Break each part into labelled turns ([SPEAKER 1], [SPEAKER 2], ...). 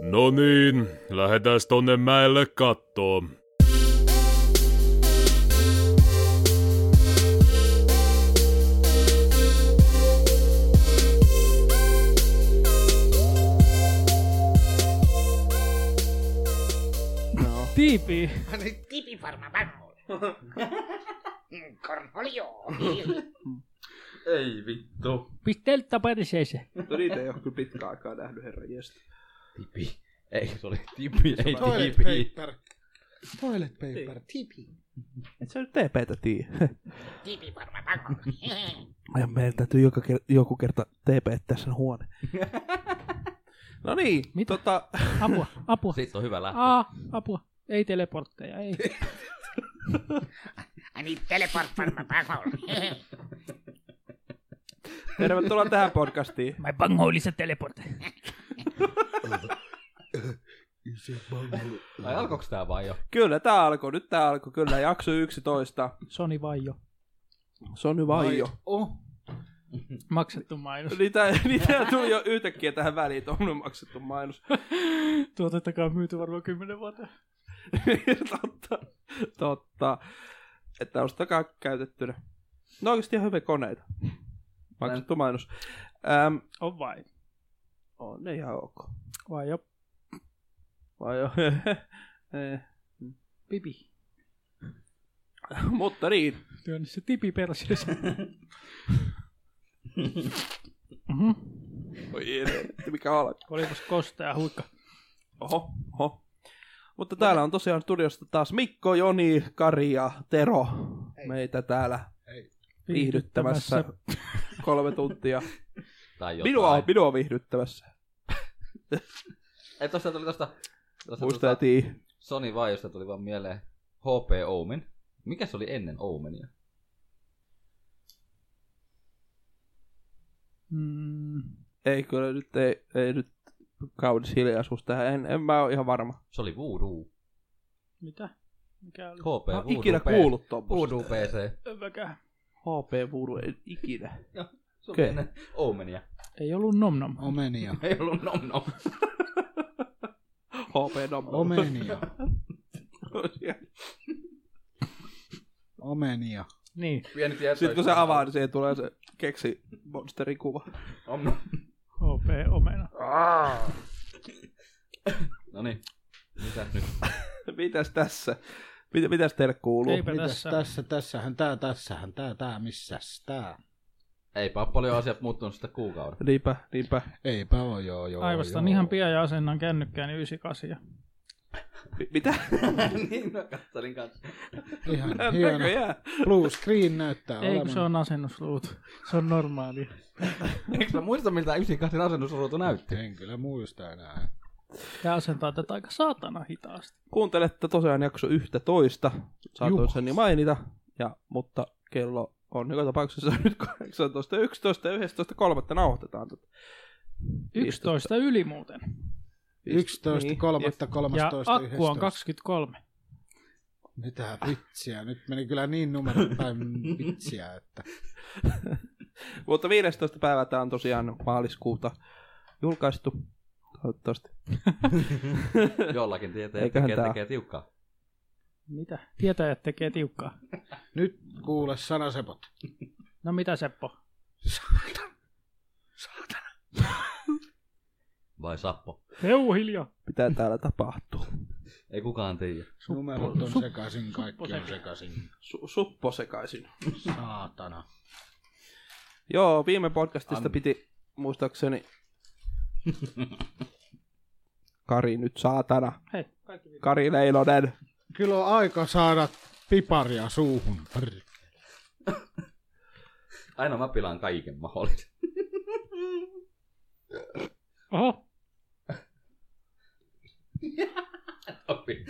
[SPEAKER 1] No niin, lähdetääs tonne mäelle kattoon.
[SPEAKER 2] No.
[SPEAKER 3] Tiipi.
[SPEAKER 4] Tipi varma vannol. Kornfolio.
[SPEAKER 5] Ei vittu.
[SPEAKER 3] Pisteltä perseeseen.
[SPEAKER 2] no niitä ei ole kyllä pitkä aikaa nähnyt herran jestä.
[SPEAKER 5] Tipi. Ei, se oli tipi, ei
[SPEAKER 6] Toilet
[SPEAKER 5] tipi.
[SPEAKER 6] paper. Toilet paper. Tipi.
[SPEAKER 2] Et sä nyt TPtä tiedä.
[SPEAKER 4] Tipi varma vannol.
[SPEAKER 2] Ja meillä täytyy joka ker- joku kerta TP sen huone. no niin,
[SPEAKER 3] Mitä?
[SPEAKER 2] tota,
[SPEAKER 3] Apua, apua.
[SPEAKER 5] Sitten on hyvä lähtö.
[SPEAKER 3] Aa, apua. Ei teleportteja, ei.
[SPEAKER 4] Ani teleport varma vannol.
[SPEAKER 2] tervetuloa tähän podcastiin.
[SPEAKER 3] Mä pangoilin se teleportti.
[SPEAKER 5] Ai alkoks tää vaan jo?
[SPEAKER 2] Kyllä, tää alkoi, nyt tää alkoi, kyllä, jakso 11.
[SPEAKER 3] Sony Vaijo.
[SPEAKER 2] Se on hyvä jo.
[SPEAKER 3] Maksettu mainos.
[SPEAKER 2] Niitä, niitä tuli jo yhtäkkiä tähän väliin, tuommoinen maksettu mainos.
[SPEAKER 3] Tuota takaa myyty varmaan 10 vuotta.
[SPEAKER 2] totta, totta. Että ostakaa käytettynä. No oikeasti ihan hyviä koneita. Maksettu mainos. Äm,
[SPEAKER 3] On oh, vai.
[SPEAKER 2] on ne ihan ok.
[SPEAKER 3] Vaijo.
[SPEAKER 2] Vai jo? Eh,
[SPEAKER 3] Pipi.
[SPEAKER 2] Mutta niin,
[SPEAKER 3] Työnnä se tipi perseeseen. Mhm.
[SPEAKER 2] Oi helvetti, mikä alku.
[SPEAKER 3] Olipas kostea huikka.
[SPEAKER 2] Oho, oho. Mutta täällä on tosiaan studiosta taas Mikko, Joni, Kari ja Tero. Meitä täällä viihdyttämässä kolme tuntia.
[SPEAKER 5] Tai jotain.
[SPEAKER 2] Minua, minua viihdyttämässä.
[SPEAKER 5] Ei, tosta tuli tosta... tosta
[SPEAKER 2] Muista etii.
[SPEAKER 5] Sony Vaiosta tuli vaan mieleen HP Omen. Mikä se oli ennen Omenia?
[SPEAKER 3] Mm,
[SPEAKER 2] Ei kyllä nyt, ei, ei nyt kaunis hiljaisuus tähän. En, en mä ole ihan varma.
[SPEAKER 5] Se oli Voodoo.
[SPEAKER 3] mitä? Mikä oli?
[SPEAKER 5] HP
[SPEAKER 2] Mä
[SPEAKER 5] Voodoo.
[SPEAKER 2] oon ikinä
[SPEAKER 5] P-
[SPEAKER 2] kuullut
[SPEAKER 5] Voodoo
[SPEAKER 2] tuommoista.
[SPEAKER 5] PC.
[SPEAKER 3] Öväkää.
[SPEAKER 2] HP Voodoo, en ikinä.
[SPEAKER 5] Se oli
[SPEAKER 2] Okei.
[SPEAKER 5] ennen Omenia.
[SPEAKER 3] Ei ollut nomnom.
[SPEAKER 6] Omenia.
[SPEAKER 5] Ei ollut nom nom.
[SPEAKER 2] HP Nommo.
[SPEAKER 6] Omenia. Omenia.
[SPEAKER 3] Niin.
[SPEAKER 5] Pieni tieto.
[SPEAKER 2] Sitten kun se avaa, niin siihen tulee se keksi monsterin kuva.
[SPEAKER 5] Om nom.
[SPEAKER 3] HP omena.
[SPEAKER 5] Noniin. Mitäs No niin. nyt?
[SPEAKER 2] Mitäs tässä? Mitä, mitäs teille kuuluu?
[SPEAKER 3] Eipä
[SPEAKER 6] Mitäs
[SPEAKER 3] tässä.
[SPEAKER 6] tässä, tässähän tää, tässähän tää, tää, missäs tää?
[SPEAKER 5] Eipä ole paljon asiat muuttunut sitä kuukauden.
[SPEAKER 2] Niinpä, niinpä.
[SPEAKER 6] Eipä oo, joo, joo,
[SPEAKER 3] Aivastan
[SPEAKER 6] joo.
[SPEAKER 3] ihan pian ja asennan niin kännykkääni 98. ja-
[SPEAKER 2] Mi- mitä?
[SPEAKER 5] niin mä kattelin kanssa.
[SPEAKER 6] Ihan hieno.
[SPEAKER 2] Näköjään.
[SPEAKER 6] Blue screen näyttää
[SPEAKER 3] Ei kun se
[SPEAKER 6] olevan.
[SPEAKER 3] on asennusluut. Se on normaali.
[SPEAKER 5] Eikö mä muista miltä 98 asennusruutu näytti?
[SPEAKER 6] En kyllä muista enää.
[SPEAKER 3] Tää asentaa tätä aika saatana hitaasti.
[SPEAKER 2] Kuuntelette tosiaan jakso 11. Saatoin sen niin mainita. Ja, mutta kello on joka tapauksessa nyt 18, 11 ja 11, nauhoitetaan. tätä.
[SPEAKER 3] 11 yli muuten.
[SPEAKER 6] 11,
[SPEAKER 2] Niin,
[SPEAKER 6] 3,
[SPEAKER 2] jep.
[SPEAKER 6] 13,
[SPEAKER 3] Ja
[SPEAKER 6] 11.
[SPEAKER 3] akku on 23.
[SPEAKER 6] Mitä vitsiä? Nyt meni kyllä niin numerot päin vitsiä, että...
[SPEAKER 2] Mutta 15 päivää tämä on tosiaan maaliskuuta julkaistu. Toivottavasti.
[SPEAKER 5] Jollakin tietää,
[SPEAKER 2] Eiköhän
[SPEAKER 5] tekee,
[SPEAKER 2] tää-
[SPEAKER 5] tekee tiukkaa.
[SPEAKER 3] Mitä? Tietäjät tekee tiukkaa.
[SPEAKER 6] Nyt kuule sanasepot.
[SPEAKER 3] No mitä Seppo?
[SPEAKER 5] Vai sappo?
[SPEAKER 3] Heu hiljaa.
[SPEAKER 2] Mitä täällä tapahtuu?
[SPEAKER 5] Ei kukaan tiedä.
[SPEAKER 6] Numerot on sekaisin, kaikki on
[SPEAKER 3] supposekin.
[SPEAKER 6] sekaisin.
[SPEAKER 2] Su- suppo sekaisin.
[SPEAKER 6] Saatana.
[SPEAKER 2] Joo, viime podcastista
[SPEAKER 5] An-
[SPEAKER 2] piti muistaakseni... Kari nyt saatana.
[SPEAKER 3] Hei.
[SPEAKER 2] Kari Leilonen.
[SPEAKER 6] Kyllä on aika saada piparia suuhun. Prr.
[SPEAKER 5] Aina mä pilaan kaiken mahdollisen.
[SPEAKER 3] Oho.
[SPEAKER 5] Opi.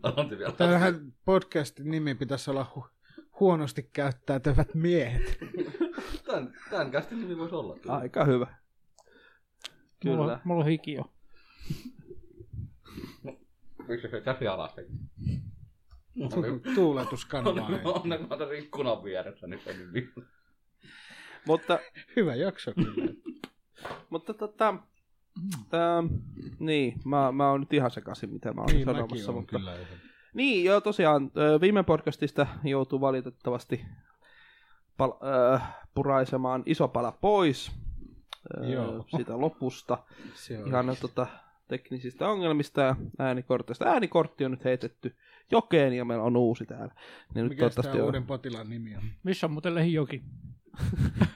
[SPEAKER 5] Palanti vielä.
[SPEAKER 6] Täällähän podcastin nimi pitäisi olla hu- huonosti käyttäytyvät miehet.
[SPEAKER 5] Tän, tän kästin nimi voisi olla. Ai.
[SPEAKER 2] Aika hyvä. Kyllä.
[SPEAKER 3] Mulla, mulla on hiki jo.
[SPEAKER 5] Miksi se käsi alas?
[SPEAKER 6] Tu-
[SPEAKER 5] Onne,
[SPEAKER 6] Tuuletuskanava. ei.
[SPEAKER 5] onne mä otan ikkunan vieressä niin nyt ennen vielä.
[SPEAKER 2] Mutta,
[SPEAKER 6] Hyvä jakso kyllä.
[SPEAKER 2] mutta tota, Ähm, niin, mä, mä oon nyt ihan sekaisin, mitä mä oon
[SPEAKER 6] Niin, mäkin
[SPEAKER 2] sanomassa.
[SPEAKER 6] on
[SPEAKER 2] Mutta...
[SPEAKER 6] kyllä. ihan.
[SPEAKER 2] Niin, joo, tosiaan ö, viime podcastista joutuu valitettavasti pal- ö, puraisemaan iso pala pois ö,
[SPEAKER 6] Joo.
[SPEAKER 2] siitä lopusta.
[SPEAKER 6] Se on.
[SPEAKER 2] ihan tota, teknisistä ongelmista ja äänikorteista. Äänikortti on nyt heitetty jokeen ja meillä on uusi täällä. Niin nyt
[SPEAKER 6] Mikä
[SPEAKER 2] toivottavasti
[SPEAKER 6] tämä
[SPEAKER 2] on.
[SPEAKER 6] uuden potilaan nimi on?
[SPEAKER 3] Missä on muuten lähijoki?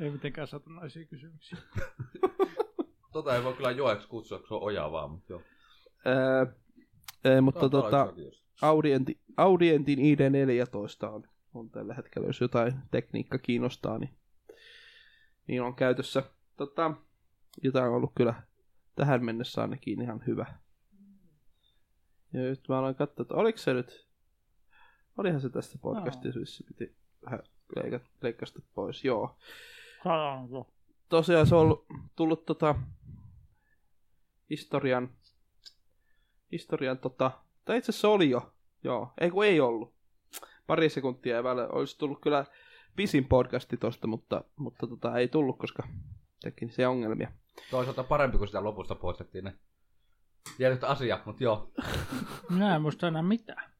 [SPEAKER 3] ei mitenkään satunnaisia kysymyksiä.
[SPEAKER 5] Tota ei voi kyllä joeksi kutsua, kun se on oja vaan, mutta joo.
[SPEAKER 2] Öö, ei, mutta
[SPEAKER 5] Tää on
[SPEAKER 2] tota,
[SPEAKER 5] täällä yksi
[SPEAKER 2] Audienti, Audientin ID14 on, on tällä hetkellä, jos jotain tekniikka kiinnostaa, niin, niin on käytössä. Tota, jotain on ollut kyllä tähän mennessä ainakin ihan hyvä. Ja nyt mä aloin katsoa, että oliko se nyt, olihan se tästä podcastissa, missä piti vähän leikata, leikasta pois, joo.
[SPEAKER 3] Saanko?
[SPEAKER 2] Tosiaan se on ollut, tullut tota, historian, historian tota, tai itse asiassa oli jo, joo, ei kun ei ollut. Pari sekuntia ja välillä olisi tullut kyllä pisin podcasti tosta, mutta, mutta tota, ei tullut, koska teknisiä ongelmia.
[SPEAKER 5] asia. Toisaalta parempi, kun sitä lopusta poistettiin ne. Tiedät asia, mutta joo.
[SPEAKER 3] Minä en muista enää mitään.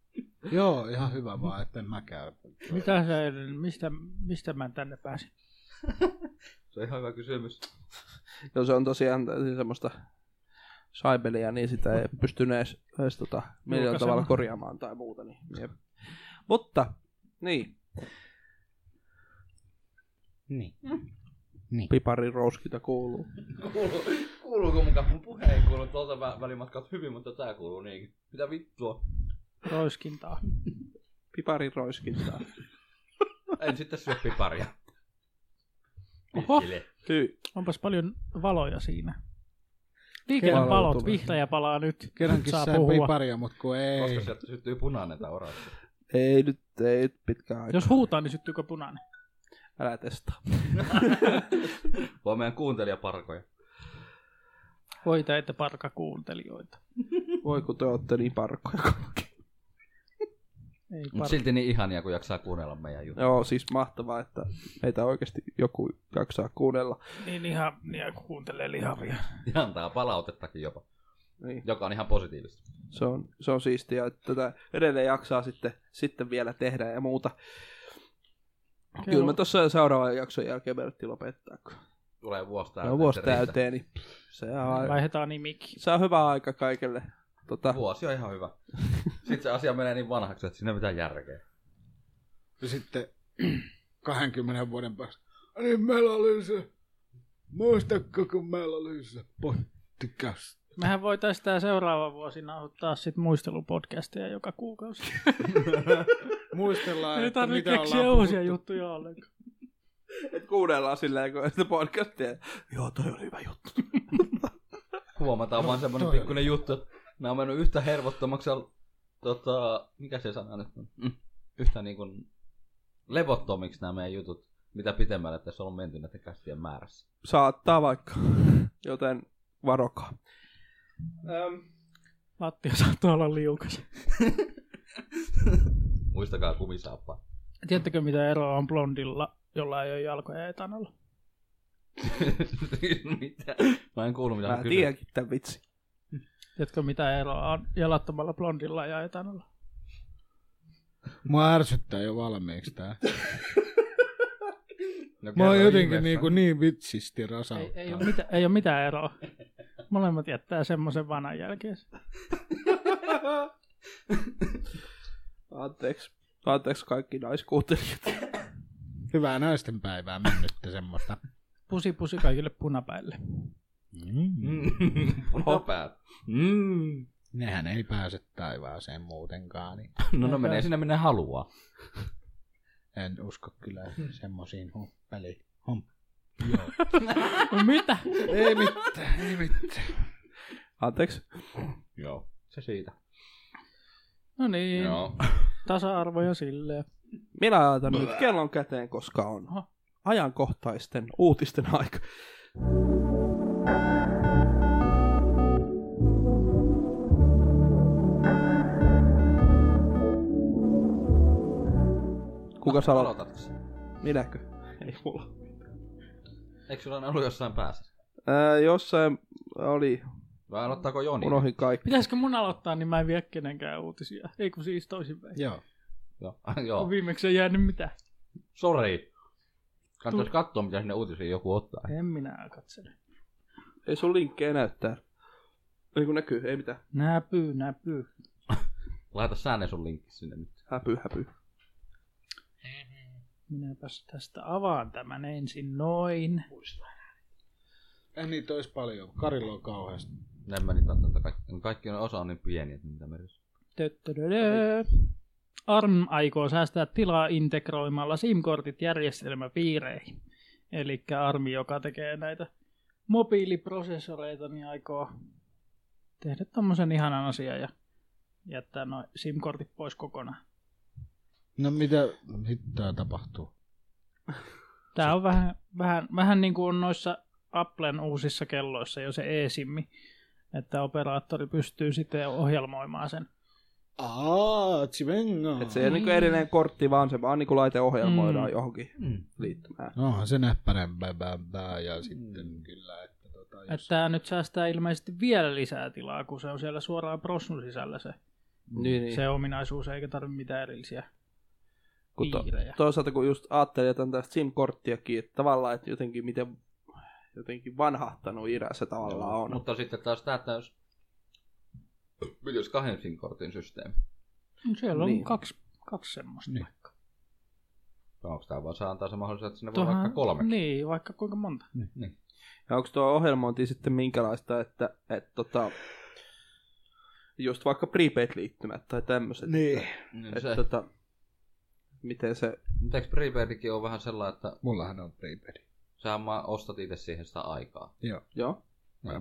[SPEAKER 6] Joo, ihan hyvä vaan, että en mä käy.
[SPEAKER 3] Mitä sä, eilen- mistä, mistä mä tänne pääsin?
[SPEAKER 5] Se on ihan hyvä kysymys.
[SPEAKER 2] Jos se on tosiaan täysin semmoista saibelia, niin sitä ei pystynyt edes, edes tota, millään
[SPEAKER 3] Julkaisemaan.
[SPEAKER 2] tavalla korjaamaan tai muuta. Niin. jep. Mutta, niin,
[SPEAKER 6] Niin.
[SPEAKER 2] piparin rouskita kuuluu.
[SPEAKER 5] Kuuluu, kuuluuko mukaan mun puhe ei kuulu tuolta vä- välimatkalta hyvin, mutta tää kuuluu niin. Mitä vittua?
[SPEAKER 3] Roiskintaa.
[SPEAKER 2] Piparin roiskintaa.
[SPEAKER 5] En sitten syö piparia.
[SPEAKER 3] Oho.
[SPEAKER 5] Vikkele.
[SPEAKER 2] Tyy.
[SPEAKER 3] Onpas paljon valoja siinä.
[SPEAKER 2] Valo
[SPEAKER 3] Liikennepalot,
[SPEAKER 2] tulee.
[SPEAKER 3] vihreä palaa nyt. nyt
[SPEAKER 6] Kerrankin
[SPEAKER 3] saa
[SPEAKER 6] sai
[SPEAKER 3] puhua.
[SPEAKER 6] paria, mutta kun ei.
[SPEAKER 5] Koska sieltä syttyy punainen tai oranssi.
[SPEAKER 2] Ei nyt, ei nyt pitkään aikaa.
[SPEAKER 3] Jos huutaa, niin syttyykö punainen?
[SPEAKER 2] Älä testaa.
[SPEAKER 5] Voi meidän kuuntelijaparkoja.
[SPEAKER 3] Voi te ette parka kuuntelijoita.
[SPEAKER 2] Voi kun te ootte niin parkkoja.
[SPEAKER 3] Ei
[SPEAKER 5] Mut
[SPEAKER 3] parka.
[SPEAKER 5] silti niin ihania, kun jaksaa kuunnella meidän juttuja.
[SPEAKER 2] Joo, siis mahtavaa, että meitä oikeasti joku jaksaa kuunnella.
[SPEAKER 3] Niin ihan, niin kun kuuntelee lihavia.
[SPEAKER 5] Ja antaa palautettakin jopa,
[SPEAKER 2] Niin,
[SPEAKER 5] joka on ihan positiivista.
[SPEAKER 2] se, on, se on siistiä, että tätä edelleen jaksaa sitten, sitten vielä tehdä ja muuta. Kyllä mä tuossa seuraavan jakson jälkeen meidätti lopettaa, kun
[SPEAKER 5] Tulee vuosi
[SPEAKER 2] ne
[SPEAKER 5] täyteen.
[SPEAKER 2] on vuosi
[SPEAKER 5] se riittää.
[SPEAKER 2] täyteen, niin se on,
[SPEAKER 3] Vaihdetaan nimikin.
[SPEAKER 2] se on hyvä aika kaikelle. Tota,
[SPEAKER 5] Vuosi on ihan hyvä. Sitten se asia menee niin vanhaksi, että siinä ei ole mitään järkeä.
[SPEAKER 6] Ja sitten 20 vuoden päästä. Niin meillä oli se. Muistatko, kun meillä oli se pottikas?
[SPEAKER 3] Mehän voitaisiin tää seuraava vuosi nauhoittaa sit muistelupodcasteja joka kuukausi.
[SPEAKER 6] Muistellaan,
[SPEAKER 3] Ei
[SPEAKER 6] että
[SPEAKER 3] tarvitse
[SPEAKER 6] mitä
[SPEAKER 3] keksiä
[SPEAKER 6] ollaan
[SPEAKER 3] uusia
[SPEAKER 6] puhuttu.
[SPEAKER 3] juttuja ollenkaan.
[SPEAKER 2] et kuunnellaan silleen, kun sitä podcastia. Joo, toi oli hyvä juttu.
[SPEAKER 5] Huomataan vaan semmonen
[SPEAKER 6] toi
[SPEAKER 5] pikkuinen juttu, että nämä on mennyt yhtä hervottomaksi ja tota, mikä se sana nyt on? Mm. Yhtä niin kuin levottomiksi nämä meidän jutut, mitä pitemmälle tässä on menty näiden kästien määrässä.
[SPEAKER 2] Saattaa vaikka, joten varokaa. Öm,
[SPEAKER 3] Lattia saattaa olla liukas.
[SPEAKER 5] Muistakaa kumisaappa.
[SPEAKER 3] Tiedättekö mitä eroa on blondilla, jolla ei ole jalkoja etanalla?
[SPEAKER 5] mitä? Mä en kuulu mitä
[SPEAKER 2] mä
[SPEAKER 5] hän kysyy.
[SPEAKER 2] tiedänkin tämän vitsi.
[SPEAKER 3] Tiedätkö mitä eroa on jalattomalla blondilla ja etanalla?
[SPEAKER 6] Mua ärsyttää jo valmiiksi tää.
[SPEAKER 5] No,
[SPEAKER 6] Mä
[SPEAKER 5] kerro
[SPEAKER 6] oon jotenkin
[SPEAKER 5] ihmeessä.
[SPEAKER 6] niin, kuin niin vitsisti rasauttaa.
[SPEAKER 3] Ei, ei, ole mitään, ei ole mitään eroa. Molemmat jättää semmoisen vanan jälkeen.
[SPEAKER 2] Anteeksi. Anteeksi kaikki naiskuuntelijat.
[SPEAKER 6] Hyvää naisten päivää mennyttä semmoista.
[SPEAKER 3] Pusi pusi kaikille punapäille.
[SPEAKER 6] Mm.
[SPEAKER 5] Mm. Lopäät. Mm.
[SPEAKER 6] Nehän ei pääse taivaaseen muutenkaan, niin
[SPEAKER 5] No no menee sinne minne haluaa.
[SPEAKER 6] en usko kyllä
[SPEAKER 3] Mm.
[SPEAKER 6] semmoisiin humppeliin.
[SPEAKER 3] No mitä?
[SPEAKER 6] Ei mitään, ei mitään.
[SPEAKER 2] Anteeksi.
[SPEAKER 5] Joo. Se siitä.
[SPEAKER 3] No niin,
[SPEAKER 5] Joo.
[SPEAKER 3] tasa-arvo ja silleen.
[SPEAKER 2] Minä laitan nyt kellon käteen, koska on
[SPEAKER 3] Aha.
[SPEAKER 2] ajankohtaisten uutisten aika. Kuka sä aloitat?
[SPEAKER 5] Aloitatko?
[SPEAKER 2] Minäkö? Ei mulla.
[SPEAKER 5] Eikö sulla ne ollut jossain päässä?
[SPEAKER 2] Ää, jossain oli,
[SPEAKER 5] Vai aloittaako Joni?
[SPEAKER 2] unohdin kaikki.
[SPEAKER 3] Pitäisikö mun aloittaa, niin mä en vie kenenkään uutisia. Ei kun siis toisinpäin.
[SPEAKER 6] Joo.
[SPEAKER 5] Joo. Ah,
[SPEAKER 3] On
[SPEAKER 5] Joo.
[SPEAKER 3] viimeksi ei jäänyt mitään.
[SPEAKER 5] Sori. Katsois katsoa, mitä sinne uutisiin joku ottaa.
[SPEAKER 3] En minä katsele.
[SPEAKER 2] Ei sun linkkejä näyttää. Ei kun näkyy, ei mitään.
[SPEAKER 3] Näpyy, näpyy.
[SPEAKER 5] Laita sä ne sun linkki sinne nyt.
[SPEAKER 2] Häpy, häpy.
[SPEAKER 5] Mm-hmm.
[SPEAKER 3] Minäpäs tästä avaan tämän ensin noin.
[SPEAKER 6] Ei niitä olisi paljon. Karilla on kauheasti.
[SPEAKER 5] En mä niitä ottanut kaikki. Kaikki on osa on niin pieniä, että mitä meressä.
[SPEAKER 3] Töttödödö. ARM aikoo säästää tilaa integroimalla SIM-kortit järjestelmäpiireihin. Eli ARM, joka tekee näitä mobiiliprosessoreita, niin aikoo tehdä tommosen ihanan asian ja jättää noin SIM-kortit pois kokonaan.
[SPEAKER 6] No mitä hittoa tapahtuu?
[SPEAKER 3] Tämä on vähän, vähän, vähän niin kuin on noissa Applen uusissa kelloissa jo se eSIMmi, että operaattori pystyy sitten ohjelmoimaan sen.
[SPEAKER 6] Aa, chivenga.
[SPEAKER 2] Et se ei ole niinku edelleen kortti, vaan se vaan niinku laite ohjelmoidaan
[SPEAKER 3] Mm.
[SPEAKER 2] johonkin
[SPEAKER 5] Mm.
[SPEAKER 2] liittymään.
[SPEAKER 6] Onhan se näppärämpää ja sitten mm. kyllä, että tota, jos...
[SPEAKER 3] Että tämä nyt säästää ilmeisesti vielä lisää tilaa, kun se on siellä suoraan prossun sisällä se,
[SPEAKER 2] Niin, niin.
[SPEAKER 3] se ominaisuus, eikä tarvitse mitään erillisiä
[SPEAKER 2] Kun to,
[SPEAKER 3] piirejä.
[SPEAKER 2] toisaalta kun just ajattelin jotain tästä SIM-korttiakin, että tavallaan, että jotenkin miten jotenkin vanhahtanut Ira se tavallaan on.
[SPEAKER 5] Mutta sitten taas tää täys... Mitä jos kahden SIM-kortin systeemi?
[SPEAKER 3] No Siellä on
[SPEAKER 2] Niin.
[SPEAKER 3] niin. kaksi, kaksi semmoista.
[SPEAKER 6] Niin.
[SPEAKER 3] Niin.
[SPEAKER 5] Onko No, tää vaan se antaa se mahdollisuus, että sinne voi vaikka kolme?
[SPEAKER 3] Niin, vaikka kuinka monta.
[SPEAKER 5] Niin.
[SPEAKER 2] Ja onko tuo ohjelmointi sitten minkälaista, että et, tota, just vaikka prepaid-liittymät tai tämmöiset.
[SPEAKER 6] Niin.
[SPEAKER 5] niin
[SPEAKER 2] Että,
[SPEAKER 5] se,
[SPEAKER 2] et, tota, miten se...
[SPEAKER 5] Mutta eikö prepaidkin ole vähän sellainen, että
[SPEAKER 6] Mullahan on prepaid.
[SPEAKER 5] sä vaan ostat itse siihen sitä aikaa?
[SPEAKER 2] Joo.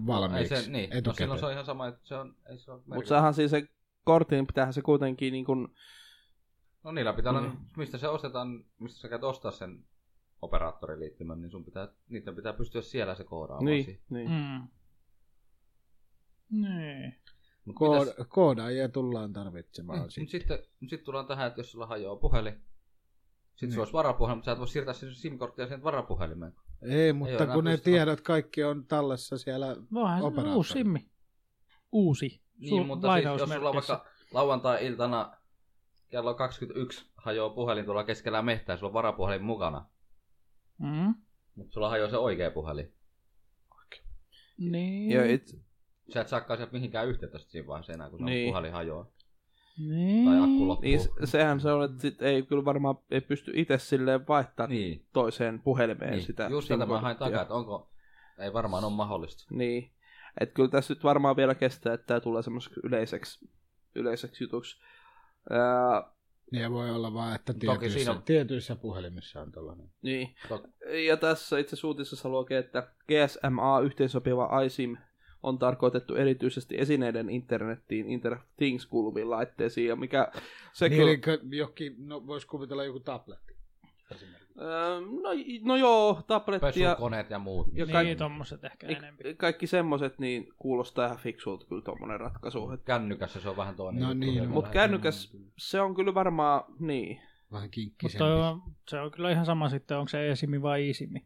[SPEAKER 6] Valmiiksi.
[SPEAKER 5] Ei se, niin. No
[SPEAKER 6] Etukäteen.
[SPEAKER 5] silloin se on ihan sama, että se on... Ei se on
[SPEAKER 2] Mutta sähän siis se kortin pitäähän se kuitenkin niin kun,
[SPEAKER 5] No niillä pitää olla,
[SPEAKER 2] Niin.
[SPEAKER 5] mistä se ostetaan, mistä sä käyt ostaa sen operaattoriliittymän, niin sun pitää, niiden pitää pystyä siellä se koodaamaan.
[SPEAKER 2] niin, niin.
[SPEAKER 3] Mm. Niin.
[SPEAKER 5] Mut
[SPEAKER 6] Kood,
[SPEAKER 5] mitäs-
[SPEAKER 6] koodaajia tullaan tarvitsemaan
[SPEAKER 5] Mut
[SPEAKER 6] mm, sitten.
[SPEAKER 5] sitten, mut sit tullaan tähän, että jos sulla hajoaa puhelin, sitten
[SPEAKER 6] Niin.
[SPEAKER 5] niin. sulla olisi varapuhelin, mutta sä et voi siirtää sen SIM-korttia sen varapuhelimeen.
[SPEAKER 6] Ei, mutta
[SPEAKER 5] ole
[SPEAKER 6] kun ne
[SPEAKER 5] näpystä.
[SPEAKER 6] tiedot kaikki on tallessa siellä.
[SPEAKER 3] Vähän
[SPEAKER 6] Operaattori.
[SPEAKER 3] uusi simmi. Uusi.
[SPEAKER 5] Niin,
[SPEAKER 3] Su-
[SPEAKER 5] mutta siis, jos sulla on
[SPEAKER 3] lainausmerkeissä.
[SPEAKER 5] vaikka lauantai-iltana kello 21 hajoaa puhelin tuolla keskellä mehtää, sulla on varapuhelin mukana,
[SPEAKER 3] Mm.
[SPEAKER 5] mutta sulla hajoaa se oikea puhelin.
[SPEAKER 3] Niin.
[SPEAKER 2] Ja it,
[SPEAKER 5] Sä et saakaan sieltä mihinkään yhteyttä sit siinä vaiheessa enää, kun se
[SPEAKER 2] Niin.
[SPEAKER 5] puhelin hajoaa.
[SPEAKER 3] niin.
[SPEAKER 5] Tai akku loppuu.
[SPEAKER 2] niin, se- sehän se on, että sit ei kyllä varmaan ei pysty itse silleen vaihtaa niin.
[SPEAKER 5] niin.
[SPEAKER 2] toiseen puhelimeen
[SPEAKER 5] niin.
[SPEAKER 2] sitä
[SPEAKER 5] Just tätä mä
[SPEAKER 2] SIM-korttia.
[SPEAKER 5] hain takaa, että onko, ei varmaan ole mahdollista.
[SPEAKER 2] Niin. Et kyllä tässä nyt varmaan vielä kestää, että tämä tulee semmoiseksi yleiseksi, yleiseksi jutuksi. Ää,
[SPEAKER 6] Ja niin voi olla vaan, että
[SPEAKER 5] Toki
[SPEAKER 6] tietyissä,
[SPEAKER 5] siinä on-
[SPEAKER 6] tietyissä puhelimissa on tuollainen.
[SPEAKER 2] niin.
[SPEAKER 5] Tot-
[SPEAKER 2] Ja tässä itse asiassa uutisessa lukee, että GSMA yhteensopiva iSIM on tarkoitettu erityisesti esineiden internettiin, Internet of Things kuuluviin laitteisiin, ja mikä se
[SPEAKER 6] Niin,
[SPEAKER 2] kyllä,
[SPEAKER 6] eli jokin, no voisi kuvitella joku tabletti. esimerkiksi.
[SPEAKER 2] ää, no, no joo, tabletti ja,
[SPEAKER 5] Pesukoneet ja muut.
[SPEAKER 2] ja
[SPEAKER 3] niin,
[SPEAKER 2] kaikki-
[SPEAKER 3] tommoset ehkä
[SPEAKER 2] ja
[SPEAKER 3] enemmän.
[SPEAKER 2] kaikki semmoset, niin kuulostaa ihan fiksulta kyllä tuommoinen ratkaisu. Et
[SPEAKER 5] Kännykässä se on vähän toinen.
[SPEAKER 6] No
[SPEAKER 5] juttu.
[SPEAKER 6] niin,
[SPEAKER 5] Se on
[SPEAKER 6] no.
[SPEAKER 2] Mut
[SPEAKER 5] vähän-
[SPEAKER 2] kännykäs, se on kyllä varmaan, niin,
[SPEAKER 6] Vähän
[SPEAKER 3] Mutta
[SPEAKER 6] kinkkisempi.
[SPEAKER 3] toi on, se on kyllä ihan sama sitten, onko se esimi vai isimi.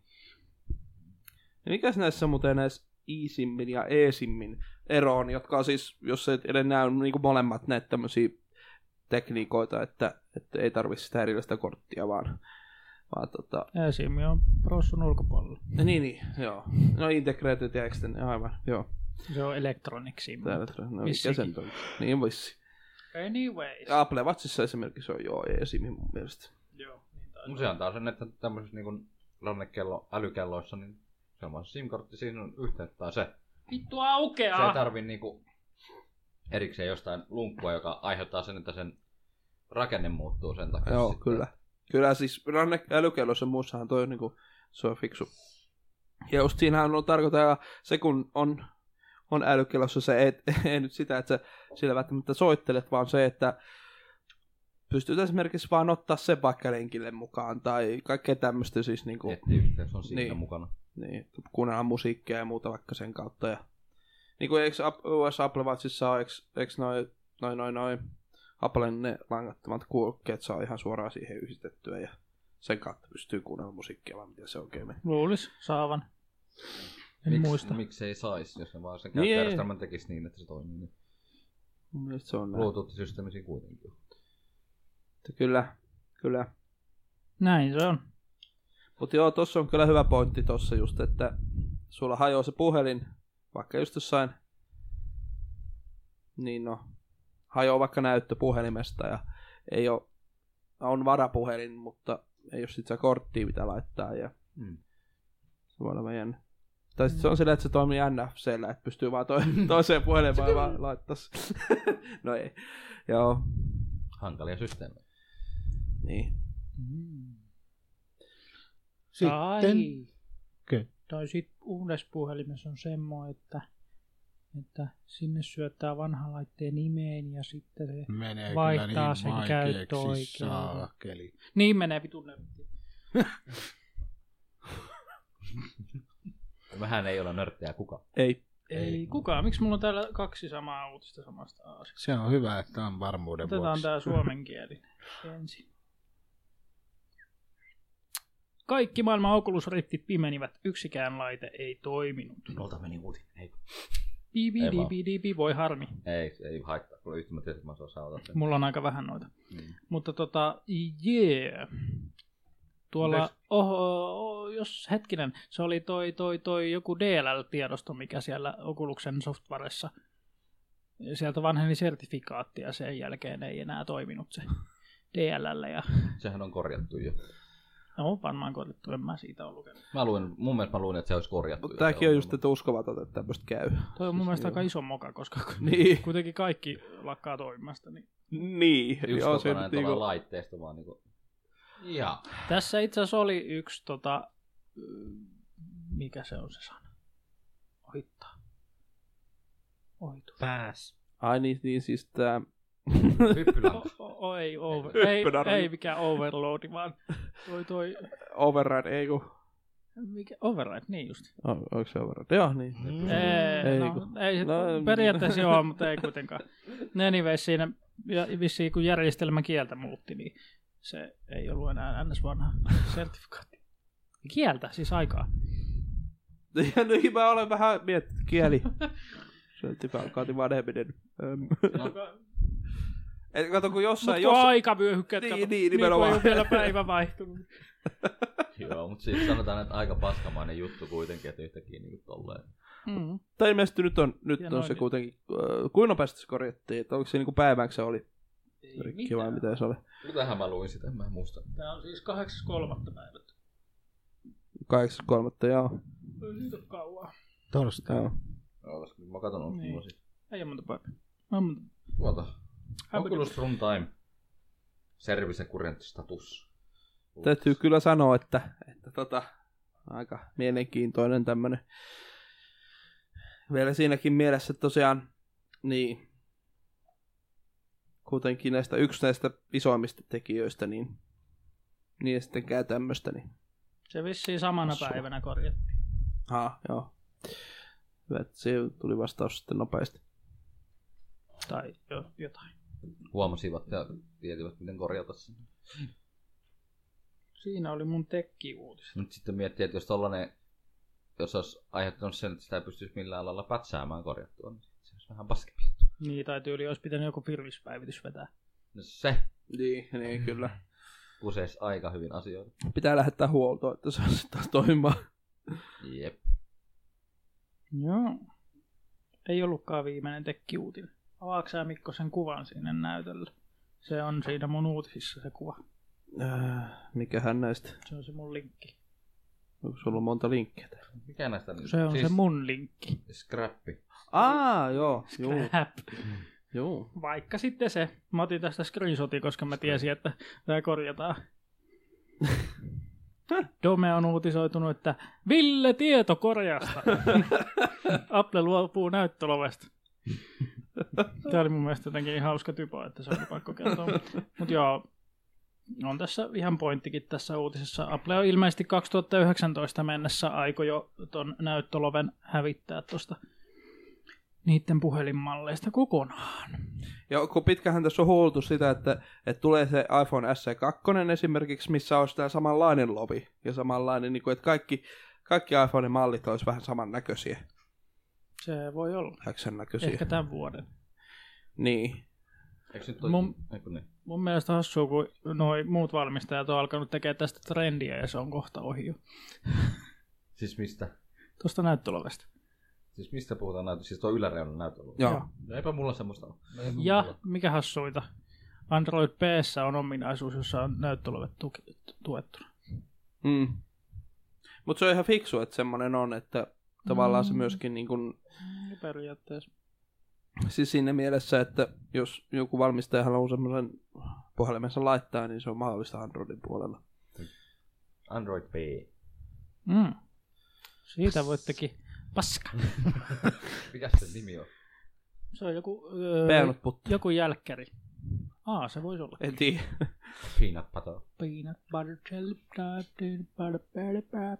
[SPEAKER 2] Ja mikäs näissä muuten näissä iisimmin ja eesimmin ero on, jotka on siis, jos et edes näy niin kuin molemmat näitä tämmöisiä tekniikoita, että, että ei tarvi sitä erillistä korttia, vaan, vaan tota,
[SPEAKER 3] Esimi on prossun ulkopuolella.
[SPEAKER 2] niin, niin, joo. No integrated ja extended, aivan, joo.
[SPEAKER 3] Se on elektroniksim.
[SPEAKER 2] Täällä, tulee, no, mikä
[SPEAKER 3] Vissikin.
[SPEAKER 2] sen on? Niin vissi.
[SPEAKER 3] Anyways.
[SPEAKER 2] Ja Apple Watchissa esimerkiksi on joo eesimin mun mielestä.
[SPEAKER 3] Joo, niin taitaa.
[SPEAKER 5] Mut No se antaa sen, että tämmöisissä niin rannekello, älykelloissa, niin se on vaan SIM-kortti, siinä on yhteyttä tai se.
[SPEAKER 3] Vittu
[SPEAKER 5] Se ei
[SPEAKER 3] aukeaa!
[SPEAKER 5] tarvi niinku erikseen jostain lunkkua, joka aiheuttaa sen, että sen rakenne muuttuu sen takia.
[SPEAKER 2] joo,
[SPEAKER 5] sitten.
[SPEAKER 2] kyllä. Kyllä siis ranne älykellossa muussahan toi on niinku, se on fiksu. Ja just siinähän on tarkoita se, kun on, on älykellossa se, ei, ei nyt sitä, että sä sillä välttämättä soittelet, vaan se, että pystyt esimerkiksi vaan ottaa sen vaikka lenkille mukaan tai kaikkea tämmöistä siis niinku,
[SPEAKER 5] Nettiyhteys on siinä
[SPEAKER 2] Niin.
[SPEAKER 5] mukana.
[SPEAKER 2] niin, kuunnella musiikkia ja muuta vaikka sen kautta. Ja, niin kuin eikö App- US Apple Watchissa ole, eikö, eikö noin, noin, noin, noin Applen ne langattomat kuulokkeet saa ihan suoraan siihen yhdistettyä ja sen kautta pystyy kuunnella musiikkia, vai miten se oikein menee.
[SPEAKER 3] Luulis saavan. En
[SPEAKER 5] Miks-
[SPEAKER 3] muista.
[SPEAKER 5] Miksei saisi, jos ne vaan sen
[SPEAKER 2] Niin.
[SPEAKER 5] käyttöjärjestelmän tekisi niin, että se toimii. Niin.
[SPEAKER 2] Mun mielestä se on näin.
[SPEAKER 5] Bluetooth-systeemi siinä kuitenkin on.
[SPEAKER 2] Että Kyllä, kyllä.
[SPEAKER 3] Näin se on.
[SPEAKER 2] Mutta joo, tossa on kyllä hyvä pointti tossa just, että sulla hajoaa se puhelin, vaikka just jossain, niin no, hajoaa vaikka näyttö puhelimesta ja ei ole, on varapuhelin, mutta ei ole sit sitä korttia mitä laittaa ja
[SPEAKER 5] Mm.
[SPEAKER 2] se voi olla vähän jännä. Tai sitten se on sillä, että se toimii NFCllä, että pystyy vaan to- toiseen puhelimeen vaan laittaa. se. no ei. Joo,
[SPEAKER 5] Hankalia systeemejä.
[SPEAKER 2] niin.
[SPEAKER 3] Mm. Tai,
[SPEAKER 6] Sitten Okei.
[SPEAKER 3] tai sitten uudessa puhelimessa on semmoinen, että, että sinne syöttää vanhan laitteen nimeen ja sitten se...
[SPEAKER 6] menee
[SPEAKER 3] Vaihtaa
[SPEAKER 6] kyllä niin
[SPEAKER 3] sen
[SPEAKER 6] vaikeaksi
[SPEAKER 3] käyttöoikeuden.
[SPEAKER 6] saakeli.
[SPEAKER 3] Niin menee vitun nörtti.
[SPEAKER 5] Vähän ei ole nörttejä kuka.
[SPEAKER 2] Ei.
[SPEAKER 3] Ei kukaan. Miksi mulla on täällä kaksi samaa uutista samasta asiasta?
[SPEAKER 6] Se on hyvä, että on varmuuden
[SPEAKER 3] Otetaan
[SPEAKER 6] vuoksi.
[SPEAKER 3] tää suomenkielinen ensin. Kaikki maailman Oculus Riftit pimenivät, yksikään laite ei toiminut.
[SPEAKER 5] Minulta meni uutinen. Ei,
[SPEAKER 3] Piipi,
[SPEAKER 5] No, Ei vaan.
[SPEAKER 3] diipi, diipi, voi harmi.
[SPEAKER 5] ei, ei haittaa. Kun yhtymä tietysti mä saan saada sen.
[SPEAKER 3] Mulla on aika vähän noita.
[SPEAKER 5] Mm.
[SPEAKER 3] Mutta tota, jee. Yeah. Tuolla,
[SPEAKER 5] Mitäs?
[SPEAKER 3] oho, oh, jos hetkinen, se oli toi, toi, toi joku DLL-tiedosto, mikä siellä Oculusen softwaressa. Sieltä vanheni sertifikaatti ja sen jälkeen ei enää toiminut se DLL. Ja,
[SPEAKER 5] Sehän on korjattu jo.
[SPEAKER 3] no on varmaan koitettu, en mä siitä ole lukenut.
[SPEAKER 5] Mä luin, mun mielestä mä luin, että se olisi korjattu.
[SPEAKER 2] Mutta
[SPEAKER 5] jo
[SPEAKER 2] tämäkin
[SPEAKER 5] se
[SPEAKER 2] on just,
[SPEAKER 5] ongelma.
[SPEAKER 2] että uskomaton, että tämmöistä käy. Siis
[SPEAKER 3] Toi on mun mielestä
[SPEAKER 2] joo.
[SPEAKER 3] aika iso moka, koska
[SPEAKER 2] Niin.
[SPEAKER 3] kuitenkin kaikki lakkaa toimimasta. Niin.
[SPEAKER 2] Niin,
[SPEAKER 5] Yksi
[SPEAKER 2] joo, se
[SPEAKER 5] kokonainen
[SPEAKER 2] nyt
[SPEAKER 5] niinku...
[SPEAKER 2] niinku...
[SPEAKER 5] laitteesta vaan niinku... Jaa.
[SPEAKER 3] Tässä itse asiassa oli yksi, tota, mm, mikä se on se sana? Ohittaa. Ohitus.
[SPEAKER 5] Pääs.
[SPEAKER 2] Ai niin, niin siis tää...
[SPEAKER 5] Hyppylän.
[SPEAKER 3] O, o, o, ei, over, ei,
[SPEAKER 2] Hyppynari.
[SPEAKER 3] ei mikään overload, vaan toi toi,
[SPEAKER 2] Override, ei kun...
[SPEAKER 3] mikä, override, niin just.
[SPEAKER 2] Oh, onko se override? Joo, niin.
[SPEAKER 4] Mm.
[SPEAKER 3] Mm. Ei,
[SPEAKER 2] Ei
[SPEAKER 3] ei, no, ei se
[SPEAKER 2] No,
[SPEAKER 3] periaatteessa joo, mutta ei kuitenkaan. No Anyway, siinä ja vissiin kun järjestelmä kieltä muutti, niin se ei ollut enää ns. vanha sertifikaatti. Kieltä, siis aikaa.
[SPEAKER 2] Ja nyt mä olen vähän miettinyt kieli. Sertifikaatin vanheminen. Öm.
[SPEAKER 3] No,
[SPEAKER 2] Et kato, kun jossain...
[SPEAKER 3] Mutta
[SPEAKER 2] Jos...
[SPEAKER 3] aika vyöhykkeet,
[SPEAKER 2] Niin,
[SPEAKER 3] kato.
[SPEAKER 2] niin, nimenomaan.
[SPEAKER 3] Niin, kun ei ole vielä päivä vaihtunut.
[SPEAKER 5] Joo, mutta siis sanotaan, että aika paskamainen juttu kuitenkin, että yhtäkkiä niinku tolleen.
[SPEAKER 3] Mm.
[SPEAKER 2] Tai ilmeisesti nyt on, nyt
[SPEAKER 3] Ja
[SPEAKER 2] on
[SPEAKER 3] noin
[SPEAKER 2] se
[SPEAKER 3] nyt.
[SPEAKER 2] kuitenkin... Äh, kuinka nopeasti se korjattiin? Että onko se niinku päiväksi se oli rikki vai mitä se oli?
[SPEAKER 5] Mitähän mä luin sitä, en mä en muista.
[SPEAKER 3] Tämä on siis 8.3. päivä.
[SPEAKER 2] 8.3. Joo.
[SPEAKER 3] Ei siitä ole kauaa.
[SPEAKER 6] Torstai.
[SPEAKER 2] joo.
[SPEAKER 5] Ootas, Mä katon, onko
[SPEAKER 3] Niin.
[SPEAKER 5] mulla siis.
[SPEAKER 3] Ei ole monta päivää. On monta.
[SPEAKER 5] Tuota.
[SPEAKER 3] Häpä-
[SPEAKER 5] Oculus Runtime. Service and current status.
[SPEAKER 2] Täytyy kyllä sanoa, että, että tota, aika mielenkiintoinen tämmönen. Vielä siinäkin mielessä että tosiaan, niin kuitenkin näistä yksi näistä isoimmista tekijöistä, niin niin sitten käy tämmöstä, niin
[SPEAKER 3] Se vissiin samana päivänä korjattiin.
[SPEAKER 2] haa, joo. Hyvä, että se tuli vastaus sitten nopeasti.
[SPEAKER 3] Tai jo, jotain.
[SPEAKER 5] Huomasivat ja tietävät, miten korjata sen.
[SPEAKER 3] Siinä oli mun tekkiuutiset.
[SPEAKER 5] Nyt sitten miettii, että jos tollanen, jos olisi aiheuttanut sen, että sitä ei pystyisi millään lailla pätsäämään korjattua, niin se olisi vähän paskempi.
[SPEAKER 3] Niin, tai tyyli olisi pitänyt joku firmispäivitys vetää.
[SPEAKER 5] No se
[SPEAKER 2] Niin, niin kyllä.
[SPEAKER 5] kuseisi aika hyvin asioita.
[SPEAKER 2] Pitää lähettää huoltoon, että se on sitten taas toimimaan.
[SPEAKER 5] Jep.
[SPEAKER 3] Joo. Ei ollutkaan viimeinen tekkiuutinen. Avaatko sä Mikko sen kuvan sinne näytölle? Se on siinä mun uutisissa se kuva.
[SPEAKER 2] Äh, mikähän näistä?
[SPEAKER 3] Se on se mun linkki.
[SPEAKER 2] Onko sulla monta linkkiä? täällä?
[SPEAKER 5] Mikä näistä nyt?
[SPEAKER 3] Se on
[SPEAKER 5] siis
[SPEAKER 3] se mun linkki.
[SPEAKER 5] Scrappi.
[SPEAKER 2] Aa, joo, joo,
[SPEAKER 3] Crap.
[SPEAKER 2] joo.
[SPEAKER 3] Vaikka sitten se. Mä otin tästä screenshotin, koska mä tiesin, että tämä korjataan. Dome on uutisoitunut, että Ville Tieto korjasta. Apple luopuu näyttölovesta. Tämä oli mun mielestä jotenkin ihan hauska typo, että se oli pakko kertoa. Mutta joo, on tässä ihan pointtikin tässä uutisessa. Apple on ilmeisesti 2019 mennessä aiko jo ton näyttöloven hävittää tuosta niiden puhelinmalleista kokonaan.
[SPEAKER 2] Ja kun pitkähän tässä on huultu sitä, että, että tulee se iPhone SE2 esimerkiksi, missä on tämä samanlainen lovi ja samanlainen, niin kuin, että kaikki, kaikki iPhone-mallit olisi vähän samannäköisiä,
[SPEAKER 3] Se voi olla.
[SPEAKER 2] Xn näköisiä.
[SPEAKER 3] Ehkä tämän vuoden.
[SPEAKER 2] Niin.
[SPEAKER 5] Eikö nyt toi...
[SPEAKER 3] Mun-
[SPEAKER 5] Eiku niin.
[SPEAKER 3] Mun mielestä hassua, kun noi muut valmistajat on alkanut tekemään tästä trendiä ja se on kohta ohi jo.
[SPEAKER 5] Siis mistä?
[SPEAKER 3] Tuosta näyttölovesta.
[SPEAKER 5] Siis mistä puhutaan näytöstä? Siis tuo yläreunnan näytöllä.
[SPEAKER 2] Joo.
[SPEAKER 3] Joo.
[SPEAKER 5] No eipä mulla semmoista ole.
[SPEAKER 3] Ja mikä hassuita, Android p on ominaisuus, jossa on näyttölovet tuki- tuettuna.
[SPEAKER 2] Mm. Mutta se on ihan fiksu, että semmoinen on, että tavallaan se myöskin niin kun,
[SPEAKER 3] Ja periaatteessa.
[SPEAKER 2] siis siinä mielessä, että jos joku valmistaja haluaa semmoisen puhelimensa laittaa, niin se on mahdollista Androidin puolella.
[SPEAKER 5] Android P.
[SPEAKER 3] Mm. Siitä voittekin. Paska.
[SPEAKER 5] Mikäs sen nimi on?
[SPEAKER 3] Se on joku, öö,
[SPEAKER 2] Peanut puttu.
[SPEAKER 3] joku jälkkäri. Aa, se voisi olla.
[SPEAKER 2] En tiedä.
[SPEAKER 5] Peanut Butter.
[SPEAKER 3] Peanut butter jelly, butter, butter, butter, butter,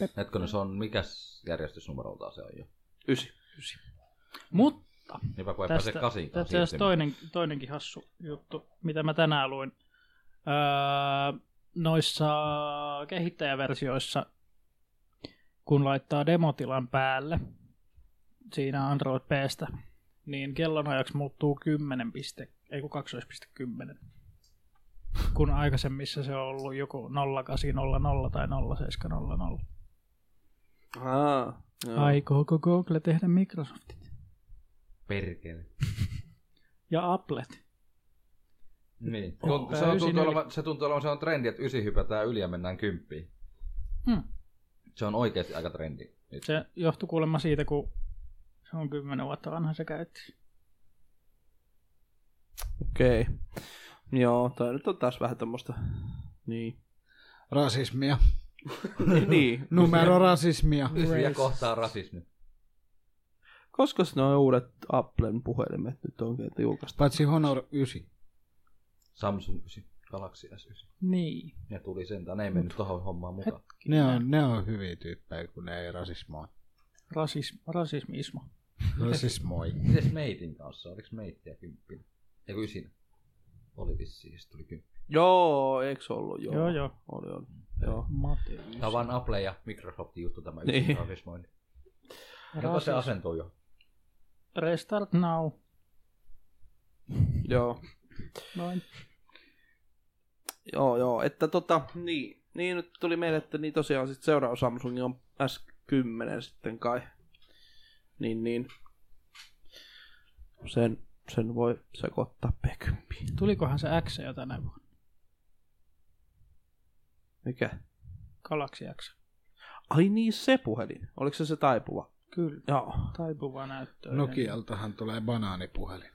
[SPEAKER 3] baby.
[SPEAKER 5] Hetkinen, se on mikäs järjestysnumeroltaan se on jo?
[SPEAKER 2] Ysi.
[SPEAKER 3] Mut
[SPEAKER 5] Niinpä kun ei pääse niin kasiin
[SPEAKER 3] tästä olisi toinen, toinenkin hassu juttu, mitä mä tänään luin. Öö, noissa kehittäjäversioissa, kun laittaa demotilan päälle siinä Android Pstä, niin kellonajaksi muuttuu 10 piste, ei kun 12.10. Kun aikaisemmissa se on ollut joku 0800 tai 0700.
[SPEAKER 2] Aa, joo.
[SPEAKER 3] Aikooko Google tehdä Microsoftit
[SPEAKER 5] Perkele.
[SPEAKER 3] ja Applet?
[SPEAKER 5] Niin.
[SPEAKER 3] Oh.
[SPEAKER 5] Kun se,
[SPEAKER 3] Tää
[SPEAKER 5] on,
[SPEAKER 3] ysi
[SPEAKER 5] tuntuu
[SPEAKER 3] neli-
[SPEAKER 5] olevan, se tuntuu olevan, se on trendi, että ysi hypätään yli ja mennään kymppiin.
[SPEAKER 3] Hmm.
[SPEAKER 5] Se on oikeasti aika trendi. Nyt.
[SPEAKER 3] Se johtui kuulemma siitä, kun se on kymmenen vuotta vanha se käytti.
[SPEAKER 2] Okei. Okay. Joo, toi nyt on taas vähän tämmöistä. Niin.
[SPEAKER 6] Rasismia.
[SPEAKER 2] niin.
[SPEAKER 6] Numero rasismia.
[SPEAKER 5] Ysiä kohtaa rasismi.
[SPEAKER 2] Koska ne uudet Applen puhelimet nyt onkin että julkaistu?
[SPEAKER 6] Paitsi Honor 9.
[SPEAKER 5] Samsung 9, Galaxy S9.
[SPEAKER 3] Niin.
[SPEAKER 5] Ne tuli sentään, ne ei mennyt tohon hommaan mukaan.
[SPEAKER 6] Ne on, ne on hyviä tyyppejä, kun ne ei rasismoi.
[SPEAKER 3] Rasism, rasismismo.
[SPEAKER 6] Rasismoi.
[SPEAKER 5] Mites meitin kanssa? Oliks meittiä kymppinä? Eiku ysinä? Oli vissiin, se tuli kymppinä.
[SPEAKER 2] Joo, eikö se ollut? Joo,
[SPEAKER 3] Joo, joo.
[SPEAKER 2] Oli, oli. Joo.
[SPEAKER 3] Matti.
[SPEAKER 2] No
[SPEAKER 5] Tää on vaan Apple ja Microsoftin juttu tämä
[SPEAKER 2] Niin.
[SPEAKER 5] yksi rasismointi. Kato se
[SPEAKER 3] Rasis-
[SPEAKER 5] asentuu jo.
[SPEAKER 3] Restart now.
[SPEAKER 2] Joo.
[SPEAKER 3] Noin.
[SPEAKER 2] Joo, joo. Että tota, niin. Niin nyt tuli meille, että niin tosiaan sit seuraava Samsung on S10 sitten kai. Niin, niin. Sen, sen voi sekoittaa P10.
[SPEAKER 3] Tulikohan se X jo tänä vuonna?
[SPEAKER 2] Mikä?
[SPEAKER 3] Galaxy X.
[SPEAKER 2] Ai niin, se puhelin. Oliko se se taipuva?
[SPEAKER 3] Kyllä.
[SPEAKER 2] Joo.
[SPEAKER 3] Taipuva näyttö.
[SPEAKER 6] Nokialtahan tulee banaanipuhelin.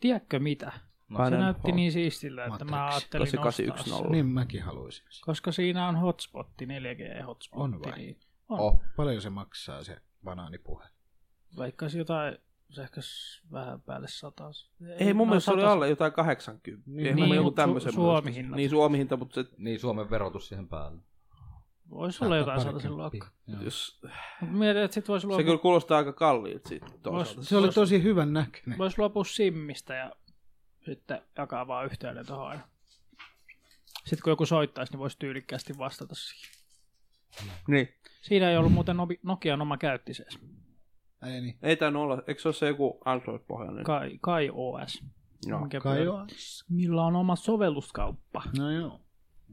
[SPEAKER 3] Tiedätkö mitä?
[SPEAKER 5] No,
[SPEAKER 2] Paina-
[SPEAKER 5] se,
[SPEAKER 3] Se näytti
[SPEAKER 2] on.
[SPEAKER 3] niin siistillä, että mä
[SPEAKER 6] Matrix.
[SPEAKER 3] ajattelin ostaa
[SPEAKER 2] 8810.
[SPEAKER 3] sen.
[SPEAKER 6] Niin mäkin haluaisin.
[SPEAKER 3] Koska siinä on hotspotti, 4G-hotspotti.
[SPEAKER 6] On vai?
[SPEAKER 3] Niin on. Oh.
[SPEAKER 5] oh,
[SPEAKER 6] Paljon se maksaa se banaanipuhelin?
[SPEAKER 3] Veikkaisi jotain sähkös vähän päälle satas.
[SPEAKER 2] Ei, mun
[SPEAKER 3] no,
[SPEAKER 2] mielestä se oli
[SPEAKER 3] satas-
[SPEAKER 2] alle jotain 80.
[SPEAKER 6] Niin,
[SPEAKER 2] Ei, mä
[SPEAKER 3] niin,
[SPEAKER 2] joku
[SPEAKER 3] mut
[SPEAKER 2] tämmöisen
[SPEAKER 3] Su- Suomi
[SPEAKER 2] muistan.
[SPEAKER 3] hinnat.
[SPEAKER 2] Niin, Suomi-hinta, mutta se,
[SPEAKER 5] niin Suomen verotus siihen päälle.
[SPEAKER 3] Voisi olla jotain
[SPEAKER 6] Saattaa
[SPEAKER 3] sellaisen
[SPEAKER 6] parempi.
[SPEAKER 3] luokkaa.
[SPEAKER 6] Joo.
[SPEAKER 2] jos,
[SPEAKER 3] Mut Mietin, että sit voisi
[SPEAKER 2] se
[SPEAKER 3] luopua,
[SPEAKER 2] kyllä kuulostaa aika kalliilta siitä toisaalta.
[SPEAKER 3] Vois-
[SPEAKER 6] Se oli tosi hyvän näköinen.
[SPEAKER 3] vois luopua simmistä ja sitten jakaa vaan yhteyden tuohon aina. Sitten kun joku soittaisi, niin voisi tyylikkäästi vastata siihen.
[SPEAKER 2] Niin.
[SPEAKER 3] Siinä ei ollut muuten Nobi- Nokian oma käyttisees.
[SPEAKER 6] Ei niin.
[SPEAKER 2] Ei tainnut olla, eikö se ole se joku Android-pohjainen?
[SPEAKER 3] Kai, Kai OS.
[SPEAKER 2] Joo.
[SPEAKER 3] mikä
[SPEAKER 6] Kai
[SPEAKER 3] pyörä-
[SPEAKER 6] joo.
[SPEAKER 3] Millä on oma sovelluskauppa.
[SPEAKER 6] No joo.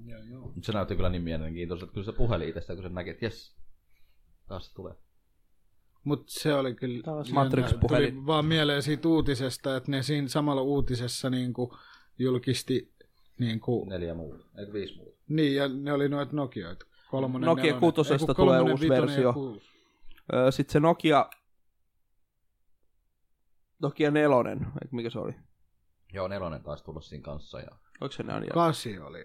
[SPEAKER 6] Joo joo.
[SPEAKER 5] Mut se näytti kyllä niin mielenkiintoiselta, kun se puheli itsestä, kun se näki, että jes, taas se tulee.
[SPEAKER 6] Mut se oli kyllä...
[SPEAKER 3] Taas
[SPEAKER 2] Matrix-puhelin.
[SPEAKER 6] Tuli vaan mieleen siitä uutisesta, että ne siinä samalla uutisessa niinku julkisti niinku...
[SPEAKER 5] Neljä muuta, eikö viisi muuta.
[SPEAKER 6] Niin, ja ne oli noita Nokioita. Kolmonen,
[SPEAKER 2] Nokia
[SPEAKER 6] nelonen.
[SPEAKER 2] kutosesta
[SPEAKER 6] Ei, kun
[SPEAKER 2] tulee
[SPEAKER 6] kolmonen,
[SPEAKER 2] uusi
[SPEAKER 6] vitonen ja
[SPEAKER 2] versio.
[SPEAKER 6] kuusi.
[SPEAKER 2] Öö, Sitten se Nokia... Nokia 4, eikö mikä se oli?
[SPEAKER 5] Joo, nelonen taisi tulla siinä kanssa. Ja...
[SPEAKER 2] Oliko se näin?
[SPEAKER 6] Kasi oli.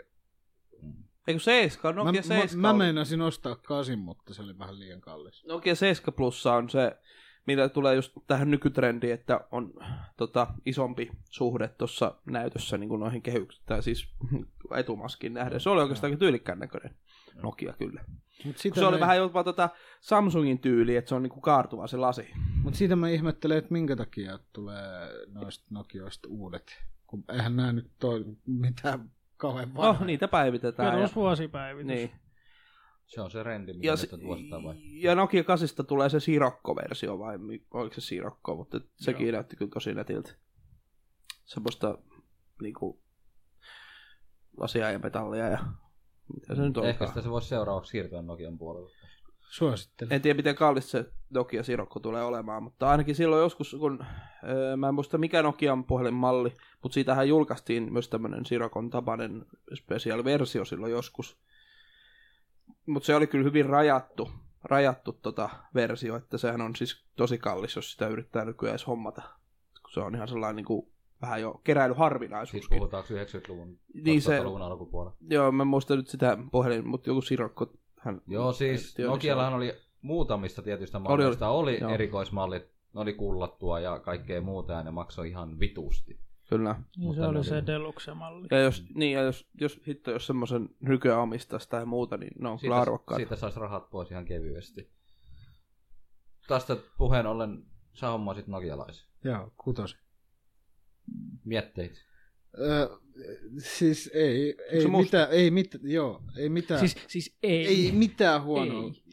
[SPEAKER 2] Eikö 7? Nokia
[SPEAKER 6] mä,
[SPEAKER 2] 7
[SPEAKER 6] mä, mä
[SPEAKER 2] oli.
[SPEAKER 6] meinasin ostaa kasin, mutta se oli vähän liian kallis.
[SPEAKER 2] Nokia 7 No Plussa on se, millä tulee just tähän nykytrendiin, että on tota, isompi suhde tuossa näytössä niin kuin noihin kehyksiin, tai siis etumaskiin nähden. Se oli oikeastaan aika tyylikkään näköinen Nokia kyllä. Kun
[SPEAKER 6] Mut sitä,
[SPEAKER 2] se oli
[SPEAKER 6] mä,
[SPEAKER 2] vähän jopa tota Samsungin tyyli, että se on niinku kaartuva se lasi.
[SPEAKER 6] mut sitä mä ihmettelen, että minkä takia tulee noista Nokioista uudet. Kun eihän nämä nyt ole mitään kauhean
[SPEAKER 2] No,
[SPEAKER 6] vanhaa.
[SPEAKER 3] no
[SPEAKER 2] niitä päivitetään.
[SPEAKER 3] Perusvuosipäivitys.
[SPEAKER 2] Niin.
[SPEAKER 5] Se on se rendi, mitä
[SPEAKER 2] Ja,
[SPEAKER 5] nyt
[SPEAKER 2] se,
[SPEAKER 5] on tuosta vai?
[SPEAKER 2] ja Nokia 8 tulee se Sirokko-versio vai mi- oliko se Sirokko, mutta sekin näytti kyllä tosi nätiltä. Semmoista niinku lasia ja metallia ja mitä se nyt
[SPEAKER 5] Ehkä
[SPEAKER 2] onkaan.
[SPEAKER 5] sitä se voisi seuraavaksi siirtyä Nokian puolelle.
[SPEAKER 6] Suosittelen.
[SPEAKER 2] En tiedä, miten kallis se Nokia Sirokko tulee olemaan, mutta ainakin silloin joskus, kun öö, mä en muista mikä Nokian puhelinmalli, mutta siitähän julkaistiin myös tämmöinen Sirokon tapainen special-versio silloin joskus. Mutta se oli kyllä hyvin rajattu, rajattu tota versio, että sehän on siis tosi kallis, jos sitä yrittää nykyään edes hommata. Kun se on ihan sellainen niin kuin, vähän jo
[SPEAKER 5] Siis
[SPEAKER 2] keräilyharvinaisuuskin.
[SPEAKER 5] puhutaanko 90-luvun,
[SPEAKER 2] Niin se-
[SPEAKER 5] 2000-luvun alkupuolella.
[SPEAKER 2] Joo, mä en muista nyt sitä puhelin, mutta joku Sirokko hän
[SPEAKER 5] Joo, siis
[SPEAKER 2] Joo, niin se
[SPEAKER 5] Nokiallahan
[SPEAKER 2] on.
[SPEAKER 5] oli muutamista tietyistä
[SPEAKER 2] oli.
[SPEAKER 5] malleista. Oli,
[SPEAKER 2] Joo. Mm.
[SPEAKER 5] erikoismallit, ne oli kullattua ja kaikkea muuta ja ne maksoi ihan vitusti.
[SPEAKER 2] Kyllä.
[SPEAKER 3] Niin se
[SPEAKER 5] Mutta ne
[SPEAKER 3] oli
[SPEAKER 5] oli-
[SPEAKER 3] se Deluxe-malli.
[SPEAKER 2] Ja jos, niin, ja jos, jos hitto, jos semmoisen nykyään omistaisi tai muuta, niin ne on kyllä
[SPEAKER 5] Siitä,
[SPEAKER 2] arvokkaita.
[SPEAKER 5] siitä saisi rahat pois ihan kevyesti. Tästä puheen ollen saa hommaa sit nokialaisia.
[SPEAKER 6] Joo, kutos.
[SPEAKER 5] Mietteit.
[SPEAKER 6] Ö, siis ei,
[SPEAKER 2] se
[SPEAKER 6] ei
[SPEAKER 2] musta?
[SPEAKER 6] mitään, ei mitään, joo, ei mitään, siis,
[SPEAKER 3] Siis, siis ei.
[SPEAKER 6] ei mitään huonoa
[SPEAKER 3] Ei.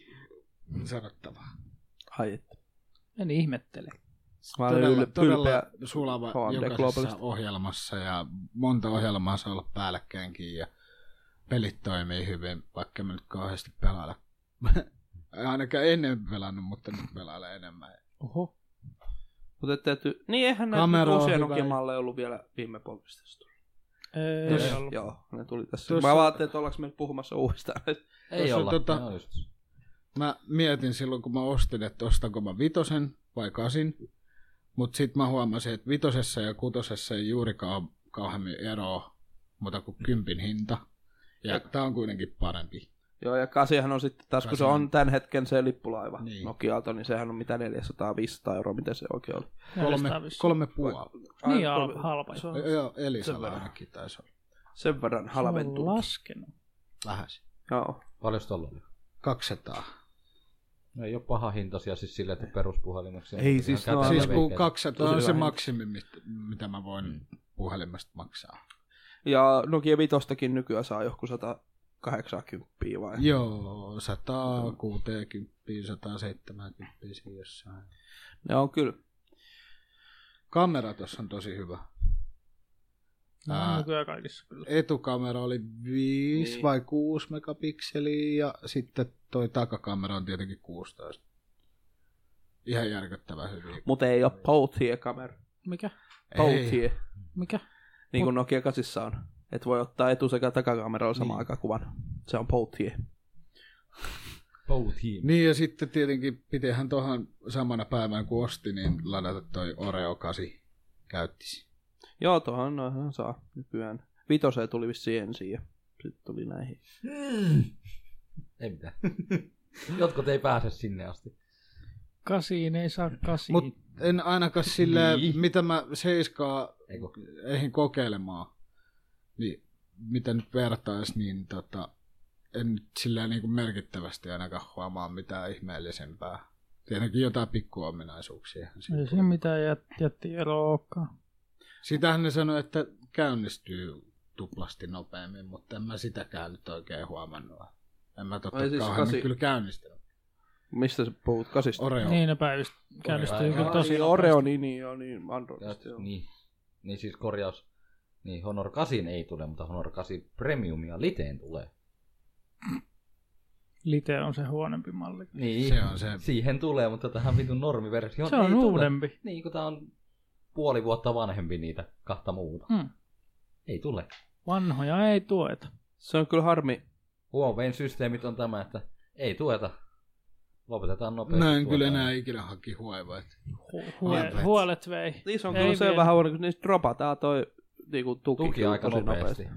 [SPEAKER 6] sanottavaa.
[SPEAKER 2] Ai, että.
[SPEAKER 3] En ihmettele.
[SPEAKER 2] Mä olen
[SPEAKER 6] Todella,
[SPEAKER 2] ylpeä.
[SPEAKER 6] todella sulava
[SPEAKER 2] H&D
[SPEAKER 6] jokaisessa
[SPEAKER 2] Globalista.
[SPEAKER 6] ohjelmassa ja monta ohjelmaa saa olla päällekkäinkin ja pelit toimii hyvin, vaikka mä nyt kauheasti pelailla. Ainakaan ennen pelannut, mutta nyt pelailen enemmän.
[SPEAKER 2] Oho. Mutta täytyy... Niin eihän näitä
[SPEAKER 6] Kamera on
[SPEAKER 2] uusia
[SPEAKER 6] hyvä.
[SPEAKER 2] Nokia-malleja ollut vielä viime polvistosta.
[SPEAKER 3] Ei
[SPEAKER 6] Tuossa-
[SPEAKER 3] ollut.
[SPEAKER 2] Joo, ne tuli tässä.
[SPEAKER 6] Tuossa-
[SPEAKER 2] Mä ajattelin, että ollaanko me puhumassa uudestaan.
[SPEAKER 5] Ei
[SPEAKER 6] Tuossa
[SPEAKER 5] olla.
[SPEAKER 6] tota-
[SPEAKER 5] Ne
[SPEAKER 2] No
[SPEAKER 5] on just.
[SPEAKER 6] Mä mietin silloin, kun mä ostin, että ostanko mä vitosen vai kasin, mutta sitten mä huomasin, että vitosessa ja kutosessa ei juurikaan ole kauheammin eroa, mutta kuin kympin hinta. Ja tää on kuitenkin parempi.
[SPEAKER 2] Joo, ja kasihan on sitten taas, kun se
[SPEAKER 6] Kasihan-
[SPEAKER 2] on tämän hetken se lippulaiva
[SPEAKER 6] Niin.
[SPEAKER 2] niin. Nokialta, niin sehän on mitä 400-500 euroa, miten se oikein oli.
[SPEAKER 6] Kolme, kolme puoli.
[SPEAKER 2] Ai,
[SPEAKER 3] Niin
[SPEAKER 2] kolme-
[SPEAKER 3] halpa. halpa.
[SPEAKER 2] Se on
[SPEAKER 6] Joo, eli
[SPEAKER 2] Sen verran.
[SPEAKER 6] ainakin taisi olla.
[SPEAKER 2] sen verran
[SPEAKER 3] Se on
[SPEAKER 2] halventunut.
[SPEAKER 3] laskenut.
[SPEAKER 6] Vähän.
[SPEAKER 2] Joo.
[SPEAKER 5] Paljon tuolla oli?
[SPEAKER 6] 200.
[SPEAKER 5] No ei ole paha hintaisia siis sille, että peruspuhelimeksi.
[SPEAKER 2] Ei siis, no-
[SPEAKER 6] Siis
[SPEAKER 2] Aivan
[SPEAKER 6] kun 200
[SPEAKER 2] Tosi
[SPEAKER 6] on se
[SPEAKER 2] hyvä
[SPEAKER 6] maksimi, mit- mitä mä voin puhelimesta maksaa.
[SPEAKER 2] Ja Nokia Vitostakin nykyään saa joku 180 vai?
[SPEAKER 6] Joo, 160, 170 siinä jossain.
[SPEAKER 2] Ne on kyllä.
[SPEAKER 6] Kamera tuossa on tosi hyvä.
[SPEAKER 3] No,
[SPEAKER 6] Ää,
[SPEAKER 3] nykyään kaikissa kyllä.
[SPEAKER 6] Etukamera oli
[SPEAKER 2] Niin.
[SPEAKER 6] 5 niin. vai 6 megapikseliä ja sitten toi takakamera on tietenkin 16. Ihan järkyttävä hyvin.
[SPEAKER 2] Mutta ei ole Poutier-kamera.
[SPEAKER 3] Mikä?
[SPEAKER 6] Ei,
[SPEAKER 2] Poutier,
[SPEAKER 3] Mikä?
[SPEAKER 2] niin kuin Nokia 8 on. Et voi ottaa etu- sekä takakameralla samaan aikaan kuvan. Se on Poutier.
[SPEAKER 5] Poutiin.
[SPEAKER 6] Niin ja sitten tietenkin pitihän tuohon samana päivänä kun osti, niin ladata toi Oreo 8 käyttisi.
[SPEAKER 2] Joo, tuohon noihan saa nykyään. Vitoseen tuli vissiin ensin ja sitten tuli näihin. Mm.
[SPEAKER 5] Ei mitään. Jotkut ei pääse sinne asti.
[SPEAKER 3] Kasiin ei saa kasiin.
[SPEAKER 6] Mut en ainakaan sille,
[SPEAKER 5] Niin.
[SPEAKER 6] niin. mitä mä seiskaa
[SPEAKER 5] Eiku.
[SPEAKER 6] eihin kokeilemaan, niin mitä nyt vertaisi, niin tota, en nyt sillä niin kuin merkittävästi ainakaan huomaa mitään ihmeellisempää. Tietenkin jotain pikkuominaisuuksia.
[SPEAKER 3] Ei siinä mitään jät, jättieroa olekaan.
[SPEAKER 6] Sitähän ne sanoi, että käynnistyy tuplasti nopeammin, mutta en mä sitäkään nyt oikein huomannut. En mä totta
[SPEAKER 2] Ai siis
[SPEAKER 6] siis kauheammin
[SPEAKER 2] kasi-
[SPEAKER 6] kyllä käynnistänyt.
[SPEAKER 2] Mistä sä puhut? Kasista?
[SPEAKER 6] Oreo.
[SPEAKER 3] Niin ne päivistä käynnistyy
[SPEAKER 5] Oreo.
[SPEAKER 3] kyllä
[SPEAKER 2] Ai,
[SPEAKER 3] tosi
[SPEAKER 2] Oreo,
[SPEAKER 3] nopeasti.
[SPEAKER 2] niin, niin, joo, niin, Androidista,
[SPEAKER 5] Ja,
[SPEAKER 2] joo.
[SPEAKER 5] niin. niin siis korjaus. Niin Honor 8 ei tule, mutta Honor 8 Premium ja Liteen tulee.
[SPEAKER 3] Lite on se huonompi malli.
[SPEAKER 5] Niin.
[SPEAKER 6] Se on se.
[SPEAKER 5] Siihen tulee, mutta tähän vitun normiversioon
[SPEAKER 3] Se on
[SPEAKER 5] ei
[SPEAKER 3] uudempi.
[SPEAKER 5] Tule. Niin, kun tää on puoli vuotta vanhempi niitä kahta muuta.
[SPEAKER 3] Mm.
[SPEAKER 5] Ei tule.
[SPEAKER 3] Vanhoja ei tueta.
[SPEAKER 2] Se on kyllä harmi.
[SPEAKER 5] Huomein systeemit on tämä, että ei tueta. Lopetetaan nopeasti. tuota.
[SPEAKER 6] Mä en kyllä
[SPEAKER 5] tuotanto.
[SPEAKER 6] enää ikinä haki huevaa. että
[SPEAKER 3] Hu-
[SPEAKER 6] Ai,
[SPEAKER 3] huolet,
[SPEAKER 6] vitsi.
[SPEAKER 3] huolet vei.
[SPEAKER 2] Niin se on
[SPEAKER 3] Ei
[SPEAKER 2] kyllä se
[SPEAKER 3] vielä.
[SPEAKER 2] vähän huono, kun niistä dropataan toi niinku tuki,
[SPEAKER 5] Tuki
[SPEAKER 2] kyllä
[SPEAKER 5] aika
[SPEAKER 2] tosi
[SPEAKER 5] nopeasti.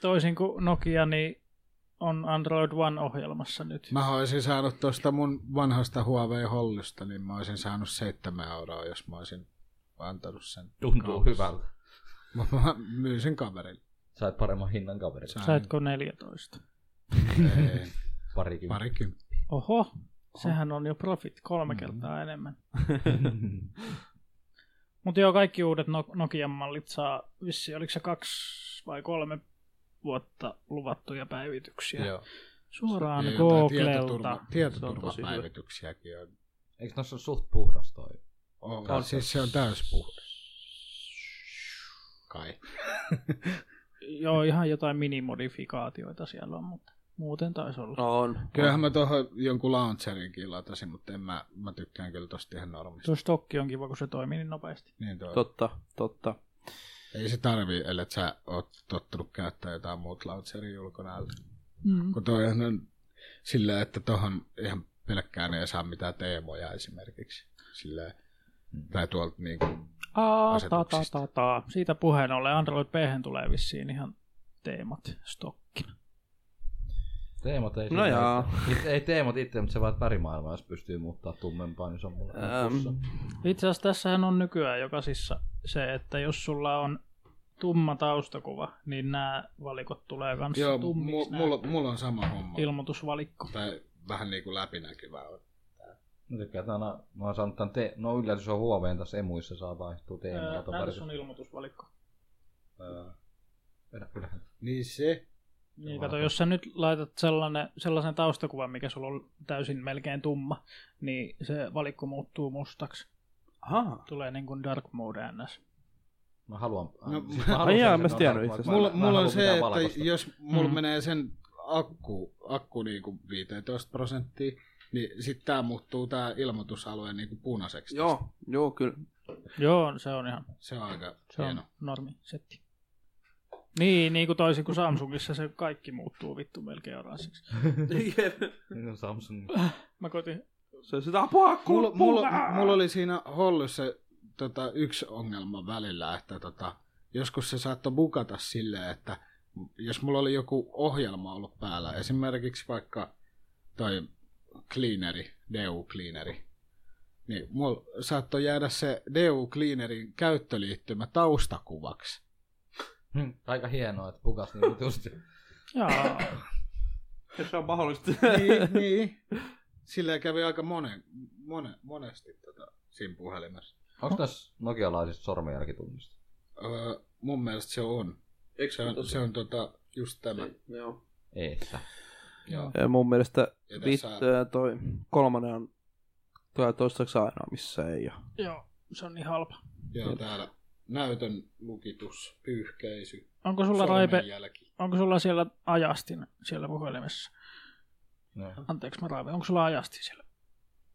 [SPEAKER 3] Toisin kuin Nokia, niin on Android One-ohjelmassa nyt.
[SPEAKER 6] Mä olisin saanut tuosta mun vanhasta Huawei hollusta, niin mä olisin saanut seitsemän euroa, jos mä olisin antanut sen.
[SPEAKER 5] Tuntuu
[SPEAKER 6] kaupassa.
[SPEAKER 5] hyvältä.
[SPEAKER 6] Mä mä myin sen kaverille.
[SPEAKER 5] Sait paremman hinnan kaverille.
[SPEAKER 6] Sain.
[SPEAKER 3] Saitko 14?
[SPEAKER 6] Ei,
[SPEAKER 5] Parikin.
[SPEAKER 6] Parikymppiä.
[SPEAKER 3] Oho, sehän on jo profit kolme kertaa enemmän. Mutta joo, kaikki uudet No- Nokian mallit saa vissiin, oliko se kaksi vai kolme vuotta luvattuja päivityksiä.
[SPEAKER 6] Joo.
[SPEAKER 3] Suoraan
[SPEAKER 6] Ja jotain
[SPEAKER 3] Googlelta.
[SPEAKER 6] tietoturva-
[SPEAKER 2] tosi hyvä.
[SPEAKER 6] Tietoturvapäivityksiäkin on.
[SPEAKER 5] Eikö noissa ole suht puhdas toi?
[SPEAKER 6] on.
[SPEAKER 5] Kautta.
[SPEAKER 6] Siis se on täyspuhde. Kai.
[SPEAKER 3] Joo, ihan jotain minimodifikaatioita siellä on, mutta muuten taisi olla.
[SPEAKER 2] No on.
[SPEAKER 6] Kyllähän mä tuohon jonkun launcherinkin latasin, mutta en mä, mä tykkään kyllä tosta ihan normista.
[SPEAKER 3] Tuo stokki on kiva, kun se toimii niin nopeasti.
[SPEAKER 6] Niin tuo.
[SPEAKER 2] Totta, totta.
[SPEAKER 6] Ei se tarvii, ellei sä oot tottunut käyttää jotain muut launcheria ulkonäöltä.
[SPEAKER 3] Mm.
[SPEAKER 6] Kun toi on sillä, että tohon ihan pelkkään ei saa mitään teemoja esimerkiksi. Sillä, tai tuolta niinku,
[SPEAKER 3] Aa, ta, ta,
[SPEAKER 6] asetuksista.
[SPEAKER 3] ta, ta. Siitä puheen ollen Android p tulee vissiin ihan teemat stokkina.
[SPEAKER 5] Teemot ei,
[SPEAKER 2] No
[SPEAKER 5] siinä
[SPEAKER 2] jaa.
[SPEAKER 5] itse, ei teemot itse, mutta se vaan että värimaailma, jos pystyy muuttaa tummempaa, niin se on mulle
[SPEAKER 2] Ähm.
[SPEAKER 5] plussa.
[SPEAKER 3] Itse asiassa tässähän on nykyään jokaisissa se, että jos sulla on tumma taustakuva, niin nämä valikot tulee kanssa
[SPEAKER 6] joo,
[SPEAKER 3] Joo,
[SPEAKER 6] mu-
[SPEAKER 3] tummiksi.
[SPEAKER 6] mulla, mulla on sama homma.
[SPEAKER 3] Ilmoitusvalikko.
[SPEAKER 6] Tai vähän niinku läpinäkyvää on.
[SPEAKER 5] Mä tykkään, että aina, mä oon saanut tämän te- no yleensä se on huomioon tässä emuissa saa vaihtuu teemalla.
[SPEAKER 3] Ää,
[SPEAKER 5] Ää,
[SPEAKER 3] Näytös on ilmoitusvalikko.
[SPEAKER 6] Niin se.
[SPEAKER 3] Niin, kato, jos sä nyt laitat sellainen, sellaisen taustakuvan, mikä sulla on täysin melkein tumma, niin se valikko muuttuu mustaksi.
[SPEAKER 2] Ahaa.
[SPEAKER 3] Tulee niin kuin dark mode ns.
[SPEAKER 5] Mä haluan... siis
[SPEAKER 6] No,
[SPEAKER 5] mä
[SPEAKER 2] ai jaa,
[SPEAKER 5] sen,
[SPEAKER 2] mä en
[SPEAKER 5] että
[SPEAKER 2] tiennyt
[SPEAKER 5] on
[SPEAKER 2] itse
[SPEAKER 5] dark
[SPEAKER 2] asiassa.
[SPEAKER 5] mode.
[SPEAKER 6] Mulla,
[SPEAKER 5] Mä en
[SPEAKER 6] mulla on
[SPEAKER 5] halua mitään
[SPEAKER 6] se, että
[SPEAKER 5] valkoista.
[SPEAKER 6] jos mulla
[SPEAKER 3] Mm.
[SPEAKER 6] mm. menee sen akku, akku niinku 15 prosenttia, niin sitten tämä muuttuu tämä ilmoitusalue niinku punaiseksi.
[SPEAKER 2] Joo, joo, kyllä.
[SPEAKER 3] Joo, se on ihan
[SPEAKER 6] Se on aika
[SPEAKER 3] se on
[SPEAKER 6] hieno.
[SPEAKER 3] normi setti. Niin, niin kuin toisin kuin Samsungissa se kaikki muuttuu vittu melkein oranssiksi.
[SPEAKER 5] Niin on Samsung.
[SPEAKER 3] Mä koitin...
[SPEAKER 2] Se on sitä apua,
[SPEAKER 6] Mulla,
[SPEAKER 2] kun
[SPEAKER 6] mulla, mulla oli siinä hollyssa tota, yksi ongelma välillä, että tota, joskus se saattoi bukata silleen, että jos mulla oli joku ohjelma ollut päällä, esimerkiksi vaikka toi cleaneri, DU-cleaneri, niin mulla saattoi jäädä se DU-cleanerin käyttöliittymä taustakuvaksi.
[SPEAKER 5] Hmm, Aika hienoa, että pukas niin vitusti.
[SPEAKER 3] Jaa.
[SPEAKER 2] Se on mahdollista.
[SPEAKER 6] niin, niin. Silleen kävi aika monen, monen, monesti tota, siinä puhelimessa.
[SPEAKER 5] Onko tässä nokialaisista sormenjälkitunnista?
[SPEAKER 6] Öö, mun mielestä se on.
[SPEAKER 2] Eikö
[SPEAKER 6] Se on, se on tota, just tämä.
[SPEAKER 2] Niin, Joo.
[SPEAKER 5] Eettä.
[SPEAKER 6] Joo.
[SPEAKER 2] Mun mielestä
[SPEAKER 6] Ja
[SPEAKER 2] vit,
[SPEAKER 6] tässä,
[SPEAKER 2] ää, toi kolmannen on tulee toistaiseksi ainoa, missä ei ole.
[SPEAKER 3] Joo, se on niin halpa.
[SPEAKER 6] joo, täällä näytön lukitus, pyyhkäisy,
[SPEAKER 3] Onko sulla, Raipe,
[SPEAKER 6] sormenjälki.
[SPEAKER 3] onko sulla siellä ajastin siellä puhelimessa?
[SPEAKER 5] No.
[SPEAKER 3] Anteeksi mä Raipe, onko sulla ajastin siellä?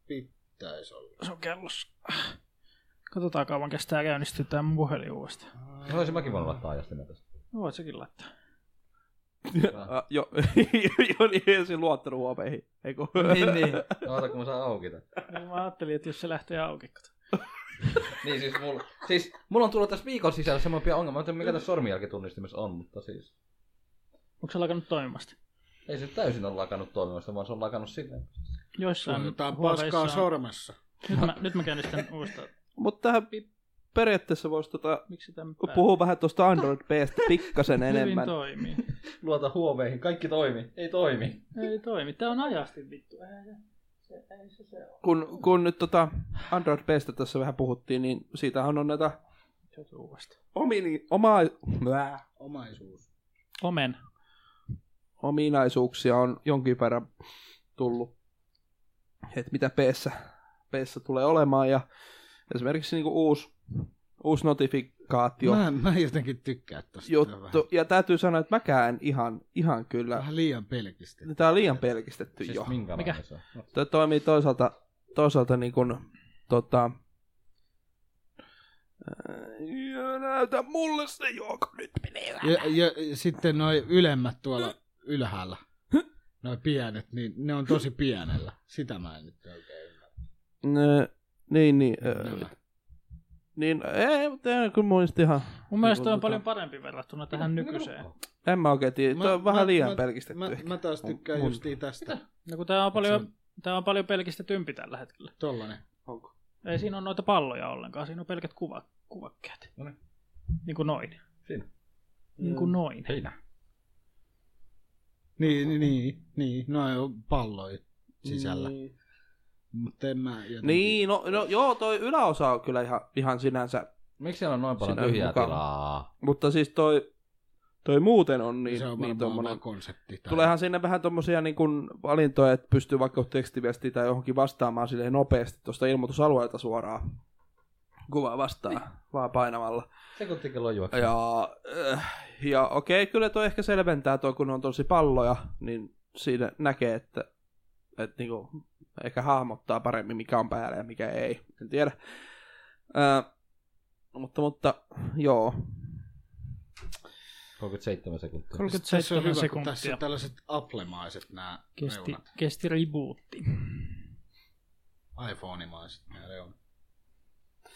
[SPEAKER 6] Pitäisi olla.
[SPEAKER 3] Se on kellossa. Katsotaan kauan kestää käynnistyä tämä mun puhelin uudestaan.
[SPEAKER 5] No olisin mäkin voinut laittaa ajastimia tästä.
[SPEAKER 3] No voit sekin laittaa.
[SPEAKER 2] Ää, Joo, joo, niin ei se luottanut huomeihin. Eiku.
[SPEAKER 5] niin, niin. No, Oota, kun mä saan auki tän.
[SPEAKER 3] Mä ajattelin, että jos se lähtee auki, kato.
[SPEAKER 5] Niin siis mulla, siis mulla on tullut tässä viikon sisällä semmoinen pieni ongelma, Mä en tiedä mikä tässä sormenjälkitunnistimessa on, mutta siis
[SPEAKER 3] Onko se alkanut toimimasta?
[SPEAKER 5] ei se täysin ole lakannut toimimasta, vaan se on lakannut silleen.
[SPEAKER 3] Joissain
[SPEAKER 6] Jotain paskaa
[SPEAKER 3] huoneissa on-
[SPEAKER 6] sormessa.
[SPEAKER 3] Nyt mä, nyt mä käynnistän uudestaan.
[SPEAKER 2] Mutta tähän periaatteessa voisi tota,
[SPEAKER 3] Miksi tämä
[SPEAKER 2] kun puhuu vähän tuosta Android Pstä pikkasen enemmän.
[SPEAKER 3] Hyvin toimii.
[SPEAKER 5] Luota huomeihin, kaikki toimi. Ei toimi.
[SPEAKER 3] Ei toimi. Tää on ajasti vittu. Ei, se- se, ei se, se ole.
[SPEAKER 2] Kun, kun nyt tota Android Pstä tässä vähän puhuttiin, niin siitähän on näitä
[SPEAKER 3] Se on uudestaan.
[SPEAKER 2] omini, oma, blää,
[SPEAKER 6] Omaisuus.
[SPEAKER 3] Omen.
[SPEAKER 2] ominaisuuksia on jonkin verran tullut, että mitä peessä, peessä tulee olemaan. Ja esimerkiksi niin uusi, uusi notifikaatio
[SPEAKER 6] Mä, mä jotenkin tykkään tosta. Vähän,
[SPEAKER 2] juttu. Ja täytyy sanoa, että mäkään ihan, ihan kyllä.
[SPEAKER 6] vähän liian pelkistä.
[SPEAKER 2] Tämä on liian pelkistetty
[SPEAKER 5] Siis
[SPEAKER 2] jo.
[SPEAKER 5] minkälainen
[SPEAKER 3] Mikä?
[SPEAKER 5] se on? No,
[SPEAKER 2] Tämä toimii toisaalta, toisaalta niin kuin, tota, ää, ja näytä mulle se juoko nyt menee.
[SPEAKER 6] Ja, ja, ja sitten noin ylemmät tuolla ylhäällä, noin pienet, niin ne on tosi pienellä. Sitä mä en nyt oikein ymmärrä.
[SPEAKER 2] Nö, Niin, niin,
[SPEAKER 6] Nämä.
[SPEAKER 2] äh, niin, ei, mutta ei, kyllä mun mielestä ihan,
[SPEAKER 3] Mun mielestä toi on
[SPEAKER 2] tota-
[SPEAKER 3] paljon parempi verrattuna tähän nykyiseen.
[SPEAKER 2] en mä oikein tiedä, toi on vähän liian pelkistetty
[SPEAKER 6] Mä,
[SPEAKER 2] ehkä.
[SPEAKER 6] mä taas
[SPEAKER 2] Mun-
[SPEAKER 6] tykkään
[SPEAKER 2] mun-
[SPEAKER 6] justiin tästä.
[SPEAKER 3] No kun tää on
[SPEAKER 6] Se
[SPEAKER 3] paljon, tää on paljon pelkistä tympi tällä hetkellä.
[SPEAKER 6] Tollanen.
[SPEAKER 2] Onko?
[SPEAKER 3] Ei siinä ole noita palloja ollenkaan, siinä on pelkät kuva, kuvakkeet.
[SPEAKER 5] No niin.
[SPEAKER 3] Niin kuin noin.
[SPEAKER 5] Siinä.
[SPEAKER 3] Niin
[SPEAKER 6] Mm.
[SPEAKER 3] kuin noin.
[SPEAKER 5] Heinä.
[SPEAKER 6] Niin, niin, niin, niin. No on palloja sisällä. Niin.
[SPEAKER 2] Niin.
[SPEAKER 6] Mutta en mä jotenkin...
[SPEAKER 2] Niin, no, no joo, toi yläosa on kyllä ihan, ihan sinänsä,
[SPEAKER 5] Miksi siellä on noin paljon
[SPEAKER 2] Siinä on
[SPEAKER 5] tyhjää
[SPEAKER 2] mukava.
[SPEAKER 5] tilaa?
[SPEAKER 2] mutta siis toi Toi muuten on niin,
[SPEAKER 6] se on
[SPEAKER 2] niin
[SPEAKER 6] varmaan
[SPEAKER 2] tommonen.
[SPEAKER 6] vaan konsepti. Tai...
[SPEAKER 2] Tuleehan sinne vähän tommosia niin kuin valintoja, että pystyy vaikka tekstiviestiin tai johonkin vastaamaan sille nopeasti tuosta ilmoitusalueelta suoraan. Kuva vastaan,
[SPEAKER 6] Niin.
[SPEAKER 2] vaan painamalla.
[SPEAKER 5] Sekuntikello juoksee.
[SPEAKER 2] Ja, äh, ja okei, kyllä toi ehkä selventää toi, kun on tosi palloja, niin siinä näkee, että, että niinku, ehkä hahmottaa paremmin, mikä on päällä ja mikä ei. En tiedä. Äh, mutta, mutta joo,
[SPEAKER 5] 37 sekuntia.
[SPEAKER 6] Sitten Siis tässä on
[SPEAKER 3] 37
[SPEAKER 6] hyvä, kun
[SPEAKER 3] sekuntia
[SPEAKER 6] tässä on tällaiset applemaiset nämä
[SPEAKER 3] kesti,
[SPEAKER 6] reunat.
[SPEAKER 3] kesti rebootti.
[SPEAKER 6] iPhoneimaiset nämä reunat.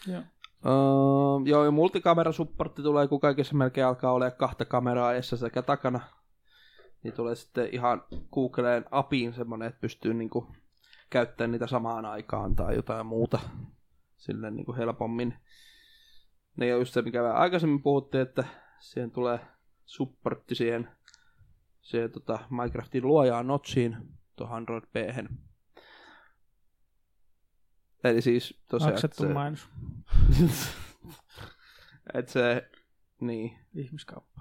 [SPEAKER 3] Joo.
[SPEAKER 2] Öö, joo, ja multikamerasupportti tulee, kun kaikessa melkein alkaa olla kahta kameraa edessä sekä takana. Niin tulee sitten ihan Googleen apiin semmonen, että pystyy niinku käyttämään niitä samaan aikaan tai jotain muuta silleen niinku helpommin. Ne on just se, mikä vähän aikaisemmin puhuttiin, että siihen tulee supportti siihen, siihen tota Minecraftin luojaan Notchiin, tuohon Android p Eli siis tosiaan...
[SPEAKER 3] Maksettu
[SPEAKER 2] se-
[SPEAKER 3] mainos.
[SPEAKER 2] että se, niin,
[SPEAKER 3] Ihmiskauppa.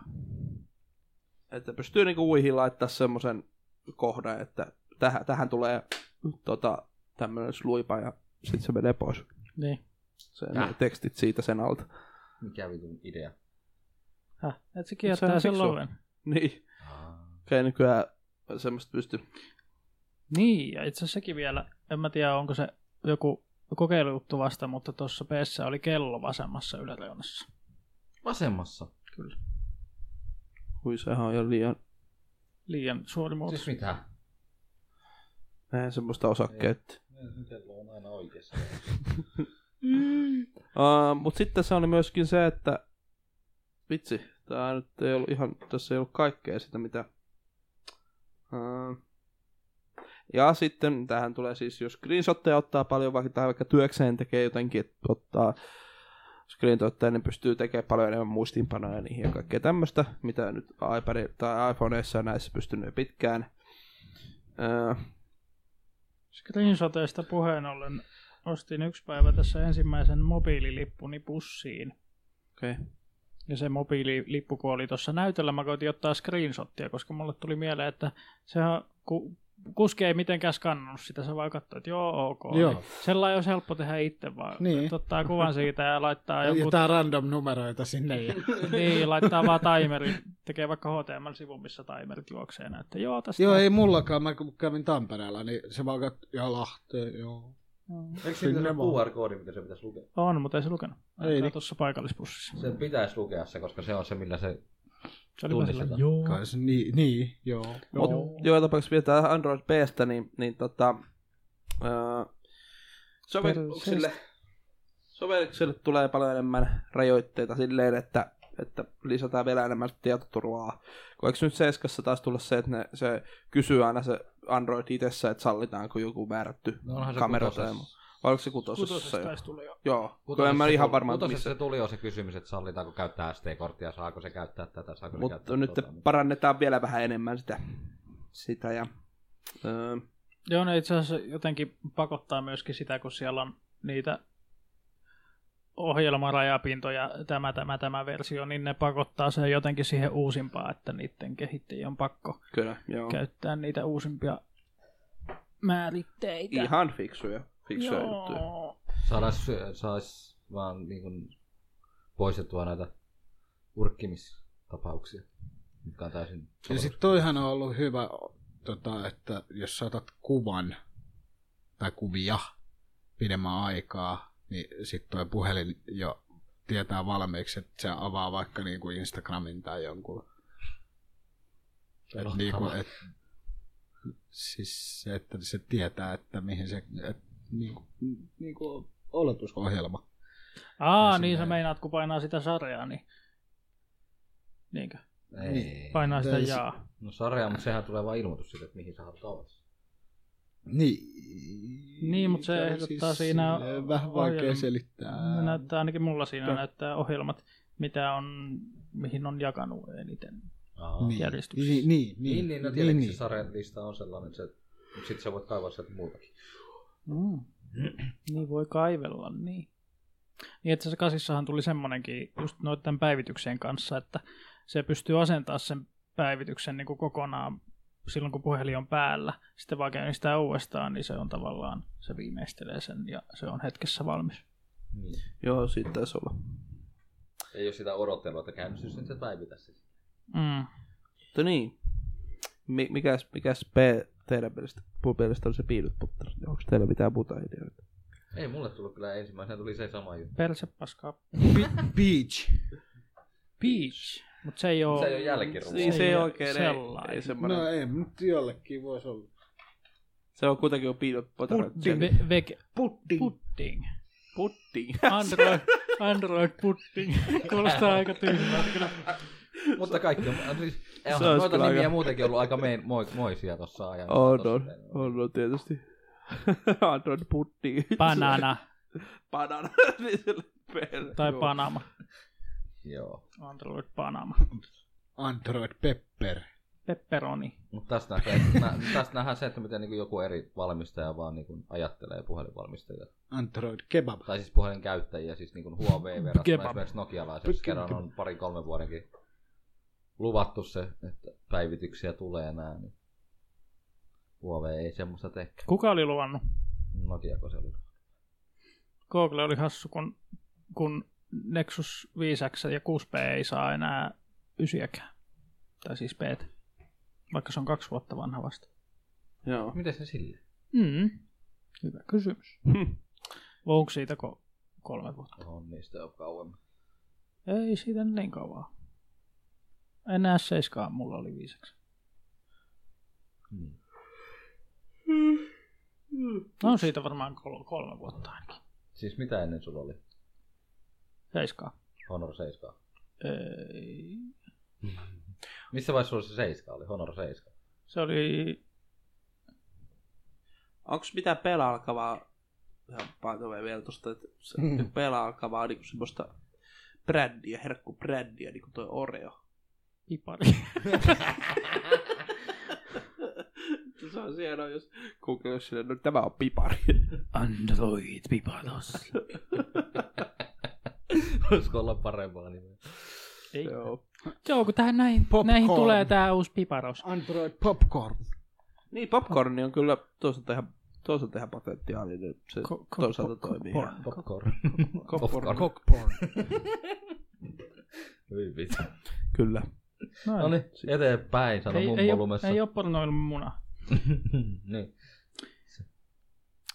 [SPEAKER 2] että pystyy niinku uihin laittaa semmoisen kohdan, että tähän, tähän tulee tota, tämmöinen sluipa ja sitten se menee pois.
[SPEAKER 3] Niin.
[SPEAKER 2] Se, ne tekstit siitä sen alta.
[SPEAKER 5] Mikä vitun idea?
[SPEAKER 3] Häh? Et se
[SPEAKER 2] Sehän
[SPEAKER 3] kiertää
[SPEAKER 2] on
[SPEAKER 3] sen
[SPEAKER 2] fiksua.
[SPEAKER 3] loven.
[SPEAKER 2] Niin, kai nykyään semmoista pystyy.
[SPEAKER 3] Niin, ja itse asiassa sekin vielä, en mä tiedä onko se joku kokeilujuttu vasta, mutta tuossa peessä oli kello vasemmassa yläreunassa.
[SPEAKER 5] Vasemmassa.
[SPEAKER 2] Hui, sehän on jo liian,
[SPEAKER 3] Liian suuri muutos.
[SPEAKER 5] Siis mitä?
[SPEAKER 2] näin semmoista osakkeet.
[SPEAKER 5] Kello on aina oikeassa.
[SPEAKER 2] Uh, Mutta sitten se oli myöskin se, että vitsi, tämä nyt ei ollut ihan, tässä ei ollut kaikkea sitä, mitä... Uh, ja sitten tähän tulee siis, jos screenshotteja ottaa paljon, vaikka, tai vaikka työkseen tekee jotenkin, että ottaa screenshotteja, niin pystyy tekemään paljon enemmän muistiinpanoja niihin ja kaikkea tämmöistä, mitä nyt iPad tai iPhoneissa ja näissä pystynyt jo pitkään. Uh,
[SPEAKER 3] Screenshoteista puheen ollen ostin yksi päivä tässä ensimmäisen mobiililippuni pussiin.
[SPEAKER 2] Okei.
[SPEAKER 3] Ja se mobiililippu, kun oli tuossa näytöllä, mä koitin ottaa screenshottia, koska mulle tuli mieleen, että sehän ku, kuski ei mitenkään skannannut sitä, se vaan katsoi, että joo, ok.
[SPEAKER 6] Joo.
[SPEAKER 3] Niin Sellainen olisi helppo tehdä itse vaan.
[SPEAKER 6] Niin.
[SPEAKER 3] Että Ottaa kuvan siitä ja laittaa
[SPEAKER 6] Joku...
[SPEAKER 3] joku
[SPEAKER 6] Jotain random numeroita sinne. Ja...
[SPEAKER 3] Niin, laittaa vaan timeri, tekee vaikka HTML-sivun, missä timerit juoksee näin, että joo, tästä
[SPEAKER 6] joo, ei mullakaan. Mä kun kävin Tampereella, niin se vaan kat... Ja Lahteen, joo.
[SPEAKER 5] Eikö siinä
[SPEAKER 6] Sinne
[SPEAKER 5] se
[SPEAKER 6] vaan.
[SPEAKER 5] QR-koodi, mitä se pitäisi lukea?
[SPEAKER 3] on, mutta ei se lukenut.
[SPEAKER 6] Ei
[SPEAKER 3] Ei
[SPEAKER 6] niin.
[SPEAKER 3] tuossa paikallispussissa.
[SPEAKER 5] Se pitäisi lukea se, koska se on se, millä se
[SPEAKER 3] Se oli vaan
[SPEAKER 5] Tunnistetaan.
[SPEAKER 3] sellainen, joo.
[SPEAKER 6] Kai se, niin, niin, joo.
[SPEAKER 2] Mut joka tapauksessa vielä tähän Android Pstä, niin, niin tota, ää, sovelluksille, sovelluksille tulee paljon enemmän rajoitteita silleen, että, että lisätään vielä enemmän tietoturvaa. Kun eikö nyt Seiskassa taas tulla se, että ne, se kysyy aina se Android itsessä, että sallitaanko joku määrätty
[SPEAKER 5] No onhan se
[SPEAKER 2] kamera tai
[SPEAKER 5] kutosessa.
[SPEAKER 2] muu. Vai oliko se kutosessa?
[SPEAKER 3] Kutosessa
[SPEAKER 2] jo?
[SPEAKER 3] taisi tulla jo.
[SPEAKER 2] Joo, kun en mä ihan varma, että
[SPEAKER 5] Kutosessa
[SPEAKER 2] missä.
[SPEAKER 5] se tuli jo se kysymys, että sallitaanko käyttää SD-korttia, saako se käyttää tätä, saako se käyttää
[SPEAKER 2] Mutta nyt
[SPEAKER 5] tota.
[SPEAKER 2] parannetaan vielä vähän enemmän sitä. sitä ja, öö,
[SPEAKER 3] Joo, ne itse asiassa jotenkin pakottaa myöskin sitä, kun siellä on niitä ohjelmarajapintoja, tämä, tämä, tämä versio, niin ne pakottaa se jotenkin siihen uusimpaan, että niiden kehittäjien on pakko
[SPEAKER 2] kyllä, joo.
[SPEAKER 3] käyttää niitä uusimpia määritteitä.
[SPEAKER 2] Ihan fiksuja, fiksuja juttuja.
[SPEAKER 3] Joo.
[SPEAKER 5] Saadaan sy- sais vaan niin kuin poistettua näitä urkkimistapauksia, mitkä on täysin...
[SPEAKER 6] Ja sitten toihan on ollut hyvä, tota, että jos sä otat kuvan tai kuvia pidemmän aikaa, niin sitten toi puhelin jo tietää valmiiksi, että se avaa vaikka niinku Instagramin tai jonkun. Et
[SPEAKER 5] Pelottavaa.
[SPEAKER 6] niinku, et, siis se, että se tietää, että mihin se... Et, niinku, niinku oletusohjelma.
[SPEAKER 3] Aa,
[SPEAKER 6] Ja
[SPEAKER 3] niin
[SPEAKER 6] sinne-
[SPEAKER 3] sä meinaat, kun painaa sitä sarjaa, niin... Niinkö?
[SPEAKER 5] Ei.
[SPEAKER 3] Painaa sitä
[SPEAKER 6] Tai se-
[SPEAKER 3] jaa.
[SPEAKER 5] No sarja, mutta sehän tulee vaan ilmoitus siitä, että mihin sä haluat olla.
[SPEAKER 6] Niin,
[SPEAKER 3] Niin, mut se
[SPEAKER 6] tai
[SPEAKER 3] ehdottaa siinä
[SPEAKER 6] silleen Siis Vähän vaikea
[SPEAKER 3] ohjelma-
[SPEAKER 6] selittää.
[SPEAKER 3] Näyttää ainakin mulla siinä
[SPEAKER 2] Tö.
[SPEAKER 3] näyttää ohjelmat, mitä on, mihin on jakanut eniten.
[SPEAKER 5] Aa.
[SPEAKER 6] niin.
[SPEAKER 3] järjestyksessä.
[SPEAKER 6] Niin, niin,
[SPEAKER 5] Niin,
[SPEAKER 6] niin,
[SPEAKER 5] niin, no tietenkin niin, se sarjan lista on sellainen, se, mutta sitten sä voit kaivaa sieltä muutakin.
[SPEAKER 3] Mm. niin voi kaivella, niin. Niin itse asiassa kasissahan tuli semmonenkin just noiden päivityksien kanssa, että se pystyy asentamaan sen päivityksen niin kuin kokonaan silloin, kun puhelin on päällä. Sitten vaan käynnistää uudestaan, niin se on tavallaan, se viimeistelee sen ja se on hetkessä valmis.
[SPEAKER 5] Niin.
[SPEAKER 2] Joo, siitä taisi olla.
[SPEAKER 5] Ei ole sitä odottelua, että käynnistys nyt se päivitä siis.
[SPEAKER 3] Mm.
[SPEAKER 2] Mutta niin. Mi- mikäs, mikäs P teidän mielestä, mun mielestä on se piilotputteri? Onko teillä mitään muuta ideoita?
[SPEAKER 5] Ei mulle tullut kyllä ensimmäisenä, tuli se sama juttu.
[SPEAKER 3] Perse paskaa.
[SPEAKER 6] Beach.
[SPEAKER 3] Peach. Mutta se ei ole...
[SPEAKER 5] Se ei ole jälkiruoka.
[SPEAKER 2] Niin se ei
[SPEAKER 3] ole
[SPEAKER 2] oikein, ei,
[SPEAKER 3] sellainen.
[SPEAKER 2] ei semmoinen.
[SPEAKER 6] No ei, mutta jollekin voisi olla.
[SPEAKER 2] Se on kuitenkin on piilotputteri.
[SPEAKER 3] Pudding. Ve- vege- pudding. pudding.
[SPEAKER 2] Pudding.
[SPEAKER 3] Android, Android pudding. Kuulostaa aika tyhmältä kyllä.
[SPEAKER 5] Mutta kaikki on, siis, on
[SPEAKER 2] Se olisi
[SPEAKER 5] noita
[SPEAKER 2] kyllä
[SPEAKER 5] nimiä
[SPEAKER 2] aika-
[SPEAKER 5] muutenkin ollut aika mein, moi, moisia tuossa ajan.
[SPEAKER 2] On,
[SPEAKER 5] tossa.
[SPEAKER 2] on, on, on tietysti. Android pudding.
[SPEAKER 3] Banana
[SPEAKER 2] Banana. Niin sille perhe.
[SPEAKER 3] tai
[SPEAKER 2] Joo.
[SPEAKER 3] Panama.
[SPEAKER 5] Joo.
[SPEAKER 3] Android Panama.
[SPEAKER 6] Android Pepper.
[SPEAKER 3] Pepperoni.
[SPEAKER 5] Mutta tästä, nähdään- nä, tästä nähdään se, että miten niin joku eri valmistaja vaan niin kuin ajattelee puhelinvalmistajia.
[SPEAKER 6] Android Kebab.
[SPEAKER 5] Tai siis puhelinkäyttäjiä, siis niin kuin Huawei verrattuna
[SPEAKER 3] Kebab.
[SPEAKER 5] esimerkiksi nokialaisen, jos kerran on parin kolmen vuodenkin luvattu se, että päivityksiä tulee näin. Niin Huawei ei semmoista tee.
[SPEAKER 3] Kuka oli luvannut?
[SPEAKER 5] Nokiako se oli?
[SPEAKER 3] Google oli hassu, kun, kun Nexus 5 ja 6P ei saa enää ysiäkään. Tai siis p Vaikka se on kaksi vuotta vanha vasta.
[SPEAKER 2] Joo.
[SPEAKER 5] Miten se sille?
[SPEAKER 3] Mm. Hyvä kysymys.
[SPEAKER 2] Hmm.
[SPEAKER 3] Onko siitä ko- kolme vuotta?
[SPEAKER 5] On niistä jo kauemmin.
[SPEAKER 3] Ei siitä niin kauaa. Enää seiskaan mulla oli viiseksi.
[SPEAKER 5] Niin.
[SPEAKER 3] No on siitä varmaan kol- kolme vuotta ainakin.
[SPEAKER 5] Siis mitä ennen sulla oli?
[SPEAKER 3] Seiskaan.
[SPEAKER 5] Honor 7.
[SPEAKER 3] Ei.
[SPEAKER 5] Missä vaiheessa sulla se 7 oli? Honor 7.
[SPEAKER 3] Se oli...
[SPEAKER 2] Onko mitään pelaa alkavaa, ihan painavaa vielä tosta, että se
[SPEAKER 3] Hmm.
[SPEAKER 2] mm. pelaa alkavaa niinku semmoista brändiä, herkkubrändiä, niinku toi Oreo.
[SPEAKER 3] Pipari.
[SPEAKER 2] se on hienoa, jos Google sille, no tämä on pipari.
[SPEAKER 3] Android piparos.
[SPEAKER 5] Voisiko olla parempaa nimeä?
[SPEAKER 3] Ei.
[SPEAKER 2] Joo.
[SPEAKER 3] Joo, kun tähän näihin,
[SPEAKER 6] Popcorn.
[SPEAKER 3] näihin tulee tää uusi piparos.
[SPEAKER 6] Android Popcorn.
[SPEAKER 2] Niin, popcorni on kyllä toisaalta ihan, toisaalta ihan potentiaalinen. Se
[SPEAKER 3] Ko- ko-
[SPEAKER 2] toisaalta
[SPEAKER 3] ko-
[SPEAKER 2] toimii
[SPEAKER 3] ko-
[SPEAKER 2] ihan.
[SPEAKER 5] Popcorn. Popcorn.
[SPEAKER 6] Cockporn.
[SPEAKER 5] Hyvin vittu.
[SPEAKER 2] Kyllä.
[SPEAKER 5] No niin, eteenpäin, sano
[SPEAKER 3] ei,
[SPEAKER 5] mummo
[SPEAKER 3] ei,
[SPEAKER 5] lumessa.
[SPEAKER 3] ole, ei ole pornoilman muna.
[SPEAKER 5] niin.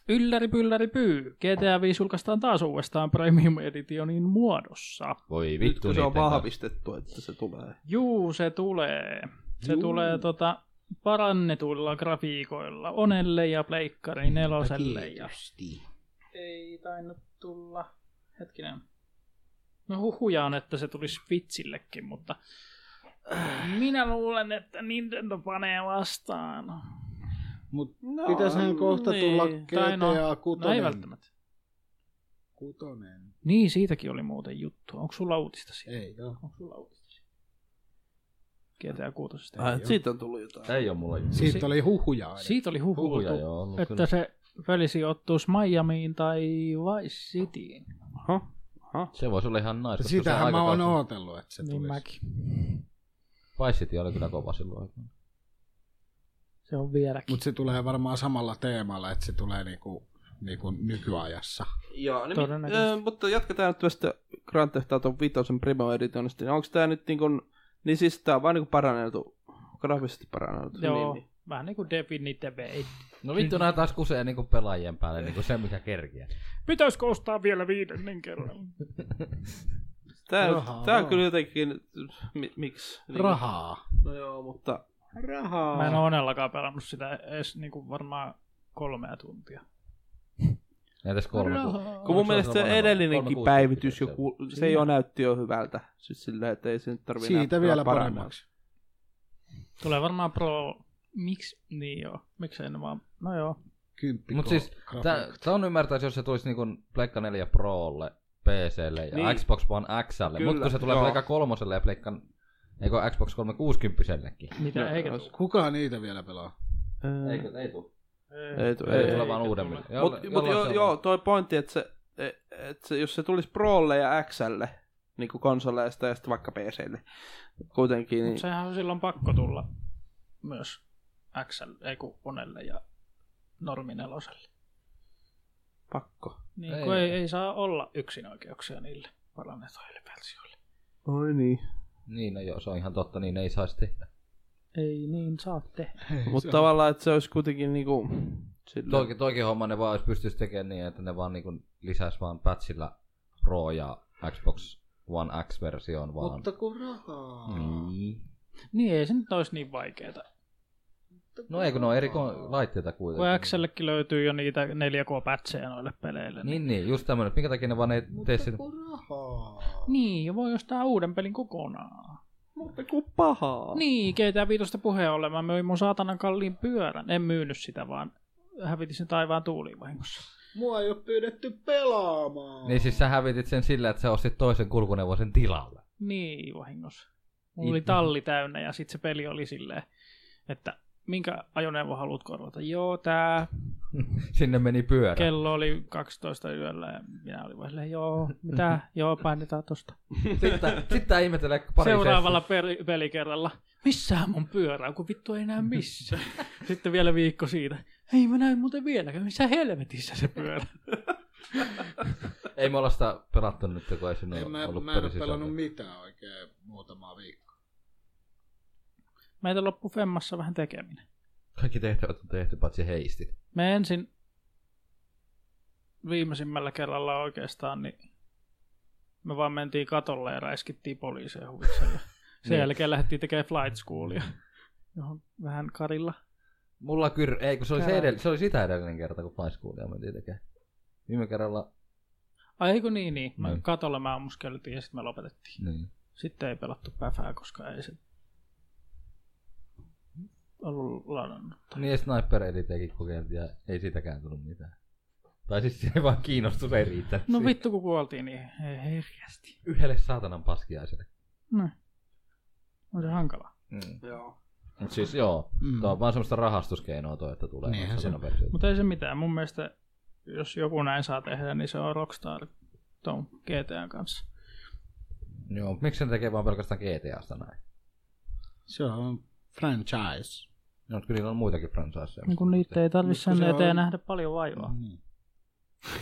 [SPEAKER 3] Ylläri pylläri pyy. GTA 5 julkaistaan taas uudestaan Premium Editionin muodossa.
[SPEAKER 5] Voi
[SPEAKER 2] Nyt
[SPEAKER 5] vittu
[SPEAKER 2] kun se on
[SPEAKER 5] niitten
[SPEAKER 2] vahvistettu, että se tulee.
[SPEAKER 3] Juu, se tulee. Se tulee tota, parannetuilla grafiikoilla Onelle ja Pleikkari neloselle. Ja... Ei tainnut tulla. Hetkinen. No huhuja on, että se tuli Switchillekin, mutta minä luulen, että Nintendo panee vastaan. No
[SPEAKER 6] Mut
[SPEAKER 2] No,
[SPEAKER 6] pitäishän kohta tulla
[SPEAKER 3] tai no,
[SPEAKER 6] GTA
[SPEAKER 3] No ei
[SPEAKER 6] 6.
[SPEAKER 3] välttämättä.
[SPEAKER 6] Kutonen.
[SPEAKER 3] Niin, siitäkin oli muuten juttu. Onko sulla uutista siitä?
[SPEAKER 6] Ei joo.
[SPEAKER 3] Onko sulla uutista siitä? GTA 6.
[SPEAKER 2] Ah, et siitä on tullut jotain.
[SPEAKER 5] kanssa. Ei ole mulla juttu.
[SPEAKER 6] Siitä oli huhuja aina.
[SPEAKER 3] Siitä oli huhuja,
[SPEAKER 5] Huhuja joo ollut
[SPEAKER 3] että
[SPEAKER 5] kyllä.
[SPEAKER 3] se peli sijoittuisi Miamiin tai Vice Cityin.
[SPEAKER 2] Aha. Aha.
[SPEAKER 5] Se voisi olla ihan nais, koska se
[SPEAKER 6] Sitähän mä oon
[SPEAKER 5] aikakausi-
[SPEAKER 6] ootellut, että se
[SPEAKER 3] Niin
[SPEAKER 6] tulisi.
[SPEAKER 3] mäkin.
[SPEAKER 5] Vice City oli kyllä kova silloin. aikaan.
[SPEAKER 3] Se on vieläkin.
[SPEAKER 6] Mutta se tulee varmaan samalla teemalla, että se tulee niinku, niinku nykyajassa.
[SPEAKER 2] Joo, niin,
[SPEAKER 3] Todennäköisesti.
[SPEAKER 2] äh, mutta jatketaan nyt tästä Grand Theft Auto 5 Primo Editionista. Onko tämä nyt niin kuin, niin siis tää on vain niin paranneltu, graafisesti paranneltu.
[SPEAKER 3] Joo,
[SPEAKER 2] Niin, niin.
[SPEAKER 3] vähän niin kuin Definitive 8.
[SPEAKER 5] No vittu, nää taas kusee niinku pelaajien päälle, niinku se mikä kerkiä.
[SPEAKER 3] Pitäisikö ostaa vielä viidennen kerran?
[SPEAKER 2] Tää,
[SPEAKER 6] Rahaa
[SPEAKER 2] tää on
[SPEAKER 6] vaan.
[SPEAKER 2] kyllä jotenkin, mi, miksi? Niin,
[SPEAKER 6] Rahaa.
[SPEAKER 2] No joo, mutta
[SPEAKER 6] Rahaa.
[SPEAKER 3] Mä en ole onellakaan pelannut sitä edes niin kuin varmaan kolmea tuntia.
[SPEAKER 5] Näitäs kolme.
[SPEAKER 2] kun mun
[SPEAKER 5] se
[SPEAKER 2] mielestä se
[SPEAKER 5] vanhemman?
[SPEAKER 2] edellinenkin
[SPEAKER 5] 360
[SPEAKER 2] päivitys,
[SPEAKER 5] pitäisi
[SPEAKER 2] joku, se jo näytti jo hyvältä. Siis sillä, että ei se nyt tarvii
[SPEAKER 6] Siitä
[SPEAKER 2] näyttää
[SPEAKER 6] vielä
[SPEAKER 2] parannelta.
[SPEAKER 6] paremmaksi.
[SPEAKER 3] Tulee varmaan Pro... Miksi? Niin joo. Miksei ne vaan... No joo.
[SPEAKER 6] Kymppi.
[SPEAKER 5] Mut siis, Tää, tää on ymmärtäisi, jos se tulisi niin Pleikka 4 Prolle, PClle ja
[SPEAKER 2] Niin.
[SPEAKER 5] niin. Xbox One Xlle.
[SPEAKER 2] Kyllä,
[SPEAKER 5] Mutta kun se tulee
[SPEAKER 2] joo.
[SPEAKER 5] Pleikka 3 ja Pleikka, eikö Xbox 360-sellekin?
[SPEAKER 3] Mitä?
[SPEAKER 2] No,
[SPEAKER 3] No, eikä
[SPEAKER 2] no,
[SPEAKER 3] tule. Öö,
[SPEAKER 6] Kuka niitä vielä pelaa?
[SPEAKER 3] Mm.
[SPEAKER 2] Ää,
[SPEAKER 5] Eikö, ei tuu.
[SPEAKER 2] Ei tu-
[SPEAKER 5] Ei,
[SPEAKER 2] ei,
[SPEAKER 5] ei tule
[SPEAKER 2] ei.
[SPEAKER 5] vaan uudemmille.
[SPEAKER 2] Mut, mut joo, joo, toi pointti, että se, et se, jos se tulisi Prolle ja Xlle, niin kuin konsoleista ja sitten vaikka PClle. Kuitenkin, niin,
[SPEAKER 3] Mutta sehän on silloin pakko tulla myös XL, ei kun Onelle ja normineloselle.
[SPEAKER 2] pakko.
[SPEAKER 3] Niin
[SPEAKER 5] Ei.
[SPEAKER 3] kun ei, ei, saa olla yksinoikeuksia niille parannetuille versioille.
[SPEAKER 2] Oi niin.
[SPEAKER 5] Niin, no joo, se on ihan totta, niin ei saisi tehdä.
[SPEAKER 3] Ei niin saa tehdä.
[SPEAKER 2] Mutta tavallaan, että se olisi kuitenkin niin kuin, sillä,
[SPEAKER 5] Toikin, toikin homma ne vaan jos pystyisi tekemään niin, että ne vaan niin lisäisi vaan patchilla Pro ja Xbox One X-versioon vaan.
[SPEAKER 6] Mutta kun rahaa.
[SPEAKER 5] Niin.
[SPEAKER 3] Niin ei se nyt olisi niin vaikeeta.
[SPEAKER 5] No ei kun ne on eri kon- laitteita
[SPEAKER 3] Kun
[SPEAKER 5] kuitenkin.
[SPEAKER 3] XLkin löytyy jo niitä 4K-pätsejä noille peleille.
[SPEAKER 5] Niin, niin, just tämmönen. Minkä takia ne vaan ei tee sitä?
[SPEAKER 6] rahaa.
[SPEAKER 3] Niin, ja voi ostaa uuden pelin kokonaan.
[SPEAKER 2] Mutta kun pahaa.
[SPEAKER 3] Niin, GTA 5 puheen ollen. Mä myin mun saatanan kalliin pyörän. En myynyt sitä, vaan hävitin sen taivaan tuuliin vahingossa.
[SPEAKER 6] Mua ei ole pyydetty pelaamaan.
[SPEAKER 5] Niin siis sä hävitit sen sillä, että sä ostit toisen kulkuneuvosen tilalle.
[SPEAKER 3] Niin, vahingossa. Mulla oli
[SPEAKER 5] Ihme.
[SPEAKER 3] talli täynnä ja sitten se peli oli silleen, että minkä ajoneuvo haluat korvata? Joo, tää.
[SPEAKER 5] Sinne meni pyörä.
[SPEAKER 3] Kello oli 12 yöllä ja minä olin vaan silleen, joo, mitä? joo, painetaan tosta.
[SPEAKER 5] Sitten, sitten ihmetelee pari
[SPEAKER 3] Seuraavalla peli- pelikerralla, missähän mun pyörä on, kun vittu ei näe missä. Sitten vielä viikko siitä, ei mä näin muuten vieläkään, missä helvetissä se pyörä.
[SPEAKER 5] sessiä. Ei me olla sitä pelattu nyt, kun ei sinne
[SPEAKER 6] En
[SPEAKER 5] ole
[SPEAKER 6] mä,
[SPEAKER 5] ollut
[SPEAKER 6] mä en ole
[SPEAKER 5] pelisisältöä.
[SPEAKER 6] pelannut mitään oikein muutamaa viikkoa.
[SPEAKER 3] Meitä loppu Femmassa vähän tekeminen.
[SPEAKER 5] Kaikki tehtävät on tehty, paitsi heistit.
[SPEAKER 3] Me ensin viimeisimmällä kerralla oikeastaan, niin me vaan mentiin katolle ja räiskittiin poliiseja huviksella. Sen
[SPEAKER 5] Niin.
[SPEAKER 3] jälkeen lähdettiin tekemään flight schoolia, johon vähän karilla.
[SPEAKER 5] Mulla kyr... Ei, kun se oli, se,
[SPEAKER 3] Tää-
[SPEAKER 5] edell... se oli sitä edellinen kerta, kun Flyscoolia mentiin tekemään. Viime kerralla...
[SPEAKER 3] Ai eikö niin, niin. Mä
[SPEAKER 5] Niin.
[SPEAKER 3] katolla mä ammuskeltiin ja sitten me lopetettiin.
[SPEAKER 5] Niin.
[SPEAKER 3] Sitten ei pelattu päfää, koska ei se ollut ladannut.
[SPEAKER 5] Niin ja Sniper Elitekin kokeiltiin ja ei siitäkään tullut mitään. Tai siis se ei vaan kiinnostus ei riittänyt.
[SPEAKER 3] No
[SPEAKER 5] siihen.
[SPEAKER 3] vittu kun kuoltiin, niin ei herkästi.
[SPEAKER 5] Yhdelle saatanan paskiaiselle.
[SPEAKER 3] No. On se hankala.
[SPEAKER 5] Mm.
[SPEAKER 2] Joo.
[SPEAKER 5] Mut siis joo,
[SPEAKER 6] Mm.
[SPEAKER 5] Tämä on vaan semmoista rahastuskeinoa toi, että tulee
[SPEAKER 6] Niinhän se on.
[SPEAKER 5] versio.
[SPEAKER 3] Mutta ei se mitään. Mun mielestä, jos joku näin saa tehdä, niin se on Rockstar tuon GTAn kanssa.
[SPEAKER 5] Joo, mut miksi sen tekee vaan pelkästään GTAsta näin?
[SPEAKER 6] Se on franchise.
[SPEAKER 5] No, mut kyllä niillä on muitakin franchiseja.
[SPEAKER 3] Niin kun niitä ei tarvi
[SPEAKER 6] Kun
[SPEAKER 3] sen
[SPEAKER 6] se on-
[SPEAKER 3] eteen nähdä paljon vaivaa.
[SPEAKER 6] Niin.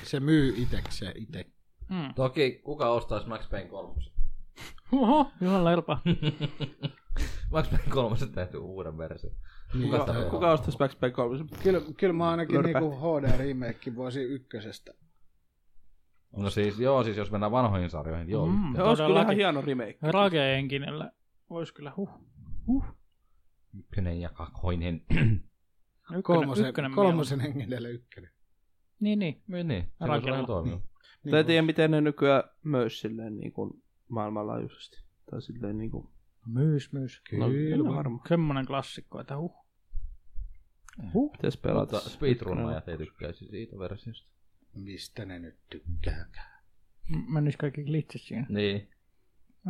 [SPEAKER 6] Se myy itekseen ite.
[SPEAKER 3] Mm.
[SPEAKER 5] Toki, kuka ostaisi Max Payne 3?
[SPEAKER 3] Oho, Juhalla Elpa.
[SPEAKER 5] Max Payne 3 tehty uuden versio. Kuka
[SPEAKER 2] Kuka,
[SPEAKER 5] sitä pelaa?
[SPEAKER 2] kuka ostaisi Max Payne 3?
[SPEAKER 6] Niin, Kyllä, kyllä mä ainakin
[SPEAKER 2] Lörpä.
[SPEAKER 6] niinku HD remake vuosi ykkösestä.
[SPEAKER 5] No siis, joo, siis jos mennään vanhoihin sarjoihin, joo.
[SPEAKER 3] Mm.
[SPEAKER 2] Se olisi kyllä ihan
[SPEAKER 3] Todellakin.
[SPEAKER 2] hieno remake.
[SPEAKER 5] Niin
[SPEAKER 3] Rageenkinellä voisi kyllä huh. huh.
[SPEAKER 5] Ykkönen ja kakkoinen.
[SPEAKER 3] Ykkönen,
[SPEAKER 6] Kolmosen,
[SPEAKER 3] ykkönen mieluummin.
[SPEAKER 6] kolmosen hengellä ykkönen.
[SPEAKER 3] Niin, niin.
[SPEAKER 5] niin, niin. Se on
[SPEAKER 3] Rakella.
[SPEAKER 5] ihan toiminut.
[SPEAKER 2] Mutta en
[SPEAKER 6] Niin
[SPEAKER 2] tiedä, miten ne nykyään myös silleen niin kuin maailmanlaajuisesti. Tai silleen niin kuin...
[SPEAKER 3] Myys, myys.
[SPEAKER 2] No, kyllä varmaan.
[SPEAKER 3] Semmonen klassikko, että huh. Huh.
[SPEAKER 2] Pitäisi pelata.
[SPEAKER 5] Mutta speedrunnajat ei tykkäisi siitä versiosta.
[SPEAKER 6] Mistä ne nyt tykkääkään?
[SPEAKER 3] M- Menis kaikki glitchit siinä.
[SPEAKER 5] Niin.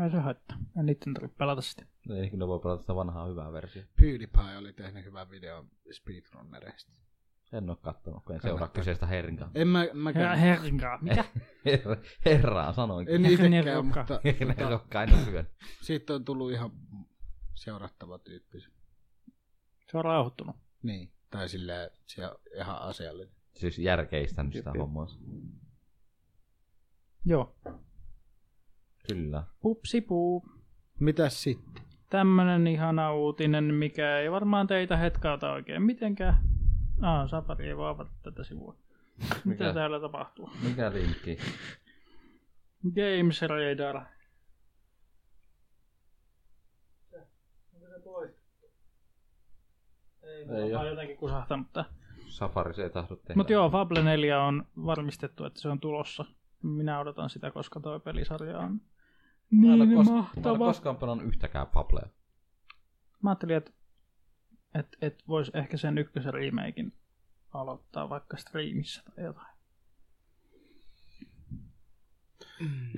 [SPEAKER 3] Ei se haittaa. Ja niitten tarvitse pelata sitä.
[SPEAKER 5] Niin, kyllä ne voi pelata sitä vanhaa hyvää versiota.
[SPEAKER 6] PewDiePie oli tehnyt hyvän videon speedrunnereista.
[SPEAKER 5] En oo kattonut, kun en
[SPEAKER 6] Kannattaa.
[SPEAKER 5] seuraa kyseistä herinkaa.
[SPEAKER 6] En mä,
[SPEAKER 3] Ja
[SPEAKER 6] mäkään.
[SPEAKER 3] herrinkaa. Mitä?
[SPEAKER 5] Herra, herraa sanoinkin.
[SPEAKER 6] en
[SPEAKER 3] Ehkä ne
[SPEAKER 6] itekään,
[SPEAKER 3] rokkaa.
[SPEAKER 6] mutta
[SPEAKER 5] En
[SPEAKER 6] tota,
[SPEAKER 5] ole käynyt syön.
[SPEAKER 6] siitä on tullut ihan seurattava tyyppi.
[SPEAKER 3] Se on rauhoittunut.
[SPEAKER 6] Niin. Tai silleen, se on ihan asiallinen.
[SPEAKER 5] Siis järkeistänyt sitä
[SPEAKER 2] Jep, jep.
[SPEAKER 5] hommaa.
[SPEAKER 3] Joo.
[SPEAKER 5] Kyllä.
[SPEAKER 3] Pupsi puu.
[SPEAKER 6] Mitäs sitten?
[SPEAKER 3] Tämmönen ihana uutinen, mikä ei varmaan teitä hetkauta oikein mitenkään. Ah, Sapari ei vaan avata tätä sivua. Mitä
[SPEAKER 5] Mikä?
[SPEAKER 3] täällä tapahtuu?
[SPEAKER 5] Mikä linkki?
[SPEAKER 3] Games Radar.
[SPEAKER 5] Ei
[SPEAKER 3] Ei
[SPEAKER 5] oo.
[SPEAKER 3] ole. jotenkin kusahtanut tää.
[SPEAKER 5] Safari se ei tahdo tehdä.
[SPEAKER 3] Mutta joo, Fable 4 on varmistettu, että se on tulossa. Minä odotan sitä, koska toi pelisarja on
[SPEAKER 5] Mä en
[SPEAKER 3] niin
[SPEAKER 5] ole kos- Mä en
[SPEAKER 3] mahtava.
[SPEAKER 5] ole koskaan pelannut yhtäkään Fablea.
[SPEAKER 3] Mä ajattelin, että et, et voisi ehkä sen ykkösen remakein aloittaa vaikka striimissä tai jotain.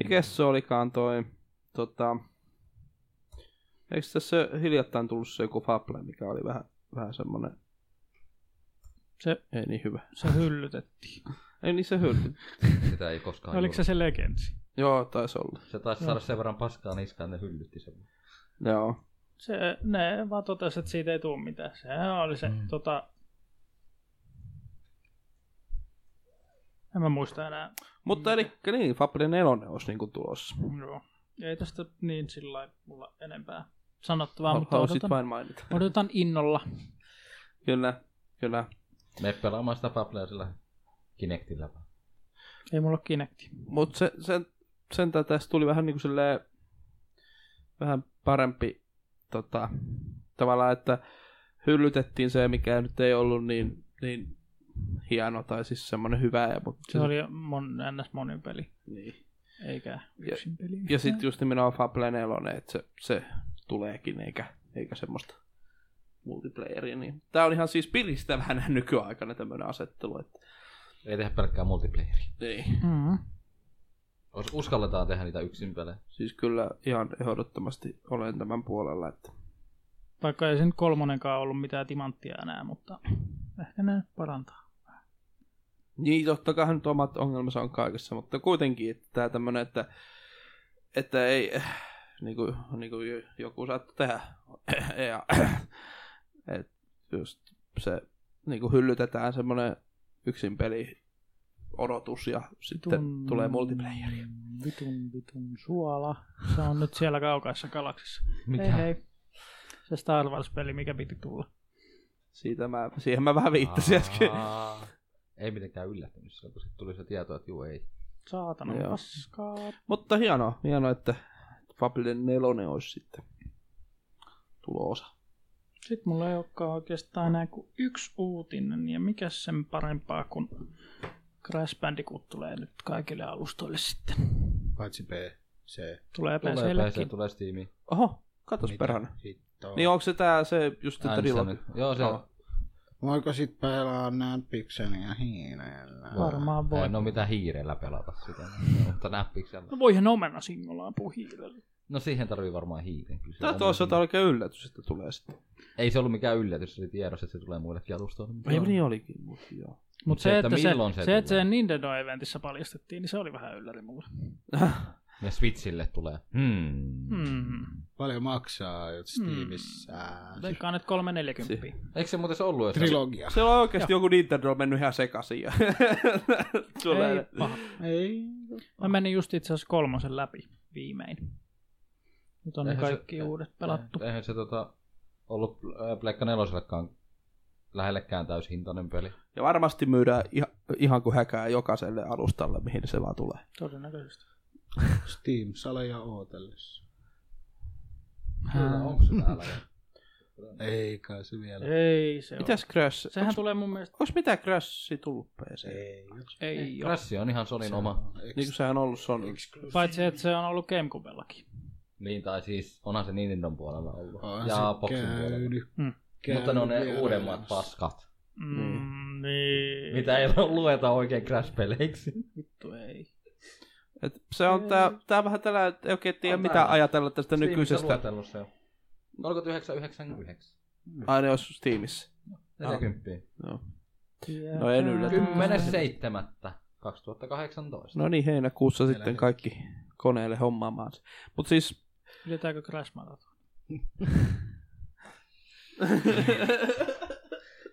[SPEAKER 2] Mikäs se olikaan toi... Tota... Eikö tässä hiljattain tullut se joku Fable, mikä oli vähän, vähän semmonen
[SPEAKER 3] Se,
[SPEAKER 2] ei niin hyvä.
[SPEAKER 3] se hyllytettiin.
[SPEAKER 2] Ei niin se hylly.
[SPEAKER 5] Sitä ei koskaan
[SPEAKER 3] Oliko se se Legends?
[SPEAKER 2] Joo, taisi olla.
[SPEAKER 5] Se taisi saada sen verran paskaa niskaan, että ne hyllytti sen.
[SPEAKER 2] Joo.
[SPEAKER 3] Se, ne vaan totesi, että siitä ei tule mitään. Sehän oli se, mm. tota... En mä muista enää.
[SPEAKER 2] Mutta eli niin, Fable 4 olisi niinku tulossa.
[SPEAKER 3] Joo. Ei tästä niin sillä lailla mulla enempää sanottavaa, mutta
[SPEAKER 2] Haluaisit
[SPEAKER 3] odotan,
[SPEAKER 2] vain mainita.
[SPEAKER 3] odotan innolla.
[SPEAKER 2] Kyllä, kyllä.
[SPEAKER 5] Me pelaamaan sitä Fablea sillä Kinectillä. vaan.
[SPEAKER 3] Ei mulla ole Kinecti.
[SPEAKER 2] Mutta se, sen, sentään tästä tuli vähän niinku silleen, vähän parempi tota, tavallaan, että hyllytettiin se, mikä nyt ei ollut niin, niin hieno tai siis semmoinen hyvä. Mutta
[SPEAKER 3] Se oli mon, ns. monin peli,
[SPEAKER 2] niin.
[SPEAKER 3] eikä yksin peli.
[SPEAKER 2] Ja sitten just nimenomaan Fable 4, että se, se tuleekin, eikä, eikä semmoista multiplayeria. Niin. Tämä on ihan siis piristävänä nykyaikana tämmöinen asettelu. Että,
[SPEAKER 5] Ei tehdä pelkkää multiplayeria.
[SPEAKER 2] niin.
[SPEAKER 3] Mm-hmm.
[SPEAKER 5] Jos uskalletaan tehdä niitä yksin pelejä.
[SPEAKER 2] Siis kyllä ihan ehdottomasti olen tämän puolella. Että,
[SPEAKER 3] Vaikka ei sen kolmonenkaan ollut mitään timanttia enää, mutta ehkä ne parantaa.
[SPEAKER 2] niin totta kai nyt omat ongelmansa on kaikessa, mutta kuitenkin että tämä tämmöinen, että, että ei, niin kuin, niin kuin joku saattoi tehdä. ja, et just se niin kuin hyllytetään semmoinen yksin peli odotus ja sitten tulee multiplayeri.
[SPEAKER 3] Vitun, vitun suola. Se on nyt siellä kaukaisessa galaksissa.
[SPEAKER 5] Mikä?
[SPEAKER 3] Hei hei. Se Star Wars-peli, mikä piti tulla.
[SPEAKER 2] Siitä mä, siihen mä vähän viittasin äsken.
[SPEAKER 5] Aa, Ei mitenkään yllättynyt silloin, kun sit tuli se tieto, että juu ei.
[SPEAKER 3] Saatana
[SPEAKER 2] Joo.
[SPEAKER 3] paskaa.
[SPEAKER 2] Mutta hienoa, hienoa että Fable 4 olisi sitten tulo-osa.
[SPEAKER 3] Sitten mulla ei olekaan oikeastaan enää kuin yksi uutinen, ja mikä sen parempaa kuin Crash Bandicoot tulee nyt kaikille alustoille sitten.
[SPEAKER 6] Paitsi PC.
[SPEAKER 3] Tulee
[SPEAKER 5] Tulee
[SPEAKER 3] PCllekin.
[SPEAKER 5] PC, tulee Steam.
[SPEAKER 2] Oho, katos
[SPEAKER 6] Mitä
[SPEAKER 2] perhana.
[SPEAKER 6] Hittoa.
[SPEAKER 2] Niin onko se tää se just se trilogi?
[SPEAKER 5] Joo, se
[SPEAKER 2] Joo.
[SPEAKER 5] on.
[SPEAKER 6] Voiko sit pelaa näppiksenia hiireellä?
[SPEAKER 3] Varmaan voi.
[SPEAKER 5] En ole mitään hiirellä no pelata sitä, mutta näppiksellä.
[SPEAKER 3] No voihan omena singolaa puhiilellä.
[SPEAKER 5] No siihen tarvii varmaan hiiren. Kyllä niin. se
[SPEAKER 2] Tää
[SPEAKER 5] on
[SPEAKER 2] tuossa
[SPEAKER 5] hiiri.
[SPEAKER 2] jotain oikein yllätys, että tulee sitten.
[SPEAKER 5] Ei se ollut mikään yllätys, se oli tiedossa, että se tulee muillekin alustoille. mutta
[SPEAKER 2] Ei
[SPEAKER 5] joo.
[SPEAKER 2] niin olikin, mutta joo.
[SPEAKER 3] Mutta se, että, se,
[SPEAKER 5] milloin
[SPEAKER 3] se,
[SPEAKER 5] se
[SPEAKER 3] se, että
[SPEAKER 5] tulee?
[SPEAKER 3] se Nintendo-eventissä paljastettiin, niin se oli vähän ylläri mulle.
[SPEAKER 5] Ja Switchille tulee. Hmm.
[SPEAKER 3] Hmm.
[SPEAKER 6] Paljon maksaa Steamissa.
[SPEAKER 3] Veikkaan nyt 340.
[SPEAKER 5] Eikö se muuten se ollut edes?
[SPEAKER 6] Trilogia.
[SPEAKER 2] Se on oikeasti joku Nintendo on mennyt ihan sekaisin. Ja
[SPEAKER 3] Ei
[SPEAKER 2] tulee.
[SPEAKER 3] paha.
[SPEAKER 6] Ei.
[SPEAKER 3] Mä menin just itse asiassa kolmosen läpi viimein. Nyt on ne
[SPEAKER 5] Eihän se-
[SPEAKER 3] kaikki uudet pelattu.
[SPEAKER 5] Eihän se tota, ollut äh, Pleikka nelosellekaan lähellekään täyshintainen peli.
[SPEAKER 2] Ja varmasti myydään ihan, ihan kuin häkää jokaiselle alustalle, mihin se vaan tulee.
[SPEAKER 3] Todennäköisesti.
[SPEAKER 6] Steam-saleja ootellessa.
[SPEAKER 3] Hmm.
[SPEAKER 5] Kyllä, onko se täällä?
[SPEAKER 6] Ei kai se vielä.
[SPEAKER 3] Ei se Mitäs?
[SPEAKER 2] Mitäs Crash?
[SPEAKER 3] Sehän
[SPEAKER 2] Sehän...
[SPEAKER 3] tulee mun mielestä...
[SPEAKER 2] Onko mitään Crashia tullut PC?
[SPEAKER 6] Ei.
[SPEAKER 3] Ei, ei ole.
[SPEAKER 5] Crash on ihan Sonin oma.
[SPEAKER 2] Niin kuin sehän on ollut Sony.
[SPEAKER 3] Paitsi, että se on ollut Gamecubellakin.
[SPEAKER 5] Niin, tai siis onhan se Nintendon puolella ollut.
[SPEAKER 6] On se
[SPEAKER 5] ja Boxin puolella.
[SPEAKER 6] käynyt.
[SPEAKER 3] Mm.
[SPEAKER 5] Mutta ne on ne
[SPEAKER 6] Käynyt
[SPEAKER 5] uudemmat
[SPEAKER 6] vierailemassa.
[SPEAKER 5] paskat.
[SPEAKER 3] Mm, niin.
[SPEAKER 5] Mitä ei lueta oikein Crash-peleiksi.
[SPEAKER 3] Vittu ei.
[SPEAKER 2] Et se on tää, tää vähän tällä, että ei oikein tiedä
[SPEAKER 5] On
[SPEAKER 2] mitä
[SPEAKER 5] täällä.
[SPEAKER 2] ajatella tästä nykyisestä.
[SPEAKER 5] luetellut se on. Oliko 999?
[SPEAKER 2] Aina jos Steamissa.
[SPEAKER 5] 40.
[SPEAKER 2] No en yllätä.
[SPEAKER 5] 10.7. 2018.
[SPEAKER 2] No niin, heinäkuussa sitten kaikki koneelle hommaamaan. se. Mut siis,
[SPEAKER 3] Pidetäänkö Crash Marathon?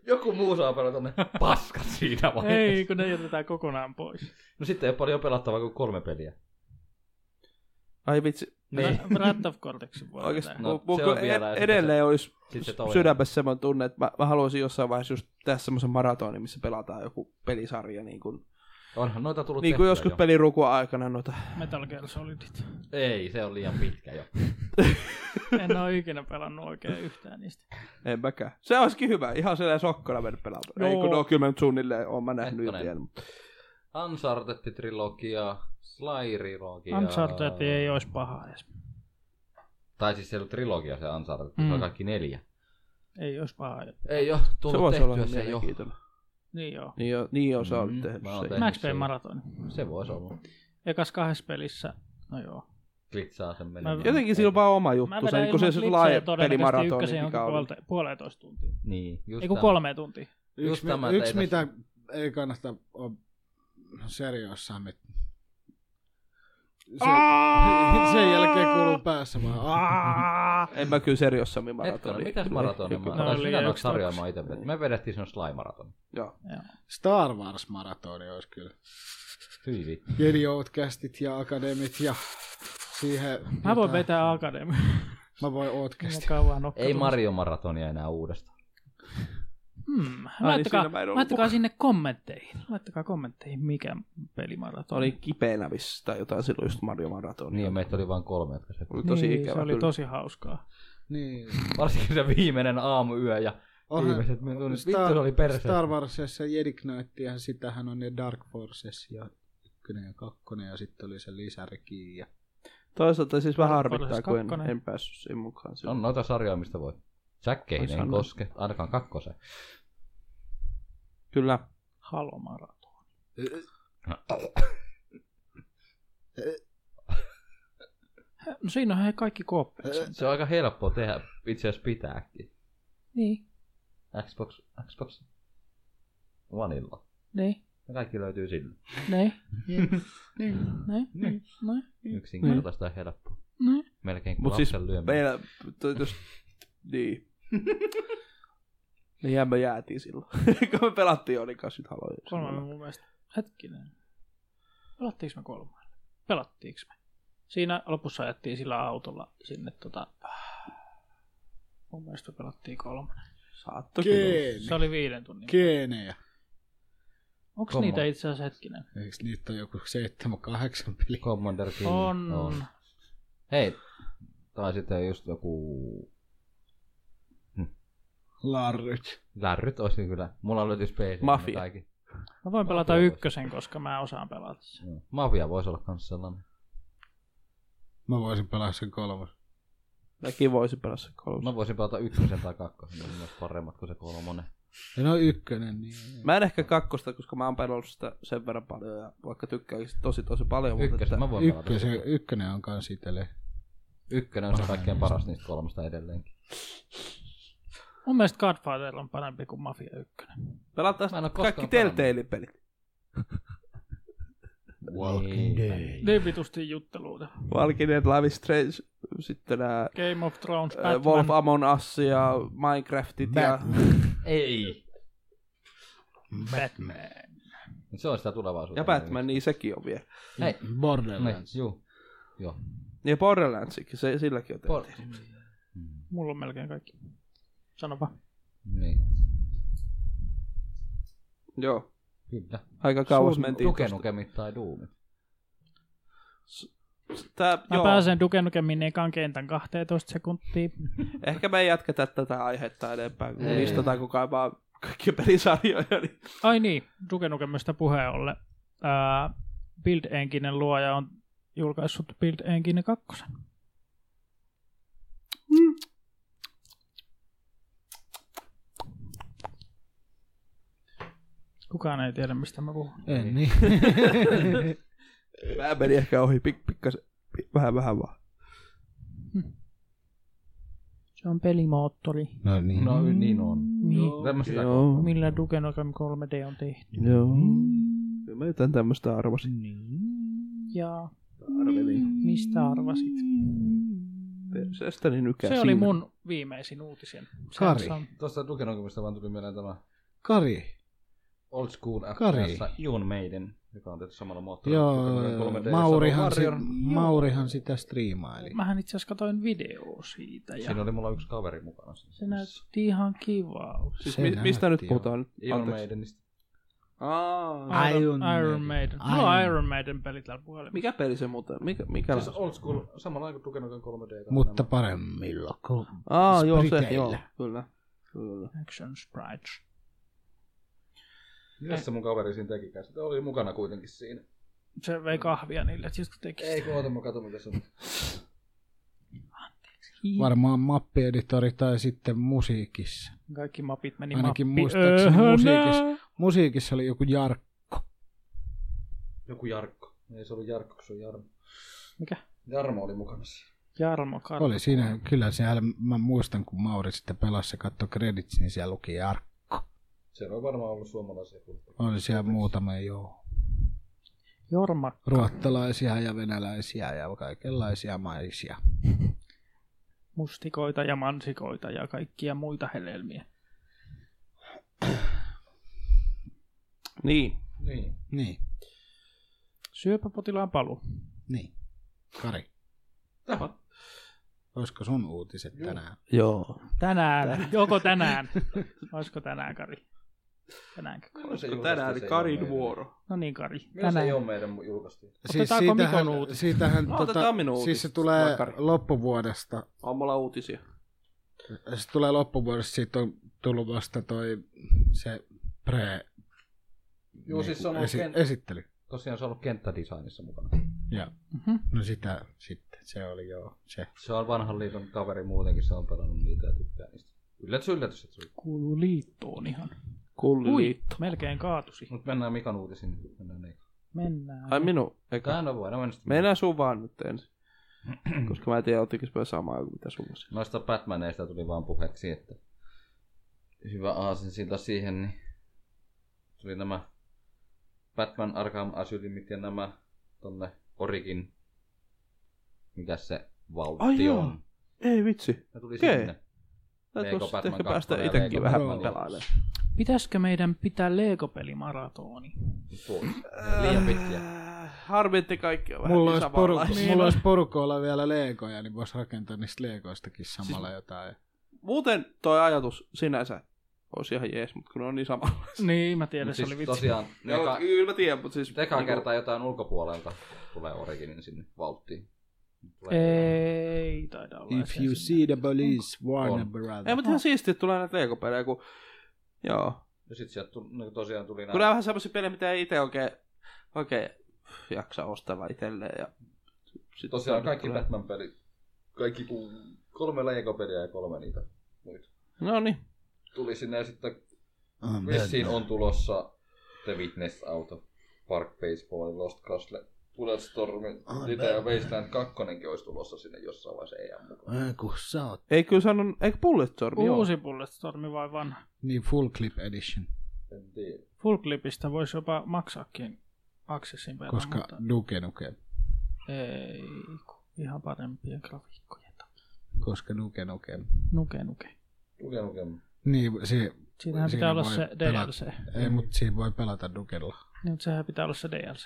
[SPEAKER 5] Joku muu saa pelata ne paskat siinä vaiheessa.
[SPEAKER 3] Ei, kun ne jätetään kokonaan pois.
[SPEAKER 5] No sitten ei ole paljon pelattavaa kuin kolme peliä.
[SPEAKER 2] ai vitsi,
[SPEAKER 5] Niin.
[SPEAKER 3] Ra- Wrath of Cortexin voi
[SPEAKER 2] oikeesti
[SPEAKER 3] tehdä.
[SPEAKER 5] No,
[SPEAKER 2] no,
[SPEAKER 5] se
[SPEAKER 2] kun
[SPEAKER 5] on vielä, ja
[SPEAKER 2] ed-
[SPEAKER 5] sitten
[SPEAKER 2] edelleen olisi
[SPEAKER 5] Sitten Siis se toinen.
[SPEAKER 2] sydämessä semmoinen tunne, että mä, mä, haluaisin jossain vaiheessa just tehdä semmoisen maratonin, missä pelataan joku pelisarja niin kuin,
[SPEAKER 5] Onhan noita tullut
[SPEAKER 2] niin kuin
[SPEAKER 5] tehtyä
[SPEAKER 2] joskus
[SPEAKER 5] jo.
[SPEAKER 2] pelirukua aikana no, noita.
[SPEAKER 3] Metal Gear Solidit.
[SPEAKER 5] Ei, se on liian pitkä jo.
[SPEAKER 3] En ole ikinä pelannut oikein yhtään niistä.
[SPEAKER 2] En mäkään. Se olisikin hyvä, ihan sellainen sokkona mennä pelaamaan. Ei
[SPEAKER 3] Joo.
[SPEAKER 2] kun no, kyllä mä nyt suunnilleen oon mä nähnyt jo
[SPEAKER 5] Hetkonen.
[SPEAKER 2] vielä. mutta-
[SPEAKER 5] Uncharted-trilogia, Sly-trilogia.
[SPEAKER 3] Uncharted ei olisi paha edes.
[SPEAKER 5] Tai siis se ei ollut trilogia se Uncharted, mm. se
[SPEAKER 3] Mm.
[SPEAKER 5] on kaikki neljä.
[SPEAKER 3] Ei olisi paha edes.
[SPEAKER 5] Ei oo
[SPEAKER 2] Se
[SPEAKER 5] tullut
[SPEAKER 2] voisi olla
[SPEAKER 5] tehtyä se jo.
[SPEAKER 2] mielenkiintoinen.
[SPEAKER 3] Niin joo.
[SPEAKER 2] Niin joo, niin joo, sä olet
[SPEAKER 5] Mm,
[SPEAKER 2] tehnyt
[SPEAKER 5] mä oon
[SPEAKER 2] sen.
[SPEAKER 5] tehnyt.
[SPEAKER 3] Max
[SPEAKER 5] se.
[SPEAKER 3] Payne Marathon.
[SPEAKER 5] Se voisi olla.
[SPEAKER 3] Ekas kahdessa pelissä, no joo.
[SPEAKER 5] Klitsaa sen
[SPEAKER 3] Mä-
[SPEAKER 5] menemään.
[SPEAKER 2] Jotenkin sillä on vaan oma
[SPEAKER 3] Mä
[SPEAKER 2] juttu, se,
[SPEAKER 3] vedän
[SPEAKER 2] niin kun se,
[SPEAKER 3] ilman
[SPEAKER 2] se
[SPEAKER 3] klipsejä
[SPEAKER 2] laaja
[SPEAKER 3] todennäköisesti ykkösen
[SPEAKER 2] pelimaratoni,
[SPEAKER 3] jonkun
[SPEAKER 2] mikä oli.
[SPEAKER 3] puolte- puoleentoista tuntia.
[SPEAKER 5] Niin, just
[SPEAKER 3] Ei kun
[SPEAKER 5] tämä.
[SPEAKER 3] kolme tuntia.
[SPEAKER 5] Just
[SPEAKER 6] Yksi, mi-
[SPEAKER 5] tämä, että
[SPEAKER 6] yksi
[SPEAKER 5] ei tässä-
[SPEAKER 6] mitä ei kannata on serioissaan mit- se,
[SPEAKER 4] Ah!
[SPEAKER 6] sen jälkeen kuuluu päässä vaan. "Aa!"
[SPEAKER 2] En mä kyllä seriossammin
[SPEAKER 5] Hetkinen,
[SPEAKER 2] maratoni.
[SPEAKER 5] mitäs maratonia mä
[SPEAKER 2] Kyllä.
[SPEAKER 3] No,
[SPEAKER 5] oon?
[SPEAKER 3] oli
[SPEAKER 5] Sitä noita
[SPEAKER 3] yksi
[SPEAKER 5] sarjoja
[SPEAKER 3] kaksi.
[SPEAKER 5] mä itse vetin. Me vedettiin sen slime-maraton.
[SPEAKER 2] Joo.
[SPEAKER 6] Star Wars-maratoni olisi kyllä.
[SPEAKER 5] Hyi vittu.
[SPEAKER 6] Jedi Outcastit ja Akademit ja siihen...
[SPEAKER 3] Mä voin
[SPEAKER 6] jotain-
[SPEAKER 3] vetää akademia.
[SPEAKER 6] Mä voin Outcastit.
[SPEAKER 3] Mukavaa nokka.
[SPEAKER 5] Ei Mario-maratonia enää uudestaan.
[SPEAKER 3] Hmm.
[SPEAKER 2] Ai, niin
[SPEAKER 3] Laittakaa,
[SPEAKER 2] siinä mä en ollut
[SPEAKER 3] laittakaa
[SPEAKER 2] mukana.
[SPEAKER 3] sinne kommentteihin. Laittakaa kommentteihin, mikä
[SPEAKER 2] Mä
[SPEAKER 3] pelimaraton.
[SPEAKER 2] olin kipeänä vissi tai jotain silloin just Mario Maratoni.
[SPEAKER 5] Niin, meitä oli vain kolme, jotka se...
[SPEAKER 2] Oli tosi
[SPEAKER 3] niin,
[SPEAKER 2] ikävä
[SPEAKER 3] se oli
[SPEAKER 2] kyllä.
[SPEAKER 3] tosi hauskaa.
[SPEAKER 6] Niin.
[SPEAKER 5] Varsinkin se viimeinen aamuyö ja viimeiset me tunnit. Vittu, se oli perse.
[SPEAKER 6] Star Warsissa Jedi Knight ja sitähän on ne Dark Forces ja ykkönen ja kakkonen ja sitten oli se lisärikin ja
[SPEAKER 2] Toisaalta siis vähän
[SPEAKER 3] Varpaus
[SPEAKER 2] harmittaa, kun en,
[SPEAKER 3] kakkonen.
[SPEAKER 2] en päässyt sen mukaan. silloin.
[SPEAKER 5] On noita sarjoja, mistä voi. Säkkeihin
[SPEAKER 2] Voi
[SPEAKER 5] ei
[SPEAKER 2] sanoa.
[SPEAKER 5] koske, ainakaan kakkoseen.
[SPEAKER 2] Kyllä.
[SPEAKER 3] Halomaraton. No siinä on he kaikki kooppeja.
[SPEAKER 5] Se on aika helppo tehdä, itse asiassa pitääkin.
[SPEAKER 3] Niin,
[SPEAKER 5] Xbox, Xbox Vanilla.
[SPEAKER 3] niin,
[SPEAKER 5] Ne kaikki löytyy sillä.
[SPEAKER 3] niin,
[SPEAKER 6] niin.
[SPEAKER 3] niin,
[SPEAKER 6] Niin.
[SPEAKER 3] niin, niin,
[SPEAKER 5] Yksinkertaista ja helppoa.
[SPEAKER 3] niin.
[SPEAKER 5] Melkein kuin
[SPEAKER 2] Mut siis
[SPEAKER 5] lapsen lyöminen.
[SPEAKER 2] Meillä, toi tos, niin. Niinhän me jäätiin silloin, kun me pelattiin Joonin kanssa nyt haloja.
[SPEAKER 3] Kolmannen mun mielestä. Hetkinen. Pelattiinko me kolmannen? Pelattiinko me? Siinä lopussa ajettiin sillä autolla sinne tota... Mun mielestä me pelattiin kolmannen.
[SPEAKER 2] Saatto kyllä.
[SPEAKER 6] Geene.
[SPEAKER 3] Se oli viiden tunnin.
[SPEAKER 6] Geenejä.
[SPEAKER 3] Onko
[SPEAKER 5] Come
[SPEAKER 3] niitä
[SPEAKER 5] on.
[SPEAKER 3] itse asiassa hetkinen?
[SPEAKER 6] Eikö niitä ole joku 7-8 peli?
[SPEAKER 5] Commander King.
[SPEAKER 3] On.
[SPEAKER 5] on. Hei, tai sitten just joku...
[SPEAKER 6] Larryt.
[SPEAKER 5] Lärryt olisi niin kyllä. Mulla löytyisi PC.
[SPEAKER 2] Mafia.
[SPEAKER 5] Kaikki.
[SPEAKER 3] Mä voin pelata
[SPEAKER 5] Mafia voisi.
[SPEAKER 3] ykkösen, koska mä osaan pelata sen.
[SPEAKER 5] Joo. Mafia voisi olla kans sellainen.
[SPEAKER 6] Mä voisin pelaa sen kolmas.
[SPEAKER 2] Mäkin voisin pelata sen kolmas.
[SPEAKER 5] Mä voisin pelata ykkösen tai kakkosen. Ne on myös paremmat kuin se kolmonen.
[SPEAKER 6] Ja no ykkönen, niin...
[SPEAKER 2] Mä en ehkä kakkosta, koska mä oon pelannut sitä sen verran paljon, ja vaikka tykkäänkin sitä tosi tosi paljon, mutta että,
[SPEAKER 5] Ykkösen mä voin pelata.
[SPEAKER 6] Ykkösen, ykkönen on kans itelle.
[SPEAKER 5] Ykkönen on se
[SPEAKER 6] Parhain
[SPEAKER 5] kaikkein
[SPEAKER 6] niistä.
[SPEAKER 5] paras niistä kolmesta edelleenkin.
[SPEAKER 3] Mun mielestä Godfather on parempi kuin Mafia 1.
[SPEAKER 2] pelataan
[SPEAKER 5] Mä en oo koskaan
[SPEAKER 2] kaikki
[SPEAKER 5] pelannut.
[SPEAKER 2] Telltale-pelit.
[SPEAKER 5] Walking Dead.
[SPEAKER 3] Niin vitusti jutteluita.
[SPEAKER 2] Walking Dead, Life is Strange, sitten nää
[SPEAKER 3] Game of Thrones,
[SPEAKER 2] ää,
[SPEAKER 3] Batman.
[SPEAKER 2] Äh, Wolf Among Us ja Minecraftit ja...
[SPEAKER 5] Ei.
[SPEAKER 3] Batman.
[SPEAKER 5] Se on sitä tulevaisuutta.
[SPEAKER 2] Ja Batman, niin sekin on vielä.
[SPEAKER 5] Hei. Niin,
[SPEAKER 6] Borderlands.
[SPEAKER 5] juu. Joo.
[SPEAKER 2] Ja Borderlandsikin, Niin, se, silläkin on
[SPEAKER 5] Por-
[SPEAKER 2] Telltale.
[SPEAKER 5] Mm,
[SPEAKER 3] Mulla on melkein kaikki. Sanopa.
[SPEAKER 5] Niin.
[SPEAKER 2] Joo,
[SPEAKER 5] Kyllä.
[SPEAKER 2] aika kauas mentiin. tosta.
[SPEAKER 5] Tukenukemit tai duumit.
[SPEAKER 2] Tää,
[SPEAKER 3] Mä
[SPEAKER 2] joo,
[SPEAKER 3] pääsen dukenukemiin ekan kentän 12 sekuntia.
[SPEAKER 2] ehkä me ei jatketa tätä aihetta enempää, kun
[SPEAKER 5] Ei.
[SPEAKER 2] listataan kukaan vaan kaikkia pelisarjoja. Niin...
[SPEAKER 3] Ai niin, dukenukemista puheen olle. Ää, Build Enginen luoja on julkaissut Build Engine 2. Kukaan ei tiedä, mistä mä puhun.
[SPEAKER 6] En niin.
[SPEAKER 2] Mä menin ehkä ohi pik- pikkasen, pi- vähän vähän vaan.
[SPEAKER 3] Se on pelimoottori.
[SPEAKER 6] No niin.
[SPEAKER 5] No y- niin on.
[SPEAKER 3] Niin,
[SPEAKER 5] Tämmöstä
[SPEAKER 2] Joo,
[SPEAKER 3] millä Duke Nukem 3D on tehty.
[SPEAKER 2] joo. Kyllä mä jotain tämmöistä arvasin.
[SPEAKER 3] Ja
[SPEAKER 2] Arvelin.
[SPEAKER 3] mistä arvasit?
[SPEAKER 2] Sestäni nykää
[SPEAKER 3] Se
[SPEAKER 2] siinä.
[SPEAKER 3] oli mun viimeisin uutisen.
[SPEAKER 6] Kari.
[SPEAKER 3] Samsung.
[SPEAKER 5] Tuosta Dukenukemista vaan tuli mieleen tämä
[SPEAKER 6] Kari.
[SPEAKER 5] Old School
[SPEAKER 6] Kari.
[SPEAKER 5] FPS Ion Maiden, joka on tehty samalla moottorilla.
[SPEAKER 6] Joo,
[SPEAKER 5] Duke Nukem 3D,
[SPEAKER 6] Maurihan, si-
[SPEAKER 5] Warrior.
[SPEAKER 6] Maurihan sitä striimaili.
[SPEAKER 3] Mähän itse asiassa katsoin videoa siitä ja
[SPEAKER 5] Siinä oli mulla yksi kaveri mukana.
[SPEAKER 3] se näytti ihan kivalta.
[SPEAKER 2] Siis
[SPEAKER 6] Se
[SPEAKER 2] mi- mistä nyt
[SPEAKER 6] näytti,
[SPEAKER 2] puhutaan?
[SPEAKER 5] Ion
[SPEAKER 2] Anteeksi.
[SPEAKER 5] Maidenista.
[SPEAKER 2] Aa.
[SPEAKER 3] Iron,
[SPEAKER 6] Iron
[SPEAKER 3] Iron
[SPEAKER 6] Maiden.
[SPEAKER 3] Maiden. Maiden. Mulla on Iron Maiden peli täällä puhelimessa.
[SPEAKER 2] Mikä peli se muuten? Mikä, mikä
[SPEAKER 5] Siis Old School, samalla aikaa Duke Nukem 3D.
[SPEAKER 6] Mutta paremmilla. kuin
[SPEAKER 2] Aa, joo se,
[SPEAKER 6] Spriteillä.
[SPEAKER 2] joo, kyllä. Kyllä.
[SPEAKER 3] Action Sprites.
[SPEAKER 5] Mitäs se mun kaveri siinä tekikään? Se oli mukana kuitenkin siinä.
[SPEAKER 3] Se vei kahvia niille, että siis kun teki
[SPEAKER 5] Mm. Ei kun oota, mä katson mitä se on.
[SPEAKER 3] sitä.
[SPEAKER 6] Varmaan mappieditori tai sitten musiikissa.
[SPEAKER 3] Kaikki mapit meni
[SPEAKER 6] Ainakin
[SPEAKER 3] mappi.
[SPEAKER 6] muistaakseni
[SPEAKER 3] Öhönä.
[SPEAKER 6] musiikissa. Musiikissa oli joku Jark.
[SPEAKER 5] Joku Jarkko. Ei se ollut Jarkko, kun se on Jarmo.
[SPEAKER 3] Mikä?
[SPEAKER 5] Jarmo oli mukana siinä.
[SPEAKER 3] Jarmo Karvo.
[SPEAKER 6] Oli siinä, kyllä siellä, mä muistan kun Mauri sitten pelasi ja katsoi credits, niin siellä luki Jark.
[SPEAKER 5] Siellä on varmaan ollut suomalaisia kulttuuria.
[SPEAKER 6] Oli siellä muutama, joo.
[SPEAKER 3] Jorma.
[SPEAKER 6] Ruottalaisia ja venäläisiä ja kaikenlaisia maisia.
[SPEAKER 3] Mustikoita ja mansikoita ja kaikkia muita hedelmiä.
[SPEAKER 2] Niin.
[SPEAKER 5] Niin.
[SPEAKER 6] Niin,
[SPEAKER 3] Syöpäpotilaan paluu.
[SPEAKER 6] niin. Kari,
[SPEAKER 5] Tämä.
[SPEAKER 6] olisiko sun uutiset tänään?
[SPEAKER 2] Joo.
[SPEAKER 3] Tänään. Joko tänään? Olisiko tänään, Kari? Tänäänkö?
[SPEAKER 2] Olisiko tänään Karin vuoro?
[SPEAKER 3] No niin, Kari.
[SPEAKER 5] Milloin se
[SPEAKER 3] Tänään.
[SPEAKER 5] ei ole meidän julkaistu?
[SPEAKER 3] Otetaanko
[SPEAKER 6] Siis siitähän,
[SPEAKER 3] Mikon uutiset?
[SPEAKER 6] siitähän
[SPEAKER 2] No,
[SPEAKER 6] tota,
[SPEAKER 2] otetaan minun
[SPEAKER 6] siis se
[SPEAKER 2] uutiset,
[SPEAKER 6] tulee
[SPEAKER 2] vaikka-
[SPEAKER 6] loppuvuodesta.
[SPEAKER 2] Aamulla uutisia.
[SPEAKER 6] Se tulee loppuvuodesta, siitä on tullut vasta toi se pre niinku
[SPEAKER 5] Joo, siis se on ollut kent-
[SPEAKER 6] esittely.
[SPEAKER 5] Tosiaan se on ollut kenttädesignissa mukana.
[SPEAKER 6] Ja,
[SPEAKER 3] Mhm.
[SPEAKER 6] no sitä sitten, se oli joo, se.
[SPEAKER 5] Se on vanhan liiton kaveri muutenkin, se on pelannut niitä ja tykkää niistä. Yllätys, yllätys, että se
[SPEAKER 3] Kuuluu liittoon ihan. Ui,
[SPEAKER 2] Kulliliitto.
[SPEAKER 3] melkein kaatusi.
[SPEAKER 5] Mutta mennään Mikan uutisiin. Mennään niin.
[SPEAKER 3] Mennään.
[SPEAKER 2] Ai minun. Eka.
[SPEAKER 5] Tähän on voidaan mennä sitten.
[SPEAKER 2] Mennään sun vaan nyt ensin. Koska mä en tiedä, oltiinko mä samaa kuin mitä sun on.
[SPEAKER 5] Noista Batmaneista tuli vaan puheeksi, että hyvä aasinsilta siihen, niin tuli nämä Batman Arkham Asylumit ja nämä tonne Origin, mikä se
[SPEAKER 2] Ai
[SPEAKER 5] valtio
[SPEAKER 2] joo.
[SPEAKER 5] on.
[SPEAKER 2] Ei vitsi.
[SPEAKER 5] Ne tuli
[SPEAKER 2] Okei.
[SPEAKER 5] sinne.
[SPEAKER 2] Täytyy
[SPEAKER 5] Lego
[SPEAKER 2] sitten ehkä
[SPEAKER 5] Batman
[SPEAKER 2] päästä
[SPEAKER 5] kakkonen ja Lego
[SPEAKER 2] itsekin vähän
[SPEAKER 5] Batman.
[SPEAKER 2] pelailemaan.
[SPEAKER 3] Pitäisikö meidän pitää Lego-pelimaratoni?
[SPEAKER 5] Tuo. Liian pitkiä.
[SPEAKER 2] Äh, Harmi, että kaikki on vähän
[SPEAKER 6] Mulla olisi,
[SPEAKER 2] samanlaisia. Niin.
[SPEAKER 6] poru-
[SPEAKER 3] Niin
[SPEAKER 6] mulla olisi porukoilla vielä leegoja, niin voisi rakentaa niistä leegoistakin samalla siis... jotain.
[SPEAKER 2] Muuten toi ajatus sinänsä olisi ihan jees, mutta kun ne on niin sama.
[SPEAKER 3] Niin, mä tiedän,
[SPEAKER 5] Mut
[SPEAKER 3] se oli
[SPEAKER 5] Siis
[SPEAKER 3] vitsi.
[SPEAKER 5] tosiaan, ne
[SPEAKER 2] Joo,
[SPEAKER 5] eka,
[SPEAKER 2] kyllä mä tiedän, mutta siis...
[SPEAKER 5] eka
[SPEAKER 2] niinku-
[SPEAKER 5] kertaa jotain ulkopuolelta tulee Originin sinne valttiin. Tulee-
[SPEAKER 3] Ei taida olla
[SPEAKER 6] If
[SPEAKER 3] se
[SPEAKER 6] you
[SPEAKER 3] sinne.
[SPEAKER 6] see the police, warn
[SPEAKER 5] On.
[SPEAKER 6] a brother.
[SPEAKER 2] Ei, mutta ihan siistiä, että tulee näitä leikopelejä, kun... Joo.
[SPEAKER 5] Ja sit sieltä tu- no, tosiaan tuli
[SPEAKER 2] Kun nämä
[SPEAKER 5] nämä
[SPEAKER 2] on vähän semmoisia pelejä, mitä ei itse oikein, oikein jaksa ostella itselleen. Ja... Sit
[SPEAKER 5] tosiaan kaikki
[SPEAKER 2] tulee-
[SPEAKER 5] Batman-pelit. Kaikki ku- kolme Lego-peliä ja kolme niitä muita.
[SPEAKER 2] No niin.
[SPEAKER 5] Tuli sinne ja sitten
[SPEAKER 6] Ah,
[SPEAKER 5] vissiin
[SPEAKER 6] Batman.
[SPEAKER 5] on tulossa The Witness Auto, Park Baseball, Lost Castle, Bulletstorm, sitä ja Wasteland 2 olisi tulossa sinne jossain vaiheessa EM mukaan.
[SPEAKER 6] Ei kun sä oot.
[SPEAKER 2] Ei kyllä sanon, eikö Bulletstorm? Joo.
[SPEAKER 3] Uusi Bulletstormi vai vanha?
[SPEAKER 6] Niin full clip edition,
[SPEAKER 5] En tiedä.
[SPEAKER 3] Full Clipistä voisi jopa maksaakin aksessin verran,
[SPEAKER 6] koska
[SPEAKER 3] mutta
[SPEAKER 6] Duke Nukem.
[SPEAKER 3] ei, kun ihan parempia grafiikkoja.
[SPEAKER 6] Koska Duke Nukem.
[SPEAKER 3] Nuke, nuke.
[SPEAKER 5] Luke lukema.
[SPEAKER 6] Niin, si-
[SPEAKER 3] Siinähän
[SPEAKER 6] Siinä
[SPEAKER 3] pitää olla
[SPEAKER 6] voi
[SPEAKER 3] se
[SPEAKER 6] pelata.
[SPEAKER 3] DLC.
[SPEAKER 6] ei, mutta siinä voi pelata Dukella.
[SPEAKER 3] Niin, mutta sehän pitää olla se DLC.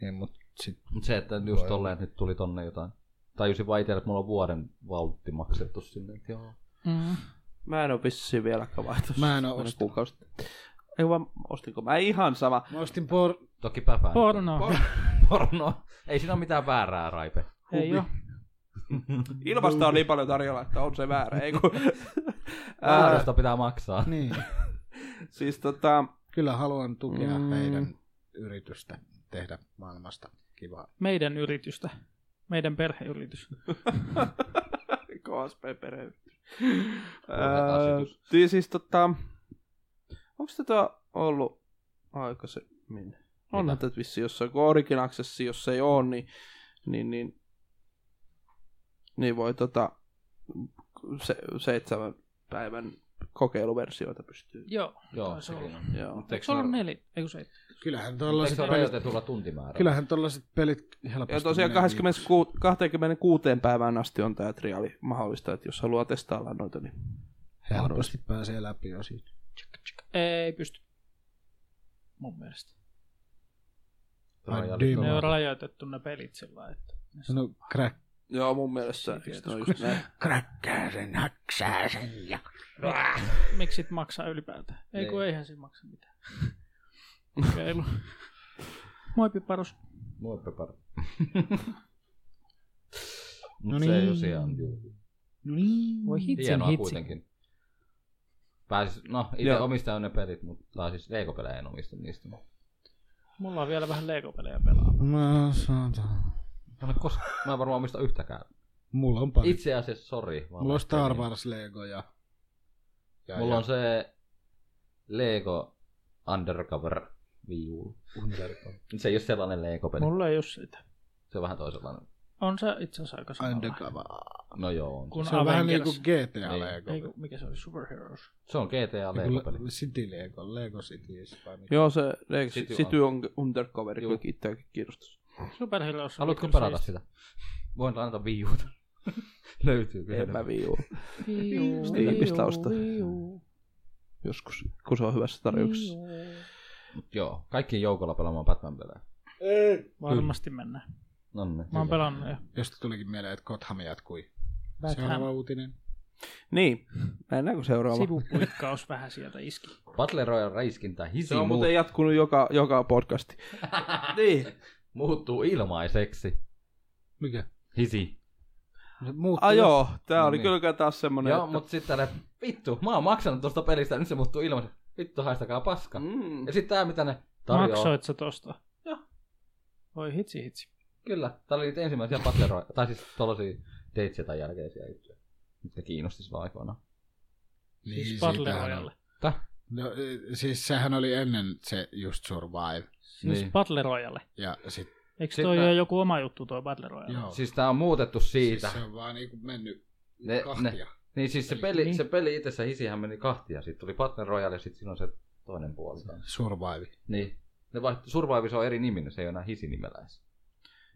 [SPEAKER 6] Niin, mutta sit
[SPEAKER 5] Mut se, että just tolleen, että nyt tuli tonne jotain. Tajusin vaan itse, että mulla on vuoden valtti maksettu sinne. että Joo.
[SPEAKER 3] Mm.
[SPEAKER 2] Mä en ole vissiin vieläkään vaihtoehto.
[SPEAKER 6] Mä en oo ostanut.
[SPEAKER 2] kuukausi. Ei vaan, ostinko mä ihan sama.
[SPEAKER 6] Mä ostin por...
[SPEAKER 5] Toki päpää.
[SPEAKER 3] Porno.
[SPEAKER 5] Porno. Ei siinä ole mitään väärää, Raipe.
[SPEAKER 3] Ei
[SPEAKER 6] Hubi.
[SPEAKER 3] oo.
[SPEAKER 2] Ilmasta on niin paljon tarjolla, että on se väärä. Ei kun... Ää,
[SPEAKER 5] Väärästä pitää maksaa.
[SPEAKER 6] Niin,
[SPEAKER 2] siis tota,
[SPEAKER 6] kyllä haluan tukea
[SPEAKER 2] Mm.
[SPEAKER 6] mm. heidän yritystä tehdä maailmasta kivaa.
[SPEAKER 3] Meidän yritystä. Meidän perheyritys.
[SPEAKER 2] KSP-pereyritys.
[SPEAKER 5] asetus.
[SPEAKER 2] Öö, siis tota, onko tätä ollut aikaisemmin? On tätä vissi jossain, kun Origin Access, jos ei ole, niin, niin, niin, niin voi tota, se, seitsemän päivän kokeiluversioita pystyy.
[SPEAKER 3] Joo.
[SPEAKER 5] Joo,
[SPEAKER 3] Taisi
[SPEAKER 5] sekin
[SPEAKER 3] olla.
[SPEAKER 5] on.
[SPEAKER 2] Joo.
[SPEAKER 5] Mut eikö
[SPEAKER 3] Se on ollut
[SPEAKER 5] ne-
[SPEAKER 3] neljä, ei kun se.
[SPEAKER 6] Kyllähän
[SPEAKER 5] Eikö
[SPEAKER 6] tollaset
[SPEAKER 5] se ole
[SPEAKER 6] pelit,
[SPEAKER 5] rajoitetulla tuntimäärällä?
[SPEAKER 6] kyllähän tollaset pelit helposti
[SPEAKER 2] Ja tosiaan
[SPEAKER 6] menee
[SPEAKER 2] 26, 26 päivään asti on tämä triali mahdollista, että jos haluaa testailla noita, niin
[SPEAKER 6] viikossa. Helposti pääsee läpi jo siitä.
[SPEAKER 3] Ei pysty. Mun mielestä.
[SPEAKER 5] Rajalit
[SPEAKER 6] Demon.
[SPEAKER 3] Ne on
[SPEAKER 5] on-
[SPEAKER 3] rajoitettu ne pelit sillä lailla, että...
[SPEAKER 6] No, crack,
[SPEAKER 2] Joo, mun mielestä.
[SPEAKER 3] Ei
[SPEAKER 2] se on just näin.
[SPEAKER 6] crackää sen, haksaa sen ja...
[SPEAKER 3] Miksi sit maksaa ylipäätään? Ei kun
[SPEAKER 5] Niin.
[SPEAKER 3] eihän siinä maksa mitään. Kokeilu. Moi Piparus.
[SPEAKER 5] Moi Pepper.
[SPEAKER 6] No
[SPEAKER 5] Mut se ei
[SPEAKER 6] niin.
[SPEAKER 5] tosiaan juu.
[SPEAKER 6] No niin.
[SPEAKER 3] Voi No hitsin
[SPEAKER 5] Hienoa
[SPEAKER 3] hitsin.
[SPEAKER 5] kuitenkin. Pääsis, no itse
[SPEAKER 2] Joo.
[SPEAKER 5] omistan ne pelit, mutta siis leikopelejä en omista niistä. Mä
[SPEAKER 3] Mulla on vielä vähän Lego-pelejä pelaa.
[SPEAKER 6] Mä saatan.
[SPEAKER 5] en, ole koska, mä en varmaan omista yhtäkään.
[SPEAKER 6] Mulla on pari.
[SPEAKER 5] Itse asiassa, sori. vaan
[SPEAKER 6] Mulla on Star
[SPEAKER 5] ajattelin.
[SPEAKER 6] Wars Lego ja... ja
[SPEAKER 5] Mulla
[SPEAKER 6] ja
[SPEAKER 5] on se Lego Undercover Wii U.
[SPEAKER 6] Undercover.
[SPEAKER 5] Se ei ole sellainen Lego-peli.
[SPEAKER 3] Mulla ei oo sitä.
[SPEAKER 5] Se on vähän toisenlainen.
[SPEAKER 3] On se itse asiassa aika samalla.
[SPEAKER 6] Undercover.
[SPEAKER 5] No joo. On. niinku-
[SPEAKER 3] Kun
[SPEAKER 6] Se on vähän niin
[SPEAKER 3] Avengers-
[SPEAKER 6] kuin GTA Lego.
[SPEAKER 3] Ei, kun- mikä se oli? Superheroes.
[SPEAKER 5] Se on GTA Lego-peli.
[SPEAKER 6] Joku Le- City Lego, Lego City. vai mikä?
[SPEAKER 2] Joo, se eikö,
[SPEAKER 5] City
[SPEAKER 2] City, City on undercover,
[SPEAKER 5] Juu.
[SPEAKER 2] kun itseäkin kiinnostaisi.
[SPEAKER 3] Superheroes. oli
[SPEAKER 5] Haluatko
[SPEAKER 3] kyllä
[SPEAKER 5] pelata
[SPEAKER 3] siisti.
[SPEAKER 5] sitä? Voin lainata viijuuta. Löytyy kyllä.
[SPEAKER 2] En mä viiu.
[SPEAKER 3] Viiu,
[SPEAKER 2] Steamista
[SPEAKER 3] viiu,
[SPEAKER 2] osta.
[SPEAKER 3] viiu,
[SPEAKER 2] Joskus, kun se on hyvässä tarjouksessa.
[SPEAKER 3] viiu.
[SPEAKER 5] Joo, kaikki joukolla pelaamaan Batman-pelejä.
[SPEAKER 3] Varmasti mennään.
[SPEAKER 5] No niin.
[SPEAKER 3] Mä oon pelannut jo.
[SPEAKER 6] Josta tulikin mieleen, että Kotham jatkui.
[SPEAKER 3] Vähän
[SPEAKER 6] Seuraava uutinen.
[SPEAKER 2] Niin, mennäänkö seuraava?
[SPEAKER 3] sivupuikkaus vähän sieltä iski.
[SPEAKER 5] Battle Royale räiskintä hisi
[SPEAKER 2] Se on
[SPEAKER 5] muut,
[SPEAKER 2] muuten jatkunut joka, joka podcasti. niin.
[SPEAKER 5] muuttuu ilmaiseksi.
[SPEAKER 6] Mikä?
[SPEAKER 5] Hisi.
[SPEAKER 6] Se Muuttuu.
[SPEAKER 2] Ah joo, tää
[SPEAKER 5] No
[SPEAKER 2] oli
[SPEAKER 5] niin.
[SPEAKER 2] kyllä taas semmonen,
[SPEAKER 5] Joo,
[SPEAKER 2] että...
[SPEAKER 5] mut sit tälle, vittu, mä oon maksanut tosta pelistä ja nyt se muuttuu ilmaiseksi. Vittu, haistakaa paska.
[SPEAKER 2] Mm.
[SPEAKER 5] Ja sit tää, mitä ne tarjoaa.
[SPEAKER 3] Maksoit sä tosta?
[SPEAKER 5] Joo.
[SPEAKER 3] Voi hitsi hitsi.
[SPEAKER 5] Niin, Kyllä, tää oli niitä ensimmäisiä Battle Royale, tai siis tollasia Datesia tai jälkeisiä juttuja. Mitä kiinnosti silloin aikoinaan.
[SPEAKER 6] Niin,
[SPEAKER 3] Siis
[SPEAKER 6] siitähän
[SPEAKER 3] Battle
[SPEAKER 6] on.
[SPEAKER 3] Royale.
[SPEAKER 6] No, e, siis sehän oli ennen se just Survive.
[SPEAKER 3] Siis
[SPEAKER 5] Niin.
[SPEAKER 3] Battle Royale.
[SPEAKER 6] Ja sit, siis
[SPEAKER 3] Eikö
[SPEAKER 5] Sitten-
[SPEAKER 3] toi ole joku oma juttu toi Battle Royale?
[SPEAKER 6] joo.
[SPEAKER 5] Siis tää on muutettu siitä.
[SPEAKER 6] Siis se on vaan niinku mennyt
[SPEAKER 5] Ne-
[SPEAKER 6] ne, kahtia.
[SPEAKER 5] ne- Niin siis se
[SPEAKER 6] Eli-
[SPEAKER 5] peli,
[SPEAKER 3] Niin.
[SPEAKER 5] se peli itsessä hisihän meni kahtia. Sitten tuli Battle Royale ja sitten siinä on se toinen puoli.
[SPEAKER 6] Survive.
[SPEAKER 5] Niin. Ne vaihtu, Survive se on eri niminen, se ei ole enää hisi nimellä edes.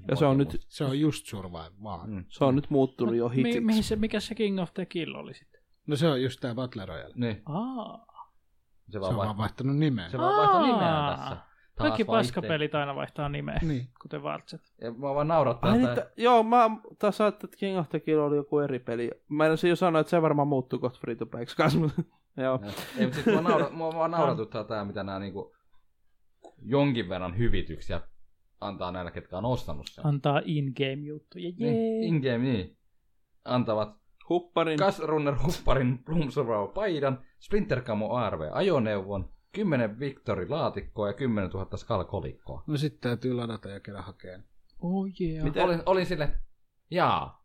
[SPEAKER 2] Ja se on nyt,
[SPEAKER 6] Se on just Survive vaan.
[SPEAKER 5] Mm.
[SPEAKER 2] se on nyt muuttunut jo
[SPEAKER 3] Mi-
[SPEAKER 2] hitiksi.
[SPEAKER 3] mihin se, mikä se King of the Kill oli sitten?
[SPEAKER 6] No se on just tää Battle Royale.
[SPEAKER 5] Niin,
[SPEAKER 3] Aa,
[SPEAKER 5] se
[SPEAKER 6] Se
[SPEAKER 5] vaan, vaihtuu,
[SPEAKER 6] on vaan vaihtanut nimeä.
[SPEAKER 5] se vaan vaihtoi nimeä
[SPEAKER 3] Aa.
[SPEAKER 5] tässä. Taas Mm.
[SPEAKER 3] kaikki
[SPEAKER 5] vaihti-
[SPEAKER 3] paskapelit aina vaihtaa nimeä,
[SPEAKER 6] Niin.
[SPEAKER 3] kuten Vartset.
[SPEAKER 5] Ja Mä vaan naurattaa,
[SPEAKER 2] Ai niin,
[SPEAKER 5] että
[SPEAKER 2] että, joo, mä taas ajattelin, että King of the Kill oli joku eri peli. Mä en jo sanoa, että se varmaan muuttuu kohta free to playksi kanssa, mutta joo.
[SPEAKER 5] Ei, mutta sitten mua, naura, mua vaan nauratuttaa tämä, mitä nämä niinku jonkin verran hyvityksiä antaa näille, ketkä on ostanut sen.
[SPEAKER 3] Antaa in-game juttuja, jee.
[SPEAKER 5] Niin, in-game, niin. Antavat
[SPEAKER 2] Hupparin, Kas-
[SPEAKER 5] Kasrunner Hupparin Bloom Survival paidan, Splinter Camo ARV ajoneuvon, 10 Victory laatikkoa ja 10 000 Skal kolikkoa.
[SPEAKER 6] No sit täytyy ladata ja käydä hakeen.
[SPEAKER 3] Oh yeah.
[SPEAKER 2] Mitä?
[SPEAKER 5] Olin, olin sille, jaa,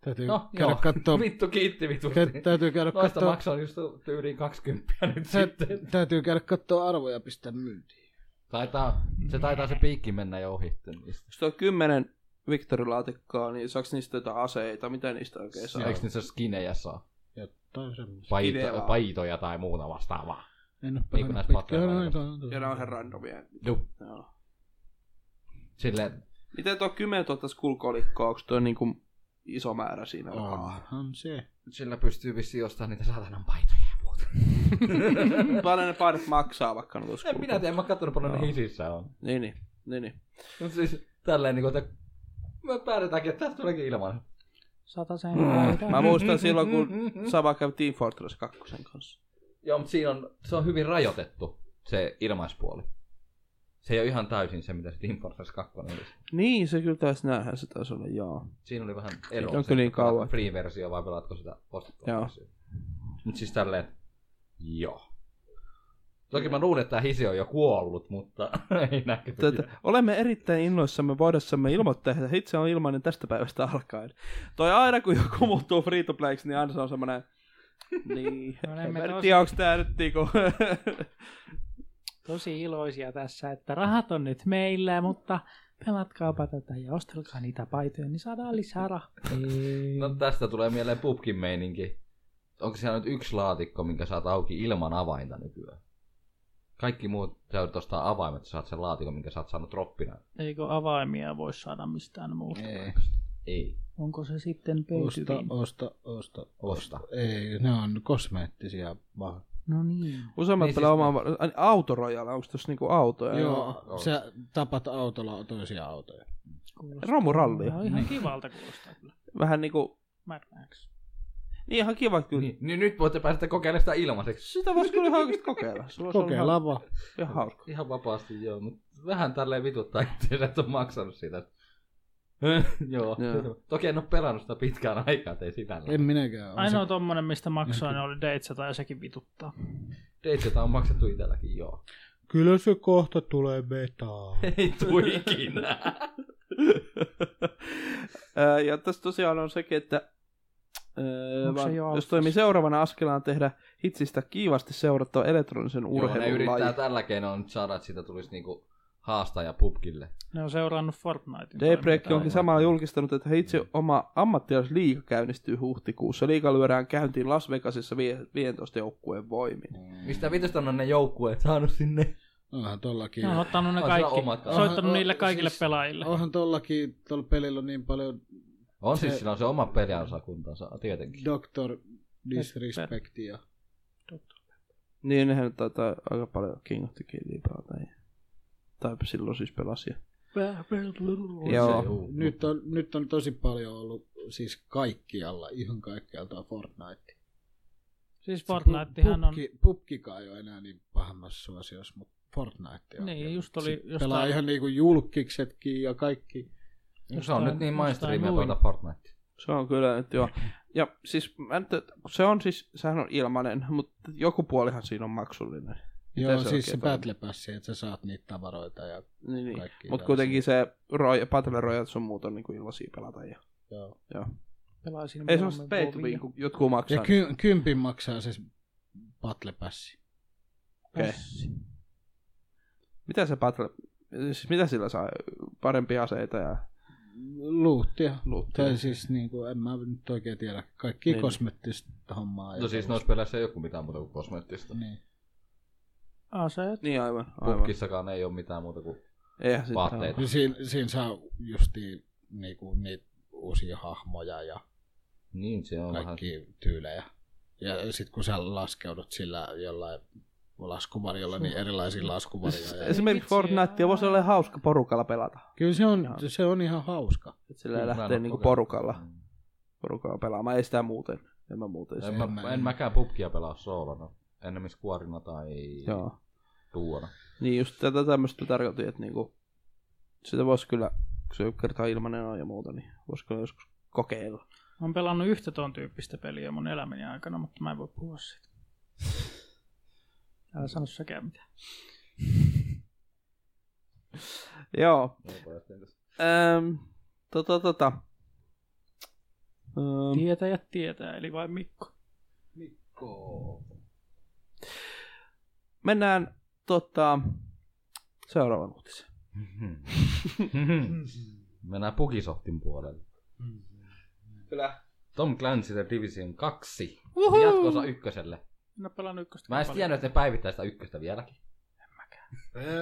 [SPEAKER 6] Täytyy
[SPEAKER 5] no
[SPEAKER 6] käydä
[SPEAKER 5] joo,
[SPEAKER 6] kattoo.
[SPEAKER 5] vittu kiitti vitu.
[SPEAKER 6] tä- Täytyy käydä
[SPEAKER 5] Noista
[SPEAKER 6] kattoo.
[SPEAKER 5] maksaa just tyyliin 20 nyt
[SPEAKER 6] Tä-
[SPEAKER 5] sitten.
[SPEAKER 6] Täytyy käydä kattoo arvoja ja pistää myyntiin.
[SPEAKER 5] Taitaa, se taitaa se piikki mennä jo ohi. niistä.
[SPEAKER 2] jos on kymmenen Victory-laatikkoa, niin saaks niistä jotain aseita? Mitä niistä oikein saa?
[SPEAKER 5] Eikö niissä skinejä saa?
[SPEAKER 6] Ja toisen.
[SPEAKER 5] Paito,
[SPEAKER 2] Ideaa.
[SPEAKER 5] paitoja tai muuta vastaavaa.
[SPEAKER 6] En oo
[SPEAKER 5] Niin kuin näissä
[SPEAKER 6] pelannut
[SPEAKER 5] Battle
[SPEAKER 6] pitkään no,
[SPEAKER 5] Royale.
[SPEAKER 6] aikaan.
[SPEAKER 2] Ja ne on ihan randomia.
[SPEAKER 5] Juh.
[SPEAKER 2] Joo.
[SPEAKER 5] Sille,
[SPEAKER 2] Miten tuo 10 000 skullkolikkoa, onko tuo niinku iso määrä siinä? rahaa?
[SPEAKER 6] Onhan se.
[SPEAKER 5] sillä pystyy vissiin ostamaan niitä saatanan paitoja ja muuta.
[SPEAKER 2] Paljon ne paidat maksaa vaikka ne tuossa
[SPEAKER 5] en minä tiedä, en mä katsonut paljon ne
[SPEAKER 2] Joo.
[SPEAKER 5] hisissä on.
[SPEAKER 2] Niin, niin. niin, niin.
[SPEAKER 5] Mut siis tälleen niinku, että me päädytäänkin, että tästä tuleekin ilman.
[SPEAKER 3] Sata sen
[SPEAKER 2] Mm.
[SPEAKER 3] Mm.
[SPEAKER 2] Mä muistan silloin, kun Sava kävi Team Fortress 2 kanssa.
[SPEAKER 5] Joo, mutta siinä on, se on hyvin rajoitettu, se ilmaispuoli. Se ei ole ihan täysin se, mitä se Team Fortress 2 olisi.
[SPEAKER 2] Niin, se kyllä taisi näinhän se taisi olla, joo.
[SPEAKER 5] Siinä oli vähän ero.
[SPEAKER 2] Siitä on
[SPEAKER 5] se,
[SPEAKER 2] kyllä niin
[SPEAKER 5] että pelaatko
[SPEAKER 2] kauan.
[SPEAKER 5] Free-versio vai pelaatko sitä
[SPEAKER 2] Joo.
[SPEAKER 5] ostettua Mutta siis tälleen, joo. Toki mä luulen, että tämä hisi on jo kuollut, mutta ei näkyy.
[SPEAKER 2] Tätä, olemme erittäin innoissamme voidessamme ilmoittaa, että itse on ilmainen tästä päivästä alkaen. Toi aina kun joku muuttuu free to playksi, niin aina se on semmoinen... Niin,
[SPEAKER 3] No,
[SPEAKER 2] no,
[SPEAKER 3] ne
[SPEAKER 2] en
[SPEAKER 3] me
[SPEAKER 2] mä nyt
[SPEAKER 3] tosi-
[SPEAKER 2] tiedä, onko tää nyt niinku...
[SPEAKER 3] Tosi iloisia tässä, että rahat on nyt meillä, mutta pelatkaapa tätä ja ostelkaa niitä paitoja, niin saadaan lisää rahaa.
[SPEAKER 5] No tästä tulee mieleen pubkin meininki. Onko siellä nyt yksi laatikko, minkä saat auki ilman avainta nykyään? Kaikki muut, sä joudut ostaa avaimet, sä saat sen laatikon, minkä sä oot saanut troppina.
[SPEAKER 3] Eikö avaimia voi saada mistään muusta?
[SPEAKER 6] Ei.
[SPEAKER 5] Ei.
[SPEAKER 3] Onko se sitten
[SPEAKER 6] Osta,
[SPEAKER 3] pöytyvin?
[SPEAKER 6] osta, osta.
[SPEAKER 5] Osta.
[SPEAKER 6] Ei, ne on kosmeettisia vaan.
[SPEAKER 3] No niin.
[SPEAKER 2] Useammat
[SPEAKER 5] Niin siis-
[SPEAKER 2] niin, pelaa omaa... Siis... Autorojalla, onko tossa niinku autoja?
[SPEAKER 6] Joo,
[SPEAKER 5] joo.
[SPEAKER 6] sä tapat autolla toisia autoja.
[SPEAKER 3] Kuulostaa.
[SPEAKER 2] Romuralli.
[SPEAKER 3] Joo,
[SPEAKER 6] Niin.
[SPEAKER 3] ihan kivalta kuulostaa kyllä.
[SPEAKER 2] Vähän niinku...
[SPEAKER 3] Mad Max.
[SPEAKER 2] Niin ihan kiva kyllä. Niin.
[SPEAKER 5] Niin, niin nyt voitte päästä kokeilemaan sitä ilmaiseksi.
[SPEAKER 2] Sitä voisi kyllä ihan oikeesti kokeilla. Se voisi olla
[SPEAKER 6] Kokeillaan vaan.
[SPEAKER 2] ihan- ihan hauska.
[SPEAKER 5] Niin, Ihan vapaasti joo, mutta vähän tälleen vituttaa itseänsä, että on maksanut sitä. joo.
[SPEAKER 2] Joo.
[SPEAKER 5] Toki en ole pelannut sitä pitkään aikaa, ei sinällä.
[SPEAKER 6] En minäkään. ole.
[SPEAKER 3] Ainoa tommonen, mistä maksaa, ne oli Deitsa tai sekin vituttaa.
[SPEAKER 5] Deitsota on maksettu itselläkin, joo.
[SPEAKER 6] Kyllä se kohta tulee metaa.
[SPEAKER 5] Ei tuu ikinä.
[SPEAKER 2] Ää, ja tässä tosiaan on sekin, että ää,
[SPEAKER 3] Onko se
[SPEAKER 2] vaan,
[SPEAKER 3] jo
[SPEAKER 2] jos
[SPEAKER 3] alfas?
[SPEAKER 2] toimii seuraavana askelaan tehdä hitsistä kiivasti seurattava elektronisen
[SPEAKER 5] Joo, ne
[SPEAKER 2] urheilun
[SPEAKER 5] yrittää
[SPEAKER 2] laji.
[SPEAKER 5] tällä keinoin nyt saada, että siitä tulisi niinku haastaja pubkille.
[SPEAKER 3] Ne on seurannut Fortnitein.
[SPEAKER 2] Daybreak
[SPEAKER 5] Aivan.
[SPEAKER 2] onkin samalla julkistanut, että he itse oma ammattilaisliiga käynnistyy huhtikuussa. Liiga lyödään käyntiin Las Vegasissa vie- 15 joukkueen voimin.
[SPEAKER 5] Mistä vitosta on ne joukkueet saanut sinne?
[SPEAKER 6] Onhan tollakin.
[SPEAKER 3] Ne on ottanut ne
[SPEAKER 5] On sillä
[SPEAKER 3] kaikki,
[SPEAKER 5] omat-
[SPEAKER 6] Onhan-
[SPEAKER 3] soittanut
[SPEAKER 6] on-
[SPEAKER 3] niille kaikille
[SPEAKER 6] siis-
[SPEAKER 3] pelaajille.
[SPEAKER 6] Onhan tollakin, tuolla pelillä on niin paljon
[SPEAKER 5] On
[SPEAKER 6] Se-
[SPEAKER 5] siis, sillä on se oma peliausakuntansa, tietenkin.
[SPEAKER 6] doctor disrespectia.
[SPEAKER 2] Niin nehän taitaa aika paljon King of the Killia pelata. ja- Tai silloin siis pelasia.
[SPEAKER 5] On
[SPEAKER 2] Joo.
[SPEAKER 5] se, juu.
[SPEAKER 6] Nyt on, nyt on tosi paljon ollut siis kaikkialla, ihan kaikkialta Fortnite.
[SPEAKER 3] Siis Fortnitehan on...
[SPEAKER 6] Pupki, pupkikaan ei ole enää niin pahemmassa suosiossa, mutta Fortnite on.
[SPEAKER 3] Niin,
[SPEAKER 6] vielä.
[SPEAKER 3] just oli
[SPEAKER 6] Sit
[SPEAKER 3] jostain-
[SPEAKER 6] Pelaa ihan niinku julkiksetkin ja kaikki.
[SPEAKER 5] Se on
[SPEAKER 3] jostain-
[SPEAKER 5] nyt niin mainstreamia
[SPEAKER 3] jostain
[SPEAKER 5] tuota
[SPEAKER 3] luin.
[SPEAKER 5] Fortnite.
[SPEAKER 2] Se on kyllä nyt joo. Ja siis, mä en, tiedä, kun se on siis, sehän on ilmanen, mutta joku puolihan siinä on maksullinen.
[SPEAKER 6] Joo,
[SPEAKER 2] se
[SPEAKER 6] siis se
[SPEAKER 2] oikein on?
[SPEAKER 6] Battle Pass, että sä saat niitä tavaroita ja
[SPEAKER 2] Niin, niin.
[SPEAKER 6] kaikki.
[SPEAKER 2] Mutta kuitenkin se Roy, Battle Royale sun muut on niinku illaisia pelata. Ja.
[SPEAKER 6] Joo.
[SPEAKER 3] Pelasin
[SPEAKER 2] Ei se on
[SPEAKER 3] mieluummin
[SPEAKER 2] pay to win,
[SPEAKER 3] Wovia.
[SPEAKER 2] kun jotkut maksaa.
[SPEAKER 6] Ja ky, kympin maksaa se Battle Pass.
[SPEAKER 2] Okei. Mitä se battle... Siis mitä sillä saa? Parempia aseita ja
[SPEAKER 6] Luuttia.
[SPEAKER 2] luuttia.
[SPEAKER 6] Tai siis niinku, en mä nyt oikein tiedä. Kaikki
[SPEAKER 2] Niin.
[SPEAKER 6] kosmettista hommaa. ja
[SPEAKER 5] No siis noissa
[SPEAKER 6] tällaista.
[SPEAKER 5] peleissä ei ole mitään muuta kuin kosmeettista.
[SPEAKER 6] Niin.
[SPEAKER 3] Aseet.
[SPEAKER 2] Niin aivan, aivan.
[SPEAKER 5] Pubkissakaan ei ole mitään muuta kuin...
[SPEAKER 2] Eihän sitä
[SPEAKER 5] vaatteita.
[SPEAKER 2] ole.
[SPEAKER 6] Kyllä siinä, siinä saa justiin niinku, niitä uusia hahmoja ja
[SPEAKER 5] Niin, se on vähän...
[SPEAKER 6] kaikki tyylejä. Ja sitten kun sä laskeudut sillä jollain laskuvarjolla, niin erilaisia laskuvarjoja. Ja...
[SPEAKER 2] Esimerkiksi
[SPEAKER 3] Vitsi,
[SPEAKER 2] Fortnite
[SPEAKER 3] joo.
[SPEAKER 2] voisi olla hauska porukalla pelata.
[SPEAKER 6] Kyllä se on,
[SPEAKER 2] Joo.
[SPEAKER 6] se on ihan hauska.
[SPEAKER 2] Et Sillä
[SPEAKER 5] Niin, Mä en
[SPEAKER 2] lähtee
[SPEAKER 5] oo
[SPEAKER 2] niinku
[SPEAKER 5] kokeillut.
[SPEAKER 2] porukalla,
[SPEAKER 5] Mm.
[SPEAKER 2] porukalla pelaamaan. Ei sitä muuten. En mä muuten sitä.
[SPEAKER 5] En,
[SPEAKER 6] En mä-
[SPEAKER 5] mä, en mäkään pubkia pelaa soolona. Ennemmin kuorina tai
[SPEAKER 2] Joo.
[SPEAKER 5] duona.
[SPEAKER 2] Niin just tätä tämmöistä tarkoitin, että niinku, sitä voisi kyllä, kun se kertaa ilmanen on ja muuta, niin voisi kyllä joskus kokeilla.
[SPEAKER 3] Mä oon pelannut yhtä ton tyyppistä peliä mun elämäni aikana, mutta mä en voi puhua siitä. Älä sano säkään mitään.
[SPEAKER 2] Joo. Öm, tota, tota.
[SPEAKER 3] Niin.
[SPEAKER 2] Öm,
[SPEAKER 3] Tietäjät tietää, eli vain Mikko.
[SPEAKER 2] mennään tota, seuraavaan uutiseen.
[SPEAKER 5] Mennään Pukisoftin puolelle.
[SPEAKER 2] Kyllä.
[SPEAKER 5] Tom Clancy The Division 2. Uhuhu. Jatkosa ykköselle.
[SPEAKER 3] En oo pelannut ykköstä.
[SPEAKER 5] Mä en edes
[SPEAKER 3] paljon.
[SPEAKER 5] tiennyt, että ne päivittää sitä ykköstä vieläkin.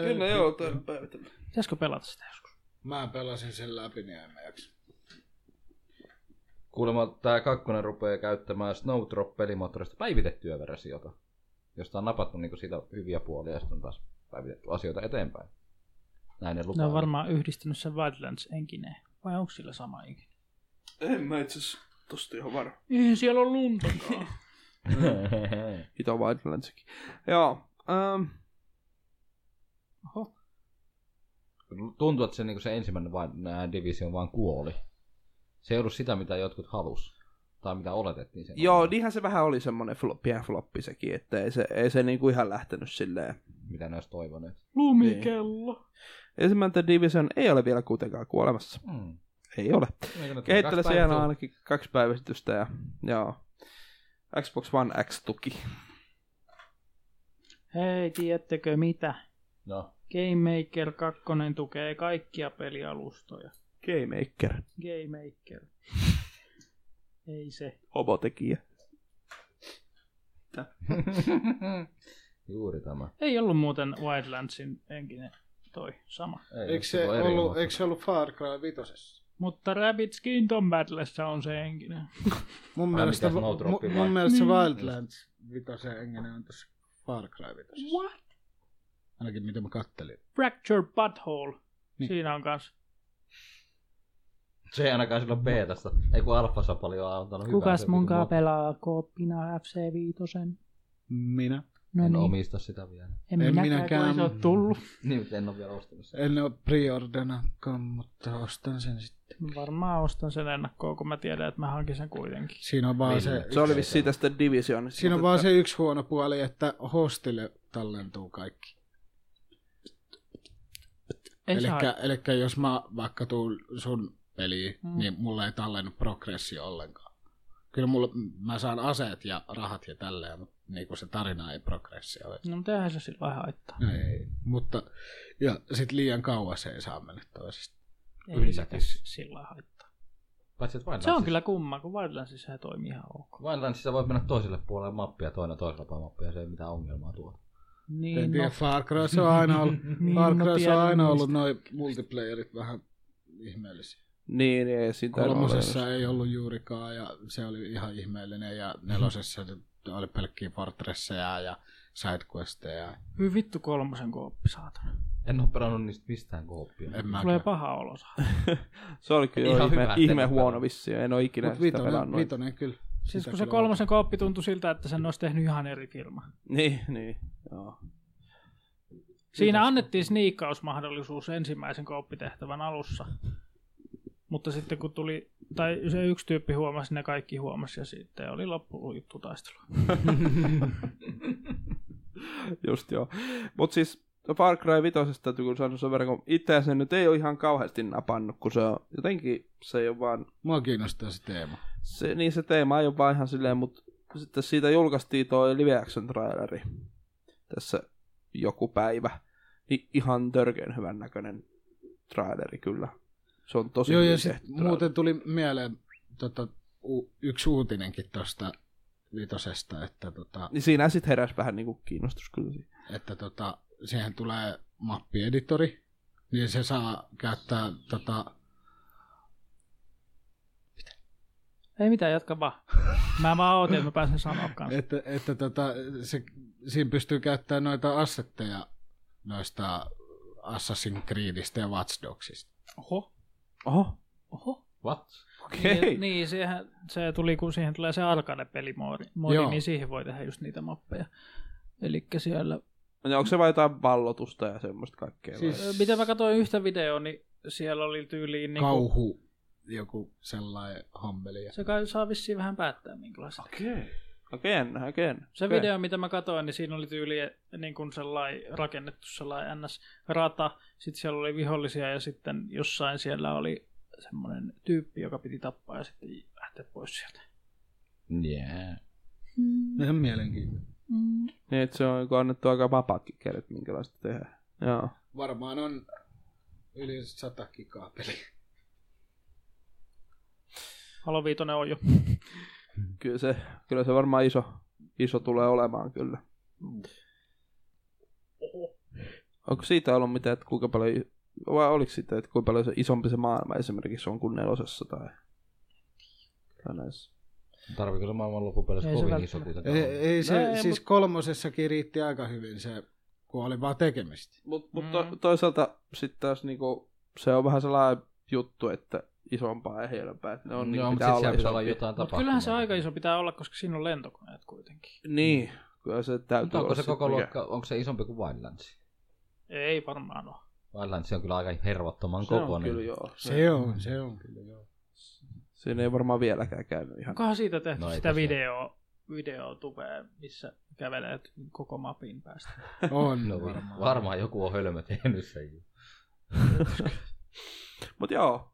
[SPEAKER 2] Kyllä joo, toi on päivitellyt.
[SPEAKER 3] Pitäisikö pelata sitä joskus?
[SPEAKER 6] Mä pelasin sen läpi, niin en mä jaksa.
[SPEAKER 5] Kuulemma tää kakkonen rupeaa käyttämään Snowdrop-pelimoottorista päivitettyä versiota, josta on napattu niinku siitä hyviä puolia ja sitten on taas päivitetty asioita eteenpäin. Näin ne
[SPEAKER 3] Ne
[SPEAKER 5] lupaa.
[SPEAKER 3] on varmaan yhdistänyt sen Wildlands enkineen. Vai onko sillä sama enkin?
[SPEAKER 2] En mä itse asiassa tosta ihan varma.
[SPEAKER 3] Ei siellä on luntakaan.
[SPEAKER 2] Hito Wildlandsikin. Joo. Öm,
[SPEAKER 5] Tuntuu, että se, niinku se ensimmäinen vaan, nää Division vaan kuoli. Se ei ollut sitä, mitä jotkut halus. Tai mitä oletettiin sen.
[SPEAKER 2] joo,
[SPEAKER 5] olevan,
[SPEAKER 2] niinhän se vähän oli semmonen flop, pieni floppi sekin, että ei se, ei se niinku ihan lähtenyt silleen
[SPEAKER 5] Mitä ne olisi toivoneet.
[SPEAKER 3] Lumikello.
[SPEAKER 2] Ensimmäinen The Division ei ole vielä kuitenkaan kuolemassa.
[SPEAKER 5] Mm.
[SPEAKER 2] Ei ole.
[SPEAKER 5] Eikö ne-
[SPEAKER 2] Kehittele
[SPEAKER 5] kaksi
[SPEAKER 2] siellä
[SPEAKER 5] päivää-
[SPEAKER 2] on ainakin kaksi päivitystä ja joo. Xbox One X tuki.
[SPEAKER 3] Hei, tiedättekö mitä?
[SPEAKER 5] No,
[SPEAKER 3] Game Maker 2 tukee kaikkia pelialustoja.
[SPEAKER 2] Game Maker.
[SPEAKER 3] Game Maker. Ei se.
[SPEAKER 2] Hobotekijä.
[SPEAKER 5] juuri tämä.
[SPEAKER 3] Ei ollut muuten Wildlandsin enkinen toi sama.
[SPEAKER 5] Ei,
[SPEAKER 6] Eikö se,
[SPEAKER 5] ole eri
[SPEAKER 6] ollut,
[SPEAKER 5] homma.
[SPEAKER 6] eikö se ollut Far Cry vitosessa?
[SPEAKER 3] Mutta Rabbids Kingdom Battlessa on se enkinen.
[SPEAKER 6] Mun
[SPEAKER 5] Vai
[SPEAKER 6] mielestä,
[SPEAKER 5] mikä Snowdrop
[SPEAKER 6] mun,
[SPEAKER 5] vai?
[SPEAKER 6] mun mielestä se
[SPEAKER 3] Niin.
[SPEAKER 6] Wildlands vitosen enginen on tässä Far Cry vitosessa.
[SPEAKER 3] What?
[SPEAKER 6] Ainakin mitä mä kattelin.
[SPEAKER 3] Fracture Butthole.
[SPEAKER 6] Niin.
[SPEAKER 3] Siinä on kans.
[SPEAKER 5] Se ei ainakaan silloin beetassa. Ei kun alfassa paljon on antanut hyvää.
[SPEAKER 3] Kukas
[SPEAKER 5] Se
[SPEAKER 3] munkaa
[SPEAKER 5] vitun
[SPEAKER 3] pelaa kooppina FC Viitosen?
[SPEAKER 6] Minä?
[SPEAKER 5] mo-
[SPEAKER 3] No
[SPEAKER 5] En
[SPEAKER 3] niin,
[SPEAKER 5] omista sitä vielä.
[SPEAKER 3] en,
[SPEAKER 6] en
[SPEAKER 3] minäkään,
[SPEAKER 6] minäkään.
[SPEAKER 3] kun ei se ole tullut.
[SPEAKER 5] Niin, mutta en ole vielä ostanut sitä.
[SPEAKER 6] En ole preordenakaan, mutta ostan sen sitten.
[SPEAKER 3] Mä Varmaan ostan sen ennakkoon, kun mä tiedän, että mä hankin sen kuitenkin.
[SPEAKER 6] Siinä on vaan se,
[SPEAKER 2] Se oli vissiin tästä Divisionista.
[SPEAKER 6] siinä on
[SPEAKER 2] mutta
[SPEAKER 6] vaan
[SPEAKER 2] että-
[SPEAKER 6] se yksi huono puoli, että hostille tallentuu kaikki.
[SPEAKER 3] Ei saa.
[SPEAKER 6] Eli jos mä vaikka tuun sun peliin,
[SPEAKER 3] Mm.
[SPEAKER 6] mm. niin mulla ei tallennu progressio ollenkaan. Kyllä mulla, mä saan aseet ja rahat ja tälleen, mutta niin kuin se tarina ei progressio ole.
[SPEAKER 3] No mutta eihän se sillä lailla haittaa.
[SPEAKER 6] No ei, mutta ja sitten liian kauas ei saa mennä toisesta.
[SPEAKER 3] Ei sitä
[SPEAKER 5] Yllätys.
[SPEAKER 3] sillä lailla haittaa.
[SPEAKER 5] Paitsi, että
[SPEAKER 3] Se on kyllä kumma, kun Wildlandsissa sehän toimii ihan ok.
[SPEAKER 5] Vainlansissa voi mennä toiselle puolelle mappia, toinen toisella puolella mappia, se ei mitään ongelmaa tuo.
[SPEAKER 6] En
[SPEAKER 3] Niin,
[SPEAKER 6] tiedä,
[SPEAKER 3] no,
[SPEAKER 6] Far Cry se on aina ollut,
[SPEAKER 3] Niin,
[SPEAKER 6] Far
[SPEAKER 3] no
[SPEAKER 6] Cry se on
[SPEAKER 3] tiedän
[SPEAKER 6] aina
[SPEAKER 3] niistä.
[SPEAKER 6] ollut noin multiplayerit vähän ihmeellisiä.
[SPEAKER 2] Niin, ei siinä tainnut olla
[SPEAKER 6] Kolmosessa ei ollut juurikaan ja se oli ihan ihmeellinen ja nelosessa se oli pelkkiä fortresseja ja sidequesteja.
[SPEAKER 3] hyvin vittu kolmosen kooppi, saatana.
[SPEAKER 5] En oo pelannut niistä mistään kooppia.
[SPEAKER 6] En
[SPEAKER 3] Tulee
[SPEAKER 6] mäkään.
[SPEAKER 3] paha olo. saa.
[SPEAKER 2] Se oli kyllä
[SPEAKER 5] Ihan
[SPEAKER 2] ihan ihme,
[SPEAKER 5] hyvä, että
[SPEAKER 2] ihme
[SPEAKER 5] en
[SPEAKER 2] huono
[SPEAKER 5] pelannut.
[SPEAKER 2] vissi, en ole ikinä
[SPEAKER 6] Mutta
[SPEAKER 2] sitä vitonen,
[SPEAKER 6] vitonen,
[SPEAKER 2] pelannut.
[SPEAKER 6] vitonen kyllä.
[SPEAKER 3] Siis
[SPEAKER 6] Sitä
[SPEAKER 3] kun se
[SPEAKER 6] kyllä
[SPEAKER 3] kolmosen kooppi tuntui siltä, että sen olisi tehnyt ihan eri firma.
[SPEAKER 2] Niin, niin, joo.
[SPEAKER 3] Siinä annettiin sniikkausmahdollisuus ensimmäisen kooppitehtävän alussa. Mutta sitten kun tuli, tai se yksi tyyppi huomasi, ne kaikki huomasi ja sitten oli loppu juttu taistelu.
[SPEAKER 2] Just joo. Mut siis Far Cry 5 täytyy kyllä sanoa sen verran, kun itseä sen nyt ei ole ihan kauheasti napannut, kun se on jotenkin, se ei ole vaan,
[SPEAKER 6] Mua kiinnostaa se teema.
[SPEAKER 2] se, niin se teema ei ole vaan ihan silleen, mutta sitten siitä julkaistiin toi live action traileri tässä joku päivä. Niin ihan törkeän hyvän näköinen traileri kyllä. Se on tosi
[SPEAKER 6] Joo,
[SPEAKER 2] hyvin
[SPEAKER 6] ja sit
[SPEAKER 2] tehty traileri.
[SPEAKER 6] muuten tuli mieleen tota, u- yksi uutinenkin tuosta vitosesta, että, tota,
[SPEAKER 2] Niin siinä sitten heräsi vähän niinku kiinnostus kyllä. siihen.
[SPEAKER 6] että tota, siihen tulee mappieditori, niin se saa käyttää tota,
[SPEAKER 3] Ei mitään, jatka vaan. Mä vaan ootin, että mä pääsen sanoa kanssa.
[SPEAKER 6] että, että tota, se, siinä pystyy käyttämään noita assetteja noista Assassin's Creedistä ja Watch Dogsista.
[SPEAKER 3] Oho,
[SPEAKER 2] Oho,
[SPEAKER 3] oho.
[SPEAKER 5] What?
[SPEAKER 2] okei.
[SPEAKER 3] Niin, niin sehän, se tuli, kun siihen tulee se arcade-pelimoodi,
[SPEAKER 6] Joo.
[SPEAKER 3] moodi, niin siihen voi tehdä just niitä mappeja. Eli siellä,
[SPEAKER 2] Ja onko Niin, se vain jotain vallotusta ja semmoista kaikkea?
[SPEAKER 6] Siis-
[SPEAKER 2] Siis...
[SPEAKER 3] Ö, mitä mä katsoin yhtä videoa, niin siellä oli tyyliin... Niin kuin,
[SPEAKER 6] Kauhu, joku sellainen hommeli.
[SPEAKER 3] se kai saa vissiin vähän päättää, minkälaista.
[SPEAKER 2] Okei. Again, again.
[SPEAKER 3] Se
[SPEAKER 2] again.
[SPEAKER 3] video, mitä mä katsoin, niin siinä oli tyyli niin kuin sellainen rakennettu sellainen NS-rata, sitten siellä oli vihollisia ja sitten jossain siellä oli semmoinen tyyppi, joka piti tappaa ja sitten lähteä pois sieltä.
[SPEAKER 5] Yeah.
[SPEAKER 6] Ihan mielenkiintoinen.
[SPEAKER 2] Niin, että se on niinku annettu aika vapaatkin kädet, minkälaista tehdään. Joo.
[SPEAKER 6] Varmaan on yli sata gigaa peli.
[SPEAKER 3] Halo Viitonen on jo.
[SPEAKER 2] Kyllä se, kyllä se varmaan iso, iso tulee olemaan kyllä. Onko siitä ollut mitään, että kuinka paljon, vai oliko sitä, että kuinka paljon se isompi se maailma esimerkiksi on kuin nelosessa tai, tai näissä?
[SPEAKER 5] Tarviiko se maailman loppupeleissä
[SPEAKER 3] Ei se
[SPEAKER 5] kovin iso
[SPEAKER 3] välttämättä.
[SPEAKER 5] kuitenkaan?
[SPEAKER 6] Ei, ei se,
[SPEAKER 3] No ei,
[SPEAKER 6] siis kolmosessakin riitti aika hyvin se, kun oli vaan tekemistä.
[SPEAKER 2] Mutta mut to,
[SPEAKER 3] Mm.
[SPEAKER 2] toisaalta sitten taas niinku, se on vähän sellainen juttu, että isompaa ja hienompaa. Että ne on,
[SPEAKER 5] Joo,
[SPEAKER 2] niinku,
[SPEAKER 5] mutta
[SPEAKER 2] pitää
[SPEAKER 5] sitten No,
[SPEAKER 2] olla
[SPEAKER 5] siellä pitää olla
[SPEAKER 2] isompi.
[SPEAKER 5] jotain
[SPEAKER 3] Mutta
[SPEAKER 5] tapahtumaa.
[SPEAKER 3] kyllähän se aika iso pitää olla, koska siinä on lentokoneet kuitenkin.
[SPEAKER 2] Niin, kyllä se täytyy
[SPEAKER 5] Mutta onko
[SPEAKER 2] olla
[SPEAKER 5] se
[SPEAKER 2] sit
[SPEAKER 5] koko
[SPEAKER 2] mikä-
[SPEAKER 5] luokka, onko se isompi kuin Wildlands?
[SPEAKER 3] Ei varmaan ole.
[SPEAKER 5] Wildlands on kyllä aika hervottoman
[SPEAKER 2] Se on
[SPEAKER 5] kokoinen.
[SPEAKER 2] kyllä joo.
[SPEAKER 6] Se on, se on kyllä joo.
[SPEAKER 2] Siinä ei varmaan vieläkään käynyt ihan.
[SPEAKER 3] Onkohan siitä tehty
[SPEAKER 5] No
[SPEAKER 3] no,
[SPEAKER 5] ei
[SPEAKER 3] sitä
[SPEAKER 5] tässä.
[SPEAKER 3] videoa, videoa tubeen, missä kävelee koko mapin päästä.
[SPEAKER 6] On
[SPEAKER 5] No,
[SPEAKER 6] varmaan.
[SPEAKER 5] varmaan. varmaan joku on hölmö tehnyt sen. jo.
[SPEAKER 2] Mutta joo,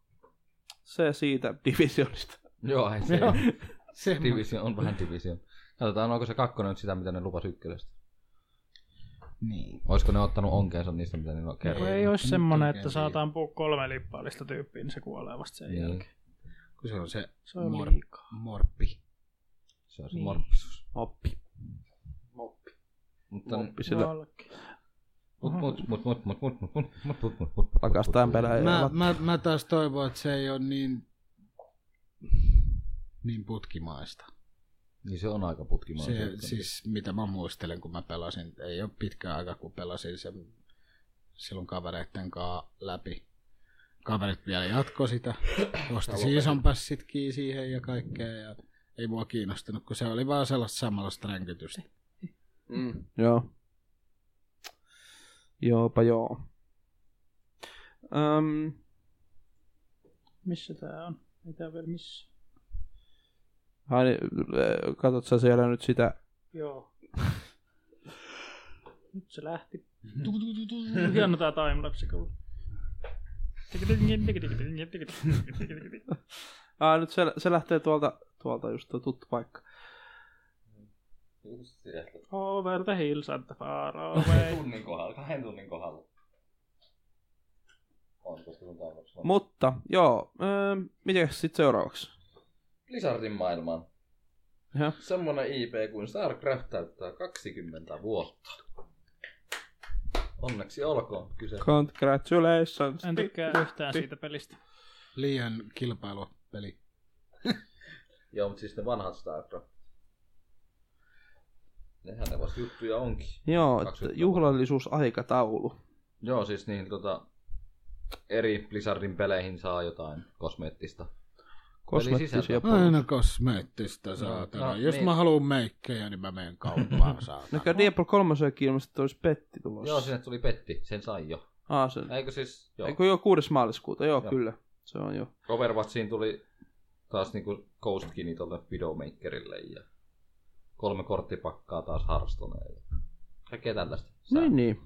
[SPEAKER 2] se siitä divisionista.
[SPEAKER 5] Joo, ei se.
[SPEAKER 6] Se,
[SPEAKER 5] Division on vähän Division. Katsotaan, onko se kakkonen nyt sitä, mitä ne lupas ykkösestä.
[SPEAKER 6] niin.
[SPEAKER 5] Olisiko ne ottanut onkeensa niistä, mitä no- niillä on
[SPEAKER 3] Kun
[SPEAKER 5] kerran?
[SPEAKER 3] ei olisi
[SPEAKER 6] nyt
[SPEAKER 3] semmoinen,
[SPEAKER 6] oikein
[SPEAKER 3] että
[SPEAKER 6] tiedä.
[SPEAKER 3] saattaa ampua kolme lippaallista tyyppiä, niin se kuolee vasta sen
[SPEAKER 5] Niin.
[SPEAKER 3] jälkeen.
[SPEAKER 6] Kun se on se
[SPEAKER 3] Se on
[SPEAKER 6] Mor-
[SPEAKER 3] liikaa.
[SPEAKER 6] morppi.
[SPEAKER 5] Se on se
[SPEAKER 3] Niin.
[SPEAKER 5] morppisuus.
[SPEAKER 2] Moppi. Moppi.
[SPEAKER 5] Mutta, mut,
[SPEAKER 2] Moppi sillä
[SPEAKER 3] Jollekin.
[SPEAKER 5] mut, mut, mut, mut, mut, mut, mut, mut, mut, mut, mut,
[SPEAKER 2] lakastaan
[SPEAKER 5] mut, mut,
[SPEAKER 2] pelää.
[SPEAKER 6] Mä,
[SPEAKER 2] Mä...
[SPEAKER 6] mä, mä taas toivon, että se ei ole niin, niin putkimaista.
[SPEAKER 5] Niin se on aika putkimainen.
[SPEAKER 6] Se, siis mitä mä muistelen, kun mä pelasin, ei ole pitkä aika, kun pelasin sen silloin kavereitten kanssa läpi. Kaverit vielä jatko sitä, osti se ison passitkin siihen ja kaikkea, ja ei mua kiinnostanut, kun se oli vaan sellaista samanlaista ränkytystä.
[SPEAKER 2] Mm. Joo. Joopa joo. Öm,
[SPEAKER 3] Missä tää on? Mitä vielä missä?
[SPEAKER 2] ai, äh, katot sä siellä nyt sitä
[SPEAKER 3] Joo. Nyt se lähti. Tu- tu- tu- tu- Hieno tää timelapse kuuluu.
[SPEAKER 2] Ah, nyt se, se lähtee tuolta, tuolta just tuo tuttu paikka.
[SPEAKER 5] Just sieltä.
[SPEAKER 3] Over the hills and far away.
[SPEAKER 5] Tunnin kohdalla, kahden tunnin kohdalla. On tuossa sun taivas.
[SPEAKER 2] Mutta, joo, öö, mitäs sitten seuraavaksi?
[SPEAKER 5] Blizzardin maailmaan.
[SPEAKER 2] Jaha.
[SPEAKER 5] Semmonen IP kuin StarCraft täyttää 20 vuotta. Onneksi olkoon kyse.
[SPEAKER 2] Congratulations.
[SPEAKER 3] En tykkää yhtään siitä pelistä.
[SPEAKER 6] Liian kilpailupeli.
[SPEAKER 5] Joo, mutta siis ne vanhat StarCraft. Nehän ne vasta juttuja onkin.
[SPEAKER 2] Joo, et
[SPEAKER 5] 20
[SPEAKER 2] juhlallisuusaikataulu.
[SPEAKER 5] Joo, siis niin tota, eri Blizzardin peleihin saa jotain kosmeettista.
[SPEAKER 2] Kosmettisia
[SPEAKER 5] sisältö.
[SPEAKER 2] puolia.
[SPEAKER 6] Aina kosmeettista saatana.
[SPEAKER 5] no,
[SPEAKER 6] No, Jos
[SPEAKER 5] niin. No
[SPEAKER 6] mä haluan meikkejä, niin mä menen kauppaan saatana.
[SPEAKER 2] Näkö Diablo 3 ilmeisesti olisi petti tulossa.
[SPEAKER 5] Joo, sinne tuli petti, sen sai jo.
[SPEAKER 2] Ah, sen.
[SPEAKER 5] Eikö siis, joo.
[SPEAKER 2] Eikö joo, 6. maaliskuuta, joo,
[SPEAKER 5] Joo.
[SPEAKER 2] kyllä. Se on jo.
[SPEAKER 5] Overwatchiin tuli taas niinku Ghost Kini tuolle Widowmakerille ja kolme korttipakkaa taas Harstoneen ja kaikkea tällaista. Sää-
[SPEAKER 2] Niin, niin.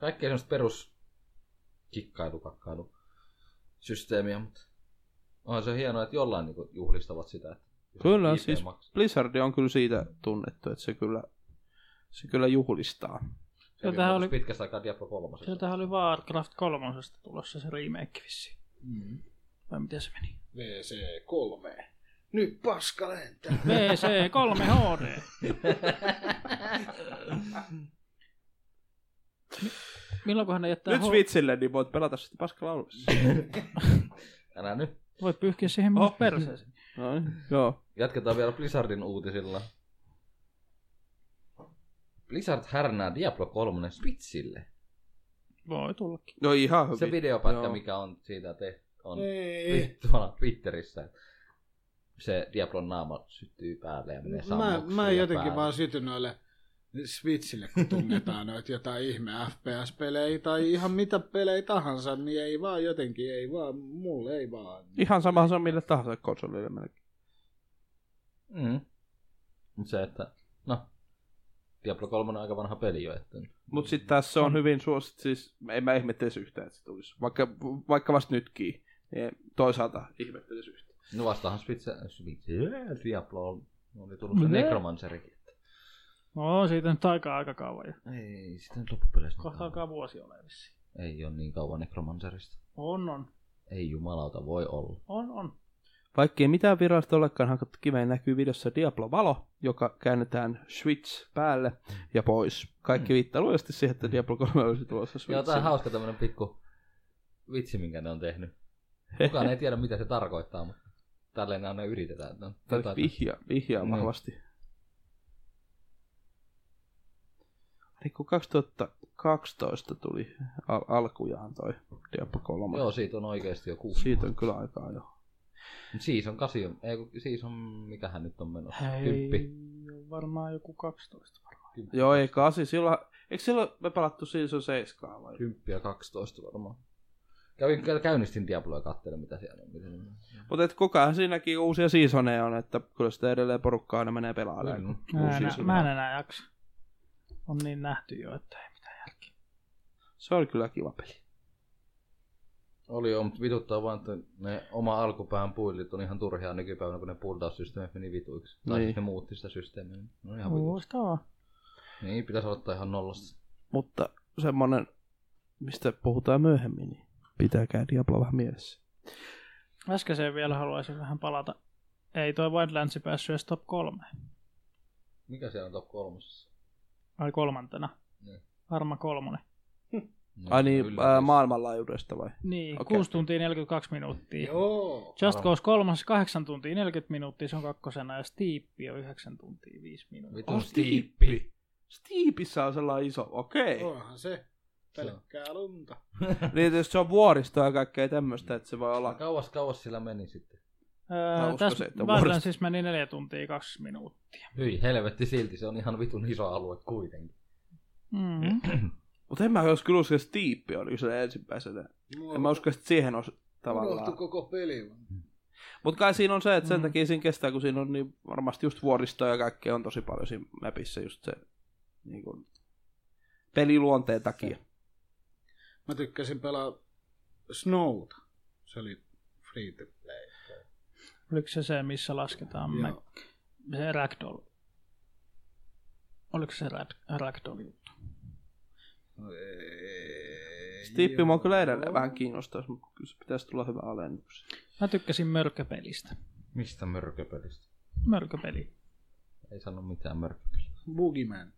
[SPEAKER 5] Kaikkea semmoista perus kikkailu, kakkailu systeemiä, mutta on se hienoa, että jollain niinku juhlistavat sitä. Että jos
[SPEAKER 2] Kyllä,
[SPEAKER 5] IP
[SPEAKER 2] siis-
[SPEAKER 5] maksaa.
[SPEAKER 2] Blizzard on kyllä siitä tunnettu, että se kyllä, se kyllä juhlistaa.
[SPEAKER 5] Se oli,
[SPEAKER 3] Sieltähän
[SPEAKER 5] oli...
[SPEAKER 3] oli-
[SPEAKER 5] pitkästä aikaa Diablo 3.
[SPEAKER 3] Sieltähän oli Warcraft kolmosesta tulossa se remake vissiin.
[SPEAKER 6] Mm.
[SPEAKER 3] Vai miten se meni?
[SPEAKER 6] VC3. Nyt paska lentää.
[SPEAKER 3] VC3 HD. Mi- Milloinkohan ne jättää
[SPEAKER 2] Nyt
[SPEAKER 3] ho-
[SPEAKER 2] Switchille, niin voit pelata sitten paskalla alueessa.
[SPEAKER 5] Älä nyt.
[SPEAKER 3] Voi pyyhkiä siihen minun oh. perseeseen.
[SPEAKER 2] No niin, joo.
[SPEAKER 5] Jatketaan vielä Blizzardin uutisilla. Blizzard härnää Diablo 3 Switchille.
[SPEAKER 3] Voi tullakin.
[SPEAKER 2] No ihan hyvin.
[SPEAKER 5] Se videopätkä,
[SPEAKER 2] Joo.
[SPEAKER 5] mikä on siitä te, on
[SPEAKER 6] Ei.
[SPEAKER 5] twi- tuolla Twitterissä. että Se Diablon naama syttyy päälle ja menee
[SPEAKER 6] Mä,
[SPEAKER 5] sammukseen
[SPEAKER 6] mä
[SPEAKER 5] ja
[SPEAKER 6] jotenkin
[SPEAKER 5] päälle.
[SPEAKER 6] vaan sytyn noille Switchille, kun tunnetaan noita jotain ihme FPS-pelejä tai ihan mitä pelejä tahansa, niin ei vaan jotenkin, ei vaan, mulle ei vaan.
[SPEAKER 2] Ihan sama se on mille tahansa konsolille melkein.
[SPEAKER 5] Mm. Mut se, että no, Diablo 3 on aika vanha peli jo, että
[SPEAKER 2] Mut sit tässä
[SPEAKER 5] Mm.
[SPEAKER 2] on hyvin suosittu, siis en mä ihmettelisi yhtään, että se tulisi. Vaikka, vaikka vasta nytkin, niin toisaalta ihmettelisi yhtään.
[SPEAKER 5] no vastahan Switch, Switch Diablo on, oli tullut se
[SPEAKER 3] Mitä?
[SPEAKER 5] Necromancerikin. että
[SPEAKER 3] No on siitä nyt aika aika kauan jo.
[SPEAKER 5] Ei, sitä nyt loppupeleissä.
[SPEAKER 3] Kohta alkaa vuosi ole vissiin.
[SPEAKER 5] Ei ole niin kauan Necromancerista.
[SPEAKER 3] On, on.
[SPEAKER 5] Ei jumalauta voi olla.
[SPEAKER 3] On, on.
[SPEAKER 2] Vaikkei mitään virallista olekaan hankattu kiveen, näkyy videossa Diablo Valo, joka käännetään Switch päälle ja pois. Kaikki
[SPEAKER 5] Hmm.
[SPEAKER 2] viittaa luulisesti siihen, että Diablo 3 olisi tulossa
[SPEAKER 5] Joo, tää on
[SPEAKER 2] Switchille.
[SPEAKER 5] hauska tämmönen pikku vitsi, minkä ne on tehnyt. Kukaan ei tiedä, mitä se tarkoittaa, mutta tälleen ne aina yritetään. No, jotain-
[SPEAKER 2] Vihja, vihjaa
[SPEAKER 5] Niin.
[SPEAKER 2] vahvasti. Eli kun 2012 tuli al- alkujaan toi Diablo 3.
[SPEAKER 5] Joo, siitä on oikeasti jo kuusi.
[SPEAKER 2] Siitä on kyllä aikaa jo.
[SPEAKER 5] Siis on kasi, ei kun siis on, mikähän nyt on menossa?
[SPEAKER 3] Hei,
[SPEAKER 5] Kymppi.
[SPEAKER 3] on varmaan joku 12 varmaan.
[SPEAKER 2] Joo, ei kasi. Silloin, eikö silloin me pelattu Season 7 vai?
[SPEAKER 5] Kymppi ja 12 varmaan. Kävin, kä- käynnistin Diabloa ja katselin, mitä siellä on. Miten...
[SPEAKER 2] Mutta et koko ajan siinäkin uusia seasoneja on, että kyllä sitä edelleen porukkaa aina menee pelaamaan.
[SPEAKER 5] Kyllä.
[SPEAKER 3] Mä en,
[SPEAKER 2] Uusia
[SPEAKER 3] enää- mä en enää jaksa. On niin nähty jo, että ei mitään.
[SPEAKER 2] Se oli kyllä kiva peli.
[SPEAKER 5] Oli joo, mutta vituttaa vaan, että ne oma alkupään puilit on ihan turhia nykypäivänä, kun ne pulldown-systeemit meni vituiksi. Tai
[SPEAKER 2] Niin.
[SPEAKER 5] sitten ne muutti sitä systeemiä. niin Ne on ihan vituiksi.
[SPEAKER 3] Muistavaa.
[SPEAKER 5] Niin, pitäisi ottaa ihan nollasta.
[SPEAKER 2] Mutta semmonen, mistä puhutaan myöhemmin, niin pitääkää Diablo vähän mielessä.
[SPEAKER 3] Äskeiseen vielä haluaisin vähän palata. Ei toi Wildlandsi päässyt edes top kolmeen.
[SPEAKER 5] Mikä siellä on top kolmosessa?
[SPEAKER 3] Vai kolmantena.
[SPEAKER 5] Niin.
[SPEAKER 3] Arma kolmonen.
[SPEAKER 5] No,
[SPEAKER 2] Ai niin,
[SPEAKER 5] yllätys.
[SPEAKER 2] ää, maailmanlaajuudesta vai?
[SPEAKER 3] Niin,
[SPEAKER 2] Okei.
[SPEAKER 3] okay. 6 tuntia 42 minuuttia. Joo.
[SPEAKER 6] Joo.
[SPEAKER 3] Just Cause kolmas 8 tuntia 40 minuuttia, se on kakkosena, ja Steep on 9 tuntia 5 minuuttia.
[SPEAKER 5] Vitun
[SPEAKER 2] Oh,
[SPEAKER 5] stiippi.
[SPEAKER 2] Steepissä on sellainen iso, okei. Okay.
[SPEAKER 6] Onhan se. Pelkkää lunta.
[SPEAKER 2] Niin tietysti se on vuoristoa ja kaikkea tämmöistä, että se voi olla...
[SPEAKER 5] Kauas, kauas sillä meni sitten.
[SPEAKER 2] Mä
[SPEAKER 3] Öö,
[SPEAKER 2] uskon
[SPEAKER 3] tässä
[SPEAKER 2] se, että
[SPEAKER 3] Wildlands
[SPEAKER 2] vuodesta-
[SPEAKER 3] siis meni 4 tuntia 2 minuuttia.
[SPEAKER 5] Hyi helvetti silti, se on ihan vitun iso alue kuitenkin.
[SPEAKER 3] Mm-hmm.
[SPEAKER 2] Mutta en mä jos kyllä usko, että Steep oli se ensimmäisenä. En mä usko, että siihen on s-
[SPEAKER 6] Unohtu
[SPEAKER 2] tavallaan.
[SPEAKER 6] koko peli.
[SPEAKER 2] Mutta kai siinä on se, että sen
[SPEAKER 3] Mm.
[SPEAKER 2] takia siinä kestää, kun siinä on niin varmasti just vuoristoa ja kaikkea on tosi paljon siinä mapissa just se niin kun, peliluonteen takia.
[SPEAKER 6] Mä tykkäsin pelaa Snowta. Se oli free to play.
[SPEAKER 3] Oliko se se, missä lasketaan? Mä,
[SPEAKER 6] Joo.
[SPEAKER 3] se ragdoll. Oliko se rag, ragdoll juttu?
[SPEAKER 2] Stippi mua kyllä edelleen vähän kiinnostaisi, mutta kyllä se pitäisi tulla hyvä alennus.
[SPEAKER 3] Mä tykkäsin mörköpelistä.
[SPEAKER 5] Mistä mörköpelistä?
[SPEAKER 3] Mörköpeli.
[SPEAKER 5] Ei sano mitään mörköpeliä.
[SPEAKER 6] Boogeyman.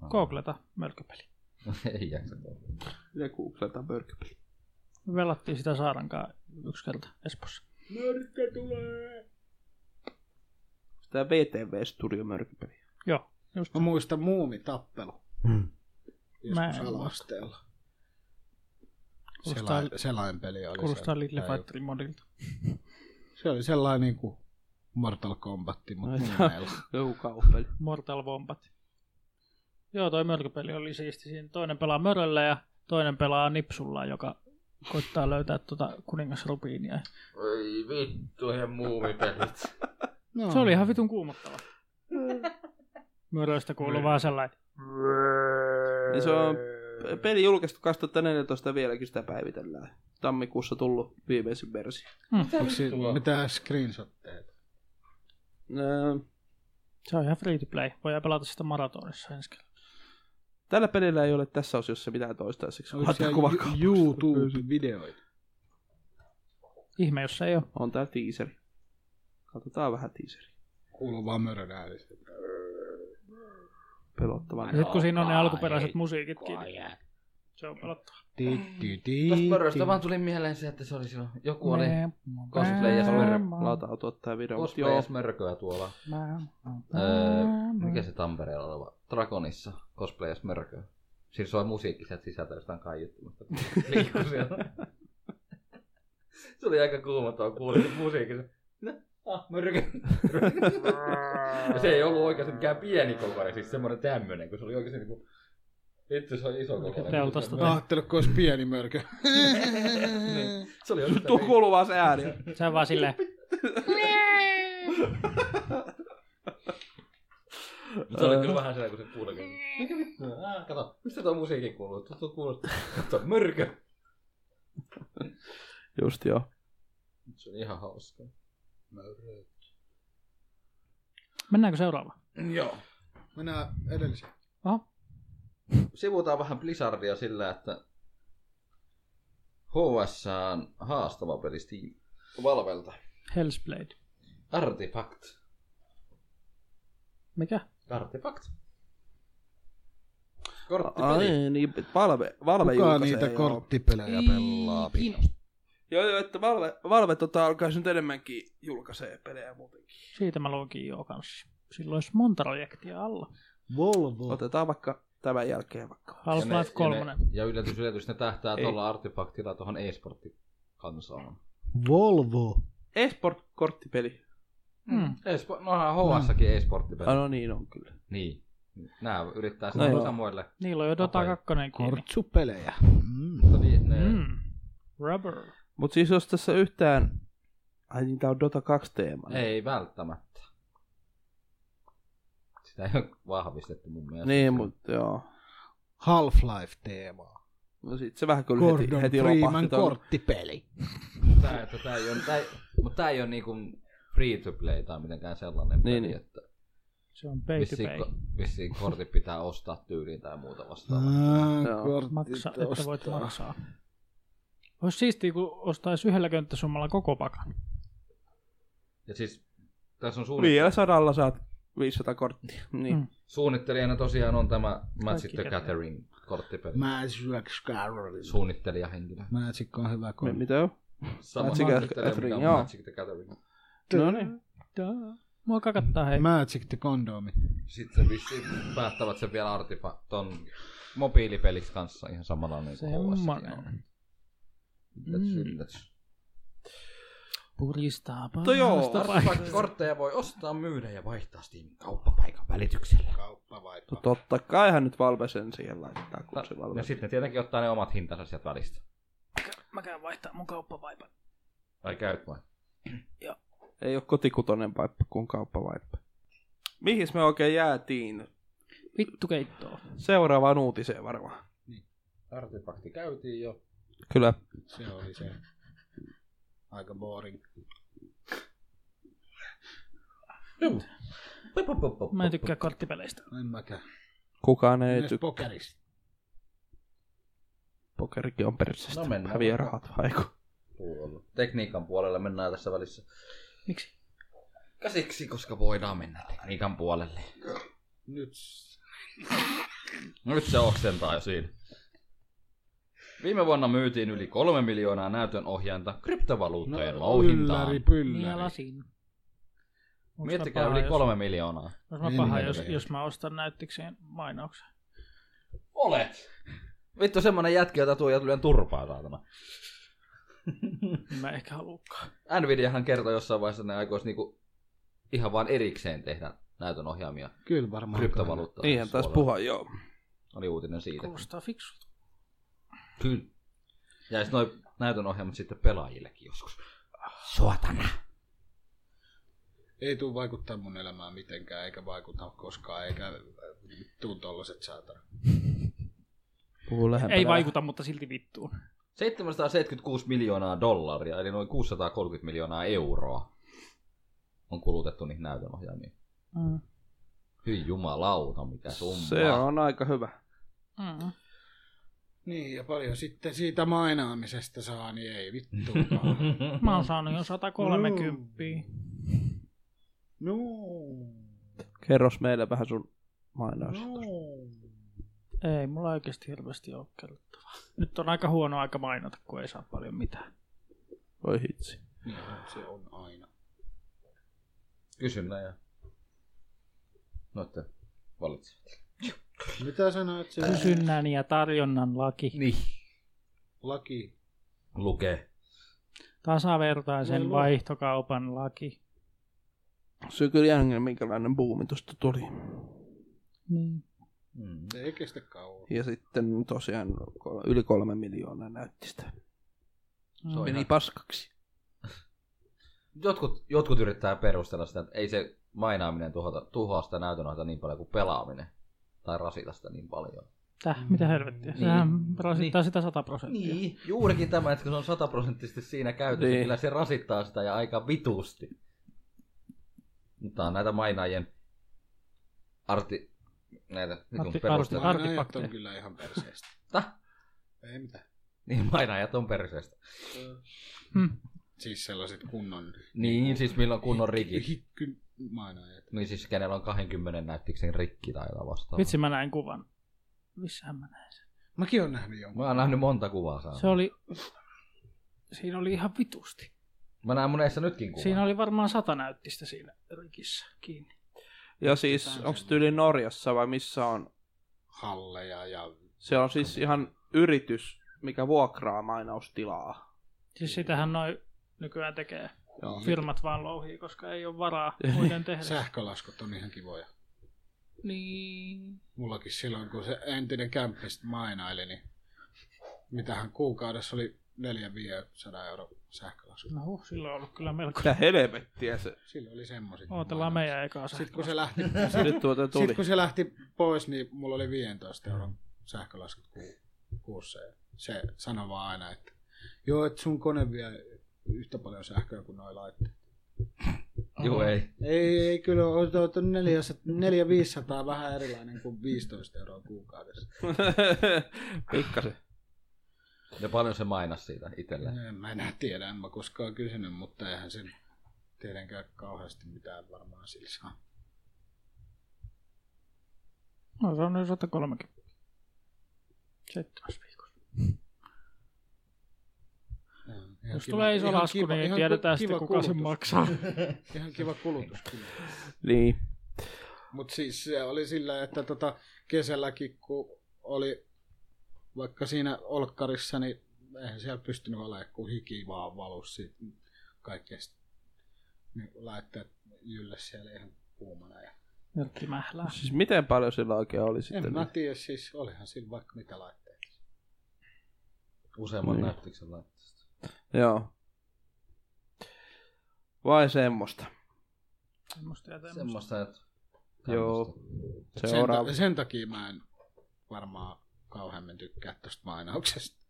[SPEAKER 5] Ah.
[SPEAKER 3] Googleta mörköpeli.
[SPEAKER 5] Ei jaksa koukkuun.
[SPEAKER 2] Ja googletaan Burgerpeli.
[SPEAKER 3] Me Velattiin sitä Saarankaa yksi kerta Espoossa.
[SPEAKER 2] Tämä VTV Studio Burgerpeli.
[SPEAKER 3] Joo, just
[SPEAKER 6] Mä muistan muumitappelu.
[SPEAKER 3] Mä
[SPEAKER 6] Joskus
[SPEAKER 3] en
[SPEAKER 6] ala-asteella.
[SPEAKER 3] Kuulostaa-
[SPEAKER 6] Selain, selain peli oli
[SPEAKER 3] kuulostaa
[SPEAKER 6] se.
[SPEAKER 3] Little
[SPEAKER 6] Tai-
[SPEAKER 3] Factory modilta.
[SPEAKER 6] Se oli sellainen niin kuin Mortal Kombat,
[SPEAKER 3] No,
[SPEAKER 2] Ai,
[SPEAKER 6] mutta muumeilla.
[SPEAKER 2] Joku kauppeli.
[SPEAKER 3] Mortal Wombat. Joo, toi mörköpeli oli siisti. Siinä toinen pelaa möröllä ja toinen pelaa nipsulla, joka koittaa löytää tuota kuningas Rubiinia.
[SPEAKER 5] Oi vittu, ja muumipelit.
[SPEAKER 6] No,
[SPEAKER 3] Se oli ihan vitun kuumottava. Möröistä kuuluu vaan sellainen.
[SPEAKER 2] Ja Niin se on peli julkaistu 2014 vieläkin sitä päivitellään. Tammikuussa tullut viimeisin versio.
[SPEAKER 6] Onko siinä mitään screenshotteja?
[SPEAKER 2] Öö,
[SPEAKER 3] Se on ihan free to play. Voi pelata sitä maratonissa ensi kerralla.
[SPEAKER 2] Tällä pelillä ei ole tässä osiossa mitään toistaiseksi.
[SPEAKER 6] Oliko
[SPEAKER 2] Laita
[SPEAKER 6] siellä
[SPEAKER 2] kuvakauppaa.
[SPEAKER 6] Ju- YouTube-videoita?
[SPEAKER 3] Ihme, jos ei ole.
[SPEAKER 2] On tää teaseri. Katsotaan vähän teaseri.
[SPEAKER 6] Kuuluu vaan mörön ääni.
[SPEAKER 2] Pelottavan.
[SPEAKER 3] Ja sitten
[SPEAKER 5] No,
[SPEAKER 3] kun siinä on ne alkuperäiset musiikitkin, niin se on pelottava.
[SPEAKER 6] Ti- ti- ti-
[SPEAKER 5] Tästä möröstä
[SPEAKER 6] ti-
[SPEAKER 5] vaan tuli mieleen se, että se oli silloin. Joku oli cosplay ja
[SPEAKER 2] Latautua tää video. mut
[SPEAKER 5] cosplay ja
[SPEAKER 2] Joo,
[SPEAKER 5] smörköä tuolla. Öö,
[SPEAKER 3] Mm.
[SPEAKER 5] mikä se Tampereella oleva? Dragonissa cosplay ja smörköä. Siis soi musiikki sieltä sisältä jostain kaiuttimesta. Liikkuu siellä. se oli aika kuumottava kuulin sen musiikin. No, Ah, mörkö. ja se ei ollut oikeasti mikään pieni kokoinen, siis semmoinen tämmönen, kun se oli oikeasti niinku... Vittu, se oli iso kokoinen.
[SPEAKER 3] teltasta
[SPEAKER 6] Mä ajattelin, kun olisi pieni mörkö.
[SPEAKER 5] Niin. Se oli
[SPEAKER 2] Tuo kuuluu vaan se ääni.
[SPEAKER 3] Se on vaan silleen,
[SPEAKER 5] Se oli kyllä vähän sellainen, kun se kuulee. kun- Mikä vittu? Ah, Kato, mistä tuo musiikki kuuluu? Tuo kuulostaa. Kato, mörkö.
[SPEAKER 2] Just joo.
[SPEAKER 5] Se on ihan hauska.
[SPEAKER 3] mennäänkö seuraavaan?
[SPEAKER 5] Joo.
[SPEAKER 6] Mennään edelliseen.
[SPEAKER 5] Sivutaan vähän Blizzardia sillä, että HS on haastava peli Steam Valvelta.
[SPEAKER 3] Hellsblade.
[SPEAKER 5] Artifact.
[SPEAKER 3] Mikä?
[SPEAKER 5] Artifact.
[SPEAKER 2] Ai niin, Valve, Valve
[SPEAKER 6] Kuka
[SPEAKER 2] julkaisee,
[SPEAKER 6] niitä
[SPEAKER 2] joo.
[SPEAKER 6] korttipelejä pelaa?
[SPEAKER 2] Joo, joo, että Valve, Valve tota, alkaisi nyt enemmänkin julkaisee pelejä muutenkin.
[SPEAKER 3] Siitä mä luokin jo kanssa. Silloin olisi monta projektia alla.
[SPEAKER 6] Volvo.
[SPEAKER 2] Otetaan vaikka tämän jälkeen vaikka.
[SPEAKER 3] Half-Life 3.
[SPEAKER 5] Ja, ja yllätys, yllätys, ne tähtää
[SPEAKER 2] Ei.
[SPEAKER 5] tuolla artifaktilla tuohon e-sporttikansoon.
[SPEAKER 6] Volvo.
[SPEAKER 2] Esport-korttipeli.
[SPEAKER 3] Mm.
[SPEAKER 5] Hmm. Espo- no, Nohan HS-sakin
[SPEAKER 2] Ah,
[SPEAKER 5] e-sporttipeli.
[SPEAKER 2] no niin on kyllä.
[SPEAKER 5] Niin. Nää yrittää
[SPEAKER 2] No
[SPEAKER 5] sanoa
[SPEAKER 2] joo.
[SPEAKER 5] samoille.
[SPEAKER 3] Niillä on jo Dota
[SPEAKER 5] Apoi.
[SPEAKER 3] 2 kiinni.
[SPEAKER 6] Kortsupelejä. Mm.
[SPEAKER 5] Mutta ni- ne, mm.
[SPEAKER 3] Mm. Rubber.
[SPEAKER 2] Mut siis jos tässä yhtään... Ai niin, tää on Dota 2 teema.
[SPEAKER 5] Ei välttämättä. Sitä ei ole vahvistettu mun mielestä.
[SPEAKER 2] Niin, mutta joo.
[SPEAKER 6] Half-Life-teemaa.
[SPEAKER 2] No sit se vähän kyllä
[SPEAKER 6] Gordon
[SPEAKER 2] heti, heti
[SPEAKER 6] Freeman
[SPEAKER 2] lopahti. ton-
[SPEAKER 6] korttipeli.
[SPEAKER 5] Tää, että tää ei ole, tää, ei- mut tää ei ole niinku free to play tai mitenkään sellainen
[SPEAKER 2] Niin,
[SPEAKER 5] peli,
[SPEAKER 2] niin.
[SPEAKER 5] että
[SPEAKER 3] Se on pay to
[SPEAKER 5] vissiin,
[SPEAKER 3] pay.
[SPEAKER 5] ko- vissiin kortit pitää ostaa tyyliin tai muuta vastaavaa.
[SPEAKER 2] Joo.
[SPEAKER 6] Ah, kortit
[SPEAKER 3] Maksa, että voit
[SPEAKER 6] ostaa.
[SPEAKER 3] maksaa. Olisi siistiä, kun ostaisi yhdellä könttäsummalla koko pakan.
[SPEAKER 5] Ja siis tässä on suunnit-
[SPEAKER 2] Vielä sadalla saat 500 korttia. Niin.
[SPEAKER 3] Mm.
[SPEAKER 2] Mm.
[SPEAKER 5] suunnittelijana tosiaan on tämä Magic
[SPEAKER 3] Kaikki
[SPEAKER 5] the
[SPEAKER 3] kertaa.
[SPEAKER 5] Gathering korttipeli.
[SPEAKER 6] Magic Skyrim.
[SPEAKER 5] Suunnittelijahenkilö.
[SPEAKER 6] Magic on hyvä
[SPEAKER 2] Me,
[SPEAKER 6] kortti.
[SPEAKER 2] mitä on?
[SPEAKER 5] Sama
[SPEAKER 2] Magic the
[SPEAKER 5] suunnittelija,
[SPEAKER 2] Gathering,
[SPEAKER 5] mikä on
[SPEAKER 2] joo.
[SPEAKER 5] Magic the Gathering.
[SPEAKER 2] No niin.
[SPEAKER 3] Tää. Mua kakattaa hei.
[SPEAKER 6] Magic the Kondomi.
[SPEAKER 5] Sitten se vissiin päättävät sen vielä artifa ton mobiilipeliksi kanssa ihan samalla niin kuin
[SPEAKER 3] Semmonen.
[SPEAKER 5] HS -kin on. Yllätys,
[SPEAKER 3] Mm.
[SPEAKER 5] yllätys.
[SPEAKER 3] Puristaa
[SPEAKER 2] No joo,
[SPEAKER 3] parasta
[SPEAKER 5] Artifact-
[SPEAKER 3] paikkaa.
[SPEAKER 5] Kortteja voi ostaa, myydä ja vaihtaa Steam kauppapaikan välityksellä.
[SPEAKER 6] Kauppa vaikka.
[SPEAKER 2] No totta kaihan nyt Valve sen siihen laittaa, kun se
[SPEAKER 5] Ja
[SPEAKER 2] Valve.
[SPEAKER 5] sitten ne tietenkin ottaa ne omat hintansa sieltä välistä.
[SPEAKER 3] Mä käyn vaihtaa mun kauppavaipan.
[SPEAKER 5] Ai käyt vai?
[SPEAKER 2] Ei ole kotikutonen vaippa kuin kauppavaippa. Mihin me oikein jäätiin?
[SPEAKER 3] Vittu keittoa.
[SPEAKER 2] Seuraavaan uutiseen varmaan.
[SPEAKER 5] Artefakti käytiin jo.
[SPEAKER 2] Kyllä.
[SPEAKER 6] Se oli se. Aika boring.
[SPEAKER 5] Juu. Pop, pop, pop, pop,
[SPEAKER 3] Mä en
[SPEAKER 5] pop,
[SPEAKER 3] tykkää
[SPEAKER 5] pop.
[SPEAKER 3] korttipeleistä.
[SPEAKER 6] En mäkään.
[SPEAKER 2] Kukaan ei
[SPEAKER 6] Edes
[SPEAKER 2] tykkää.
[SPEAKER 6] pokerista.
[SPEAKER 2] Pokerikin on persestä.
[SPEAKER 5] No
[SPEAKER 2] No
[SPEAKER 5] mennään.
[SPEAKER 2] Häviää rahat haiku.
[SPEAKER 5] Puolella. Tekniikan puolelle mennään tässä välissä.
[SPEAKER 3] Miksi?
[SPEAKER 5] Käsiksi, koska voidaan mennä tekniikan puolelle.
[SPEAKER 6] Nyt.
[SPEAKER 5] No nyt se oksentaa jo siinä. Viime vuonna myytiin yli kolme miljoonaa näytön ohjainta kryptovaluuttojen no, louhintaan.
[SPEAKER 6] ylläri,
[SPEAKER 3] Niin ja
[SPEAKER 6] pylläri.
[SPEAKER 3] lasin. Onks mä
[SPEAKER 5] Miettikää
[SPEAKER 3] paha,
[SPEAKER 5] yli
[SPEAKER 3] jos-
[SPEAKER 5] kolme miljoonaa.
[SPEAKER 3] Onks mä
[SPEAKER 6] Niin,
[SPEAKER 3] paha,
[SPEAKER 6] niin,
[SPEAKER 3] jos,
[SPEAKER 6] niin.
[SPEAKER 3] jos mä ostan näyttikseen mainauksen?
[SPEAKER 5] Olet! Vittu semmonen jätkä, jota tuo jotain turpaa saatana.
[SPEAKER 3] Niin Mä ehkä haluukaan.
[SPEAKER 5] Nvidiahan kertoi jossain vaiheessa, että ne aikois niinku ihan vaan erikseen tehdä näytön ohjaamia
[SPEAKER 6] Kyllä varmaan.
[SPEAKER 5] kryptovaluuttoja.
[SPEAKER 2] Niinhän taisi
[SPEAKER 5] Suoraan.
[SPEAKER 2] puhua, joo.
[SPEAKER 5] Oli uutinen siitä.
[SPEAKER 3] Kuulostaa fiksulta.
[SPEAKER 5] Kyllä. Jäis noin näytön ohjelmat sitten pelaajillekin joskus. Suotana.
[SPEAKER 6] Ei tuu vaikuttaa mun elämään mitenkään, eikä vaikuta koskaan, eikä tuu tollaset saatana.
[SPEAKER 2] Puhu lähempänä.
[SPEAKER 3] Ei vaikuta, mutta silti vittuun.
[SPEAKER 5] 776 miljoonaa dollaria, eli noin 630 miljoonaa euroa on kulutettu niihin näytönohjelmiin.
[SPEAKER 3] Mm.
[SPEAKER 5] Hyi jumalauta, mikä summa.
[SPEAKER 2] Se on aika hyvä.
[SPEAKER 3] Mm.
[SPEAKER 6] Niin, ja paljon sitten siitä mainaamisesta saa, niin ei vittu.
[SPEAKER 3] Mä oon saanut jo 130.
[SPEAKER 6] no.
[SPEAKER 2] Kerros meille vähän sun mainaus.
[SPEAKER 6] No.
[SPEAKER 3] Ei, mulla oikeasti hirveästi ole kerrottavaa. Nyt on aika huono aika mainata, kun ei saa paljon mitään.
[SPEAKER 2] Voi hitsi.
[SPEAKER 6] Niin, se on aina.
[SPEAKER 5] Kysynnä ja... No, että valitse.
[SPEAKER 6] Mitä sanoit se
[SPEAKER 3] Kysynnän ja tarjonnan laki.
[SPEAKER 5] Niin.
[SPEAKER 6] laki?
[SPEAKER 5] Luke.
[SPEAKER 3] Tasavertaisen
[SPEAKER 6] Voi luo.
[SPEAKER 3] vaihtokaupan laki.
[SPEAKER 2] Se on kyllä jännä, minkälainen buumi tuosta tuli.
[SPEAKER 3] Niin.
[SPEAKER 5] Mm.
[SPEAKER 6] Se ei kestä kauan.
[SPEAKER 2] Ja sitten tosiaan kol- yli kolme miljoonaa näytti sitä.
[SPEAKER 3] Mm.
[SPEAKER 5] Se on
[SPEAKER 2] Meni
[SPEAKER 5] ihan-
[SPEAKER 2] paskaksi.
[SPEAKER 5] Jotkut, jotkut yrittää perustella sitä, että ei se mainaaminen tuhota, tuhoa sitä näytönohjelmaa niin paljon kuin pelaaminen. Tai rasita sitä niin paljon.
[SPEAKER 3] Täh, mitä helvettiä? Sehän rasittaa sitä 100 prosenttia.
[SPEAKER 5] Niin, juurikin tämä, että kun se on sataprosenttisesti siinä käytössä,
[SPEAKER 2] Niin.
[SPEAKER 5] niin. kyllä se rasittaa sitä ja aika vitusti. Mutta on näitä mainaajien arti... Näitä, niin
[SPEAKER 3] Arti-
[SPEAKER 5] kuin perustellaan.
[SPEAKER 3] arti-
[SPEAKER 6] Mainaajat
[SPEAKER 3] Artefakteja.
[SPEAKER 6] on kyllä ihan perseestä.
[SPEAKER 5] Täh?
[SPEAKER 6] Ei mitään.
[SPEAKER 5] Niin, mainaajat on perseestä.
[SPEAKER 3] Mm.
[SPEAKER 6] Siis sellaiset kunnon...
[SPEAKER 5] Niin, siis milloin kunnon rikki.
[SPEAKER 6] Hikky mainaajat.
[SPEAKER 5] Niin siis kenellä on 20 näyttiksen rikki tai jotain vastaavaa.
[SPEAKER 3] Vitsi, mä näin kuvan. Missähän mä näin sen?
[SPEAKER 6] Mäkin oon nähnyt jonkun.
[SPEAKER 5] Mä oon nähnyt monta kuvaa saa.
[SPEAKER 3] Se oli... Siinä oli ihan vitusti.
[SPEAKER 5] Mä näen mun eessä nytkin kuvan.
[SPEAKER 3] Siinä oli varmaan sata näyttistä siinä rikissä kiinni.
[SPEAKER 2] Ja siis, onko se tyyli Norjassa vai missä on?
[SPEAKER 6] Halleja ja...
[SPEAKER 2] Se on siis ihan yritys, mikä vuokraa mainaustilaa.
[SPEAKER 3] Siis sitähän noin nykyään tekee.
[SPEAKER 6] Niin.
[SPEAKER 2] Joo.
[SPEAKER 3] Firmat vaan louhii, koska ei ole varaa muiden tehdä.
[SPEAKER 6] Sähkölaskut on ihan kivoja.
[SPEAKER 3] Niin.
[SPEAKER 6] Mullakin silloin, kun se entinen kämppistä mainaili, niin mitähän kuukaudessa oli 400-500 euroa sähkölasku.
[SPEAKER 3] No huh, silloin on ollut kyllä melko.
[SPEAKER 2] Mitä helvettiä se?
[SPEAKER 6] Silloin oli semmoiset.
[SPEAKER 3] Ootellaan
[SPEAKER 6] mainokset.
[SPEAKER 3] meidän ekaa
[SPEAKER 6] Sitten kun,
[SPEAKER 3] sähköä.
[SPEAKER 6] se lähti,
[SPEAKER 2] Nyt tuota tuli.
[SPEAKER 6] sit, kun se lähti pois, niin mulla oli 15 euron sähkölaskut ku- kuussa. Ja se sanoi vaan aina, että joo, että sun kone vie yhtä paljon sähköä kuin noi laitteet.
[SPEAKER 5] Juu, ei.
[SPEAKER 6] Ei, ei kyllä, on on- on 400-500 vähän erilainen kuin 15 euroa kuukaudessa.
[SPEAKER 2] Pikkasen.
[SPEAKER 5] Ja paljon se mainas siitä itselleen.
[SPEAKER 6] En mä enää tiedä, en mä koskaan kysynyt, mutta eihän sen tietenkään kauheasti mitään varmaan sillä saa.
[SPEAKER 3] No se on noin 130. Seitsemäs viikossa.
[SPEAKER 6] Ihan
[SPEAKER 3] Jos
[SPEAKER 6] kiva-
[SPEAKER 3] tulee iso
[SPEAKER 6] ihan
[SPEAKER 3] lasku,
[SPEAKER 6] kiva-
[SPEAKER 3] niin
[SPEAKER 6] ihan
[SPEAKER 3] tiedetään
[SPEAKER 6] ku-
[SPEAKER 3] sitten
[SPEAKER 6] kiva
[SPEAKER 3] kuka sen
[SPEAKER 6] kulutus.
[SPEAKER 3] maksaa.
[SPEAKER 6] Ihan kiva kulutus kyllä.
[SPEAKER 2] Niin.
[SPEAKER 6] Mutta siis se oli sillä, että tota, kesälläkin kun oli vaikka siinä olkkarissa, niin eihän siellä pystynyt olemaan kuin hiki vaan valus siitä kaikesta. Niin laitteet jylle siellä ihan kuumana. Ja
[SPEAKER 3] Jyrki Mählää.
[SPEAKER 2] Siis miten paljon sillä oikein oli
[SPEAKER 6] en
[SPEAKER 2] sitten? niin.
[SPEAKER 6] mä tiedä, siis olihan sillä vaikka mitä laitteet.
[SPEAKER 5] Useamman
[SPEAKER 2] Niin.
[SPEAKER 5] niin. näyttiksen laitteesta.
[SPEAKER 2] Joo. Vai semmoista.
[SPEAKER 3] Semmosta ja semmosta.
[SPEAKER 5] Semmoista, että...
[SPEAKER 2] Joo.
[SPEAKER 5] tämmöstä.
[SPEAKER 6] Sen,
[SPEAKER 2] Seuraava.
[SPEAKER 6] ta- sen takia mä en varmaan kauheammin tykkää tuosta mainauksesta.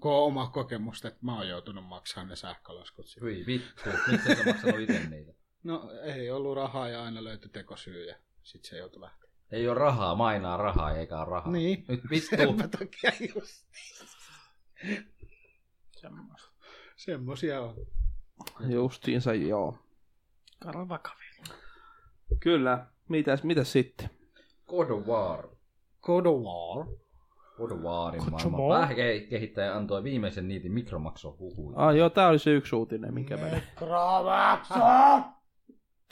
[SPEAKER 6] Kun on oma kokemus, että mä oon joutunut maksamaan ne sähkölaskut. sille.
[SPEAKER 5] Hyi vittu, miksi sä maksanut itse niitä?
[SPEAKER 6] No ei ollut rahaa ja aina löytyi tekosyy ja sit se joutui lähteä.
[SPEAKER 5] Ei ole rahaa, mainaa rahaa eikä ole rahaa.
[SPEAKER 6] Niin.
[SPEAKER 5] Nyt vittu.
[SPEAKER 6] Senpä takia just.
[SPEAKER 3] Semmoista.
[SPEAKER 6] Semmosia on.
[SPEAKER 2] Justiinsa joo.
[SPEAKER 3] Karavakaveri.
[SPEAKER 2] Kyllä. Mitäs, mitäs sitten?
[SPEAKER 5] God of War.
[SPEAKER 6] God of War.
[SPEAKER 5] God of Warin
[SPEAKER 3] God of
[SPEAKER 5] maailman
[SPEAKER 3] War.
[SPEAKER 5] pääkehittäjä antoi viimeisen niitin mikromakson huhuja.
[SPEAKER 2] Ah, joo, tää oli se yksi uutinen, minkä mä näin.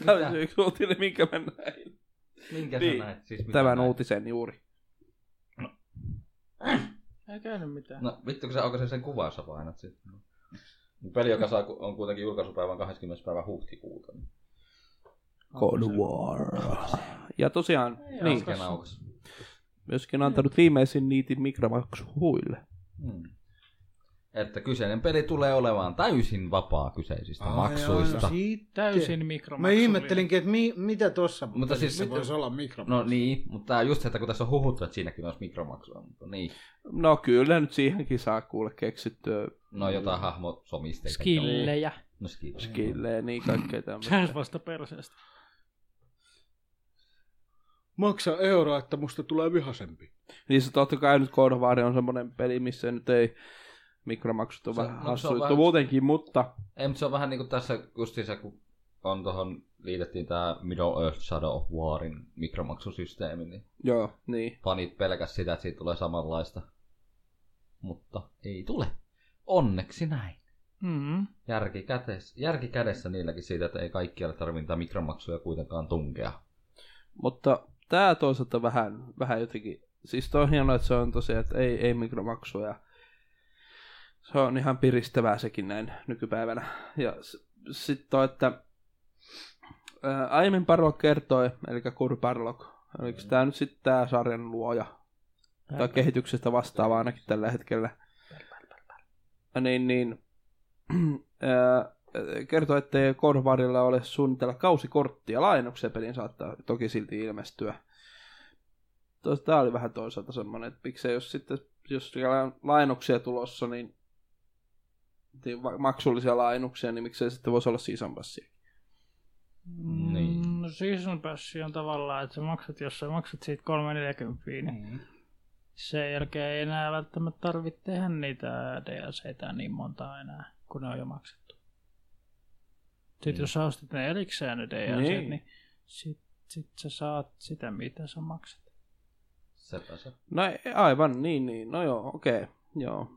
[SPEAKER 2] Tää oli se yksi uutinen, minkä mä näin.
[SPEAKER 5] Minkä
[SPEAKER 2] niin.
[SPEAKER 5] sä näet? Siis mitä
[SPEAKER 2] Tämän
[SPEAKER 5] näet?
[SPEAKER 2] uutisen juuri.
[SPEAKER 3] Ei käynyt mitään.
[SPEAKER 5] No vittu, kun sä onko sen kuva, jos sä painat sit. No. Peli, joka saa, on kuitenkin julkaisupäivän 20. päivä huhtikuuta. Niin.
[SPEAKER 2] God of War. Ja tosiaan,
[SPEAKER 3] Ei
[SPEAKER 2] niin,
[SPEAKER 3] alkaa.
[SPEAKER 5] Äsken aukesi.
[SPEAKER 2] myöskin antanut viimeisin niitin mikromaksu huille.
[SPEAKER 5] Hmm. Että kyseinen peli tulee olemaan täysin vapaa kyseisistä
[SPEAKER 6] Ai,
[SPEAKER 5] Ah. maksuista.
[SPEAKER 6] ai, siitä.
[SPEAKER 3] Täysin mikromaksu.
[SPEAKER 6] Mä ihmettelinkin, että mi, mitä tossa
[SPEAKER 5] Mutta siis
[SPEAKER 6] se
[SPEAKER 5] mitä-
[SPEAKER 6] voisi olla mikro.
[SPEAKER 5] No niin, mutta tää just se, että kun tässä on huhuttu, että siinäkin olisi mikromaksua, mutta niin.
[SPEAKER 2] No kyllä nyt siihenkin saa kuule keksittyä
[SPEAKER 5] No jotain hahmosomisteita.
[SPEAKER 3] Skillejä.
[SPEAKER 5] No skille.
[SPEAKER 2] skillejä, niin kaikkea
[SPEAKER 3] Sä
[SPEAKER 2] tämmöistä.
[SPEAKER 3] vasta perseestä.
[SPEAKER 6] Maksa euroa, että musta tulee vihasempi.
[SPEAKER 2] Niin se totta kai nyt God of War on semmoinen peli, missä nyt ei mikromaksut on
[SPEAKER 5] Se-
[SPEAKER 2] vähän
[SPEAKER 5] no, se on
[SPEAKER 2] hassu juttu
[SPEAKER 5] vähän-
[SPEAKER 2] muutenkin, mutta
[SPEAKER 5] Ei, mutta se on vähän niin kuin tässä justiinsa, kun on tuohon liitettiin tämä Middle Earth Shadow of Warin mikromaksusysteemi, niin
[SPEAKER 2] joo, niin.
[SPEAKER 5] fanit pelkäs sitä, että siitä tulee samanlaista. Mutta ei tule. Onneksi näin.
[SPEAKER 3] Mm-hmm.
[SPEAKER 5] Järki kädessä, järki kädessä niilläkin siitä, että ei kaikkialle tarvitse niitä mikromaksuja kuitenkaan tunkea.
[SPEAKER 2] Mutta tää toisaalta vähän, vähän jotenkin, siis toi on hienoa, että se on tosiaan, että ei, ei mikromaksuja. Se on ihan piristävää sekin näin nykypäivänä. Ja sitten toi, että ää, aiemmin Parlok kertoi, eli Kur Parlok, oliko tämä nyt sitten tämä sarjan luoja, tai kehityksestä vastaava ainakin tällä hetkellä. Niin, niin. Ää, kertoo, ettei Korvarilla ole suunnitella kausikorttia lainuksen pelin saattaa toki silti ilmestyä. Tämä oli vähän toisaalta semmoinen, että miksei jos sitten, jos siellä on lainuksia tulossa, niin niin va- maksullisia lainuksia, niin miksei sitten voisi olla season passia.
[SPEAKER 5] Niin.
[SPEAKER 3] No season pass on tavallaan, että sä maksat, jos sä maksat siitä 340, niin sen jälkeen ei enää välttämättä tarvitse tehdä niitä DLCtä niin monta enää, kun ne on jo maksettu. Sitten
[SPEAKER 5] Niin.
[SPEAKER 3] jos sä ostat ne erikseen ne DLCt,
[SPEAKER 2] Niin.
[SPEAKER 3] niin, niin sit, sit sä saat sitä, mitä sä maksat.
[SPEAKER 5] Sepä se.
[SPEAKER 2] No ei- aivan, niin, niin. No joo, okei. Okay. Joo.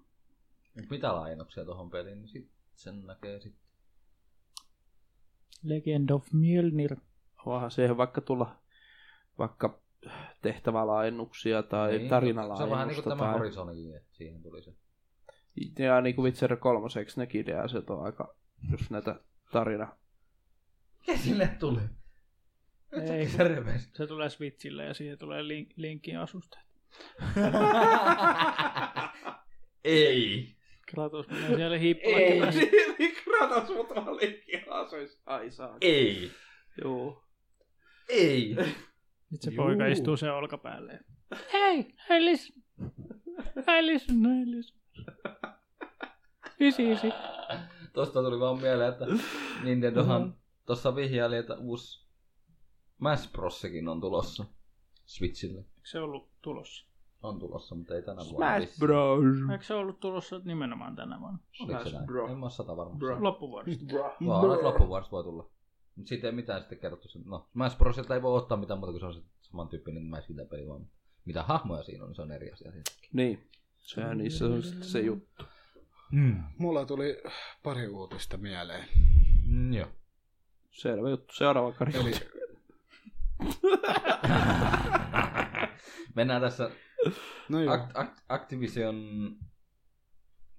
[SPEAKER 5] Mut Mitä laajennuksia tuohon peliin, niin sit sen näkee sitten.
[SPEAKER 3] Legend of Mjölnir.
[SPEAKER 2] Voihan siihen vaikka tulla vaikka tehtävälaajennuksia tai
[SPEAKER 5] Se on vähän niin
[SPEAKER 2] niin, tarinalaajennusta.
[SPEAKER 5] kuin tämä
[SPEAKER 2] tai...
[SPEAKER 5] Horizonikin, että siihen tuli se.
[SPEAKER 2] Ja niin kuin Witcher 3, nekin ideaset on aika, just näitä tarina.
[SPEAKER 5] Mikä sille tuli?
[SPEAKER 3] Ei,
[SPEAKER 5] Terveys.
[SPEAKER 3] se tulee Switchille ja siihen tulee link, linkin asusteet.
[SPEAKER 5] Ei.
[SPEAKER 3] Kratos menee siellä hiippalaan.
[SPEAKER 2] Kratos, mutta olikin asuis. Ai saa.
[SPEAKER 5] Ei.
[SPEAKER 2] Joo.
[SPEAKER 5] Ei.
[SPEAKER 3] Nyt se
[SPEAKER 6] Juu.
[SPEAKER 3] Juu. poika istuu sen olkapäälle. Hei, hei listen. Hei listen, hei listen. Isi, isi.
[SPEAKER 5] Tuosta tuli vaan mieleen, että
[SPEAKER 2] Mm-hmm.
[SPEAKER 5] Nintendohan tuossa vihjaili, että uusi Smash Brosikin on tulossa. Switchille
[SPEAKER 3] Eikö se ollut tulossa?
[SPEAKER 5] on tulossa, mutta ei tänä vuonna.
[SPEAKER 2] Smash
[SPEAKER 5] vissiin.
[SPEAKER 2] Bros.
[SPEAKER 3] Eikö se ollut tulossa nimenomaan tänä vuonna?
[SPEAKER 5] Oliko se
[SPEAKER 2] Smash
[SPEAKER 5] näin?
[SPEAKER 2] Bros.
[SPEAKER 5] En mä oo sata varma.
[SPEAKER 2] Bro.
[SPEAKER 3] Loppuvuodesta.
[SPEAKER 5] Vaan nyt loppuvuodesta voi tulla. Mutta siitä ei mitään sitten kerrottu. sen- No, Smash Brosilta ei voi ottaa mitään muuta, kun se on se samantyyppinen Smash peli vaan mitä hahmoja siinä on, niin se on eri asia. sitten.
[SPEAKER 2] Niin. Sehän niissä on sitten se juttu.
[SPEAKER 6] Mulla tuli pari uutista mieleen.
[SPEAKER 5] Mm, joo.
[SPEAKER 2] Selvä juttu. Seuraava kari.
[SPEAKER 6] Eli
[SPEAKER 5] Mennään tässä
[SPEAKER 6] No joo.
[SPEAKER 5] Act- Act- Activision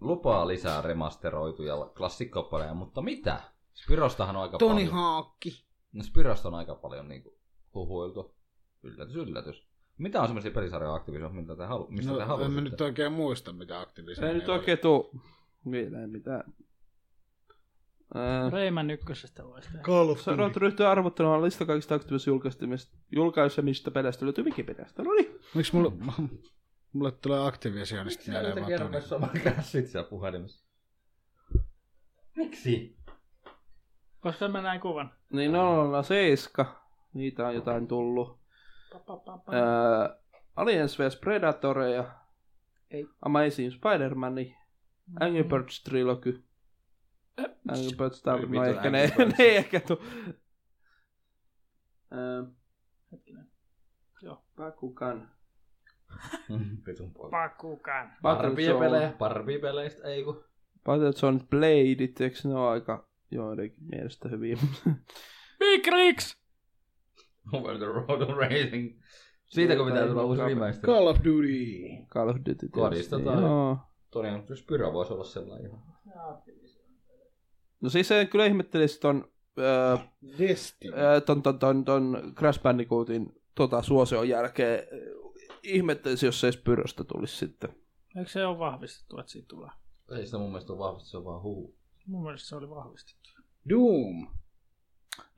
[SPEAKER 5] lupaa lisää remasteroituja klassikkopelejä, mutta mitä? Spirostahan on aika
[SPEAKER 6] Toni
[SPEAKER 5] paljon.
[SPEAKER 6] Haakki.
[SPEAKER 5] No Spirosta on aika paljon niinku huhuiltu. Yllätys, yllätys. Mitä on semmoisia pelisarjoja Activision, mitä te halu- mistä te
[SPEAKER 6] No, en mä
[SPEAKER 5] haluaisitte?
[SPEAKER 6] nyt oikein muista, mitä aktiivisia.
[SPEAKER 2] Se ei nyt oikein tuu mieleen mitään. Ää,
[SPEAKER 3] Reiman ykkösestä voisi tehdä.
[SPEAKER 6] Call of
[SPEAKER 2] Sanot ryhtyä arvottelemaan lista kaikista aktiivisista julkaisemista peleistä löytyy Wikipediasta. No niin.
[SPEAKER 6] Miksi mulle, mulle tulee aktiivisionista
[SPEAKER 5] Sinä
[SPEAKER 6] mieleen
[SPEAKER 5] näitä
[SPEAKER 6] vaan Toni.
[SPEAKER 5] kerroissa on vaan käsit siellä puhelimessa. Miksi?
[SPEAKER 3] Koska mä näin kuvan.
[SPEAKER 2] Niin 007, niitä on jotain tullut.
[SPEAKER 3] Pa, pa, pa, pa.
[SPEAKER 2] Ää, Aliens vs Predator ja
[SPEAKER 3] Ei. Mm-hmm.
[SPEAKER 2] Amazing Spider-Man, niin Angry Birds Trilogy.
[SPEAKER 3] Äh,
[SPEAKER 2] Angry Birds Tar-
[SPEAKER 5] Ei
[SPEAKER 2] no
[SPEAKER 5] vitu,
[SPEAKER 2] ehkä
[SPEAKER 5] Angry
[SPEAKER 2] ne,
[SPEAKER 5] Birds.
[SPEAKER 2] ne ei ehkä tuu. Ää,
[SPEAKER 3] Hetkinen.
[SPEAKER 2] Bakugan.
[SPEAKER 5] Vitun poika.
[SPEAKER 3] Pakukan.
[SPEAKER 5] Barbie-pelejä. Barbie-peleistä, ei kun.
[SPEAKER 2] Battlezone Bladeit, eikö ne ole aika joidenkin mielestä hyviä?
[SPEAKER 3] Big Rigs!
[SPEAKER 5] Over the road on racing. Siitä kun pitää tulla uusi remaster.
[SPEAKER 6] Call of Duty.
[SPEAKER 2] Call of Duty tietysti.
[SPEAKER 5] Kodista tai-
[SPEAKER 2] Joo.
[SPEAKER 5] Todennäköisesti Spyro voisi olla sellainen ihan.
[SPEAKER 2] No siis en kyllä ihmettelisi ton, öö,
[SPEAKER 6] Destiny.
[SPEAKER 2] öö, ton, ton, ton, ton Crash Bandicootin tota, suosion jälkeen. Öö, Ihmettelisi, jos ei Spyrosta tulisi sitten.
[SPEAKER 3] Eikö se ole vahvistettu, että siitä tulee?
[SPEAKER 5] Ei sitä mun mielestä ole vahvasti, se on vaan huu.
[SPEAKER 3] Mun mielestä se oli vahvistettu.
[SPEAKER 6] Doom.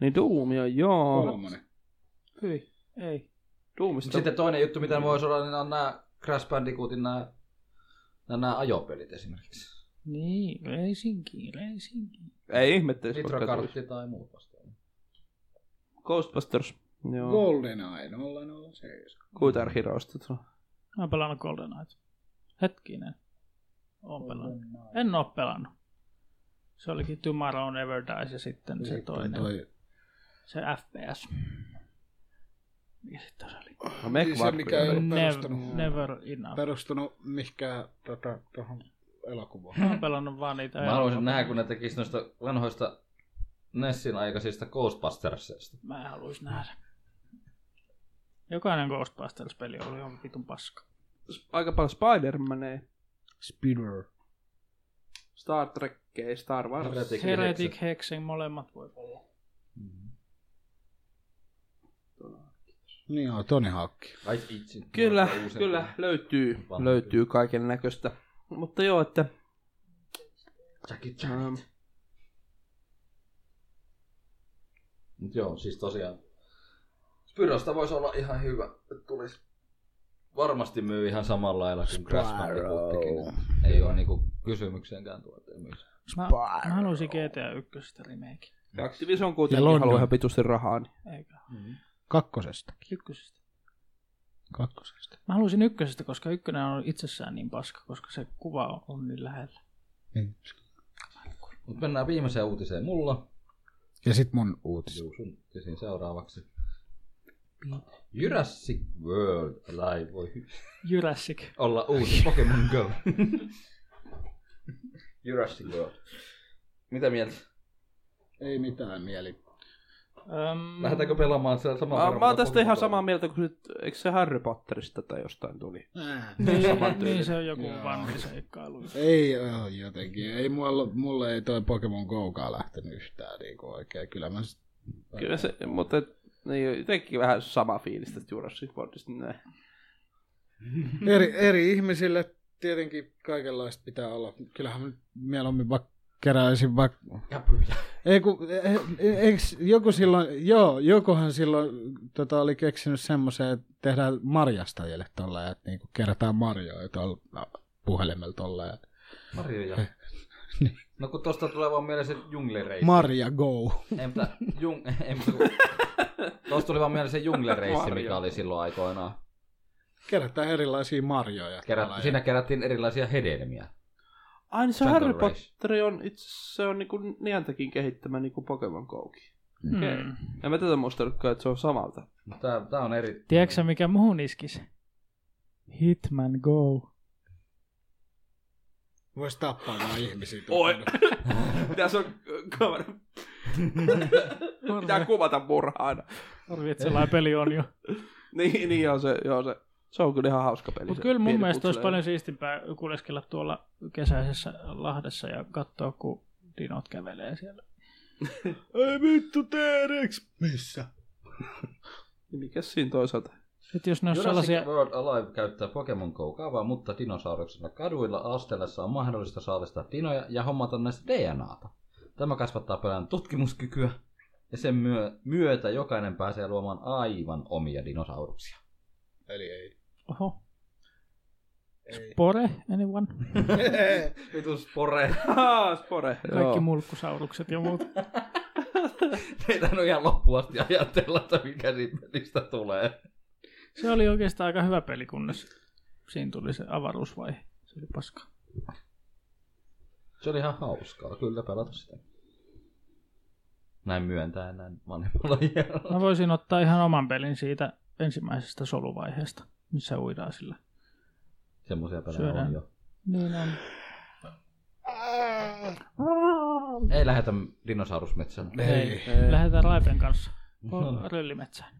[SPEAKER 2] Niin Doomia, joo.
[SPEAKER 6] Kolmonen.
[SPEAKER 3] Hyi, ei.
[SPEAKER 2] Doomista.
[SPEAKER 5] Sitten toinen juttu, mitä voisi olla, niin on nämä Crash Bandicootin nämä, nämä, nämä ajopelit esimerkiksi.
[SPEAKER 3] Niin, Helsinki, Helsinki.
[SPEAKER 2] Ei ihmettelisi,
[SPEAKER 5] Nitro
[SPEAKER 2] vaikka tulisi.
[SPEAKER 5] Kartti tai muut vastaavat.
[SPEAKER 2] Ghostbusters. Joo. Go.
[SPEAKER 6] GoldenEye 007.
[SPEAKER 2] Kuitar Heroista. tuo.
[SPEAKER 3] Mä oon pelannut Golden Knight. Hetkinen. Oon pelannut. En oo pelannut. Se olikin Tomorrow Never Dies ja sitten se
[SPEAKER 6] Sitten
[SPEAKER 3] toinen.
[SPEAKER 6] Toi,
[SPEAKER 3] Se FPS. Mikä Niin sitten se oli?
[SPEAKER 2] No Mech
[SPEAKER 6] se, mikä ei
[SPEAKER 2] Warrior.
[SPEAKER 6] ole
[SPEAKER 3] Never,
[SPEAKER 6] perustunut,
[SPEAKER 3] never Enough.
[SPEAKER 6] perustunut mihinkään tota, tuohon elokuvaan.
[SPEAKER 3] Mä oon pelannut vaan
[SPEAKER 2] No
[SPEAKER 3] niitä.
[SPEAKER 5] Mä haluaisin nähdä, kun ne tekis noista vanhoista Nessin aikaisista Ghostbustersista.
[SPEAKER 3] Mä en haluais nähdä. Jokainen Ghostbusters-peli oli ihan vitun paska.
[SPEAKER 2] Aika paljon Spider-Maneja.
[SPEAKER 6] Spider.
[SPEAKER 2] Star Trekkejä, Star Wars.
[SPEAKER 5] Heretic.
[SPEAKER 3] Heretic, Hexen, molemmat voi olla.
[SPEAKER 6] Niin on, Tony Hawk.
[SPEAKER 5] Ai itse. no,
[SPEAKER 2] Kyllä,
[SPEAKER 5] Uusi-
[SPEAKER 2] kyllä, löytyy,
[SPEAKER 5] Vanha.
[SPEAKER 2] löytyy kaiken näköistä. Mutta joo, että
[SPEAKER 5] Jackie
[SPEAKER 2] ähm,
[SPEAKER 5] Chan. Mut joo, siis tosiaan. Spyrosta voisi olla ihan hyvä. että Tulisi. Varmasti myy ihan samalla lailla kuin Crash Bandicootkin. Ei ole niinku kysymykseenkään tuota.
[SPEAKER 3] Mä,
[SPEAKER 6] Spyro.
[SPEAKER 3] mä haluaisin GTA 1 remake.
[SPEAKER 2] Activision
[SPEAKER 6] Ja
[SPEAKER 2] kuitenkin
[SPEAKER 6] London.
[SPEAKER 2] haluaa ihan pitusti rahaa. Niin.
[SPEAKER 3] Eikä.
[SPEAKER 6] Kakkosesta.
[SPEAKER 3] Ykkösestä.
[SPEAKER 6] Kakkosesta.
[SPEAKER 3] Mä haluaisin ykkösestä, koska ykkönen on itsessään niin paska, koska se kuva on, on niin lähellä.
[SPEAKER 6] Niin.
[SPEAKER 5] Mut mennään viimeiseen uutiseen mulla.
[SPEAKER 6] Ja sit mun uutis.
[SPEAKER 5] Juu, sun kysyn seuraavaksi. Jurassic World Live voi hy-
[SPEAKER 3] Jurassic.
[SPEAKER 5] olla uusi Pokemon Go. Jurassic World. Mitä mieltä?
[SPEAKER 6] Ei mitään mieli.
[SPEAKER 3] Öm,
[SPEAKER 5] Mm. Lähdetäänkö pelaamaan siellä saman
[SPEAKER 2] Mä,
[SPEAKER 5] verran,
[SPEAKER 2] mä oon
[SPEAKER 5] mitä
[SPEAKER 2] tästä ihan
[SPEAKER 5] Pokemon
[SPEAKER 2] samaa mieltä kuin sit, eikö se Harry Potterista tai jostain tuli?
[SPEAKER 6] Ää.
[SPEAKER 3] niin,
[SPEAKER 2] samantyylinen?
[SPEAKER 3] niin, se on joku
[SPEAKER 6] Joo.
[SPEAKER 3] vanha seikkailu.
[SPEAKER 6] Ei oo jotenkin. Ei mulla, mulle ei toi Pokemon Gokaan lähtenyt yhtään niinku oikein. Kyllä mä sit...
[SPEAKER 2] Kyllä se, mutta et, niin, jotenkin vähän sama fiilis tästä Jurassic Worldista. niin Näin.
[SPEAKER 3] Mhm.
[SPEAKER 6] Eri, eri ihmisille tietenkin kaikenlaista pitää olla. Kyllähän mä nyt mieluummin vaikka keräisin vaikka...
[SPEAKER 5] Käpyjä.
[SPEAKER 6] Ei kun, e, e, eiks joku silloin, joo, jokuhan silloin tota, oli keksinyt semmoisen, että tehdään marjastajille tuolla, että niinku kerätään marjoja tuolla no, puhelimella tuolla. Ja...
[SPEAKER 5] Marjoja. No kun tosta tulee vaan mieleen se junglereissi.
[SPEAKER 6] Marja go!
[SPEAKER 5] ei, mutta, jung, ei, mutta kun... Tosta tuli vaan mieleen se junglereissi, mikä
[SPEAKER 2] Marjo.
[SPEAKER 5] oli silloin aikoinaan.
[SPEAKER 6] Kerätään erilaisia marjoja. tuolla
[SPEAKER 5] Kerät,
[SPEAKER 6] ja-
[SPEAKER 5] siinä kerättiin erilaisia hedelmiä.
[SPEAKER 2] Ai niin se
[SPEAKER 5] Jungle
[SPEAKER 2] Harry
[SPEAKER 5] Race.
[SPEAKER 2] Potter on itse se on niinku Niantakin kehittämä niinku Pokemon Goki. Okei.
[SPEAKER 3] Mm.
[SPEAKER 2] En mä tätä muistanutkaan, että se on samalta.
[SPEAKER 5] Mut Tää, tää on eri...
[SPEAKER 3] Tiedätkö sä, mikä muun iskisi? Hitman Go.
[SPEAKER 6] Voisi tappaa vaan ihmisiä.
[SPEAKER 2] Oi. Mitä se on kaveri? Pitää kuvata murhaana.
[SPEAKER 3] Arvi, että sellainen peli on jo.
[SPEAKER 2] Niin, niin joo, se, joo, se, se on kyllä ihan hauska peli.
[SPEAKER 3] Mutta
[SPEAKER 2] se
[SPEAKER 3] kyllä mun
[SPEAKER 2] pieni
[SPEAKER 3] mielestä olisi
[SPEAKER 2] putseleinen.
[SPEAKER 3] paljon siistimpää kuljeskella tuolla kesäisessä Lahdessa ja katsoa, kun dinot kävelee siellä.
[SPEAKER 6] Ei vittu, T-Rex! Missä?
[SPEAKER 2] Niin Mikäs siinä toisaalta?
[SPEAKER 3] Sitten jos ne on
[SPEAKER 5] Jurassic
[SPEAKER 3] sellaisia...
[SPEAKER 5] World Alive käyttää Pokemon Go kaavaa, mutta dinosauruksena kaduilla astellessa on mahdollista saalistaa dinoja ja hommata näistä DNAta. Tämä kasvattaa pelän tutkimuskykyä ja sen myö- myötä jokainen pääsee luomaan aivan omia dinosauruksia.
[SPEAKER 6] Eli ei.
[SPEAKER 3] Oho.
[SPEAKER 6] Ei.
[SPEAKER 3] Pore, anyone?
[SPEAKER 5] Vitus pore.
[SPEAKER 2] Haa, spore.
[SPEAKER 3] Kaikki
[SPEAKER 2] Joo.
[SPEAKER 3] mulkkusaurukset ja muut.
[SPEAKER 5] Teitä on ihan loppuun asti ajatella, että mikä siitä pelistä tulee.
[SPEAKER 3] Se oli oikeastaan aika hyvä peli, kunnes siinä tuli se avaruusvaihe. Se oli paska.
[SPEAKER 5] Se oli ihan hauskaa, kyllä pelata sitä. Näin myöntää näin vanhemmalla iällä.
[SPEAKER 3] Mä voisin ottaa ihan oman pelin siitä ensimmäisestä soluvaiheesta, missä uidaan sillä.
[SPEAKER 5] Semmoisia pelejä
[SPEAKER 3] Syödään.
[SPEAKER 5] on jo.
[SPEAKER 3] Niin on.
[SPEAKER 5] Ei lähetä dinosaurusmetsään.
[SPEAKER 6] Ei.
[SPEAKER 3] Lähdetään Raipen kanssa.
[SPEAKER 5] No.
[SPEAKER 3] Ryllimetsään.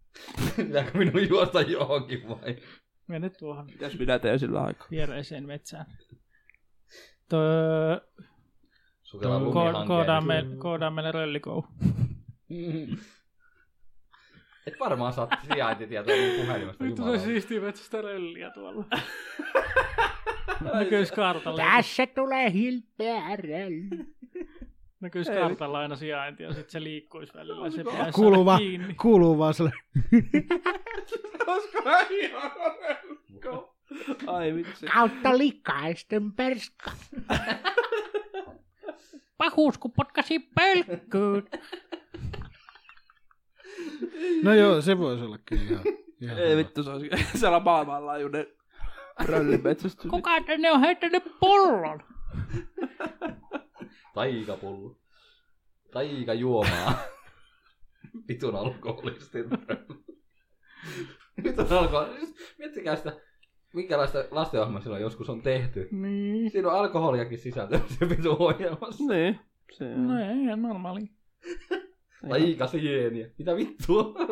[SPEAKER 5] Pitääkö minun juosta johonkin vai?
[SPEAKER 3] Mene tuohon
[SPEAKER 2] Mitäs minä teen sillä aikaa?
[SPEAKER 3] viereiseen metsään. Tö,
[SPEAKER 5] Sukelaa
[SPEAKER 3] ko-
[SPEAKER 5] lumihankeen.
[SPEAKER 3] koodaan, me, koodaan meille röllikou.
[SPEAKER 5] Et varmaan saat sijaintitietoa mun puhelimesta.
[SPEAKER 3] Nyt
[SPEAKER 5] jumala.
[SPEAKER 3] tulee siistiä metsästä rölliä tuolla. Näkyis kartalla.
[SPEAKER 4] Tässä tulee hilpeä rölli.
[SPEAKER 3] Näkyis kartalla aina sijainti ja sit se liikkuis välillä. Se pitäisi saada
[SPEAKER 6] Kuuluu vaan,
[SPEAKER 3] kiinni.
[SPEAKER 6] kuuluu vaan sille.
[SPEAKER 2] Olisiko mä ihan röllikko? Ai vitsi.
[SPEAKER 4] Kautta likaisten perska.
[SPEAKER 3] Pahuus, kun potkasi pölkkyyn.
[SPEAKER 6] No joo, se voisi olla kyllä ihan. ihan
[SPEAKER 2] Ei
[SPEAKER 6] hyvä.
[SPEAKER 2] vittu, se olisi siellä on maailmanlaajuinen röllimetsästys.
[SPEAKER 3] Kuka tänne on heittänyt pullon?
[SPEAKER 5] Taikapullo. Taikajuomaa. Vitun alkoholistin. Vitun alkohol... Siis Miettikää sitä, minkälaista lastenohjelmaa silloin joskus on tehty.
[SPEAKER 3] Niin.
[SPEAKER 5] Siinä on alkoholiakin sisältö se vitun ohjelmassa.
[SPEAKER 2] Niin. Se on.
[SPEAKER 3] No ei, ihan normaali.
[SPEAKER 5] Taika sieniä. Mitä vittua? ja,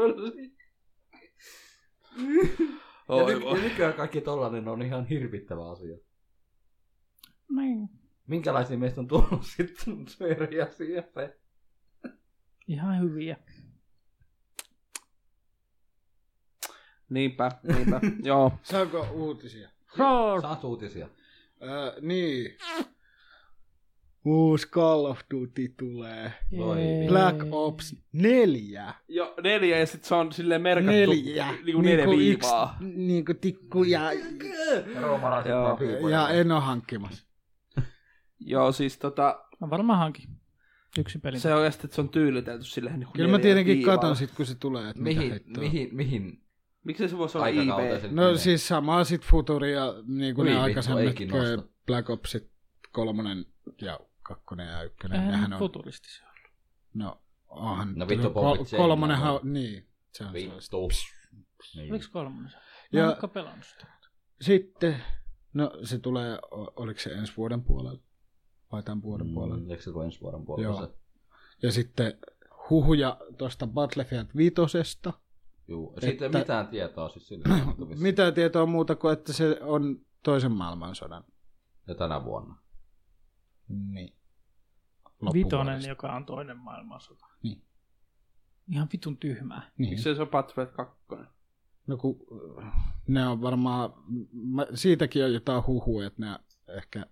[SPEAKER 2] Oi
[SPEAKER 5] ny-
[SPEAKER 2] voi.
[SPEAKER 5] ja nykyään kaikki tollanen on ihan hirvittävä asia.
[SPEAKER 3] Niin.
[SPEAKER 5] Minkälaisia meistä on tullut sitten se eri asia? Se
[SPEAKER 3] Ihan hyviä.
[SPEAKER 2] Niinpä, niinpä. Joo.
[SPEAKER 6] Saako uutisia?
[SPEAKER 3] Roar.
[SPEAKER 5] Saat uutisia.
[SPEAKER 6] Öö, niin. Uusi Call of Duty tulee.
[SPEAKER 5] Voi
[SPEAKER 3] Jee.
[SPEAKER 6] Black Ops 4.
[SPEAKER 2] Jo, neljä ja sit se on silleen merkattu.
[SPEAKER 6] Neljä.
[SPEAKER 2] Niinku neljä
[SPEAKER 6] Niinku yksi-
[SPEAKER 2] viivaa.
[SPEAKER 6] Niinku tikkuja.
[SPEAKER 5] Roomalaiset
[SPEAKER 2] Joo.
[SPEAKER 5] on piipuja.
[SPEAKER 6] Ja en ole hankkimassa.
[SPEAKER 2] Joo, siis tota,
[SPEAKER 3] Mä varmaan hankin. Yksi peli.
[SPEAKER 2] se on että se on tyylitelty silleen niinku
[SPEAKER 6] Kyllä mä
[SPEAKER 2] neljä
[SPEAKER 6] tietenkin
[SPEAKER 2] viivaa.
[SPEAKER 6] katon sit, kun se tulee, että mitä
[SPEAKER 5] Mihin,
[SPEAKER 6] hittoa.
[SPEAKER 5] mihin, mihin
[SPEAKER 2] Miksei se voisi olla
[SPEAKER 5] aikakauteen
[SPEAKER 2] IP?
[SPEAKER 5] se nyt
[SPEAKER 6] No
[SPEAKER 5] menee?
[SPEAKER 6] siis samaa sit Futuria, niin kuin
[SPEAKER 5] Ui,
[SPEAKER 6] ne
[SPEAKER 5] vittu,
[SPEAKER 6] aikaisemmat
[SPEAKER 5] eikin
[SPEAKER 6] ö,
[SPEAKER 5] nosta.
[SPEAKER 6] Black Opsit kolmonen ja kakkonen ja ykkönen.
[SPEAKER 3] Eihän
[SPEAKER 6] Nehän
[SPEAKER 3] on...
[SPEAKER 6] on,
[SPEAKER 3] futuristisia.
[SPEAKER 6] no onhan.
[SPEAKER 5] No vittu,
[SPEAKER 6] kol-
[SPEAKER 5] Bobby Jane
[SPEAKER 6] Kolmonenhan,
[SPEAKER 5] on-
[SPEAKER 6] niin. Se on sellaista.
[SPEAKER 5] Vittu. Niin.
[SPEAKER 3] Oliko kolmonen se? Mä
[SPEAKER 6] Ja-
[SPEAKER 3] ja... pelannut sitä.
[SPEAKER 6] Sitten, no se tulee, o- oliko se ensi vuoden puolella? Vai tämän vuoden mm. puolella?
[SPEAKER 5] Mm, Eikö se tule ensi vuoden puolella
[SPEAKER 6] Joo.
[SPEAKER 5] se?
[SPEAKER 6] Ja sitten huhuja tuosta Battlefield vitosesta.
[SPEAKER 5] Juu. Siitä ei
[SPEAKER 6] Että-
[SPEAKER 5] mitään tietoa siis sillä ei annettu vissiin.
[SPEAKER 6] Mitä tietoa muuta kuin, että se on toisen maailmansodan.
[SPEAKER 5] Ja tänä vuonna.
[SPEAKER 6] Niin.
[SPEAKER 3] Vitonen, joka on toinen maailmansota.
[SPEAKER 6] Niin.
[SPEAKER 3] Ihan vitun tyhmää.
[SPEAKER 6] Niin.
[SPEAKER 2] Miksei se on Battlefield 2?
[SPEAKER 6] No kun, ne on varmaan, mä- siitäkin on jotain huhua, että ne ehkä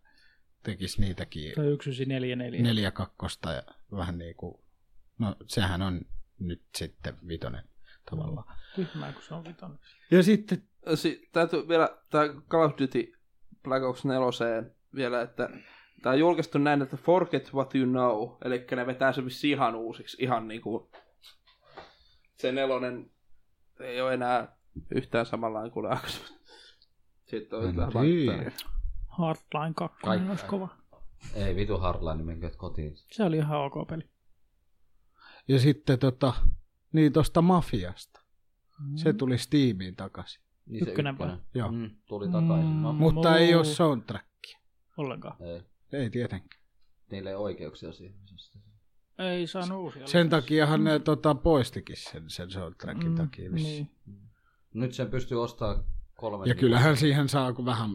[SPEAKER 6] tekis niitäkin
[SPEAKER 3] Tai 1944.
[SPEAKER 6] neljä kakkosta ja vähän niin kuin, no sehän on nyt sitten vitonen tavallaan.
[SPEAKER 3] Mm. Tyhmää, kun se on vitonen.
[SPEAKER 6] Ja sitten
[SPEAKER 2] Si- täytyy vielä tää Call of Duty Black Ops 4 vielä, että tää on julkaistu näin, että forget what you know, eli ne vetää se vissiin ihan uusiksi, ihan niinku se nelonen ei ole enää yhtään samanlainen kuin ne aikaisemmin. Sitten on
[SPEAKER 6] En
[SPEAKER 2] vähän
[SPEAKER 6] tiedä.
[SPEAKER 2] vaihtanut.
[SPEAKER 3] Hardline 2
[SPEAKER 5] Kaikki-
[SPEAKER 3] olisi kova.
[SPEAKER 5] Ei vitu Hardline, menkö kotiin.
[SPEAKER 3] Se oli ihan ok peli.
[SPEAKER 6] Ja sitten tota, niin tuosta mafiasta.
[SPEAKER 3] Mm.
[SPEAKER 6] Se tuli Steamiin takaisin.
[SPEAKER 5] Niin se
[SPEAKER 3] Ykkönen
[SPEAKER 5] ykkönen.
[SPEAKER 3] vai?
[SPEAKER 6] Joo.
[SPEAKER 5] Mm, tuli takaisin. No,
[SPEAKER 3] Mm.
[SPEAKER 5] mut...
[SPEAKER 6] Mutta
[SPEAKER 3] Muu.
[SPEAKER 6] ei ole soundtrackia.
[SPEAKER 3] Ollenkaan.
[SPEAKER 5] Ei.
[SPEAKER 6] Ei tietenkään.
[SPEAKER 5] Niillä ei ole oikeuksia siihen.
[SPEAKER 3] Ei saanut uusia.
[SPEAKER 6] Sen
[SPEAKER 3] lisäyksiä.
[SPEAKER 6] takiahan ne tota, poistikin sen, sen soundtrackin
[SPEAKER 3] Mm,
[SPEAKER 6] takia vissiin.
[SPEAKER 3] Niin,
[SPEAKER 5] Nyt sen pystyy ostamaan kolme.
[SPEAKER 6] Ja kyllähän siihen saa kun vähän...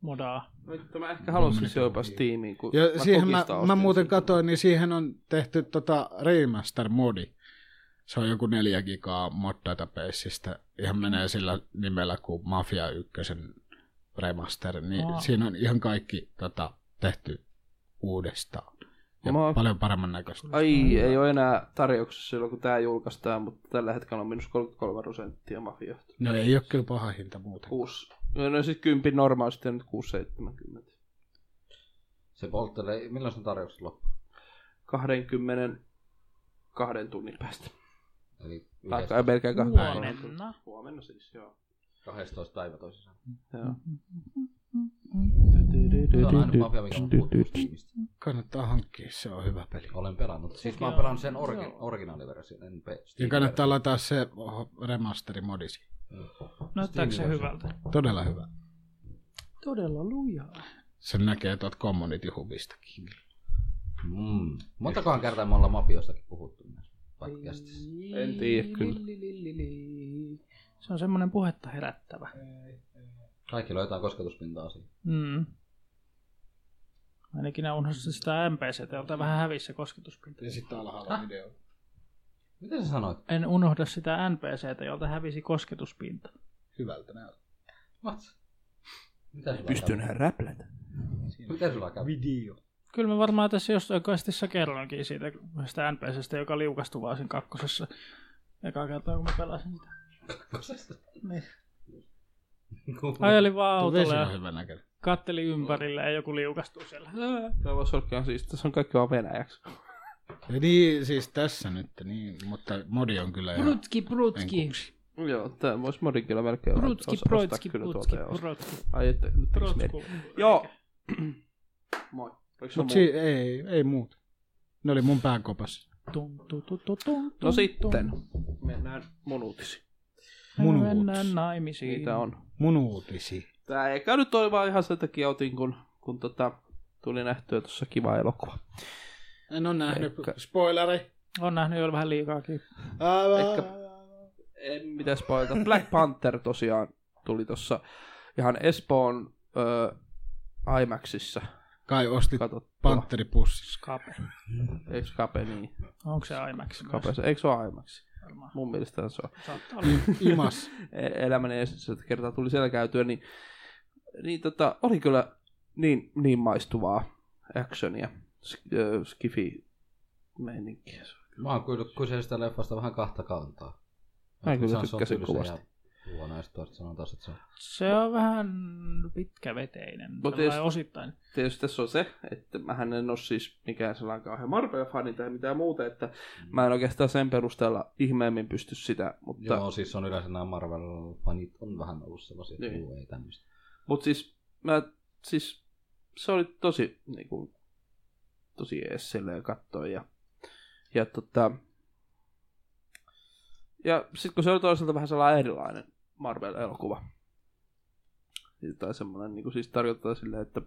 [SPEAKER 3] modaa.
[SPEAKER 2] Mutta mä ehkä halusin se jopa Steamiin, kun
[SPEAKER 6] Ja mä siihen mä,
[SPEAKER 2] kokista
[SPEAKER 6] mä
[SPEAKER 2] ostin
[SPEAKER 6] muuten
[SPEAKER 2] sen.
[SPEAKER 6] katoin, niin siihen on tehty tota remaster-modi. Se on joku 4 gigaa mod databaseista. Ihan menee sillä nimellä kuin Mafia 1 remaster. Niin
[SPEAKER 3] Aa.
[SPEAKER 6] siinä on ihan kaikki tota, tehty uudestaan. Ja
[SPEAKER 2] Mä-
[SPEAKER 6] paljon paremman näköistä.
[SPEAKER 2] Ai, ei ole enää tarjouksessa silloin, kun tämä julkaistaan, mutta tällä hetkellä on minus 33 prosenttia mafia.
[SPEAKER 6] No ei ole kyllä paha hinta muuten.
[SPEAKER 2] Kuusi. No, no siis kymppi normaalisti on nyt 670.
[SPEAKER 5] Se polttelee. Milloin sen tarjous loppuu?
[SPEAKER 2] 20. kahden tunnin päästä.
[SPEAKER 5] Eli
[SPEAKER 2] Tai
[SPEAKER 5] yhdestä-
[SPEAKER 2] kai melkein kahden tunnin.
[SPEAKER 3] Huomenna.
[SPEAKER 2] Huomenna siis, joo.
[SPEAKER 5] 12 päivä toisessa.
[SPEAKER 2] joo.
[SPEAKER 5] Se on aina mafia, mikä on puhuttu tiimistä.
[SPEAKER 6] Kannattaa hankkia, se on hyvä peli.
[SPEAKER 5] Olen pelannut. Siis mä oon
[SPEAKER 3] Joo.
[SPEAKER 5] pelannut sen orgi- originaaliversion, en pe-
[SPEAKER 6] Ja
[SPEAKER 5] Steam-version.
[SPEAKER 6] kannattaa laittaa se oho, remasterimodisi.
[SPEAKER 3] No, Näyttääkö se
[SPEAKER 5] Steam-versio.
[SPEAKER 3] hyvältä?
[SPEAKER 6] Todella hyvä.
[SPEAKER 3] Todella lujaa.
[SPEAKER 6] Sen näkee tuot community hubistakin.
[SPEAKER 5] Mm. Montakohan kertaa me ollaan mafioistakin puhuttu myös podcastissa.
[SPEAKER 2] En tiedä kyllä.
[SPEAKER 3] Se on semmoinen puhetta herättävä.
[SPEAKER 5] Kaikki löytää kosketuspintaa siihen.
[SPEAKER 3] Mm. Ainakin nämä unohdassa sitä MPCtä, jolta vähän hävissä kosketuspinta.
[SPEAKER 6] Ja sitten alhaalla video.
[SPEAKER 5] Mitä sä sanoit?
[SPEAKER 3] En unohda sitä NPCtä, jolta hävisi kosketuspinta.
[SPEAKER 6] Hyvältä näyttää.
[SPEAKER 5] What? Mitä sulla kävi?
[SPEAKER 2] Pystynhän räplätä.
[SPEAKER 5] Mitä sulla kävi?
[SPEAKER 6] Video.
[SPEAKER 3] Kyllä mä varmaan tässä jossain kastissa kerroinkin siitä yhdestä NPCstä, joka liukastui vaan sen kakkosessa. Eka kertaa, kun mä pelasin sitä. Niin. Ajelin vaan autolla
[SPEAKER 6] Vesi on
[SPEAKER 3] ja
[SPEAKER 6] hyvä näköinen.
[SPEAKER 3] katteli ympärille ja joku liukastuu siellä. Ää.
[SPEAKER 2] Tämä voisi olla ihan siis, tässä on kaikki vaan venäjäksi.
[SPEAKER 6] Ja niin, siis tässä nyt, niin, mutta modi on kyllä ihan...
[SPEAKER 3] Brutski, brutski,
[SPEAKER 2] Joo, tämä voisi modin kyllä melkein olla.
[SPEAKER 3] brutski,
[SPEAKER 2] Os- ostaa
[SPEAKER 3] brutski,
[SPEAKER 2] kyllä tuolta
[SPEAKER 3] brutski,
[SPEAKER 2] ja ostaa.
[SPEAKER 3] brutski,
[SPEAKER 2] Ai että, nyt tekis mieli.
[SPEAKER 3] brutski.
[SPEAKER 2] Joo. Moi. Oliko sun
[SPEAKER 6] Mut
[SPEAKER 2] muu?
[SPEAKER 6] si- ei, ei muut. Ne oli mun päänkopassa.
[SPEAKER 3] Tum, tu, tu, tu, tum,
[SPEAKER 2] No
[SPEAKER 3] tum,
[SPEAKER 2] sitten,
[SPEAKER 3] tum.
[SPEAKER 2] mennään mun uutisiin.
[SPEAKER 6] Mun
[SPEAKER 3] Mennään
[SPEAKER 6] uutis.
[SPEAKER 3] naimisiin.
[SPEAKER 2] Niitä on.
[SPEAKER 6] Mun uutisi.
[SPEAKER 2] Tää eikä nyt ole vaan ihan sen takia otin, kun, kun tota, tuli nähtyä tuossa kiva elokuva.
[SPEAKER 6] En ole nähnyt.
[SPEAKER 2] Ehkä-
[SPEAKER 6] Spoileri.
[SPEAKER 3] On nähnyt jo vähän liikaakin.
[SPEAKER 2] Ehkä- En mitään spoilata. Black Panther tosiaan tuli tuossa ihan Espoon öö, IMAXissa
[SPEAKER 6] Kai ostit
[SPEAKER 2] katsottua.
[SPEAKER 6] panteripussis.
[SPEAKER 3] Skape.
[SPEAKER 2] Eikö Kape niin?
[SPEAKER 3] Onko se IMAX? myös?
[SPEAKER 2] Kape se. Eikö se ole IMAX?
[SPEAKER 3] Varmaan.
[SPEAKER 2] Mun mielestä se on.
[SPEAKER 3] Saattaa olla.
[SPEAKER 6] Imas.
[SPEAKER 2] E- Elämäni ensimmäistä kertaa tuli siellä käytyä, niin, niin tota, oli kyllä niin, niin maistuvaa actionia. Sk- öö, Skifi meininkiä.
[SPEAKER 5] Mä oon kyllä kyseisestä leffasta vähän kahta kantaa.
[SPEAKER 2] Mä kyllä
[SPEAKER 5] Se on
[SPEAKER 2] tykkäsin
[SPEAKER 5] sopimus ja
[SPEAKER 2] kovasti.
[SPEAKER 5] Huono, ja sit toista sanotaan taas, että se on
[SPEAKER 3] Se on vähän pitkäveteinen. Mutta
[SPEAKER 2] jos-
[SPEAKER 3] osittain.
[SPEAKER 2] tietysti tässä on se, että mähän en ole siis mikään sellainen kauhean Marvel-fani tai mitään muuta, että mä en oikeastaan sen perusteella ihmeemmin pysty sitä, mutta
[SPEAKER 5] Joo, siis on yleensä nämä Marvel-fanit on vähän ollut sellaisia, että
[SPEAKER 2] Niin.
[SPEAKER 5] juu, ei tämmöistä.
[SPEAKER 2] mut siis, mä, siis se oli tosi, niin kuin, tosi ees silleen kattoa ja, ja tota, ja sit kun se oli toisaalta vähän sellainen erilainen Marvel-elokuva, tai semmoinen, niin kuin siis tarkoittaa silleen, että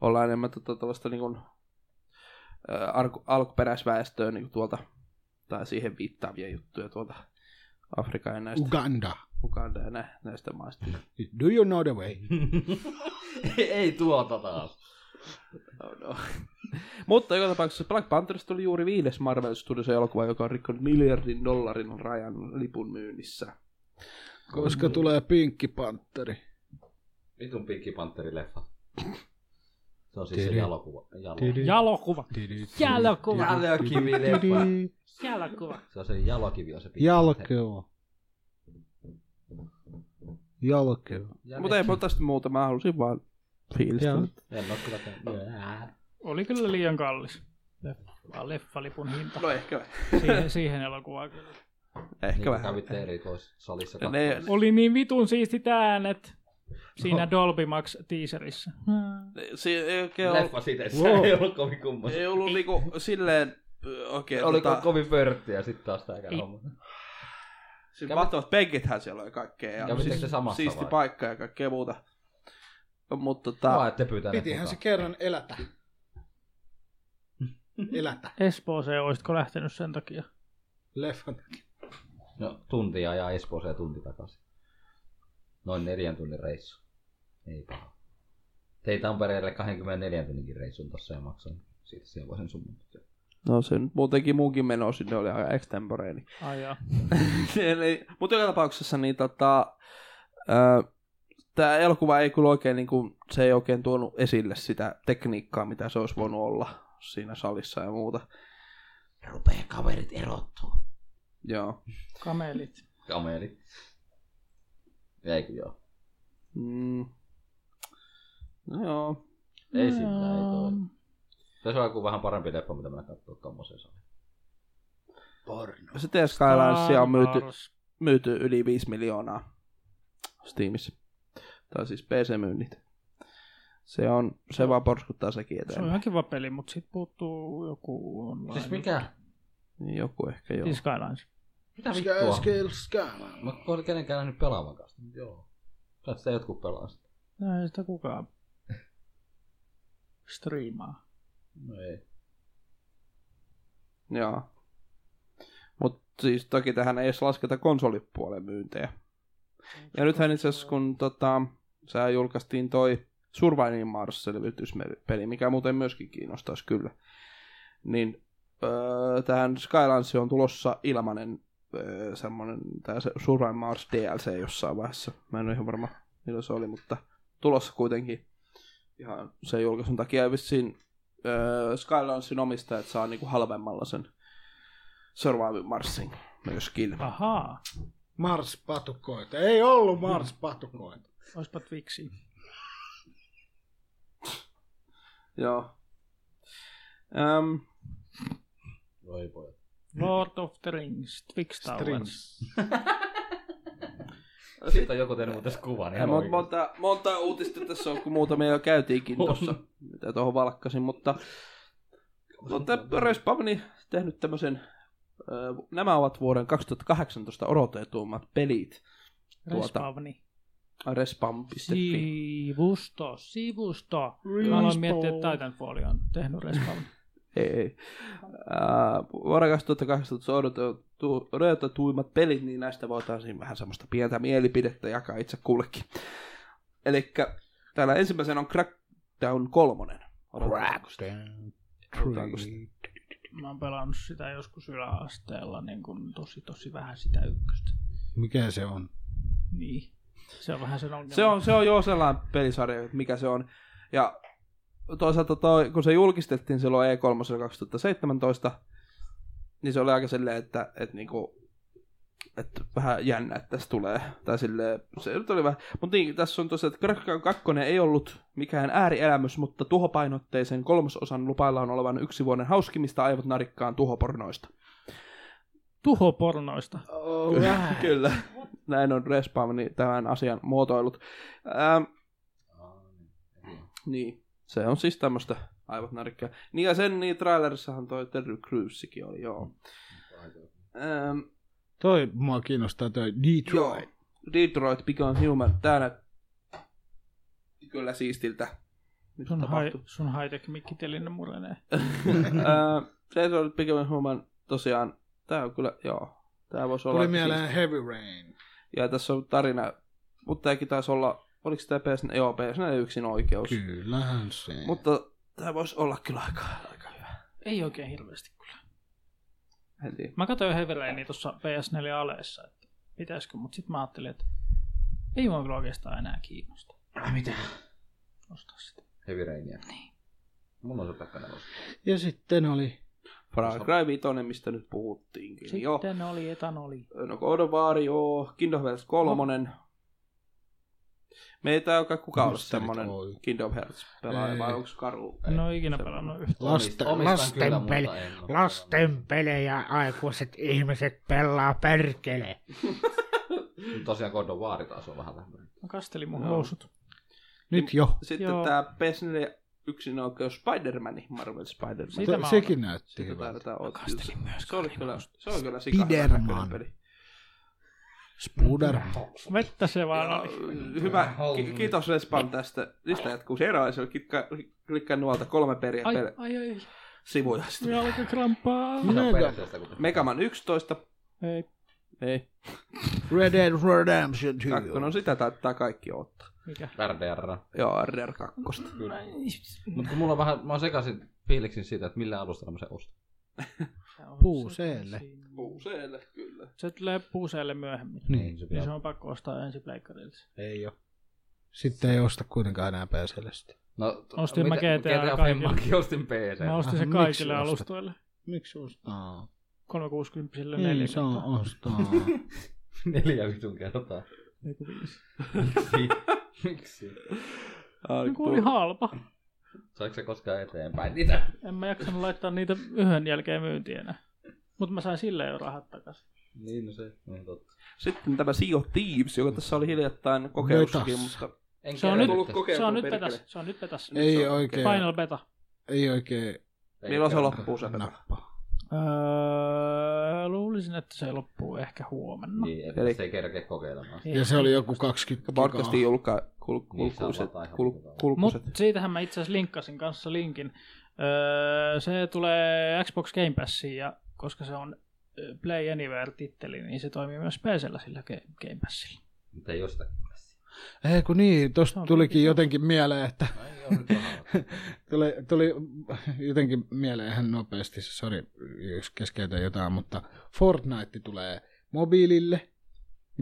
[SPEAKER 2] ollaan enemmän tota, tällaista niin kuin, ää, alku- alkuperäisväestöä niin kuin tuolta, tai siihen viittaavia juttuja tuolta Afrikan ja näistä
[SPEAKER 6] Uganda.
[SPEAKER 2] Uganda ja nä- näistä maista.
[SPEAKER 6] Do you know the way?
[SPEAKER 5] ei tuota taas.
[SPEAKER 2] Oh no. Mutta joka tapauksessa Black Pantherista tuli juuri viides Marvel Studios elokuva, joka on rikkonut miljardin dollarin rajan lipun myynnissä.
[SPEAKER 6] Koska tulee pinkki panteri.
[SPEAKER 5] Vitun Pinky Panteri-leffa. Se on siis se
[SPEAKER 6] Tiri.
[SPEAKER 5] jalokuva. Jalo.
[SPEAKER 6] Tiri.
[SPEAKER 3] Jalokuva. Jalokuva.
[SPEAKER 5] Jalokivi-leffa.
[SPEAKER 3] Jalokuva.
[SPEAKER 5] Se on se jalokivi, on se Pinky Panther.
[SPEAKER 6] Jalkeo. Jalkeo.
[SPEAKER 5] Jalokivi.
[SPEAKER 2] Mutta ei tästä muuta, mä halusin vaan fiilistellä.
[SPEAKER 6] Joo.
[SPEAKER 5] En oo kyllä
[SPEAKER 2] No.
[SPEAKER 5] käynyt.
[SPEAKER 3] Oli kyllä liian kallis. Vaan leffalipun hinta.
[SPEAKER 2] No ehkä vähän.
[SPEAKER 3] Siihen, siihen elokuvaan kyllä.
[SPEAKER 2] Ehkä
[SPEAKER 5] Niin
[SPEAKER 2] vähän.
[SPEAKER 5] kävitte erikoissalissa
[SPEAKER 2] Ja ne-
[SPEAKER 5] katsomassa.
[SPEAKER 3] Oli niin vitun siistit äänet
[SPEAKER 2] No.
[SPEAKER 3] siinä Dolby Max Hmm. teaserissa.
[SPEAKER 2] Se ei oikein ollut,
[SPEAKER 5] Leffa siitä, se ei ollut kovin kummoista.
[SPEAKER 2] ei ollut niinku silleen ö, oikein.
[SPEAKER 5] Oli ko-
[SPEAKER 2] tota,
[SPEAKER 5] kovin pörtti ja sitten taas tää homma.
[SPEAKER 2] siis
[SPEAKER 5] kävi-
[SPEAKER 2] mahtavat penkithän siellä oli kaikkea. Ja
[SPEAKER 5] Kävittekö
[SPEAKER 2] siis,
[SPEAKER 5] te samassa
[SPEAKER 2] siisti
[SPEAKER 5] vai?
[SPEAKER 2] paikka ja kaikkea muuta. Mutta
[SPEAKER 5] Mä
[SPEAKER 2] tota,
[SPEAKER 5] ette pyytäneet
[SPEAKER 6] Pitihän se kerran elätä. Elätä.
[SPEAKER 3] Espooseen olisitko lähtenyt sen takia?
[SPEAKER 6] Leffan.
[SPEAKER 5] No, tuntia ja Espooseen tunti takaisin. Noin neljän tunnin reissu. Ei paha. Tein Tampereelle 24 tunninkin reissun tossa ja maksoin. Siitä siellä voisin summun.
[SPEAKER 2] no se nyt muutenkin munkin meno sinne oli aika niin- extemporeeni.
[SPEAKER 3] Ai jaa.
[SPEAKER 2] Eli, mutta joka tapauksessa niin tota, ää, tämä elokuva ei kyllä oikein, niin kuin, se ei oikein tuonut esille sitä tekniikkaa, mitä se olisi voinut olla siinä salissa ja muuta.
[SPEAKER 5] Rupee kaverit erottuu.
[SPEAKER 2] Joo.
[SPEAKER 3] Kamelit.
[SPEAKER 5] Kamelit. Eikö joo?
[SPEAKER 2] Mm. No joo.
[SPEAKER 5] Ei sitä, ei tuo. Tässä on joku vähän parempi leffa, mitä mä katsoin tommoseen saliin.
[SPEAKER 4] porno.
[SPEAKER 2] Sitten Skylinesia on myyty, myyty yli 5 miljoonaa Steamissa. Tai siis PC-myynnit. Se on, se vaan porskuttaa sekin
[SPEAKER 3] Se on
[SPEAKER 2] eteenpäin.
[SPEAKER 3] ihan kiva peli, mutta siitä puuttuu joku online.
[SPEAKER 5] Siis mikä?
[SPEAKER 2] Niin Joku ehkä joo.
[SPEAKER 3] Siis Skylines.
[SPEAKER 5] Mitä
[SPEAKER 6] Sky,
[SPEAKER 5] vittua?
[SPEAKER 6] scale, sky.
[SPEAKER 5] Mä oon kenenkään nähnyt pelaavan kanssa. mut Joo. Sä sitä jotkut pelaa sitä.
[SPEAKER 3] No, Ei sitä kukaan striimaa.
[SPEAKER 5] No ei.
[SPEAKER 2] Joo. Mutta siis toki tähän ei edes lasketa konsolipuolen myyntejä. Ja nythän itse asiassa, kun tota, sää julkaistiin toi Surviving Mars-selvityspeli, mikä muuten myöskin kiinnostaisi kyllä, niin öö, tähän Skylansi on tulossa ilmanen öö, semmonen, tää se Surviving Mars DLC jossain vaiheessa. Mä en ole ihan varma, milloin se oli, mutta tulossa kuitenkin ihan sen julkaisun takia. Ja vissiin öö, Skylansin omistajat saa niinku halvemmalla sen Surviving Marsin myöskin.
[SPEAKER 3] Ah. Ahaa,
[SPEAKER 6] Mars-patukoita. Ei ollut Mars-patukoita.
[SPEAKER 3] oispa Twixi.
[SPEAKER 2] Joo. Öm,
[SPEAKER 5] Voi pojat.
[SPEAKER 3] Lord of the Rings, Twix Towers.
[SPEAKER 6] Strings.
[SPEAKER 5] Sitten on joku tehnyt mun tässä kuvan.
[SPEAKER 2] Ja
[SPEAKER 5] Ihan
[SPEAKER 2] monta,
[SPEAKER 5] oikein.
[SPEAKER 2] monta, monta uutista tässä on, kun muutamia jo käytiinkin
[SPEAKER 5] On.
[SPEAKER 2] tuossa, mitä tuohon valkkasin, mutta, mutta Respawni tehnyt tämmöisen, ö, nämä ovat vuoden 2018 odotetuimmat pelit tuota.
[SPEAKER 3] Respawni.
[SPEAKER 2] Respawn.fi.
[SPEAKER 3] Niin. Sivusto, sivusto. Mä aloin miettiä, että Titanfall on tehnyt respawnin.
[SPEAKER 2] Ei, ei. Äh, vuonna 2018 odotettu- odotetuimmat pelit, niin näistä voitaisiin vähän semmoista pientä mielipidettä jakaa itse kullekin. Eli täällä ensimmäisenä on Crackdown 3. Odotetaanko sitä? Odotetaanko sitä?
[SPEAKER 3] Mä oon pelannut sitä joskus yläasteella niin kun tosi tosi vähän sitä ykköstä.
[SPEAKER 6] Mikä se on?
[SPEAKER 3] Niin. Se on vähän sen ongelma.
[SPEAKER 2] Se on, se on jo sellainen pelisarja, että mikä se on. Ja toisaalta toi, kun se julkistettiin silloin E3 2017, niin se oli aika silleen, että, että, niinku, että vähän jännä, että tässä tulee. Tai silleen, se nyt oli vähän. Mutta niin, tässä on tosiaan, että Crackdown 2 ei ollut mikään äärielämys, mutta tuhopainotteisen kolmososan lupaillaan olevan yksi vuoden hauskimmista aivot narikkaan tuhopornoista.
[SPEAKER 3] tuhopornoista.
[SPEAKER 2] Kyllä. Näin on Respawn tämän asian muotoillut. Ähm,
[SPEAKER 5] Aa, niin.
[SPEAKER 2] Niin. Se on siis tämmöistä aivot narikkaa. Niin ja sen niin trailerissahan toi Terry Crewsikin oli, joo. Ähm,
[SPEAKER 6] Toi mua kiinnostaa toi Detroit.
[SPEAKER 2] joo. Detroit Become Human. Tää näyttää kyllä siistiltä. Mitä
[SPEAKER 3] Sun, hai,
[SPEAKER 2] tapahtuu?
[SPEAKER 3] sun high-tech mikkiteline murenee.
[SPEAKER 2] Ähm, Detroit Become Human tosiaan, tää on kyllä, joo. Tää voisi olla... siis-
[SPEAKER 6] Tuli mieleen Heavy Rain.
[SPEAKER 2] Ja tässä on tarina, mutta tääkin taisi olla, oliko tää PS4, joo, PS4 yksin oikeus.
[SPEAKER 6] Kyllähän se.
[SPEAKER 2] Mutta tää voisi olla kyllä aika, aika hyvä.
[SPEAKER 3] Ei oikein hirveästi kyllä.
[SPEAKER 2] En tiedä.
[SPEAKER 3] Mä katsoin Hevereini tuossa PS4-aleessa, että pitäisikö, mutta sitten mä ajattelin, että ei mua kyllä oikeastaan enää kiinnosta
[SPEAKER 5] Ai mitä?
[SPEAKER 3] ostaa sitä.
[SPEAKER 5] Heavy Rainia. Niin. Mulla on se Pekkanen osa.
[SPEAKER 6] Ja sitten oli
[SPEAKER 2] Far Cry 5, mistä nyt puhuttiinkin. niin Joo.
[SPEAKER 3] Sitten oli etanoli.
[SPEAKER 2] No God of War, joo. Kingdom Hearts 3. No. Me ei tää ole kukaan ollut
[SPEAKER 6] Monsterit
[SPEAKER 2] semmonen
[SPEAKER 6] Oy.
[SPEAKER 2] Kingdom Hearts pelaaja,
[SPEAKER 6] Ei.
[SPEAKER 2] vai onko Karu?
[SPEAKER 3] En ole ikinä pelannut yhtään.
[SPEAKER 6] lasten,
[SPEAKER 5] Omistan
[SPEAKER 6] lasten
[SPEAKER 5] kyllä, mutta
[SPEAKER 4] peli.
[SPEAKER 5] en oo
[SPEAKER 4] Lasten pelejä aikuiset ihmiset pelaa perkele.
[SPEAKER 5] pelannut. Tosiaan God of War taas on vähän vähän.
[SPEAKER 3] Mä kastelin mun
[SPEAKER 2] Joo.
[SPEAKER 3] housut.
[SPEAKER 6] Nyt jo.
[SPEAKER 2] Sitten
[SPEAKER 3] Joo.
[SPEAKER 2] tää PS4 yksin oikeus Spider-Man, Marvel Spider-Man.
[SPEAKER 3] Sitä mä
[SPEAKER 6] sekin näytti
[SPEAKER 2] Sitä
[SPEAKER 6] hyvältä.
[SPEAKER 2] taidetaan ottaa.
[SPEAKER 3] kastelin myös
[SPEAKER 2] Se oli kyllä, se oli kyllä
[SPEAKER 6] Spider-Man.
[SPEAKER 2] sikahyvä peli.
[SPEAKER 6] Spuder.
[SPEAKER 3] Vettä se vaan
[SPEAKER 2] Ja,
[SPEAKER 3] oli.
[SPEAKER 2] hyvä, ki- kiitos Respan tästä. Lista jatkuu seuraavaksi. Klikkaa, klikkaa nuolta kolme periä
[SPEAKER 3] Ai,
[SPEAKER 2] per
[SPEAKER 3] ai, ai.
[SPEAKER 2] sivuja.
[SPEAKER 3] Minä alkoi krampaa.
[SPEAKER 5] Mitä on
[SPEAKER 6] Mega.
[SPEAKER 5] perseestä, kun
[SPEAKER 2] Megaman 11.
[SPEAKER 3] Ei,
[SPEAKER 2] Ei.
[SPEAKER 6] Red Dead Redemption 2.
[SPEAKER 2] Kakkonen sitä taittaa kaikki ottaa.
[SPEAKER 3] mikä?
[SPEAKER 5] RDR.
[SPEAKER 2] Joo, RDR 2.
[SPEAKER 5] Kyllä. Mutta kun mulla on vähän, mä oon sekaisin fiiliksin siitä, että millä alustalla mä sen ostan.
[SPEAKER 6] Puuseelle.
[SPEAKER 2] Useille, kyllä.
[SPEAKER 3] Se tulee puuseelle myöhemmin.
[SPEAKER 6] Niin.
[SPEAKER 5] se
[SPEAKER 3] Niin se
[SPEAKER 5] pitää.
[SPEAKER 3] on pakko ostaa ensi pleikkarille.
[SPEAKER 6] Ei oo. Sitten ei osta kuitenkaan enää PClle
[SPEAKER 5] No,
[SPEAKER 3] Ostin mä
[SPEAKER 5] miten-
[SPEAKER 3] GTA
[SPEAKER 5] GTA
[SPEAKER 3] kaikille.
[SPEAKER 5] Femmankin ostin PC.
[SPEAKER 3] Mä ostin se
[SPEAKER 6] Ah, miksi
[SPEAKER 3] kaikille
[SPEAKER 6] ostat?
[SPEAKER 3] alustoille.
[SPEAKER 6] Miksi ostaa?
[SPEAKER 3] 360
[SPEAKER 6] Ei
[SPEAKER 3] 4
[SPEAKER 6] saa ostaa.
[SPEAKER 5] Neljä vitun kertaa. Miksi? Miksi?
[SPEAKER 2] Ai,
[SPEAKER 3] Niin oli halpa.
[SPEAKER 5] Saiko se koskaan eteenpäin niitä?
[SPEAKER 3] En mä jaksanut laittaa niitä yhden jälkeen myyntiin enää. Mutta mä sain sille jo rahat takaisin.
[SPEAKER 5] Niin, no se on totta.
[SPEAKER 2] Sitten tämä Sea of Thieves, joka tässä oli hiljattain kokeilussakin,
[SPEAKER 6] Metas.
[SPEAKER 2] mutta
[SPEAKER 5] En
[SPEAKER 3] Se on nyt,
[SPEAKER 2] tullut kokeilu,
[SPEAKER 3] se on nyt
[SPEAKER 2] perkele.
[SPEAKER 3] petäs. Se on nyt petäs.
[SPEAKER 6] Ei
[SPEAKER 2] se on
[SPEAKER 6] oikein,
[SPEAKER 3] Final beta.
[SPEAKER 6] ei oikein
[SPEAKER 2] milloin se loppuu se?
[SPEAKER 6] nappa.
[SPEAKER 3] Öö, luulisin, että se loppuu ehkä huomenna.
[SPEAKER 5] Niin, että
[SPEAKER 2] Eli-
[SPEAKER 5] se ei kerkeä kokeilemaan.
[SPEAKER 6] Ja se oli joku 20
[SPEAKER 2] Podcastin
[SPEAKER 6] gigaa.
[SPEAKER 2] julkaa kul-
[SPEAKER 5] Niin,
[SPEAKER 2] kulkuset,
[SPEAKER 5] saa vapaata ihan
[SPEAKER 2] kul-
[SPEAKER 5] mukaan.
[SPEAKER 3] Mut
[SPEAKER 2] kulkuset.
[SPEAKER 3] siitähän mä itse asiassa linkkasin kanssa linkin. Öö, se tulee Xbox Game Passiin ja koska se on ö, Play Anywhere-titteli, niin se toimii myös PCllä sillä Ga- Game Passilla.
[SPEAKER 5] Mutta ei jostakin.
[SPEAKER 6] Ei kun niin,
[SPEAKER 3] Se
[SPEAKER 6] tosta
[SPEAKER 3] on
[SPEAKER 6] tulikin
[SPEAKER 3] kaikki-
[SPEAKER 6] jotenkin mieleen, että
[SPEAKER 5] No ei ole nyt rahaa.
[SPEAKER 6] tuli, tuli jotenkin mieleen ihan nopeasti, sori jos keskeytän jotain, mutta Fortnite tulee mobiilille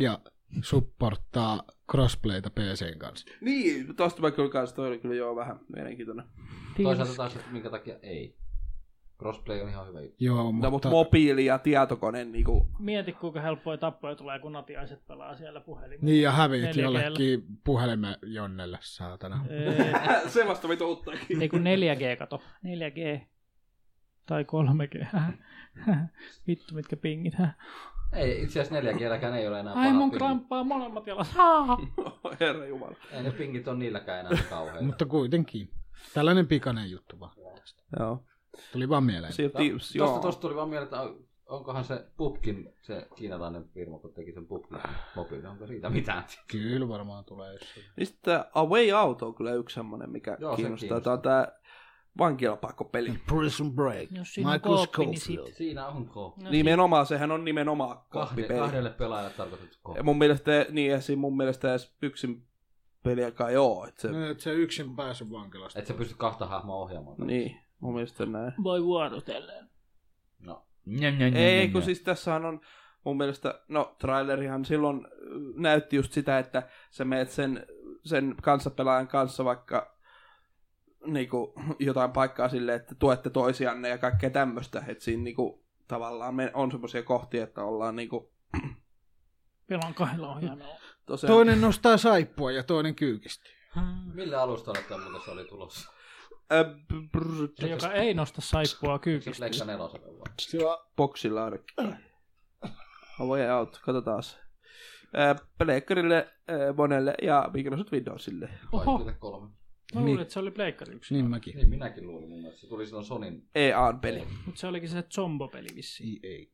[SPEAKER 6] ja supporttaa crossplayta PCn kanssa.
[SPEAKER 2] Niin, tosta mä kyllä kanssa, toi oli kyllä joo vähän mielenkiintoinen.
[SPEAKER 5] Toisaalta taas, että minkä takia ei. Crossplay on ihan hyvä juttu.
[SPEAKER 6] Joo,
[SPEAKER 2] No, mutta
[SPEAKER 6] mutta
[SPEAKER 2] mobiili ja tietokone, niinku,
[SPEAKER 3] Mieti, kuinka helppoja tappoja tulee, kun natiaiset pelaa siellä puhelimella.
[SPEAKER 6] niin ja hävit
[SPEAKER 3] Neljä
[SPEAKER 6] jollekin puhelimen jonnelle, saatana.
[SPEAKER 3] Öö,
[SPEAKER 5] Äh,
[SPEAKER 2] se vasta vituuttaakin.
[SPEAKER 3] Ei kun 4G kato. 4G. Tai 3G. Vittu mitkä pingit.
[SPEAKER 5] Ei, itse asiassa neljä kielläkään ei ole enää
[SPEAKER 3] Ai
[SPEAKER 5] paha
[SPEAKER 3] mun
[SPEAKER 5] pingit.
[SPEAKER 3] kramppaa molemmat jalat. Haa!
[SPEAKER 2] Herra Jumala.
[SPEAKER 5] Ei ne pingit on niilläkään enää niin kauheita.
[SPEAKER 6] Mutta kuitenkin. Tällainen pikainen juttu vaan.
[SPEAKER 2] Joo.
[SPEAKER 6] Tuli vaan mieleen.
[SPEAKER 2] Sea of Thieves,
[SPEAKER 5] Tosta,
[SPEAKER 2] joo.
[SPEAKER 5] tosta tuli vaan mieleen, että on- onkohan se Pupkin, se kiinalainen firma, kun teki sen Pupkin mobiili, onko siitä mitään?
[SPEAKER 6] Kyllä varmaan tulee jossain.
[SPEAKER 2] Niin sitten A Way Out on kyllä yksi semmonen, mikä
[SPEAKER 5] Joo, se
[SPEAKER 2] kiinnostaa.
[SPEAKER 5] kiinnostaa.
[SPEAKER 2] Tämä on tää vankilapakkopeli.
[SPEAKER 6] Prison Break.
[SPEAKER 3] Jos siinä on
[SPEAKER 6] Michael
[SPEAKER 3] kooppi, niin sit...
[SPEAKER 6] Scofield.
[SPEAKER 5] Siinä on ko.
[SPEAKER 3] No, sit-
[SPEAKER 2] Niin Nimenomaan, sehän on nimenomaan
[SPEAKER 5] Kahde,
[SPEAKER 2] koppipeli.
[SPEAKER 5] kahdelle pelaajalle tarkoitettu ko.
[SPEAKER 2] Ja mun mielestä, niin ja siinä mun mielestä edes yksin peliäkään joo. Että se,
[SPEAKER 3] Mm.
[SPEAKER 6] No, et se yksin pääse vankilasta.
[SPEAKER 5] Et sä pysty kahta hahmoa ohjaamaan.
[SPEAKER 2] Niin, mun mielestä näin.
[SPEAKER 3] Voi vuorotellen.
[SPEAKER 5] No. Njö,
[SPEAKER 3] Mm-hmm.
[SPEAKER 5] njö, njö,
[SPEAKER 2] Ei,
[SPEAKER 5] njö,
[SPEAKER 2] kun
[SPEAKER 5] njö.
[SPEAKER 2] siis tässähän on mun mielestä, no trailerihan silloin äh, näytti just sitä, että sä meet sen, sen kanssapelaajan kanssa vaikka niinku, jotain paikkaa sille, että tuette toisianne ja kaikkea tämmöistä, että siinä niinku, tavallaan me on semmoisia kohtia, että ollaan niinku,
[SPEAKER 3] Pelaan kahdella ohjaimella.
[SPEAKER 2] tosiaan,
[SPEAKER 6] Toinen nostaa saippua ja toinen kyykistyy.
[SPEAKER 5] Millä alustalla tämä muutos oli tulossa?
[SPEAKER 2] Ö, b- brr,
[SPEAKER 3] Se, joka ei nosta saippua
[SPEAKER 5] Siis
[SPEAKER 3] kyykistä.
[SPEAKER 5] Pleikka nelosella vaan.
[SPEAKER 6] Se on
[SPEAKER 2] boksilla ainakin. A Way Out, katsotaas. Ö, Pleikkarille, ö, monelle ja Microsoft Windowsille.
[SPEAKER 3] Oho,
[SPEAKER 5] Kaikille kolme.
[SPEAKER 3] mä luulin, että se oli Pleikkari yksi.
[SPEAKER 6] Niin mäkin.
[SPEAKER 5] Niin minäkin luulin mun mielestä. Se tuli silloin Sonin.
[SPEAKER 2] E EA-peli.
[SPEAKER 3] Mutta se olikin se zombopeli vissiin.
[SPEAKER 6] Ei. ei.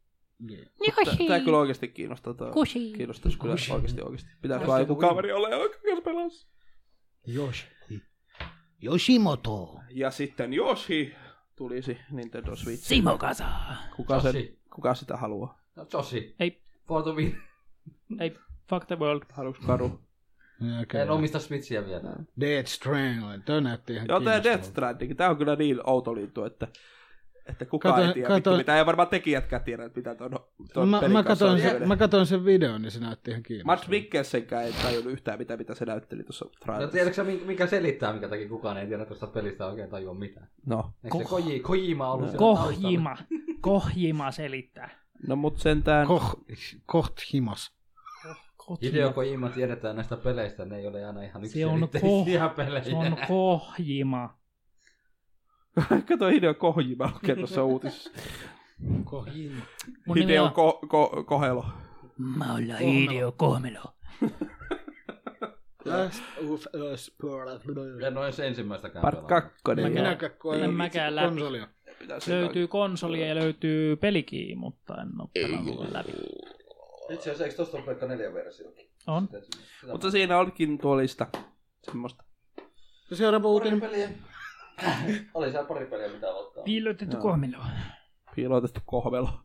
[SPEAKER 2] Tää, tää kyllä oikeasti kiinnostaa. Tää.
[SPEAKER 7] Kushi.
[SPEAKER 2] Kiinnostaisi kyllä
[SPEAKER 6] Kushi.
[SPEAKER 2] oikeasti oikeasti. Pitäis
[SPEAKER 5] Kushi.
[SPEAKER 2] vaan joku kaveri olla, joka kanssa pelasi.
[SPEAKER 6] Jos.
[SPEAKER 4] Yoshimoto.
[SPEAKER 2] Ja sitten Yoshi tulisi Nintendo Switch.
[SPEAKER 7] Simokasa.
[SPEAKER 2] Kuka, sen,
[SPEAKER 5] Joshi.
[SPEAKER 2] kuka sitä haluaa?
[SPEAKER 5] No Joshi.
[SPEAKER 3] Ei.
[SPEAKER 5] For the win.
[SPEAKER 3] Ei, fuck the world.
[SPEAKER 2] Haluuks Karu?
[SPEAKER 5] En
[SPEAKER 6] Okay.
[SPEAKER 5] omista Switchiä vielä. No,
[SPEAKER 6] Dead Strangling. Toi näytti ihan
[SPEAKER 2] Joo, tää Death
[SPEAKER 6] kiinnostavalta.
[SPEAKER 2] Stranding. Tää on kyllä niin outo lintu, että että kukaan
[SPEAKER 6] Kato-
[SPEAKER 2] ei tiedä
[SPEAKER 6] kato-
[SPEAKER 2] vittu mitä. Ei varmaan tekijätkään tiedä, että mitä ton, ton
[SPEAKER 6] Mä,
[SPEAKER 2] pelin
[SPEAKER 6] mä,
[SPEAKER 2] kanssa
[SPEAKER 6] katoin
[SPEAKER 2] on
[SPEAKER 6] sen,
[SPEAKER 2] tekeminen.
[SPEAKER 6] mä katoin sen videon, niin se näytti ihan
[SPEAKER 2] Mats
[SPEAKER 6] kiinnostavalta.
[SPEAKER 2] Mikkelsenkään ei tajunnut yhtään mitä, mitä se näytteli tuossa
[SPEAKER 5] No
[SPEAKER 2] trailerissa.
[SPEAKER 5] tiedätkö sä, minkä- mikä selittää, minkä takia kukaan ei tiedä tuosta pelistä oikein tajua mitään?
[SPEAKER 2] No,
[SPEAKER 5] Eikö se
[SPEAKER 3] Koh-
[SPEAKER 5] Koji, Kojima ollut siellä taustalla?
[SPEAKER 3] Kohjima. Kohjima selittää.
[SPEAKER 2] no mut sentään...
[SPEAKER 6] Koh, koht himas.
[SPEAKER 3] Kohjima.
[SPEAKER 5] Hideo Kojima tiedetään näistä peleistä, ne ei ole aina ihan
[SPEAKER 3] Se on,
[SPEAKER 5] yksiselitteisiä
[SPEAKER 3] koh- se
[SPEAKER 5] pelejä.
[SPEAKER 3] on kohjima.
[SPEAKER 2] Kato Hideo Kojima lukee tuossa uutisessa.
[SPEAKER 6] Kohjima.
[SPEAKER 3] Mun nimi
[SPEAKER 2] Hideo
[SPEAKER 3] on
[SPEAKER 2] ko- ko- Kohelo.
[SPEAKER 7] Mä ollaan Hideo Kohmelo.
[SPEAKER 6] Last of Us Part
[SPEAKER 5] Ja no se ensimmäistäkään
[SPEAKER 2] Part
[SPEAKER 5] pelaa.
[SPEAKER 2] 2.
[SPEAKER 3] Mäkään-
[SPEAKER 6] Minäkään
[SPEAKER 3] en
[SPEAKER 6] koen
[SPEAKER 3] mäkään läpi.
[SPEAKER 6] konsolia.
[SPEAKER 3] Löytyy konsolia ja löytyy pelikin, mutta en ole pelannut läpi.
[SPEAKER 5] Itse asiassa eikö tosta ole pelkkä neljä versiokin?
[SPEAKER 3] On.
[SPEAKER 2] Mutta siinä olikin tuo lista. Semmosta.
[SPEAKER 6] Seuraava uutinen.
[SPEAKER 5] peliä. Oli siellä pari peliä, mitä ottaa.
[SPEAKER 3] Piilotettu
[SPEAKER 2] Joo.
[SPEAKER 3] kohmelo.
[SPEAKER 2] Piilotettu kohvelo.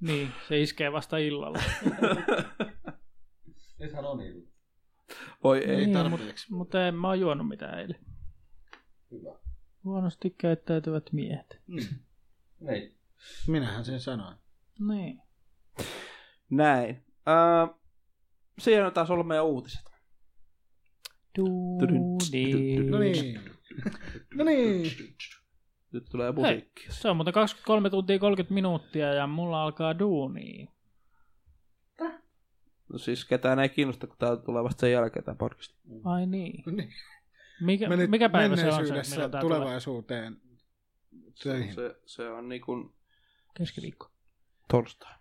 [SPEAKER 3] Niin, se iskee vasta illalla.
[SPEAKER 5] Nythän on niin.
[SPEAKER 2] Voi ei.
[SPEAKER 3] Niin,
[SPEAKER 6] tarpeeksi.
[SPEAKER 3] Mut, mutta en mä oo juonut mitään eilen.
[SPEAKER 5] Hyvä.
[SPEAKER 3] Huonosti käyttäytyvät miehet.
[SPEAKER 5] Niin.
[SPEAKER 6] Mm. Minähän sen sanoin.
[SPEAKER 3] Niin.
[SPEAKER 2] Näin. Äh, siinä on taas ollut meidän uutiset.
[SPEAKER 3] Duudi.
[SPEAKER 6] No niin. No niin.
[SPEAKER 2] Nyt tulee
[SPEAKER 3] Hei,
[SPEAKER 2] musiikki.
[SPEAKER 3] se on muuten 23 tuntia 30 minuuttia ja mulla alkaa duuni.
[SPEAKER 2] No siis ketään ei kiinnosta, kun tää tulee vasta sen jälkeen tää podcast.
[SPEAKER 3] Ai niin.
[SPEAKER 6] Niin.
[SPEAKER 3] Mikä,
[SPEAKER 6] Menit
[SPEAKER 3] mikä päivä se on se,
[SPEAKER 6] menneisyydessä
[SPEAKER 3] milloin tää tulee?
[SPEAKER 6] tulevaisuuteen. Töihin.
[SPEAKER 2] Se, se on niin kuin
[SPEAKER 3] Keskiviikko.
[SPEAKER 2] Torstai.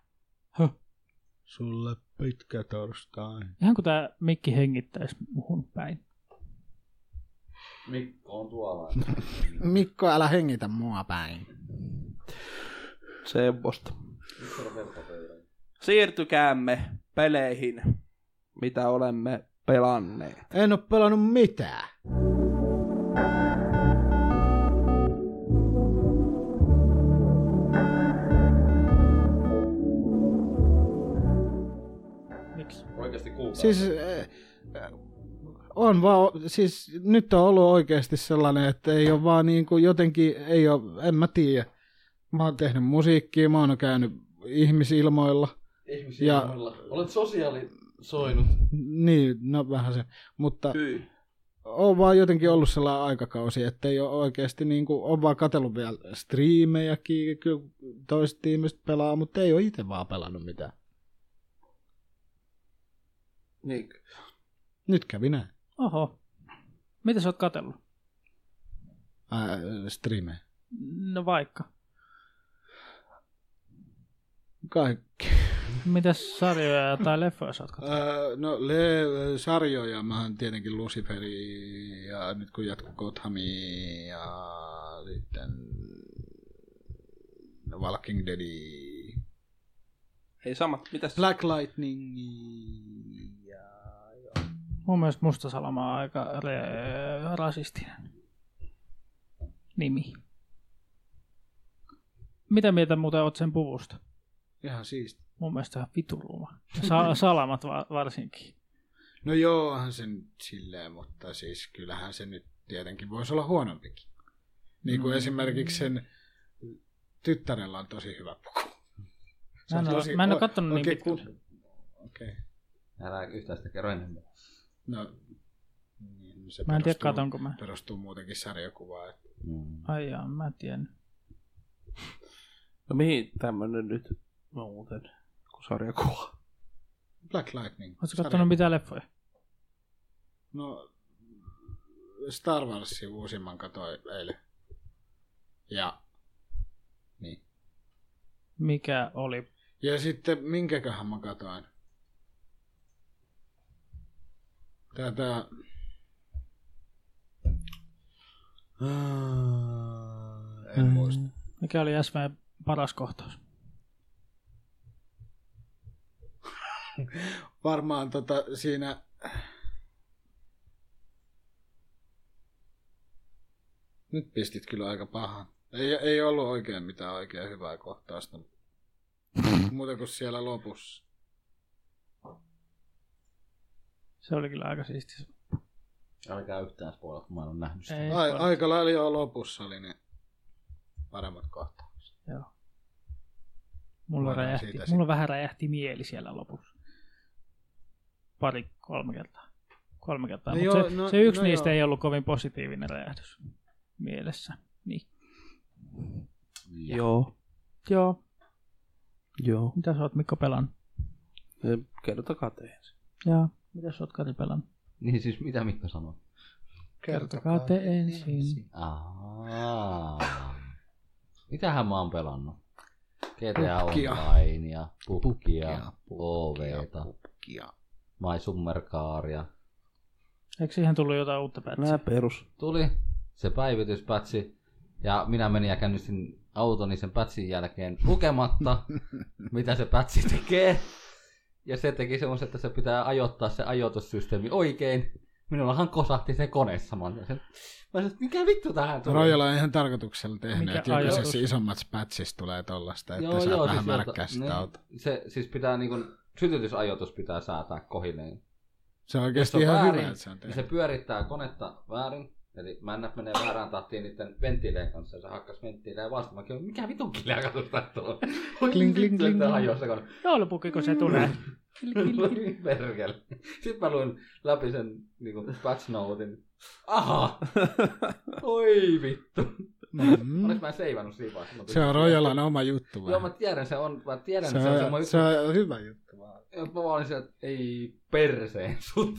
[SPEAKER 6] Sulle pitkä torstai.
[SPEAKER 3] Ihan kuin tämä mikki hengittäisi muhun päin.
[SPEAKER 5] Mikko on tuolla.
[SPEAKER 6] Mikko, älä hengitä mua päin.
[SPEAKER 2] Semmosta. Siirtykäämme peleihin, mitä olemme pelanneet.
[SPEAKER 6] En oo pelannut mitään.
[SPEAKER 3] Miksi?
[SPEAKER 5] Oikeasti kuukautta.
[SPEAKER 6] Siis eh, eh, on vaan, o- siis nyt on ollut oikeasti sellainen, että ei ole vaan niin kuin jotenkin, ei ole, en mä tiedä. Mä oon tehnyt musiikkia, mä oon käynyt ihmisilmoilla.
[SPEAKER 5] Ihmisiä
[SPEAKER 6] ja-
[SPEAKER 5] ja... Olet sosiaalisoinut.
[SPEAKER 6] Niin, no vähän se. Mutta
[SPEAKER 2] Hyi.
[SPEAKER 6] on vaan jotenkin ollut sellainen aikakausi, että ei ole oikeasti, niin kuin, on vaan katsellut vielä striimejäkin, kyllä toiset ihmiset pelaa, mutta ei ole itse vaan pelannut mitään.
[SPEAKER 2] Niin.
[SPEAKER 6] Nyt kävi näin.
[SPEAKER 3] Oho. Mitä sä oot katsellut?
[SPEAKER 6] Ää, striimejä.
[SPEAKER 3] No vaikka.
[SPEAKER 6] Kaikki.
[SPEAKER 3] Mitäs sarjoja tai leffoja sä oot katsellut?
[SPEAKER 6] Öö, no le- sarjoja, mä oon tietenkin Luciferi ja nyt kun jatkuu Gothami ja sitten Walking Dead,
[SPEAKER 2] Ei sama. Mitäs?
[SPEAKER 6] Black Lightning ja
[SPEAKER 3] Mun mielestä Mustasalama on aika re- rasistinen nimi. Mitä mieltä muuten oot sen puvusta?
[SPEAKER 6] ihan siisti.
[SPEAKER 3] Mun mielestä ihan vituruma. Sa- salamat va- varsinkin.
[SPEAKER 6] No joo, onhan se nyt silleen, mutta siis kyllähän se nyt tietenkin voisi olla huonompikin. Niin kuin
[SPEAKER 3] Mm.
[SPEAKER 6] mm. esimerkiksi sen tyttärellä on tosi hyvä puku. Se
[SPEAKER 3] Mä
[SPEAKER 6] on
[SPEAKER 3] en oo-
[SPEAKER 6] tosi-
[SPEAKER 3] mä en oo
[SPEAKER 6] o-
[SPEAKER 3] kattonut niin
[SPEAKER 6] oikein
[SPEAKER 3] pitkälle.
[SPEAKER 6] kun- Okei. Okay.
[SPEAKER 5] Älä yhtään sitä kerro enemmän.
[SPEAKER 6] No, niin, se
[SPEAKER 3] Mä en tiedä,
[SPEAKER 6] perustuu-
[SPEAKER 3] katonko mä.
[SPEAKER 6] perustuu muutenkin sarjakuvaan. että-
[SPEAKER 5] Mm.
[SPEAKER 3] Ai jaa, mä en tiennyt.
[SPEAKER 2] No mihin tämmönen nyt No muuten, kun sarjakuva?
[SPEAKER 6] Black Lightning.
[SPEAKER 3] Ootko
[SPEAKER 6] sarja-
[SPEAKER 3] katsonut mitään leffoja?
[SPEAKER 6] No, Star Warsin uusimman katoi eilen. Ja, niin.
[SPEAKER 3] Mikä oli?
[SPEAKER 6] ja sitten minkäköhän mä katoin? Tätä... Ah,
[SPEAKER 3] Mm.
[SPEAKER 6] En muista.
[SPEAKER 3] Mikä oli SV paras kohtaus?
[SPEAKER 6] Varmaan tota, siinä... Nyt pistit kyllä aika pahan. Ei, ei ollut oikein mitään oikein hyvää kohtausta. Muuta kuin siellä lopussa.
[SPEAKER 3] Se oli kyllä aika siisti.
[SPEAKER 5] Älkää yhtään spoilata, kun mä en ole nähnyt sitä.
[SPEAKER 3] Ei,
[SPEAKER 6] Ai,
[SPEAKER 3] spoil-
[SPEAKER 6] aika lailla jo lopussa oli ne paremmat kohtaukset.
[SPEAKER 3] mulla,
[SPEAKER 6] voidaan
[SPEAKER 3] räjähti,
[SPEAKER 6] siitä
[SPEAKER 3] mulla vähän räjähti mieli siellä lopussa. Pari, kolme kertaa. Kolme kertaa.
[SPEAKER 6] No
[SPEAKER 3] Mut
[SPEAKER 6] joo,
[SPEAKER 3] se,
[SPEAKER 6] no-
[SPEAKER 3] se yksi
[SPEAKER 6] no
[SPEAKER 3] niistä
[SPEAKER 6] joo.
[SPEAKER 3] ei ollut kovin positiivinen räjähdys mielessä. Niin.
[SPEAKER 5] Ja.
[SPEAKER 2] Joo.
[SPEAKER 3] Joo.
[SPEAKER 2] Joo.
[SPEAKER 3] Mitä sä oot Mikko pelannut?
[SPEAKER 2] Eh, Kertokaa te ensin.
[SPEAKER 3] Joo. Mitä sä oot Kari pelannut?
[SPEAKER 5] Niin siis mitä Mikko sanoi?
[SPEAKER 3] Kertokaa te ensin.
[SPEAKER 5] Aa. Mitähän mä oon pelannut? GTA
[SPEAKER 6] Pukkia.
[SPEAKER 5] Online ja Pukkia,
[SPEAKER 6] Pukkia,
[SPEAKER 5] OVta,
[SPEAKER 6] pukkia.
[SPEAKER 5] My Summer Caria.
[SPEAKER 3] Eikö siihen tullut jotain uutta pätsiä?
[SPEAKER 2] Nää perus.
[SPEAKER 5] Tuli se päivityspätsi ja minä menin ja käynnistin autoni sen pätsin jälkeen lukematta, mitä se pätsi tekee. Ja se teki semmoisen, että se pitää ajoittaa se ajoitussysteemi oikein. Minullahan kosahti se kone saman. tien. Mä sanoin, että mikä vittu tähän tuli?
[SPEAKER 6] Rojala on ihan tarkoituksella tehnyt,
[SPEAKER 3] Mikä
[SPEAKER 6] että jokaisessa
[SPEAKER 3] ajatus?
[SPEAKER 6] isommassa pätsissä tulee tollasta, että saa vähän siis märkkää sitä
[SPEAKER 5] niin,
[SPEAKER 6] autoa.
[SPEAKER 5] Se siis pitää niin kuin, sytytysajoitus pitää säätää kohilleen.
[SPEAKER 6] Se on
[SPEAKER 5] Jos se
[SPEAKER 6] oikeasti
[SPEAKER 5] on
[SPEAKER 6] ihan
[SPEAKER 5] väärin,
[SPEAKER 6] hyvä, että se on
[SPEAKER 5] Niin
[SPEAKER 6] tehty.
[SPEAKER 5] se pyörittää konetta väärin, eli männät menee väärään tahtiin niiden venttiileen kanssa, ja se hakkas venttiileen vastaan. Mäkin olin, mikä vitun kilää katosta tuolla?
[SPEAKER 6] Kling, kling, kling,
[SPEAKER 5] Sitten
[SPEAKER 6] kling.
[SPEAKER 5] hajosi se kone.
[SPEAKER 3] Joulupukiko se tulee?
[SPEAKER 5] Perkele. Sitten mä luin läpi sen niinku patch notein. Aha! Oi vittu.
[SPEAKER 6] Mm.
[SPEAKER 5] Onneksi mä en seivannut siinä vaiheessa. Mä
[SPEAKER 6] Se on Rojalan oma juttu.
[SPEAKER 5] Joo,
[SPEAKER 6] vähän.
[SPEAKER 5] mä tiedän, se on, mä tiedän,
[SPEAKER 6] se,
[SPEAKER 5] se on semmoinen
[SPEAKER 6] on, se on hyvä juttu vaan.
[SPEAKER 5] Ja mä vaan olin siellä, että ei perseen sut.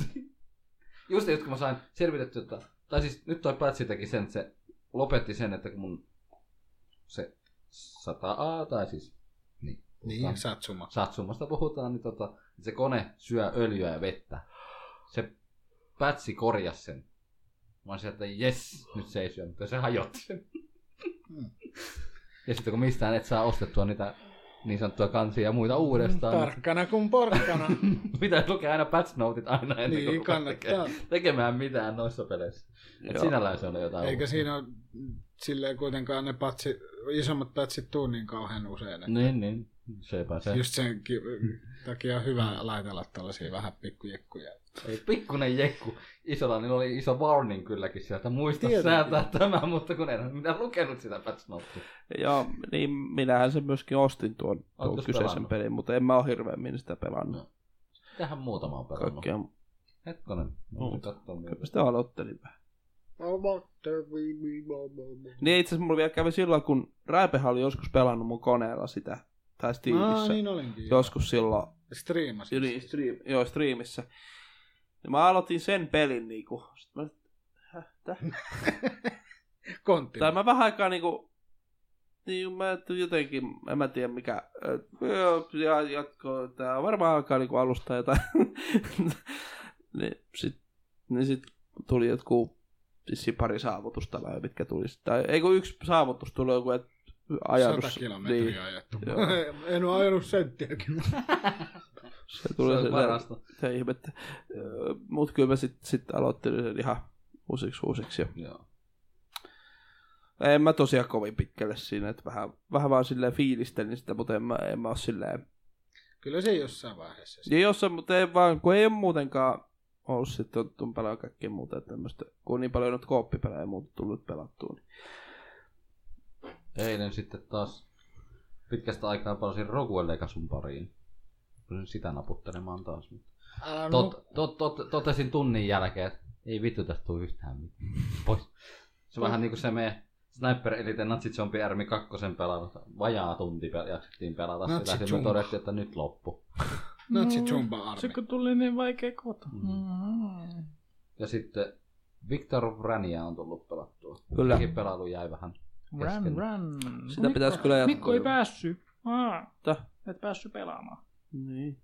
[SPEAKER 5] Just nyt kun mä sain selvitettyä, että, tai siis nyt toi Patsi teki sen, että se lopetti sen, että kun mun se 100A, tai siis niin, puhutaan-
[SPEAKER 6] Niin, satsuma.
[SPEAKER 5] satsumasta puhutaan, niin tota, se kone syö öljyä ja vettä. Se pätsi korjasi sen. Mä olisin, että jes, nyt se ei syö, mutta se hajotti sen. ja sitten kun mistään et saa ostettua niitä niin sanottuja kansia ja muita
[SPEAKER 6] Hmm,
[SPEAKER 5] uudestaan. niin-
[SPEAKER 6] Tarkkana kuin porkkana.
[SPEAKER 5] Pitäisi lukea aina patch notit aina ennen
[SPEAKER 6] Niin,
[SPEAKER 5] kuin rupeaa
[SPEAKER 6] kannattaa.
[SPEAKER 5] tekee- tekemään mitään noissa peleissä. Et sinällään se on jotain
[SPEAKER 6] Eikä
[SPEAKER 5] uutta.
[SPEAKER 6] siinä ole silleen kuitenkaan ne patsi, isommat patsit tuu niin kauhean usein. että
[SPEAKER 5] Niin, niin. Sepä se. Just.
[SPEAKER 6] Just sen ki- takia on hyvä laitella tällaisia vähän pikkujekkuja.
[SPEAKER 5] Ei, pikkunen jekku. Isolla niin oli iso warning kylläkin sieltä. Muista
[SPEAKER 6] Tietenkin.
[SPEAKER 5] säätää tämä, mutta kun en ole minä lukenut sitä patch notia.
[SPEAKER 2] Joo, niin minähän sen myöskin ostin tuon, tuon
[SPEAKER 5] Oletko sä
[SPEAKER 2] kyseisen
[SPEAKER 5] pelannut?
[SPEAKER 2] pelin, mutta en mä ole hirveämmin sitä pelannut.
[SPEAKER 5] Joo. Tähän muutama on pelannut.
[SPEAKER 2] Kaikkea,
[SPEAKER 5] Hetkonen. Mä
[SPEAKER 2] Joo.
[SPEAKER 5] voin katsoa vielä.
[SPEAKER 2] kyllä sitä aloittelin vähän. Niin itse asiassa mulla vielä kävi silloin, kun Raipehan oli joskus pelannut mun koneella sitä, tai
[SPEAKER 6] Aa,
[SPEAKER 2] Steamissa.
[SPEAKER 6] niin olinkin.
[SPEAKER 2] joskus silloin,
[SPEAKER 6] Striimasin.
[SPEAKER 2] Niin, stream, joo, streamissä. Ja mä aloitin sen pelin niinku. Sitten mä, Häh, täh?
[SPEAKER 6] Kontti.
[SPEAKER 2] tai mä vähän aikaa niinku, niin mä et- jotenkin, en mä tiedä mikä, et, joo, ja jatko, tää varmaan alkaa niinku alusta jotain. niin sit, niin sit tuli jotkut, siis pari saavutusta vai mitkä tuli, sit- tai ei kun yksi saavutus tuli joku, että ajatus.
[SPEAKER 6] 100 kilometriä
[SPEAKER 2] Niin,
[SPEAKER 6] niin. ajettu.
[SPEAKER 2] Joo.
[SPEAKER 6] en ole ajanut senttiäkin.
[SPEAKER 2] se
[SPEAKER 5] Se
[SPEAKER 2] tuli
[SPEAKER 5] on parasta.
[SPEAKER 2] se ihmettä. Mutta kyllä mä sitten sit aloittelin sen ihan uusiksi uusiksi. Ja
[SPEAKER 5] Joo.
[SPEAKER 2] en mä tosiaan kovin pitkälle siinä, että vähän, vähän vaan silleen fiilistelin sitä, mutta en mä, en mä oo silleen.
[SPEAKER 6] Kyllä se jossain vaiheessa.
[SPEAKER 2] Ja jossain, mutta ei vaan, kun ei ole muutenkaan ollut sitten on, on pelaa kaikkea muuta tämmöistä, kun on niin paljon nyt kooppipelejä ja muuta tullut pelattua. Niin.
[SPEAKER 5] Eilen sitten taas pitkästä aikaa palasin Rogue Legasun pariin. Pyrin sitä naputtelemaan taas.
[SPEAKER 6] Älä nu-
[SPEAKER 5] Tot, tot, tot, totesin tunnin jälkeen, että ei vittu tästä tuu yhtään mitään. Pois. Se vähän niinku se meidän Sniper Elite Natsi Zombie Army 2 pelata. Vajaa tunti pe- jaksettiin pelata
[SPEAKER 6] Natsi
[SPEAKER 5] sitä. Sitten me
[SPEAKER 6] Zumba.
[SPEAKER 5] todettiin, että nyt loppu.
[SPEAKER 6] Natsi
[SPEAKER 3] Mm.
[SPEAKER 6] Zumba armi.
[SPEAKER 3] Se kun tuli niin vaikea kota.
[SPEAKER 5] Mm.
[SPEAKER 3] Mm.
[SPEAKER 5] Ja sitten Victor Vrania on tullut pelattua.
[SPEAKER 2] Kyllä.
[SPEAKER 5] Sekin pelailu jäi vähän.
[SPEAKER 3] Run,
[SPEAKER 5] Kesken.
[SPEAKER 3] run.
[SPEAKER 2] Sitä pitäisi kyllä jatkaa.
[SPEAKER 3] Mikko ei päässyt. Aa,
[SPEAKER 2] Täh?
[SPEAKER 3] et päässyt pelaamaan.
[SPEAKER 2] Niin.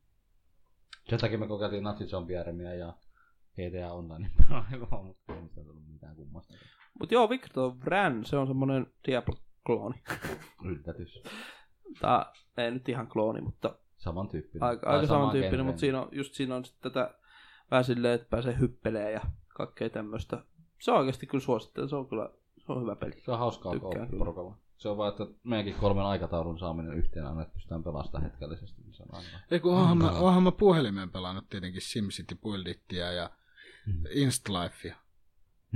[SPEAKER 5] Sen takia me kokeiltiin Natsi Zombie Armyä ja GTA Online pelailua, mutta ei niistä tullut mitään kummasta.
[SPEAKER 2] Mutta joo, Victor Vran, se on semmonen Diablo-klooni.
[SPEAKER 5] Yllätys.
[SPEAKER 2] Tai ei nyt ihan klooni, mutta
[SPEAKER 5] Samantyyppinen.
[SPEAKER 2] Aika,
[SPEAKER 5] Tai
[SPEAKER 2] aika
[SPEAKER 5] samaan
[SPEAKER 2] samantyyppinen,
[SPEAKER 5] genreen.
[SPEAKER 2] mutta siinä on, just siinä on sit tätä vähän silleen, että pääsee hyppeleen ja kaikkea tämmöistä. Se on oikeasti kyllä suosittelen, se on kyllä se on hyvä peli.
[SPEAKER 5] Se on hauskaa
[SPEAKER 2] Tykkään
[SPEAKER 5] kooppia
[SPEAKER 2] kyllä.
[SPEAKER 5] porukalla. Se on vaan, että meidänkin kolmen aikataulun saaminen yhteen aina, että pystytään pelastamaan hetkellisesti. Niin se on aina.
[SPEAKER 6] Ei kun oonhan mä, oonhan mä puhelimeen pelannut tietenkin SimCity Buildittia ja
[SPEAKER 5] Mm.
[SPEAKER 6] Instalifea.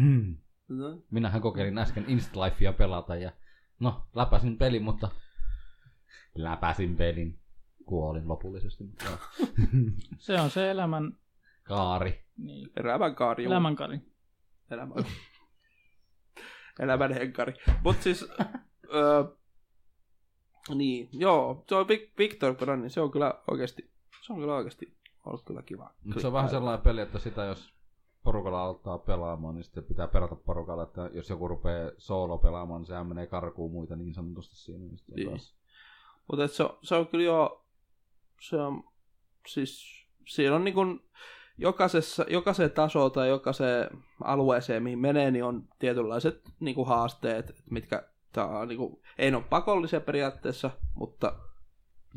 [SPEAKER 5] Hmm.
[SPEAKER 2] No,
[SPEAKER 5] Minähän kokeilin äsken Instalifea pelata ja no, läpäsin pelin, mutta läpäsin pelin. Kuolin lopullisesti, mutta joo.
[SPEAKER 3] Se on se elämän,
[SPEAKER 5] kaari.
[SPEAKER 3] niin,
[SPEAKER 2] Elämänkaari. juu.
[SPEAKER 3] elämänkari.
[SPEAKER 2] Elämän. Elämän henkari. Mut siis, öö, niin, joo, se on Vic- Victor Kodanin, se on kyllä oikeasti, se on kyllä oikeasti ollut kyllä kiva.
[SPEAKER 5] Mut se on vähän sellainen peli, että sitä jos porukalla aloittaa pelaamaan, niin sitten pitää pelata porukalla, että jos joku rupeaa solo pelaamaan, niin sehän menee karkuun muita niin sanotusti siinä. Niin sitten
[SPEAKER 2] Niin.
[SPEAKER 5] on taas.
[SPEAKER 2] Mutta se, on- se on kyllä jo, se on, siis siinä on niin kuin jokaisessa, jokaiseen tasoon tai jokaiseen alueeseen, mihin menee, niin on tietynlaiset niin kuin haasteet, mitkä tää on, niin kuin, ei ne ole pakollisia periaatteessa, mutta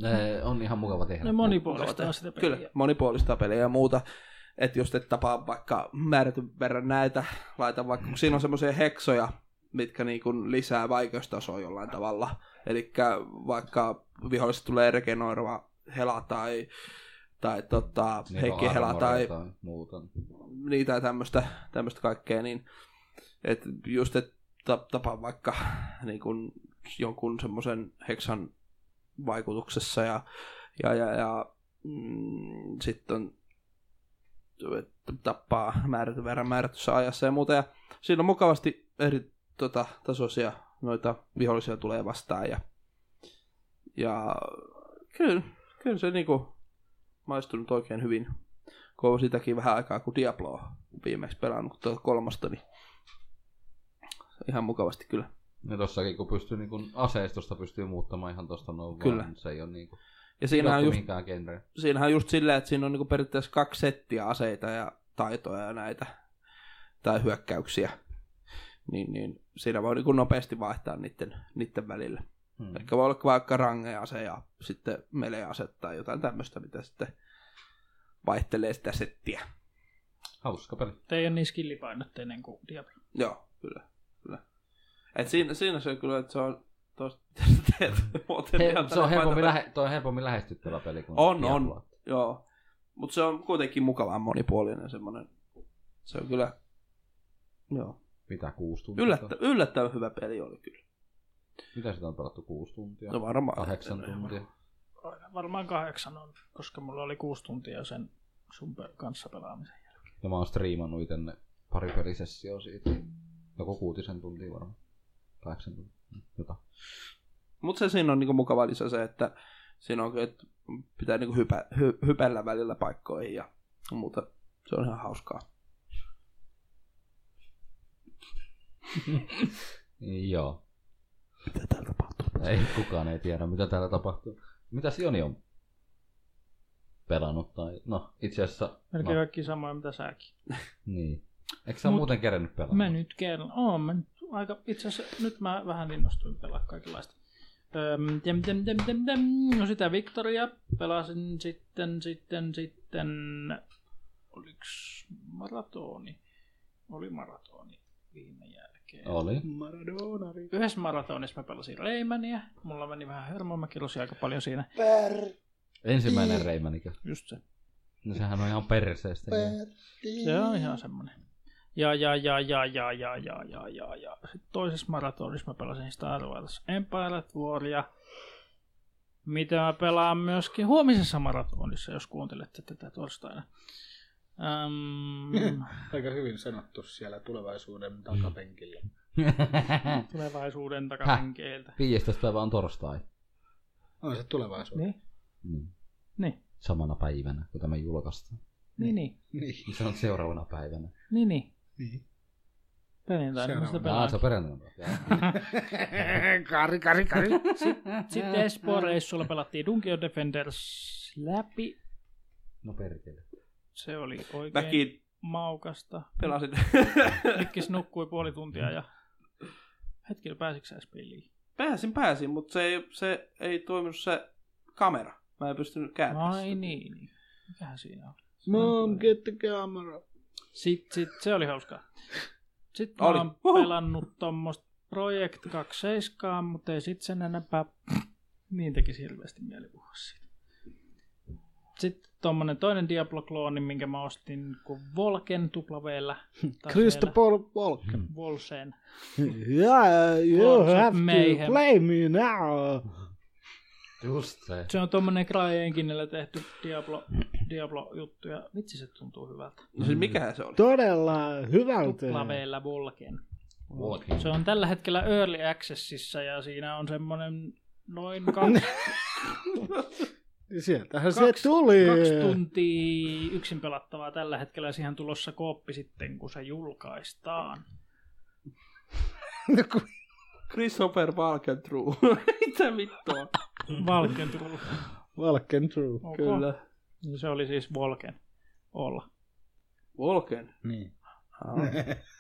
[SPEAKER 5] Ne on ihan mukava tehdä.
[SPEAKER 3] Ne monipuolistaa sitä peliä.
[SPEAKER 2] kyllä monipuolista peliä ja muuta. Että jos et tapaa vaikka määrätyn verran näitä, laita vaikka, kun siinä on semmoisia heksoja, mitkä niin kuin lisää vaikeustasoa jollain tavalla. Eli vaikka viholliset tulee regeneroiva hela tai, tai tota,
[SPEAKER 5] Niillä Niin, on
[SPEAKER 2] heikki hela
[SPEAKER 5] armoria
[SPEAKER 2] tai
[SPEAKER 5] muuta.
[SPEAKER 2] niitä ja tämmöistä, tämmöistä kaikkea, niin et just, että tapaa vaikka niin kun jonkun semmoisen heksan vaikutuksessa ja, ja, ja, ja mm, sitten on että tappaa määrätyn verran määrätyssä ajassa ja muuta. Ja siinä on mukavasti eri tota, tasoisia noita vihollisia tulee vastaan. Ja, ja kyllä, kyllä se niinku maistunut oikein hyvin kun on sitäkin vähän aikaa, kun Diabloa viimeksi pelannut tuota kolmosta, niin ihan mukavasti kyllä
[SPEAKER 5] Ja tossakin kun pystyy niin kun aseistosta pystyy muuttamaan ihan tosta noin
[SPEAKER 2] Kyllä.
[SPEAKER 5] vaan, se ei ole niin kuin,
[SPEAKER 2] Ja siinähän on, just,
[SPEAKER 5] mihinkään genre.
[SPEAKER 2] siinähän on just sillä, että siinä on niinku periaatteessa kaksi settiä aseita ja taitoja ja näitä, tai hyökkäyksiä. Niin, niin siinä voi niinku nopeasti vaihtaa niiden, niiden välillä.
[SPEAKER 5] Hmm.
[SPEAKER 2] Eli voi olla vaikka rangease ja sitten melease tai jotain tämmöistä, mitä sitten vaihtelee sitä settiä.
[SPEAKER 5] Hauska peli.
[SPEAKER 3] Tämä ei ole niin skillipainotteinen kuin Diablo.
[SPEAKER 2] Joo, kyllä. kyllä. Et siinä, siinä se kyllä, että se on tuosta, mitä sä teet, muuten
[SPEAKER 5] He,
[SPEAKER 2] ihan
[SPEAKER 5] se on
[SPEAKER 2] tänne
[SPEAKER 5] helpommin,
[SPEAKER 2] paita-
[SPEAKER 5] lähe, toi on helpommin lähestyttävä peli kuin
[SPEAKER 2] On, on.
[SPEAKER 5] Diablo.
[SPEAKER 2] Joo, mutta se on kuitenkin mukavan monipuolinen semmoinen. Se on kyllä, joo.
[SPEAKER 5] Mitä, kuusi tuntia?
[SPEAKER 2] Yllättä, yllättävän hyvä peli oli kyllä.
[SPEAKER 5] Mitä sitä on pelattu? Kuusi tuntia?
[SPEAKER 2] No varmaan.
[SPEAKER 5] Kahdeksan tuntia?
[SPEAKER 3] Varmaan kahdeksan on, koska mulla oli kuusi tuntia sen sun pe- kanssa pelaamisen.
[SPEAKER 5] Ja mä oon striimannut itse ne pari pelisessioa siitä. Joku kuutisen tuntia varmaan. Kahdeksan tuntia. Hmm, Joka.
[SPEAKER 2] Mutta se siinä on niinku mukava lisä se, että siinä on, että pitää niinku hypä, hy, hypällä välillä paikkoihin ja muuta. Se on ihan hauskaa.
[SPEAKER 5] Joo.
[SPEAKER 2] Mitä täällä tapahtuu?
[SPEAKER 5] Ei, kukaan ei tiedä, mitä täällä tapahtuu. Mitäs Joni on pelannut? Tai... No, itse asiassa...
[SPEAKER 3] Melkein
[SPEAKER 5] No,
[SPEAKER 3] kaikki samoja mitä säkin.
[SPEAKER 5] niin. Eikö sä
[SPEAKER 3] Mut-
[SPEAKER 5] muuten kerännyt pelata?
[SPEAKER 3] Mä nyt kerron. Oon mä nyt aika, itse asiassa nyt mä vähän innostuin pelaa kaikenlaista. Öm, tem, tem, tem, tem, tem. No sitä Victoria pelasin sitten, sitten, sitten, oliks maratoni? Oli maratoni viime jälkeen.
[SPEAKER 5] Oli.
[SPEAKER 3] Maradonari. Yhdessä maratonissa mä pelasin Reimania. Mulla meni vähän hörmoa, mä kirosin aika paljon siinä.
[SPEAKER 5] Ensimmäinen Reimanikö?
[SPEAKER 3] Just se.
[SPEAKER 5] No sehän on ihan perseestä. niin.
[SPEAKER 3] Se on ihan semmonen. Ja, ja, ja, ja, ja, ja, ja, ja, ja, ja. Sitten toisessa maratonissa mä pelasin Star Wars Empire Waria, mitä mä pelaan myöskin huomisessa maratonissa, jos kuuntelette tätä torstaina. Öm,
[SPEAKER 6] Aika hyvin sanottu siellä
[SPEAKER 3] Hmm.
[SPEAKER 6] tulevaisuuden takapenkillä.
[SPEAKER 3] tulevaisuuden takapenkeiltä.
[SPEAKER 5] 15 päivä on torstai.
[SPEAKER 6] On se tulevaisuus.
[SPEAKER 3] Niin,
[SPEAKER 5] Niin.
[SPEAKER 3] Niin.
[SPEAKER 5] Samana päivänä, kun tämä julkaistaan.
[SPEAKER 3] niin, niin,
[SPEAKER 6] Niin.
[SPEAKER 5] Se on seuraavana päivänä.
[SPEAKER 3] niin, niin.
[SPEAKER 6] Niin.
[SPEAKER 3] Perjantaina mä sitä
[SPEAKER 6] Seuraavana.
[SPEAKER 3] pelaan.
[SPEAKER 5] Jaa, se on perjantaina. Jaa.
[SPEAKER 4] kari, kari, kari.
[SPEAKER 3] Sitten Espoo-reissulla pelattiin Dungeon Defenders läpi.
[SPEAKER 5] No perkele.
[SPEAKER 3] Se oli oikein
[SPEAKER 2] Mäkin
[SPEAKER 3] maukasta.
[SPEAKER 2] pelasin.
[SPEAKER 3] Mikkis nukkui puoli tuntia ja hetkellä pääsikö sä peliin?
[SPEAKER 2] pääsin, pääsin, mutta se ei, se ei toiminut se kamera. Mä en pystynyt kääntämään
[SPEAKER 3] Ai
[SPEAKER 2] sitä.
[SPEAKER 3] niin, niin. Mikähän siinä on?
[SPEAKER 6] Mom, get the camera.
[SPEAKER 3] Sit, sit, se oli hauskaa. Sitten
[SPEAKER 2] Oli.
[SPEAKER 3] mä oon
[SPEAKER 2] Uhu.
[SPEAKER 3] pelannut tuommoista Project 27, mutta ei sit sen enempää. Niin tekisi hirveästi mieli puhua siitä. Sitten tuommoinen toinen Diablo-klooni, minkä mä ostin kuin Volken tuplaveellä.
[SPEAKER 6] Christopher Walken.
[SPEAKER 3] Hmm. Volsen.
[SPEAKER 6] Yeah,
[SPEAKER 3] you Lords of have to Mayhem.
[SPEAKER 6] play me now.
[SPEAKER 5] Just se.
[SPEAKER 3] Se on tuommoinen CryEnginellä tehty Diablo, Diablo-juttu ja vitsi se tuntuu hyvältä.
[SPEAKER 2] No siis mikähän se oli?
[SPEAKER 6] Todella hyvältä.
[SPEAKER 3] Tuplaveellä Volken.
[SPEAKER 5] Walking.
[SPEAKER 3] Se on tällä hetkellä Early Accessissa ja siinä on semmoinen noin kaksi,
[SPEAKER 6] Sieltähän
[SPEAKER 3] Kaksi-
[SPEAKER 6] se tuli.
[SPEAKER 3] kaksi tuntia yksin pelattavaa tällä hetkellä. ja Siihen tulossa kooppi sitten, kun se julkaistaan.
[SPEAKER 2] Christopher Walken True. Mitä vittua?
[SPEAKER 3] Valken tullut.
[SPEAKER 6] Walken true.
[SPEAKER 3] Okay.
[SPEAKER 2] Kyllä.
[SPEAKER 3] Se oli siis Volken. Olla.
[SPEAKER 2] Walken.
[SPEAKER 6] Niin.
[SPEAKER 2] Ah.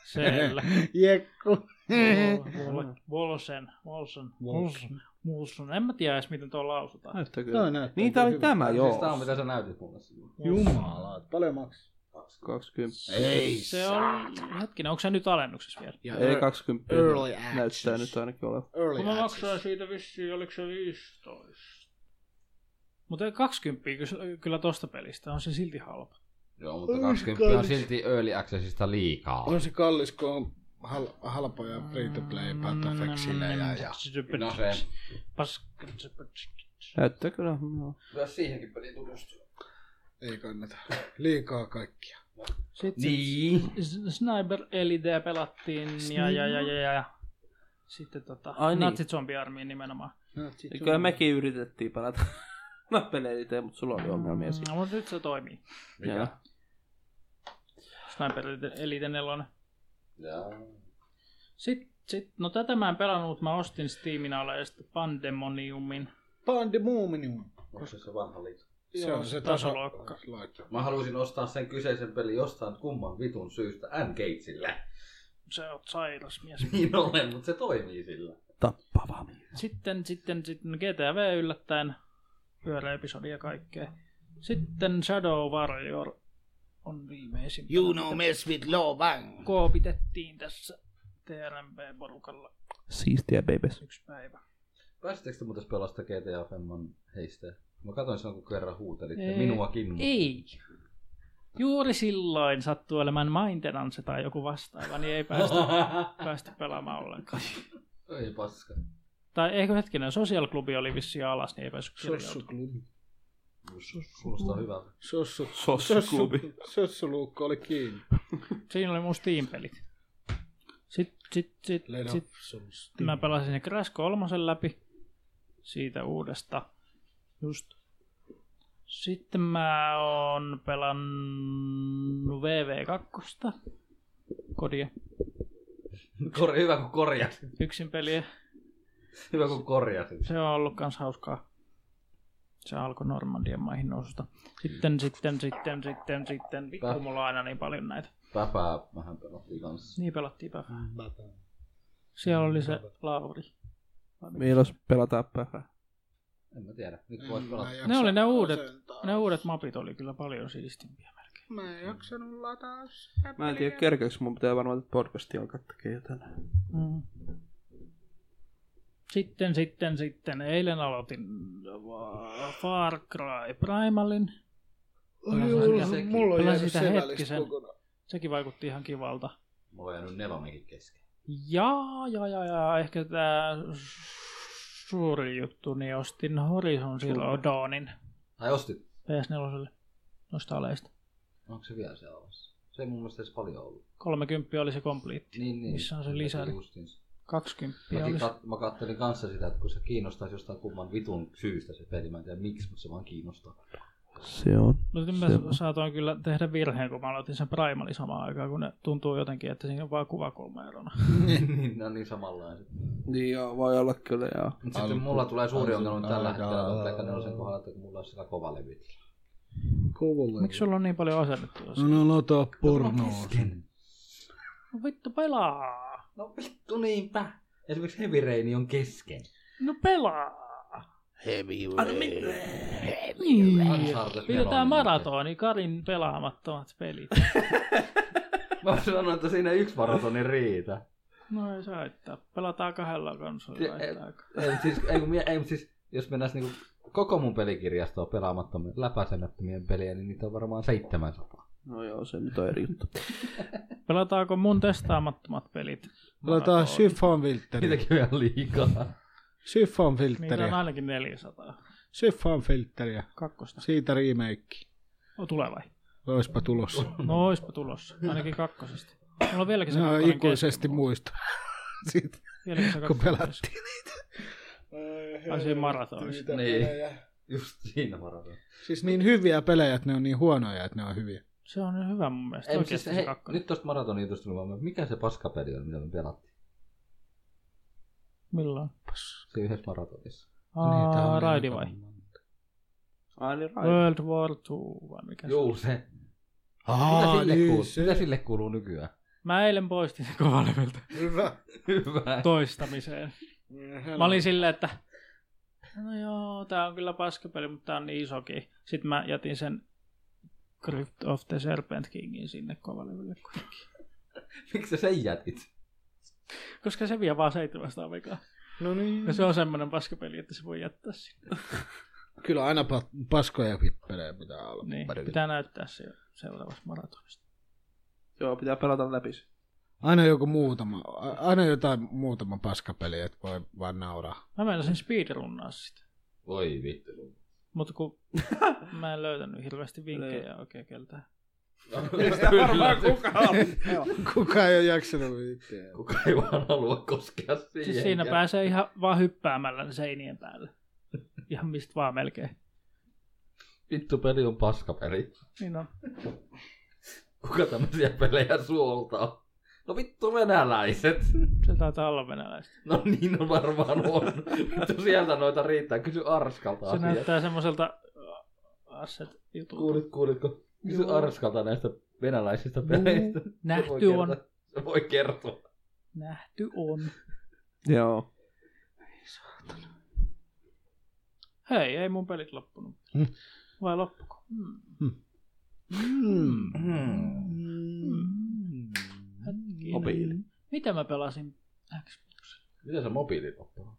[SPEAKER 3] Selvä.
[SPEAKER 6] Jekku.
[SPEAKER 3] Vol- Vol- Volsen. Volsen. Volsen. Volsen. En mä tiedä edes, miten tuo lausutaan.
[SPEAKER 2] Näyttää kyllä.
[SPEAKER 6] No, näyttää
[SPEAKER 2] niin, tää oli
[SPEAKER 6] hyvältä.
[SPEAKER 2] tämä, joo.
[SPEAKER 5] Siis tää on mitä sä näytit mulle silloin.
[SPEAKER 6] Jumala, paljon maksaa.
[SPEAKER 2] 20.
[SPEAKER 6] Ei.
[SPEAKER 3] Se on... Hetkinen, onko se nyt alennuksessa vielä?
[SPEAKER 6] Ja
[SPEAKER 2] Ei
[SPEAKER 6] er-
[SPEAKER 2] 20.
[SPEAKER 6] Early
[SPEAKER 2] Näyttää
[SPEAKER 6] access.
[SPEAKER 2] nyt ainakin olevan.
[SPEAKER 6] early
[SPEAKER 3] Kun mä
[SPEAKER 6] access.
[SPEAKER 3] maksoin siitä vissiin, oliko se 15? Mutta 20 ky- kyllä tosta pelistä, on se silti halpa.
[SPEAKER 5] Joo, mutta
[SPEAKER 6] Oi,
[SPEAKER 5] 20 on
[SPEAKER 6] kallis.
[SPEAKER 5] silti Early Accessista liikaa.
[SPEAKER 6] On se kallis, kun on hal- halpoja free to play
[SPEAKER 3] Mm,
[SPEAKER 6] Battlefexille ja, ja.
[SPEAKER 5] No se.
[SPEAKER 3] Paska- No
[SPEAKER 2] Näyttää kyllä, joo.
[SPEAKER 5] Myös siihenkin peliin tutustua.
[SPEAKER 6] Ei kannata. Liikaa kaikkia.
[SPEAKER 3] Sitten
[SPEAKER 5] Niin.
[SPEAKER 3] S- Sniper Elite pelattiin ja, ja, ja, ja, ja, ja. Sitten tota,
[SPEAKER 2] Ai niin.
[SPEAKER 3] Natsi Zombie Armiin nimenomaan.
[SPEAKER 6] No, sit
[SPEAKER 2] Ja
[SPEAKER 6] on-
[SPEAKER 2] kyllä mekin yritettiin pelata. Mä pelejä itse, mutta sulla oli ongelmia siinä.
[SPEAKER 3] No, mutta nyt se toimii.
[SPEAKER 2] Joo.
[SPEAKER 3] Sniper Elite- Elite 4.
[SPEAKER 5] Jaa.
[SPEAKER 3] Sitten Sitten, no tätä mä en pelannut, mutta mä ostin Steamin alle ja sitten Pandemoniumin.
[SPEAKER 6] Pandemonium.
[SPEAKER 5] Onko se se vanha liitto?
[SPEAKER 6] Se on se taso.
[SPEAKER 3] tasoloikka.
[SPEAKER 5] Mä halusin ostaa sen kyseisen pelin jostain kumman vitun syystä N-Gatesillä.
[SPEAKER 3] Se on sairas mies.
[SPEAKER 5] Niin olen, mutta se toimii sillä.
[SPEAKER 2] Tappava mies.
[SPEAKER 3] Sitten, sitten, sitten GTA V yllättäen, pyöräepisodia ja kaikkea. Sitten Shadow Warrior on viimeisin.
[SPEAKER 4] You know mess with law bang.
[SPEAKER 3] Koopitettiin tässä TRMP-porukalla
[SPEAKER 2] Siistiä, babes.
[SPEAKER 3] yksi päivä.
[SPEAKER 5] Pääsittekö te muuten pelasta GTA Femman heistä? Mä katsoin silloin, kun kerran huutelitte
[SPEAKER 3] Ei.
[SPEAKER 5] minuakin. mutta-
[SPEAKER 3] Ei. Juuri silloin sattuu olemaan maintenance tai joku vastaava, niin ei päästä, päästä pelaamaan ollenkaan.
[SPEAKER 5] Ei paska.
[SPEAKER 3] Tai eikö hetkinen, Social Clubi oli vissiin alas, niin ei päässyt kirjoittamaan.
[SPEAKER 6] Sossuklubi.
[SPEAKER 5] Kuulostaa hyvältä.
[SPEAKER 6] Sossu.
[SPEAKER 2] Sossuklubi.
[SPEAKER 6] Sossuluukko oli kiinni.
[SPEAKER 3] Siinä oli mun Steam-pelit. Sitten sit, sit,
[SPEAKER 6] Let
[SPEAKER 3] sit,
[SPEAKER 6] off some steam.
[SPEAKER 3] mä pelasin ne Crash 3 läpi siitä uudesta. Just. Sitten mä oon pelannut VV2 kodia,
[SPEAKER 5] Kor- hyvä, kun korjasit.
[SPEAKER 3] yksin peliä.
[SPEAKER 5] Hyvä, kun korjasit.
[SPEAKER 3] Se on ollut kans hauskaa. Se alkoi Normandian maihin noususta. Sitten, sitten, sitten, sitten, sitten. Vittu,
[SPEAKER 5] Tää-
[SPEAKER 3] mulla on aina niin paljon näitä.
[SPEAKER 5] Päpää vähän pelattiin kanssa.
[SPEAKER 3] Niin pelattiin päivää. Siellä oli se Lauri.
[SPEAKER 2] Milloin pelataan päivää?
[SPEAKER 5] En mä tiedä. Nyt
[SPEAKER 6] En
[SPEAKER 5] vois
[SPEAKER 6] Mm, mä
[SPEAKER 5] pelata.
[SPEAKER 6] jaksa
[SPEAKER 3] Ne oli ne uudet,
[SPEAKER 6] asentaa.
[SPEAKER 3] ne uudet mapit oli kyllä paljon siistimpiä melkein.
[SPEAKER 6] Mä en jaksanut lataa
[SPEAKER 2] Mä en tiedä kerkeekö, mun pitää varmaan tätä podcastia alkaa tekemään jotain.
[SPEAKER 3] Mm. Sitten, sitten, sitten. Eilen aloitin äh, Far Cry Primalin.
[SPEAKER 5] Mulla on sekin.
[SPEAKER 6] Mulla on
[SPEAKER 3] Pelasin
[SPEAKER 6] jäänyt
[SPEAKER 3] sitä
[SPEAKER 6] se
[SPEAKER 3] hetkisen.
[SPEAKER 6] välis kokonaan.
[SPEAKER 3] Sekin vaikutti ihan kivalta.
[SPEAKER 5] Mulla on jäänyt nelonenkin kesken.
[SPEAKER 3] Ja, ja, ja, ja ehkä tämä suuri juttu, niin ostin Horizon Zero Dawnin
[SPEAKER 5] Tai ostit.
[SPEAKER 3] PS4 noista aleista.
[SPEAKER 5] Onko se vielä se alas? Se ei mun mielestä edes paljon ollut.
[SPEAKER 3] 30 oli se complete.
[SPEAKER 5] Niin, niin.
[SPEAKER 3] Missä on se
[SPEAKER 5] Mäkin
[SPEAKER 3] lisäri?
[SPEAKER 5] justiinsa.
[SPEAKER 3] 20 oli
[SPEAKER 5] Mäkin
[SPEAKER 3] se.
[SPEAKER 5] kat- mä kattelin kanssa sitä, että kun se kiinnostaisi jostain kumman vitun syystä se peli. Mä en tiedä miksi, mutta se vaan kiinnostaa.
[SPEAKER 2] Se on.
[SPEAKER 3] No, nyt
[SPEAKER 2] Se
[SPEAKER 3] mä
[SPEAKER 2] on.
[SPEAKER 3] saatoin kyllä tehdä virheen, kun mä aloitin sen Primali samaan aikaan, kun ne tuntuu jotenkin, että siinä on vaan kuvakulma erona.
[SPEAKER 5] niin, ne on niin samanlaiset.
[SPEAKER 2] Niin joo, voi olla kyllä joo.
[SPEAKER 5] Mut sitten
[SPEAKER 6] Alku-
[SPEAKER 5] mulla tulee suuri
[SPEAKER 6] alku-
[SPEAKER 5] ongelma tällä
[SPEAKER 6] aika-
[SPEAKER 5] hetkellä Pleikka nelosen kohdalla, että kun mulla on sillä kova levy.
[SPEAKER 6] Kovulle.
[SPEAKER 3] Miksi sulla on niin paljon asennettu? No.
[SPEAKER 6] No, no, tää pornoa.
[SPEAKER 3] no vittu pelaa!
[SPEAKER 5] No vittu niinpä. Esimerkiksi Heavy Rain on kesken.
[SPEAKER 3] No pelaa!
[SPEAKER 5] Uncharted
[SPEAKER 3] Niin. Pidetään
[SPEAKER 5] nelonen.
[SPEAKER 3] maratoni, Karin pelaamattomat pelit.
[SPEAKER 5] Mä sanoin, että siinä yksi maratoni riitä.
[SPEAKER 3] No ei saa haittaa. Pelataan kahdella konsolilla.
[SPEAKER 5] Ti-
[SPEAKER 3] ei saa haittaa.
[SPEAKER 5] Ei, mut siis, ei, kun mie- ei, mut siis, jos mennään niinku koko mun pelikirjastoa pelaamattomien, läpäisemättömien pelejä, niin niitä on varmaan 700.
[SPEAKER 2] No joo, se nyt on eri juttu.
[SPEAKER 3] Pelataanko mun testaamattomat pelit?
[SPEAKER 6] Lataa
[SPEAKER 3] Maratoni.
[SPEAKER 6] syfonfiltteri.
[SPEAKER 5] Niitäkin on ihan liikaa.
[SPEAKER 3] Niitä Niin, on
[SPEAKER 6] Syfonfiltteriä.
[SPEAKER 3] ainakin 400.
[SPEAKER 6] Syfonfiltteriä.
[SPEAKER 3] Kakkosta.
[SPEAKER 6] Siitä remake.
[SPEAKER 3] O, tulee vai?
[SPEAKER 6] Oispa tulossa.
[SPEAKER 3] No oispa tulossa. Ainakin kakkosesta. Mulla on vieläkin se
[SPEAKER 6] No,
[SPEAKER 3] kakkonen
[SPEAKER 6] ikuisesti
[SPEAKER 3] kesken mulla.
[SPEAKER 6] muista. Siitä,
[SPEAKER 3] Vieläkin se
[SPEAKER 6] kun
[SPEAKER 3] kakkonen kesken.
[SPEAKER 6] pelattiin niitä.
[SPEAKER 3] Ai, se maratonissa.
[SPEAKER 6] Niitä
[SPEAKER 5] Niin.
[SPEAKER 6] pelejä.
[SPEAKER 5] Just siinä maratoni.
[SPEAKER 6] Siis niin hyviä pelejä, että ne on niin huonoja, että ne on hyviä.
[SPEAKER 3] Se on hyvä mun mielestä.
[SPEAKER 5] Ei, mut
[SPEAKER 3] Oikeasti
[SPEAKER 5] siis,
[SPEAKER 3] se
[SPEAKER 5] hei,
[SPEAKER 3] kakkonen.
[SPEAKER 5] nyt tosta maratonin jutusta tuli vaan, mikä se paskapeli on, mitä me pelattiin?
[SPEAKER 3] Milloin?
[SPEAKER 5] Se yhdessä maratonissa.
[SPEAKER 6] Niitä Niin, on niin
[SPEAKER 3] Aa, Raidi
[SPEAKER 6] aika
[SPEAKER 3] vai?
[SPEAKER 6] monta.
[SPEAKER 2] Ai niin, right.
[SPEAKER 3] World War 2 vai mikä se
[SPEAKER 5] Juu,
[SPEAKER 3] oli?
[SPEAKER 5] se.
[SPEAKER 6] Aa,
[SPEAKER 5] mitä, sille
[SPEAKER 6] niin
[SPEAKER 5] kuuluu?
[SPEAKER 6] se.
[SPEAKER 5] mitä sille kuuluu nykyään?
[SPEAKER 3] Mä eilen poistin sen kovaleveltä
[SPEAKER 6] Hyvä.
[SPEAKER 5] Hyvä.
[SPEAKER 3] toistamiseen. Mä olin silleen, että no joo, tää on kyllä paskapeli, mutta tää on niin isokin. Sitten mä jätin sen Crypt of the Serpent Kingin sinne kovalevylle.
[SPEAKER 5] Miksi sä sen jätit?
[SPEAKER 3] Koska se vie vaan 700 megaa.
[SPEAKER 6] No niin.
[SPEAKER 3] Ja se on semmoinen paskapeli, että se voi jättää sinne.
[SPEAKER 6] Kyllä aina pa- paskoja pelejä pitää olla.
[SPEAKER 3] Niin,
[SPEAKER 6] Parilla.
[SPEAKER 3] pitää näyttää se seuraavassa maratonissa.
[SPEAKER 2] Joo, pitää pelata läpi se.
[SPEAKER 6] Aina joku muutama, a- aina jotain muutama paskapeli, että voi vaan nauraa.
[SPEAKER 3] Mä menisin speedrunnaa sitä.
[SPEAKER 5] Voi vittu.
[SPEAKER 3] Mutta kun mä en löytänyt hirveästi vinkkejä oikein keltään. No,
[SPEAKER 5] Sitä varmaan kukaan.
[SPEAKER 6] Kuka ei ole jaksanut itseään.
[SPEAKER 5] Kukaan ei vaan halua koskea siihen.
[SPEAKER 3] Siis siinä pääsee ihan vaan hyppäämällä seinien päälle. Ihan mistä vaan melkein.
[SPEAKER 5] Vittu peli on paskapeli.
[SPEAKER 3] Niin on.
[SPEAKER 5] Kuka tämmöisiä pelejä suoltaa? No vittu venäläiset.
[SPEAKER 3] Se taitaa olla venäläistä.
[SPEAKER 5] No niin no varmaan on. Vittu sieltä noita riittää. Kysy
[SPEAKER 3] Se
[SPEAKER 5] Arskalta asiat.
[SPEAKER 3] näyttää semmoiselta äh, asset jutulta.
[SPEAKER 5] Kuulit, kuulitko? Kysy
[SPEAKER 3] Joo.
[SPEAKER 5] Arskalta näistä venäläisistä peleistä. Se voi
[SPEAKER 3] Nähty
[SPEAKER 5] kertoa-
[SPEAKER 3] on.
[SPEAKER 5] Se voi kertoa.
[SPEAKER 3] Nähty on.
[SPEAKER 2] Joo.
[SPEAKER 3] Hei, ei mun pelit loppunut.
[SPEAKER 6] Hmm.
[SPEAKER 3] Vai loppuko? Hmm.
[SPEAKER 6] Hmm.
[SPEAKER 5] Hmm.
[SPEAKER 3] Hetkinen.
[SPEAKER 2] Mobiili.
[SPEAKER 3] Mitä mä pelasin Xbox?
[SPEAKER 5] Miten se mobiili loppuu?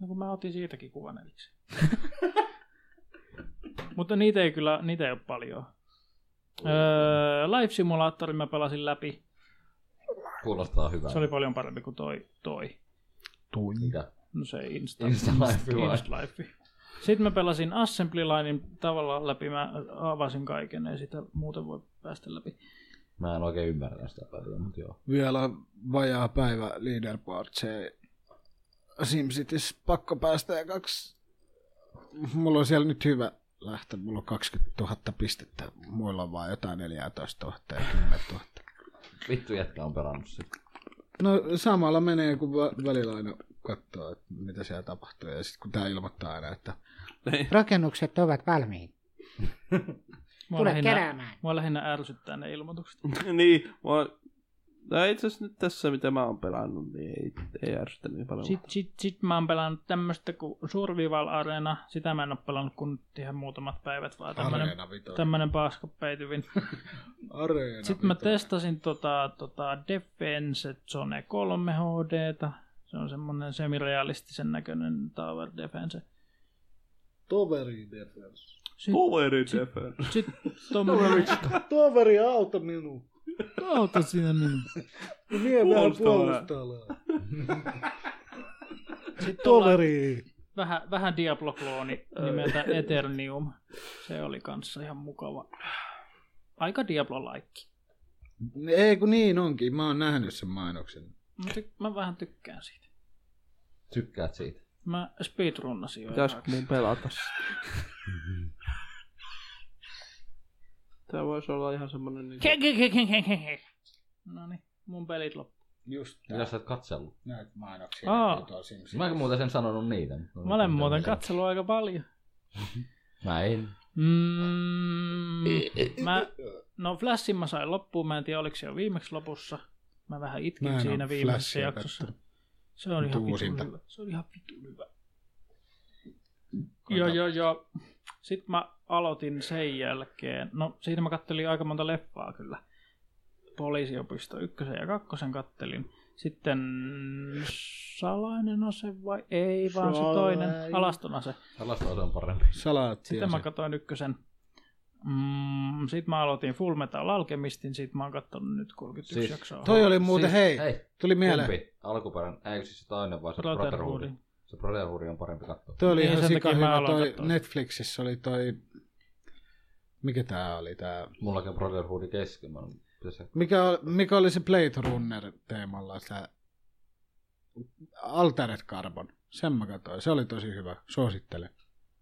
[SPEAKER 3] No kun mä otin siitäkin kuvan eliksi. Mutta niitä ei kyllä, niitä ei ole paljon. Öö, Life Simulatorin mä pelasin läpi.
[SPEAKER 5] Kuulostaa hyvältä.
[SPEAKER 3] Se oli paljon parempi kuin toi. toi.
[SPEAKER 5] Mitä?
[SPEAKER 3] No se Insta.
[SPEAKER 5] Insta Life vai?
[SPEAKER 3] Insta Life. Sitten mä pelasin Assembly Linein tavallaan läpi. Mä avasin kaiken, ei sitä muuten voi päästä läpi.
[SPEAKER 5] Mä en oikein ymmärrä sitä peliä, mutta joo.
[SPEAKER 6] Vielä vajaa päivä leaderboard se SimCities pakko päästä ja kaksi. Mulla on siellä nyt hyvä lähtö. Mulla on 20 000 pistettä. Muilla on vaan jotain 14 000 ja 10 000.
[SPEAKER 5] Vittu jätkä on pelannut sitä.
[SPEAKER 6] No samalla menee, kun va- välillä aina katsoo, että mitä siellä tapahtuu. Ja sitten kun tämä ilmoittaa aina, että
[SPEAKER 4] Rakennukset ovat valmiit.
[SPEAKER 3] Mua
[SPEAKER 4] Tule
[SPEAKER 3] lähinnä-
[SPEAKER 4] keräämään.
[SPEAKER 3] Mua lähinnä ärsyttää ne ilmoitukset.
[SPEAKER 2] niin, mä... No itse asiassa nyt tässä, mitä mä oon pelannut, niin ei, ei ärsytä niin paljon.
[SPEAKER 3] Sitten sit, sit mä oon pelannut tämmöistä kuin Survival Arena. Sitä mä en oo pelannut kuin nyt ihan muutamat päivät, vaan tämmönen,
[SPEAKER 6] areena vito.
[SPEAKER 3] tämmönen paaskapeityvin.
[SPEAKER 6] Areena
[SPEAKER 3] Sitten mä
[SPEAKER 6] vito.
[SPEAKER 3] testasin tota, tota Defense Zone 3 HDta. Se on semmonen semirealistisen näköinen Tower Defense.
[SPEAKER 6] Toveri defense.
[SPEAKER 3] Sitten
[SPEAKER 2] Toveri Defense.
[SPEAKER 3] sit tommonen...
[SPEAKER 6] Toveri auta minua.
[SPEAKER 3] Auta sinä minun.
[SPEAKER 6] Mie
[SPEAKER 2] vähän puolustaa
[SPEAKER 3] Sitten Toveri! Vähän, vähän Diablo-klooni nimeltä Eternium. Se oli kanssa ihan mukava. Aika Diablo-laikki.
[SPEAKER 6] Ei kun niin onkin, mä oon nähnyt sen mainoksen.
[SPEAKER 3] Mä, tyk- mä vähän tykkään siitä.
[SPEAKER 5] Tykkäät siitä.
[SPEAKER 3] Mä speedrunnasin jo.
[SPEAKER 2] Pitäisikö
[SPEAKER 3] jotakin.
[SPEAKER 2] mun pelata sitä? Tää voisi olla ihan semmonen niin...
[SPEAKER 3] Ke- ke- ke- ke- ke- ke- ke. Noniin, mun pelit loppu.
[SPEAKER 6] Just
[SPEAKER 5] Mitä sä oot katsellut?
[SPEAKER 6] näitä mainoksia.
[SPEAKER 3] Aa.
[SPEAKER 6] mitä on siinä.
[SPEAKER 5] Mä en muuten sen sanonut niitä.
[SPEAKER 3] Mä olen muuten katsellut aika paljon.
[SPEAKER 5] Mä en.
[SPEAKER 3] Mm, mä, no Flashin mä sain loppuun, mä en tiedä oliko se jo viimeksi lopussa. Mä vähän itkin
[SPEAKER 6] Mä en
[SPEAKER 3] siinä
[SPEAKER 6] oo
[SPEAKER 3] viimeisessä
[SPEAKER 6] Flashia
[SPEAKER 3] jaksossa. Se oli ihan vitun
[SPEAKER 6] Tuusinta.
[SPEAKER 3] hyvä. Se oli ihan vitun hyvä. Joo, joo, joo. Sitten mä aloitin sen jälkeen. No, siinä mä kattelin aika monta leffaa kyllä. Poliisiopisto ykkösen ja kakkosen kattelin. Sitten salainen ase vai ei, vaan se toinen
[SPEAKER 6] Salainen.
[SPEAKER 3] alaston ase.
[SPEAKER 5] Tällaista on parempi.
[SPEAKER 6] Salaattia.
[SPEAKER 3] Sitten mä katsoin ykkösen. Mm, sitten mä aloitin Full Metal Alchemistin, sit mä oon kattonut nyt 31
[SPEAKER 5] Siis-
[SPEAKER 3] siis, jaksoa.
[SPEAKER 6] Toi oli muuten, hei,
[SPEAKER 5] Hei,
[SPEAKER 6] tuli mieleen.
[SPEAKER 5] kumpi? Alkuperäinen, ei siis se toinen vai se Brotherhood?
[SPEAKER 3] Brotherhoodin.
[SPEAKER 5] Se Brotherhood on parempi katsoa.
[SPEAKER 6] Toi oli
[SPEAKER 3] Niin,
[SPEAKER 6] ihan
[SPEAKER 3] sen
[SPEAKER 6] sika
[SPEAKER 3] takia mä
[SPEAKER 6] hyvä.
[SPEAKER 3] aloin
[SPEAKER 6] Toi
[SPEAKER 3] katsoa.
[SPEAKER 6] Netflixissä oli toi... Mikä tää oli tää?
[SPEAKER 5] Mullakin on Brotherhood kesken. Mä pitäis se
[SPEAKER 6] Mikä, ol- mikä oli se Blade Runner teemalla tää? Altered Carbon. Sen mä katsoin. Se oli tosi hyvä. Suosittelen.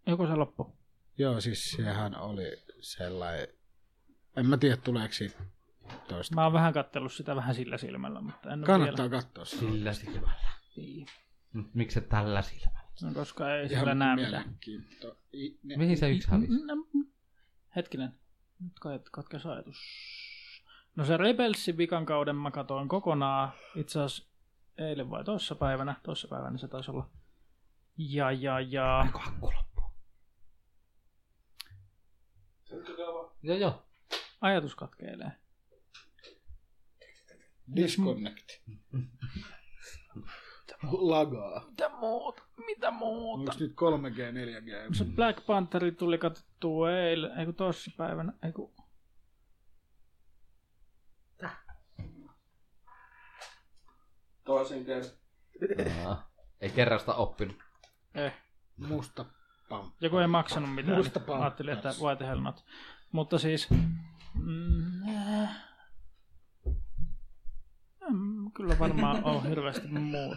[SPEAKER 3] Joku se loppu.
[SPEAKER 6] Joo, siis sehän oli sellainen... En mä tiedä, tuleeko siitä toista.
[SPEAKER 3] Mä oon vähän kattellut sitä vähän sillä silmällä, mutta en oo
[SPEAKER 6] Kannattaa katsoa se.
[SPEAKER 5] sillä silmällä.
[SPEAKER 3] vielä.
[SPEAKER 5] Nyt Miksi se tällä silmällä?
[SPEAKER 3] No, koska ei sillä näe mitään.
[SPEAKER 6] mielenkiinto- I- ne-
[SPEAKER 5] Mihin se yksi hävisi?
[SPEAKER 3] Mm, Hetkinen. Nyt kai katkesi ajatus. No se Rebelsin vikan kauden mä katoin kokonaan. Itse asiassa eilen vai toissa päivänä. Toissa päivänä niin se taisi olla. Ja, ja, ja.
[SPEAKER 5] Kakku loppuu. Joo joo.
[SPEAKER 3] Ajatus katkeilee.
[SPEAKER 6] Disconnect. Lagaa.
[SPEAKER 3] Mitä muuta? Mitä muuta?
[SPEAKER 6] Onko nyt 3G, 4G?
[SPEAKER 3] Se Black Pantheri tuli katsottua eilen, ei kun tossa päivänä, ei kun...
[SPEAKER 2] Toisen kerran.
[SPEAKER 5] Aa, Ei kerrasta oppinut.
[SPEAKER 3] Eh.
[SPEAKER 6] Musta pam.
[SPEAKER 3] Ja kun ei maksanut mitään,
[SPEAKER 6] Musta
[SPEAKER 3] niin
[SPEAKER 6] palkkaa.
[SPEAKER 3] ajattelin, että what the hell not. Mutta siis... Mm, äh, mm, kyllä varmaan on hirveästi muuta.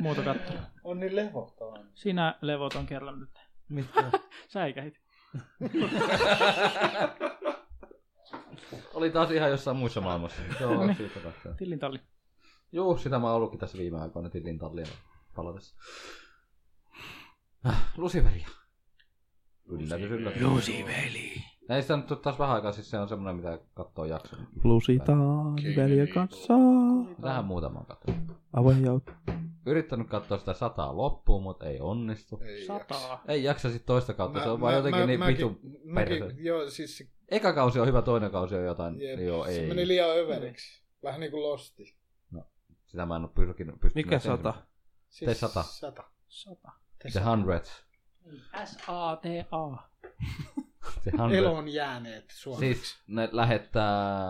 [SPEAKER 3] Muuta katsoa.
[SPEAKER 6] On niin levottavaa.
[SPEAKER 3] Sinä levoton kerran nyt. Mitä? Säikähit.
[SPEAKER 5] Oli taas ihan jossain muissa maailmassa. Joo,
[SPEAKER 3] Niin.
[SPEAKER 5] syystä katsoa.
[SPEAKER 3] Tillintalli.
[SPEAKER 5] Juu, sitä mä oon ollutkin tässä viime aikoina tilin tallia palatessa. Luciferia. Yllätys, yllätys.
[SPEAKER 7] Lusiveli.
[SPEAKER 5] Ei sitä nyt oo taas vähän aikaa, siis se on semmonen, mitä kattoo jakson.
[SPEAKER 2] Lusitaan veljen kanssa.
[SPEAKER 5] Tähän muutaman katsonut.
[SPEAKER 2] Avoin ja
[SPEAKER 5] Yrittänyt katsoa sitä sataa loppuun, mutta ei onnistu.
[SPEAKER 6] Ei jaksa.
[SPEAKER 3] Sataa.
[SPEAKER 5] Ei jaksa sit toista kautta, se on vaan jotenkin niin
[SPEAKER 6] mäkin-
[SPEAKER 5] vitun
[SPEAKER 6] mäkin-
[SPEAKER 5] perse.
[SPEAKER 6] Joo, siis se,
[SPEAKER 5] Eka kausi on hyvä, toinen kausi on jotain.
[SPEAKER 6] jep,
[SPEAKER 5] Joo,
[SPEAKER 6] se
[SPEAKER 5] ei.
[SPEAKER 6] meni liian överiksi. Vähän niin kuin losti.
[SPEAKER 5] Sitä mä en oo pyrkinyt, pystynyt.
[SPEAKER 2] Mikä
[SPEAKER 5] tekemään.
[SPEAKER 2] sata?
[SPEAKER 6] Siis
[SPEAKER 5] Tee sata.
[SPEAKER 6] Sata.
[SPEAKER 3] Sata.
[SPEAKER 5] The Hundreds.
[SPEAKER 3] S-A-T-A.
[SPEAKER 5] The Hundreds.
[SPEAKER 6] Eloon jääneet suomeksi.
[SPEAKER 5] Siis ne lähettää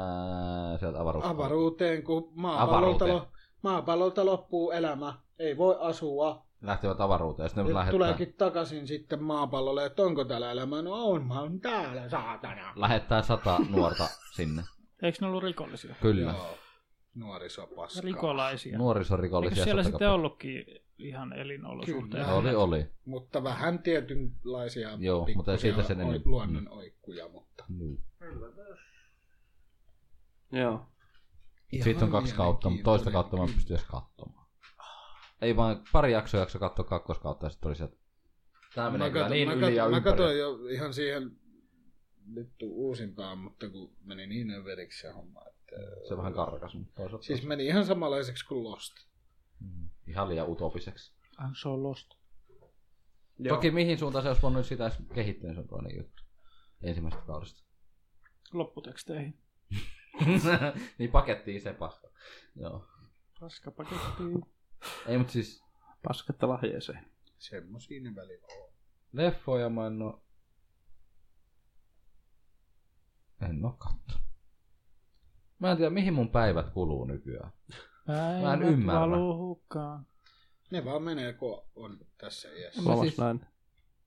[SPEAKER 5] sieltä avaruuteen.
[SPEAKER 6] Avaruuteen, kun maapallolta,
[SPEAKER 5] Avaruuteen.
[SPEAKER 6] lo, maapallolta loppuu elämä. Ei voi asua.
[SPEAKER 5] Lähtevät avaruuteen, jos ne
[SPEAKER 6] Nyt
[SPEAKER 5] lähettää,
[SPEAKER 6] tuleekin takaisin sitten maapallolle, että onko täällä elämää. No on, mä oon täällä, saatana.
[SPEAKER 5] lähettää sata nuorta sinne.
[SPEAKER 3] Eikö ne ollut rikollisia?
[SPEAKER 5] Kyllä.
[SPEAKER 6] Joo. Nuorisopaskaa.
[SPEAKER 3] Rikolaisia.
[SPEAKER 5] Nuorisorikollisia.
[SPEAKER 3] Eikö siellä
[SPEAKER 5] sotakappa-
[SPEAKER 3] sitten ollutkin ihan elinolosuhteet?
[SPEAKER 6] Kyllä.
[SPEAKER 5] Oli, oli.
[SPEAKER 6] Mutta vähän tietynlaisia
[SPEAKER 5] Joo, mutta
[SPEAKER 6] pikkusia
[SPEAKER 5] siitä sen
[SPEAKER 6] oi-
[SPEAKER 5] enemmän.
[SPEAKER 6] luonnon oikkuja, mutta...
[SPEAKER 5] Niin.
[SPEAKER 2] Joo.
[SPEAKER 5] Siitä on kaksi kautta, mutta toista kautta mä en pysty edes katsomaan. Ei vaan pari jaksoa jakso katsoa kakkoskautta ja sitten oli sieltä. Tää menee
[SPEAKER 6] Mä
[SPEAKER 5] kyllä
[SPEAKER 6] katsoin,
[SPEAKER 5] niin
[SPEAKER 6] mä,
[SPEAKER 5] yli ja
[SPEAKER 6] katsoin, mä
[SPEAKER 5] ympäri.
[SPEAKER 6] katsoin jo ihan siihen nyt uusintaan, mutta kun meni niin överiksi se homma. Että...
[SPEAKER 5] Se vähän karkas, mutta toisaalta.
[SPEAKER 6] Siis meni ihan samanlaiseksi kuin Lost.
[SPEAKER 5] Mm, Ihan liian utopiseksi.
[SPEAKER 3] I'm so lost.
[SPEAKER 2] Joo.
[SPEAKER 5] Toki mihin suuntaan se olisi voinut sitä edes kehittyä, niin se on toinen juttu. Ensimmäisestä kaudesta.
[SPEAKER 3] Lopputeksteihin.
[SPEAKER 5] niin pakettiin se paska. Joo.
[SPEAKER 3] Paskapaketti.
[SPEAKER 5] Ei, mutta siis
[SPEAKER 2] Pasketta lahjeeseen.
[SPEAKER 6] Semmoisia ne välillä on.
[SPEAKER 5] leffoja mä en oo... En oo kattonut. Mä en tiedä, mihin mun päivät kuluu nykyään. Mä en
[SPEAKER 3] Päivät
[SPEAKER 5] ymmärrä.
[SPEAKER 3] valuu hukkaan.
[SPEAKER 6] Ne vaan menee, kun on tässä iässä.
[SPEAKER 5] Mä
[SPEAKER 2] Kolmas
[SPEAKER 5] siis-
[SPEAKER 2] nainen.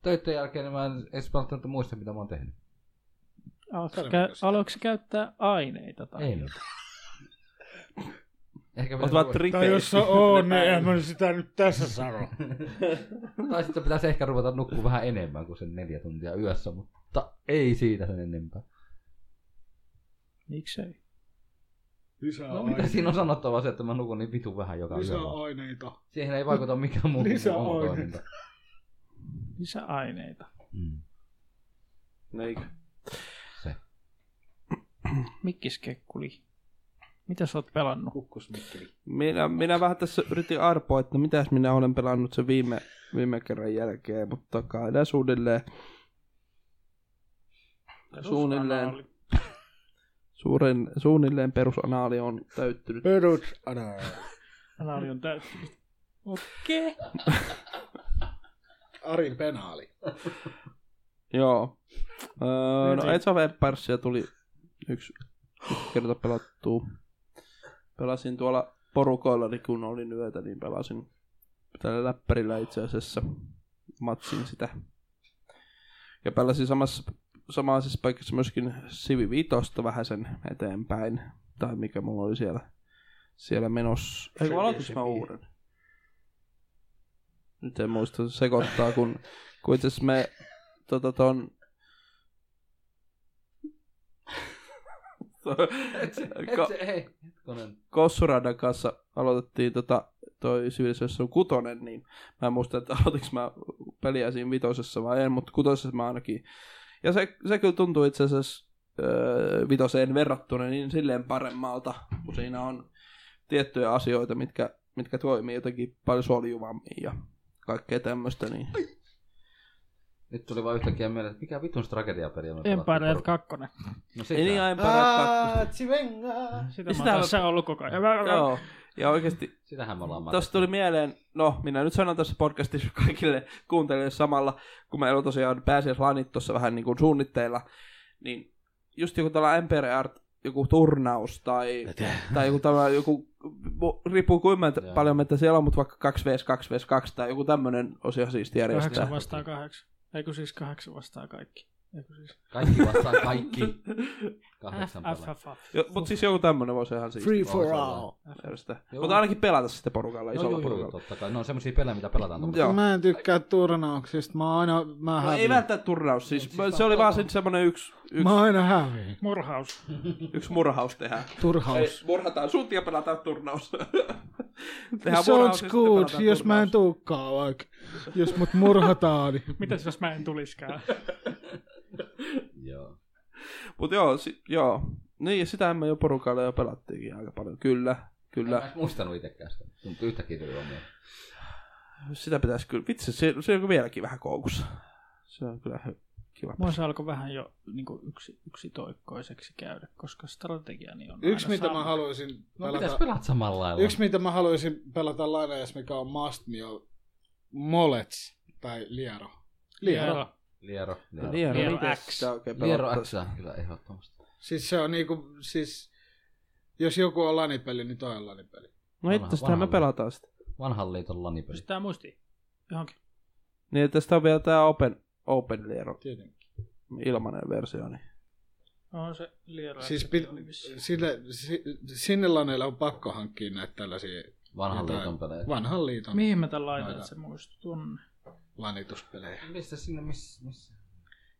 [SPEAKER 5] Töiden jälkeen niin mä en edes välttämättä muista, mitä mä oon tehnyt.
[SPEAKER 3] Aloitko
[SPEAKER 6] Tarvitsetko
[SPEAKER 3] kä-
[SPEAKER 6] sitä?
[SPEAKER 3] aloitko käyttää aineita? Tai
[SPEAKER 5] Ei mitään. Ehkä
[SPEAKER 2] Oot
[SPEAKER 5] pitäisi
[SPEAKER 2] vaan
[SPEAKER 5] ruveta-
[SPEAKER 2] tripeissä.
[SPEAKER 6] on,
[SPEAKER 2] niin en
[SPEAKER 6] mä sitä nyt tässä sano.
[SPEAKER 5] Tai sitten pitäisi ehkä ruveta nukkua vähän enemmän kuin sen neljä tuntia yössä, mutta ei siitä sen enempää.
[SPEAKER 3] Miksei?
[SPEAKER 6] Lisää
[SPEAKER 5] No mitä siinä
[SPEAKER 6] niin.
[SPEAKER 5] on sanottavaa se, että mä nukun niin vitu vähän joka yö.
[SPEAKER 6] Lisää aineita.
[SPEAKER 5] Siihen ei vaikuta mikään muu kuin
[SPEAKER 6] Lisää
[SPEAKER 5] mun oma
[SPEAKER 6] aineita.
[SPEAKER 5] toiminta.
[SPEAKER 3] Lisää aineita.
[SPEAKER 5] Mm.
[SPEAKER 2] Eikö?
[SPEAKER 3] Mikkiskekkuli. Mitä sä oot pelannut?
[SPEAKER 6] Kukkusmikkeli.
[SPEAKER 2] Minä, minä vähän tässä yritin arpoa, että no mitäs minä olen pelannut sen viime, viime kerran jälkeen, mutta kai nää suunnilleen, Suunnilleen.
[SPEAKER 3] Perusanaali.
[SPEAKER 2] suurin, suunnilleen perusanaali on täyttynyt.
[SPEAKER 6] Perusana.
[SPEAKER 3] Anaali on täyttynyt. Okei. Okay.
[SPEAKER 6] Arin penaali.
[SPEAKER 2] Joo. Öö, no
[SPEAKER 3] Niin.
[SPEAKER 2] Age of Empiresiä tuli yksi, yksi kerta pelattua. Pelasin tuolla porukoilla, niin kun olin yötä, niin pelasin tällä läppärillä itse asiassa. Matsin sitä. Ja pelasin samassa, samaisessa siis paikassa myöskin Sivi Vitosta vähän sen eteenpäin. Tai mikä mulla oli siellä, siellä menossa. Eikö aloitin mä uuden? Nyt en muista, se sekoittaa, kun, kun itse asiassa me tota ton...
[SPEAKER 5] Et se, et
[SPEAKER 2] Ka-
[SPEAKER 5] se, hei, hetkonen.
[SPEAKER 2] Kossuradan kanssa aloitettiin tota, toi Civilization 6, niin mä en muista, että aloitinko mä peliä siinä vitosessa vai en, mutta kutosessa mä ainakin. Ja se, se kyllä tuntuu itse asiassa öö, vitoseen verrattuna niin silleen paremmalta, kun siinä on tiettyjä asioita, mitkä, mitkä toimii jotenkin paljon soljuvammin ja kaikkea tämmöistä. Niin.
[SPEAKER 5] Nyt tuli vaan yhtäkkiä mieleen, että mikä vitun tragediapeli on.
[SPEAKER 3] Empire 2.
[SPEAKER 5] No sitä.
[SPEAKER 2] Ei niin aivan
[SPEAKER 6] Ah, Tsivengaa.
[SPEAKER 3] Sitä mä
[SPEAKER 2] Sitä
[SPEAKER 3] oon
[SPEAKER 2] mä-
[SPEAKER 3] tässä ollut koko ajan.
[SPEAKER 2] Joo, ja oikeasti
[SPEAKER 5] Sitähän me ollaan
[SPEAKER 2] Tuossa tuli mieleen, no minä nyt sanon tässä podcastissa kaikille kuuntelijoille samalla, kun meillä on tosiaan pääsiäislanit tuossa vähän niin kuin suunnitteilla, niin just joku tällä Empire Art, joku turnaus tai, tai joku tämä joku, mu- riippuu kuinka ment-
[SPEAKER 5] Joo.
[SPEAKER 2] paljon meitä siellä on, mutta vaikka 2vs, 2vs, 2 tai joku tämmöinen olisi ihan siisti järjestää.
[SPEAKER 3] 8 vastaan 8. Eikö siis 8 vastaan kaikki? Eiku siis
[SPEAKER 5] Kaikki vastaan kaikki. Kahdeksan pelaa.
[SPEAKER 3] FFF.
[SPEAKER 2] Jo, mutta siis joku tämmönen voisi ihan siis.
[SPEAKER 4] Free for
[SPEAKER 5] Joo, se on
[SPEAKER 4] all.
[SPEAKER 5] Joo.
[SPEAKER 2] Mutta ainakin pelata sitten porukalla,
[SPEAKER 5] Joo,
[SPEAKER 2] isolla
[SPEAKER 5] joo, joo,
[SPEAKER 2] porukalla.
[SPEAKER 5] totta kai. Ne on semmosia pelejä, mitä pelataan tuolla.
[SPEAKER 2] Joo.
[SPEAKER 6] Mä en tykkää turnauksista, mä aina, mä
[SPEAKER 2] No, ei
[SPEAKER 6] häviin.
[SPEAKER 2] välttämättä turnaus, siis,
[SPEAKER 5] siis
[SPEAKER 2] se oli vaan
[SPEAKER 5] tota-
[SPEAKER 2] sitten semmonen yksi, yksi,
[SPEAKER 6] Mä aina häviin.
[SPEAKER 3] Murhaus.
[SPEAKER 2] yksi murhaus tehdä. Ei,
[SPEAKER 6] Turhaus.
[SPEAKER 2] murhataan sut ja pelataan turnaus. murhaus ja
[SPEAKER 6] Sounds
[SPEAKER 2] sitten
[SPEAKER 6] good,
[SPEAKER 2] pelataan
[SPEAKER 6] jos mä en
[SPEAKER 2] turnaus.
[SPEAKER 6] tuukkaan vaikka. Jos mut murhataan, niin
[SPEAKER 3] Mitäs jos mä en tuliskään?
[SPEAKER 5] Joo.
[SPEAKER 2] Mut joo, si- joo. Niin, ja sitä me jo porukalla jo pelattiinkin aika paljon. Kyllä,
[SPEAKER 5] Kyllä. Mä en
[SPEAKER 2] kyllä.
[SPEAKER 5] edes muistanut itekään sitä, mutta yhtäkkiä tuli omia. No,
[SPEAKER 2] Sitä pitäisi kyllä. Vitsi, se, se on vieläkin vähän koukussa. Se on kyllä hy- kiva.
[SPEAKER 3] Mua se alkoi vähän jo niin kuin yksi, yksitoikkoiseksi käydä, koska strategiani on
[SPEAKER 6] yksi
[SPEAKER 3] aina
[SPEAKER 6] mitä mä
[SPEAKER 3] sama.
[SPEAKER 6] haluaisin
[SPEAKER 5] No pitäis
[SPEAKER 6] pelata,
[SPEAKER 5] pelata samalla lailla.
[SPEAKER 6] yksi mitä mä haluaisin pelata lainajas, mikä on must me, on Molets tai Liero. Liero.
[SPEAKER 3] Joo.
[SPEAKER 5] Liero. Liero.
[SPEAKER 2] No, niin, no,
[SPEAKER 3] Liero
[SPEAKER 2] miten
[SPEAKER 3] X.
[SPEAKER 2] sitä oikein
[SPEAKER 5] Liero
[SPEAKER 2] pelattaisi?
[SPEAKER 5] X on kyllä ehdottomasti.
[SPEAKER 6] Siis se on niinku, siis jos joku on lanipeli, niin toi on lanipeli.
[SPEAKER 2] No
[SPEAKER 5] Vanha-
[SPEAKER 2] itse, sitähän me
[SPEAKER 5] vanhalla.
[SPEAKER 2] pelataan sitä.
[SPEAKER 5] Vanhan liiton lanipeli.
[SPEAKER 3] Pistää muistiin. Johonkin.
[SPEAKER 2] Niin, että sitä on vielä tää Open, Open Liero
[SPEAKER 6] Tietenkin.
[SPEAKER 2] ilmanen versio. Niin.
[SPEAKER 3] On se liera.
[SPEAKER 6] Siis pit, sille, si, sinne laneille on pakko hankkia näitä tällaisia
[SPEAKER 5] Vanhan
[SPEAKER 6] Jotain.
[SPEAKER 5] liiton pelejä.
[SPEAKER 6] vanhan liiton
[SPEAKER 3] Mihin mä tän laitan,
[SPEAKER 6] Aika.
[SPEAKER 3] että se muistuu tunne?
[SPEAKER 6] lanituspelejä.
[SPEAKER 5] Mistä sinne, missä? missä?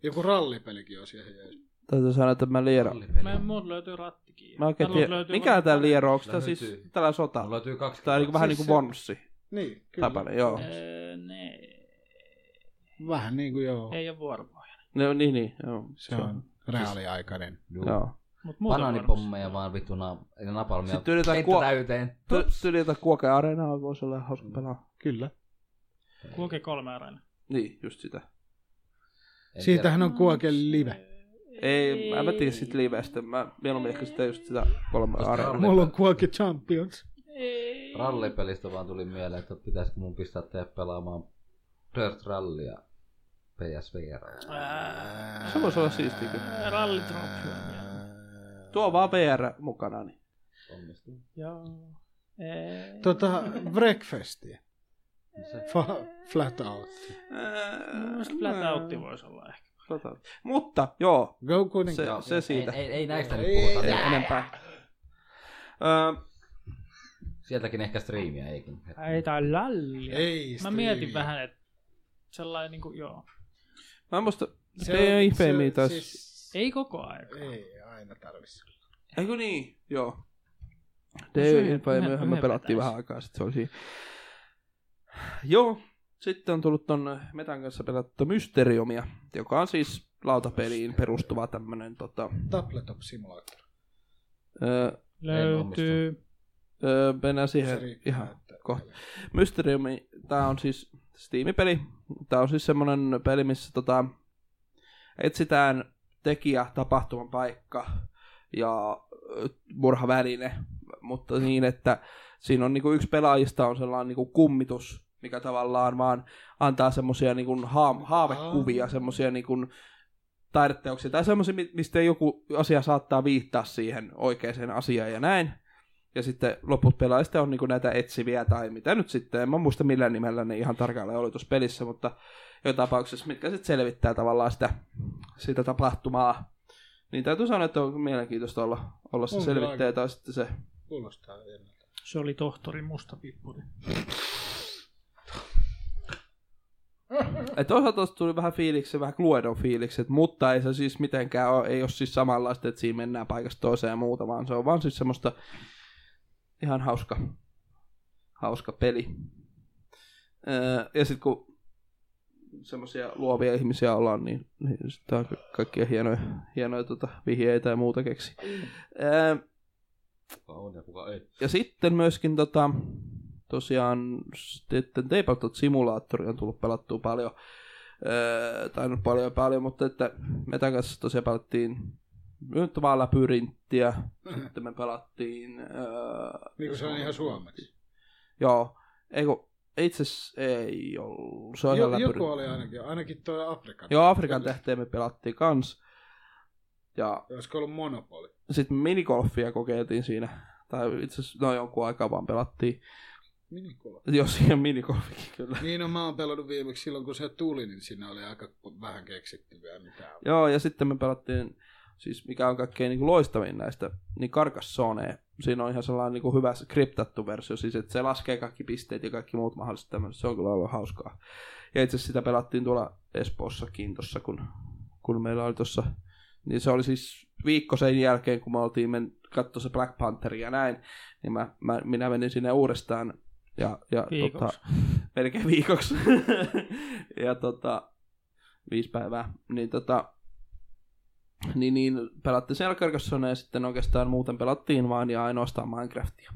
[SPEAKER 6] Joku rallipelikin on siihen. jäi.
[SPEAKER 2] Täytyy sanoa, että mä Liero...
[SPEAKER 5] Rallipeli.
[SPEAKER 3] Mä en muut löytyy rattikin.
[SPEAKER 2] Mä oikein
[SPEAKER 3] Täällä
[SPEAKER 2] tiedä,
[SPEAKER 3] löytyy
[SPEAKER 2] mikä
[SPEAKER 3] varmaan-
[SPEAKER 2] tää Liero, onko tää
[SPEAKER 5] Löytyy.
[SPEAKER 2] siis tällä sota?
[SPEAKER 5] Mulla löytyy kaksi.
[SPEAKER 2] Tää on niinku vähän
[SPEAKER 6] Siis
[SPEAKER 2] niinku
[SPEAKER 6] se-
[SPEAKER 2] vonssi.
[SPEAKER 6] Niin, kyllä.
[SPEAKER 2] Tapana, joo.
[SPEAKER 3] Öö, ne...
[SPEAKER 6] Vähän niin kuin joo.
[SPEAKER 3] Ei ole vuoropohja.
[SPEAKER 2] No, niin, niin, joo.
[SPEAKER 6] Se on reaaliaikainen.
[SPEAKER 5] Joo.
[SPEAKER 2] Joo.
[SPEAKER 3] Mut muuten
[SPEAKER 5] Banaanipommeja vaan vituna, ja napalmia.
[SPEAKER 2] Sitten yritetään
[SPEAKER 5] Kenttä
[SPEAKER 2] kuo-
[SPEAKER 5] täyteen.
[SPEAKER 2] Ty- Tyli jotain Kuoke Areenaa voisi olla hauska pelaa.
[SPEAKER 6] Kyllä.
[SPEAKER 3] varmasti. Kulkee kolme areena.
[SPEAKER 2] Niin, just sitä.
[SPEAKER 5] En
[SPEAKER 6] Siitähän on Kuoken live.
[SPEAKER 2] Ei, mä en tiedä sit livestä. Mä mieluummin ehkä sitä just sitä kolme
[SPEAKER 5] Koska
[SPEAKER 2] Areenaa.
[SPEAKER 5] Ralli-
[SPEAKER 6] Mulla on Kuoke Champions.
[SPEAKER 5] tiedä. Rallipelistä vaan tuli mieleen, että pitäisikö mun pistää tehdä pelaamaan Dirt Rallia PSVR.
[SPEAKER 2] Se voisi olla siistiä kyllä.
[SPEAKER 3] Rallitropia.
[SPEAKER 2] Tuo on vaan VR mukana, niin.
[SPEAKER 5] Onnistuu.
[SPEAKER 3] Joo. Ei.
[SPEAKER 6] Tota, breakfastia.
[SPEAKER 5] Se-
[SPEAKER 6] Fa- flat out.
[SPEAKER 3] Mun mielestä flatoutti voisi olla ehkä.
[SPEAKER 2] Tota. Mutta, joo,
[SPEAKER 6] Go
[SPEAKER 2] se,
[SPEAKER 6] kuitenkin.
[SPEAKER 2] se siitä.
[SPEAKER 5] Ei, ei, ei näistä nyt
[SPEAKER 6] Ei,
[SPEAKER 5] puhuta.
[SPEAKER 2] Ei
[SPEAKER 5] Ei.
[SPEAKER 2] enempää. Öö,
[SPEAKER 5] Sieltäkin ehkä striimiä, eikin.
[SPEAKER 3] Ei tai lallia.
[SPEAKER 6] Ei,
[SPEAKER 3] Mä
[SPEAKER 6] striimiä.
[SPEAKER 3] mietin vähän, että sellainen niinku, joo.
[SPEAKER 2] mä en muista,
[SPEAKER 6] Se
[SPEAKER 2] ei
[SPEAKER 6] on-
[SPEAKER 2] ole
[SPEAKER 6] se-
[SPEAKER 2] IFMiä taas.
[SPEAKER 6] siis-
[SPEAKER 3] Ei koko aika.
[SPEAKER 6] Ei aina tarvitse.
[SPEAKER 2] Eikö niin? Joo.
[SPEAKER 3] se
[SPEAKER 2] Day
[SPEAKER 3] yhden-
[SPEAKER 2] Info ja
[SPEAKER 3] yhden-
[SPEAKER 2] myöhemmin me
[SPEAKER 3] yhden vetäisi.
[SPEAKER 2] pelattiin vähän aikaa, sitten se oli siinä. Joo, sitten on tullut ton Metan kanssa pelattu Mysteriumia, joka on siis lautapeliin perustuva tämmönen tota,
[SPEAKER 6] Tabletop Simulator.
[SPEAKER 2] öö,
[SPEAKER 3] Löytyy.
[SPEAKER 2] öö, mennään
[SPEAKER 6] Se
[SPEAKER 2] siihen
[SPEAKER 6] riittää,
[SPEAKER 2] ihan
[SPEAKER 6] että-
[SPEAKER 2] kohta. Mysteriumi, tää on siis Steam-peli. Tää on siis semmonen peli, missä tota, etsitään tekijä, tapahtuman paikka ja ö, murhaväline, mutta niin, että siinä on niinku yksi pelaajista on sellainen niinku kummitus, mikä tavallaan vaan antaa semmosia niinku haam, haavekuvia,
[SPEAKER 6] Aa.
[SPEAKER 2] semmosia niinku taideteoksia tai semmoisia, mi- mistä joku asia saattaa viittaa siihen oikeaan asiaan ja näin. Ja sitten loput pelaajista on niinku näitä etsiviä tai mitä nyt sitten, en mä muista millä nimellä ne ihan tarkalleen oli tuossa pelissä, mutta jo tapauksessa, mitkä sitten selvittää tavallaan sitä, sitä tapahtumaa. Niin täytyy sanoa, että on mielenkiintoista olla, olla se
[SPEAKER 6] On kyllä
[SPEAKER 2] selvittäjä tai sitten se
[SPEAKER 6] Kuulostaa ennalta.
[SPEAKER 3] Se oli tohtori Mustapippuri.
[SPEAKER 2] Et toisaalta tosta tuli vähän fiiliksi, vähän Cluedon fiilikset, mutta ei se siis mitenkään ole, ei ole siis samanlaista, että siinä mennään paikasta toiseen ja muuta, vaan se on vaan siis semmoista ihan hauska, hauska peli. Öö, ja sitten kun semmoisia luovia ihmisiä ollaan, niin, niin sitten on ka- kaikkia hienoja, hienoja tota, vihjeitä ja muuta keksi. Öö,
[SPEAKER 5] Kuka on ja kuka ei.
[SPEAKER 2] ja sitten myöskin tota, tosiaan sitten Tabletoon simulaattori on tullut pelattua paljon. Öö, tai nyt paljon ja paljon, mutta että Metan kanssa tosiaan pelattiin nyt vaan labyrinttiä. Sitten me pelattiin... Öö,
[SPEAKER 6] Niin kuin se on ihan suomeksi.
[SPEAKER 2] Joo. Eikö, itse asiassa ei ollut. Se on ihan
[SPEAKER 6] Jo,
[SPEAKER 2] labyrintti.
[SPEAKER 6] joku oli ainakin, ainakin tuo Afrikan.
[SPEAKER 2] Joo, Afrikan tähteen me pelattiin kans. Ja
[SPEAKER 6] Olisiko ollut monopoli?
[SPEAKER 2] sitten minigolfia kokeiltiin siinä, tai itse asiassa no jonkun aikaa vaan pelattiin.
[SPEAKER 6] Minikola.
[SPEAKER 2] Jos ihan minikolfikin kyllä.
[SPEAKER 6] Niin, no mä oon pelannut viimeksi silloin, kun se tuli, niin siinä oli aika vähän keksitty vielä mitään.
[SPEAKER 2] Joo, ja sitten me pelattiin, siis mikä on kaikkein niin loistavin näistä, niin Carcassonne. Siinä on ihan sellainen niin kuin hyvä skriptattu versio, siis että se laskee kaikki pisteet ja kaikki muut mahdolliset tämmöiset. Se on kyllä ollut hauskaa. Ja itse asiassa sitä pelattiin tuolla Espoossakin tuossa, kun, kun meillä oli tuossa, niin se oli siis viikko sen jälkeen, kun me oltiin men, katso se Black Panther ja näin, niin mä, mä, minä menin sinne uudestaan ja, ja tota,
[SPEAKER 3] Viikoksi.
[SPEAKER 2] melkein viikoksi. ja tota, viisi päivää. Niin tota, niin, niin pelattiin siellä Carcassonne ja sitten oikeastaan muuten pelattiin vaan ja ainoastaan Minecraftia.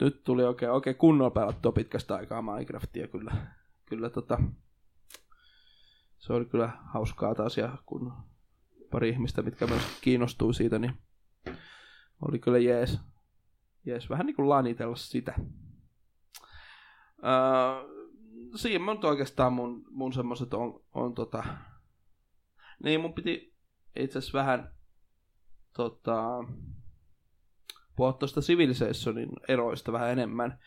[SPEAKER 2] Nyt tuli oikein, oikein kunnolla pelattua pitkästä aikaa Minecraftia kyllä. Kyllä tota, se oli kyllä hauskaa taas ja kun pari ihmistä, mitkä myös kiinnostui siitä, niin oli kyllä jees. Jees, vähän niin kuin lanitella sitä. Öö, siinä on nyt oikeastaan mun, mun semmoset on, on tota... Niin mun piti itse asiassa vähän tota, puhua tuosta Civilizationin eroista vähän enemmän.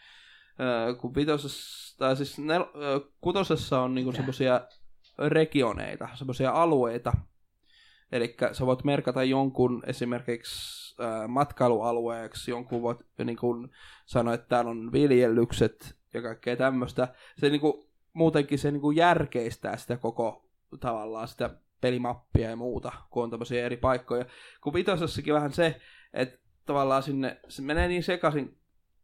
[SPEAKER 2] Öö, kun vitosessa, tai siis nel, öö, kutosessa on niinku semmosia regioneita, semmosia alueita, Eli sä voit merkata jonkun esimerkiksi ää, matkailualueeksi, jonkun voit niin kun, sanoa, että täällä on viljelykset ja kaikkea tämmöistä. Se niin kun, muutenkin se niin kun järkeistää sitä koko tavallaan sitä pelimappia ja muuta, kun on tämmöisiä eri paikkoja. Kun vitosessakin vähän se, että tavallaan sinne, se menee niin sekaisin,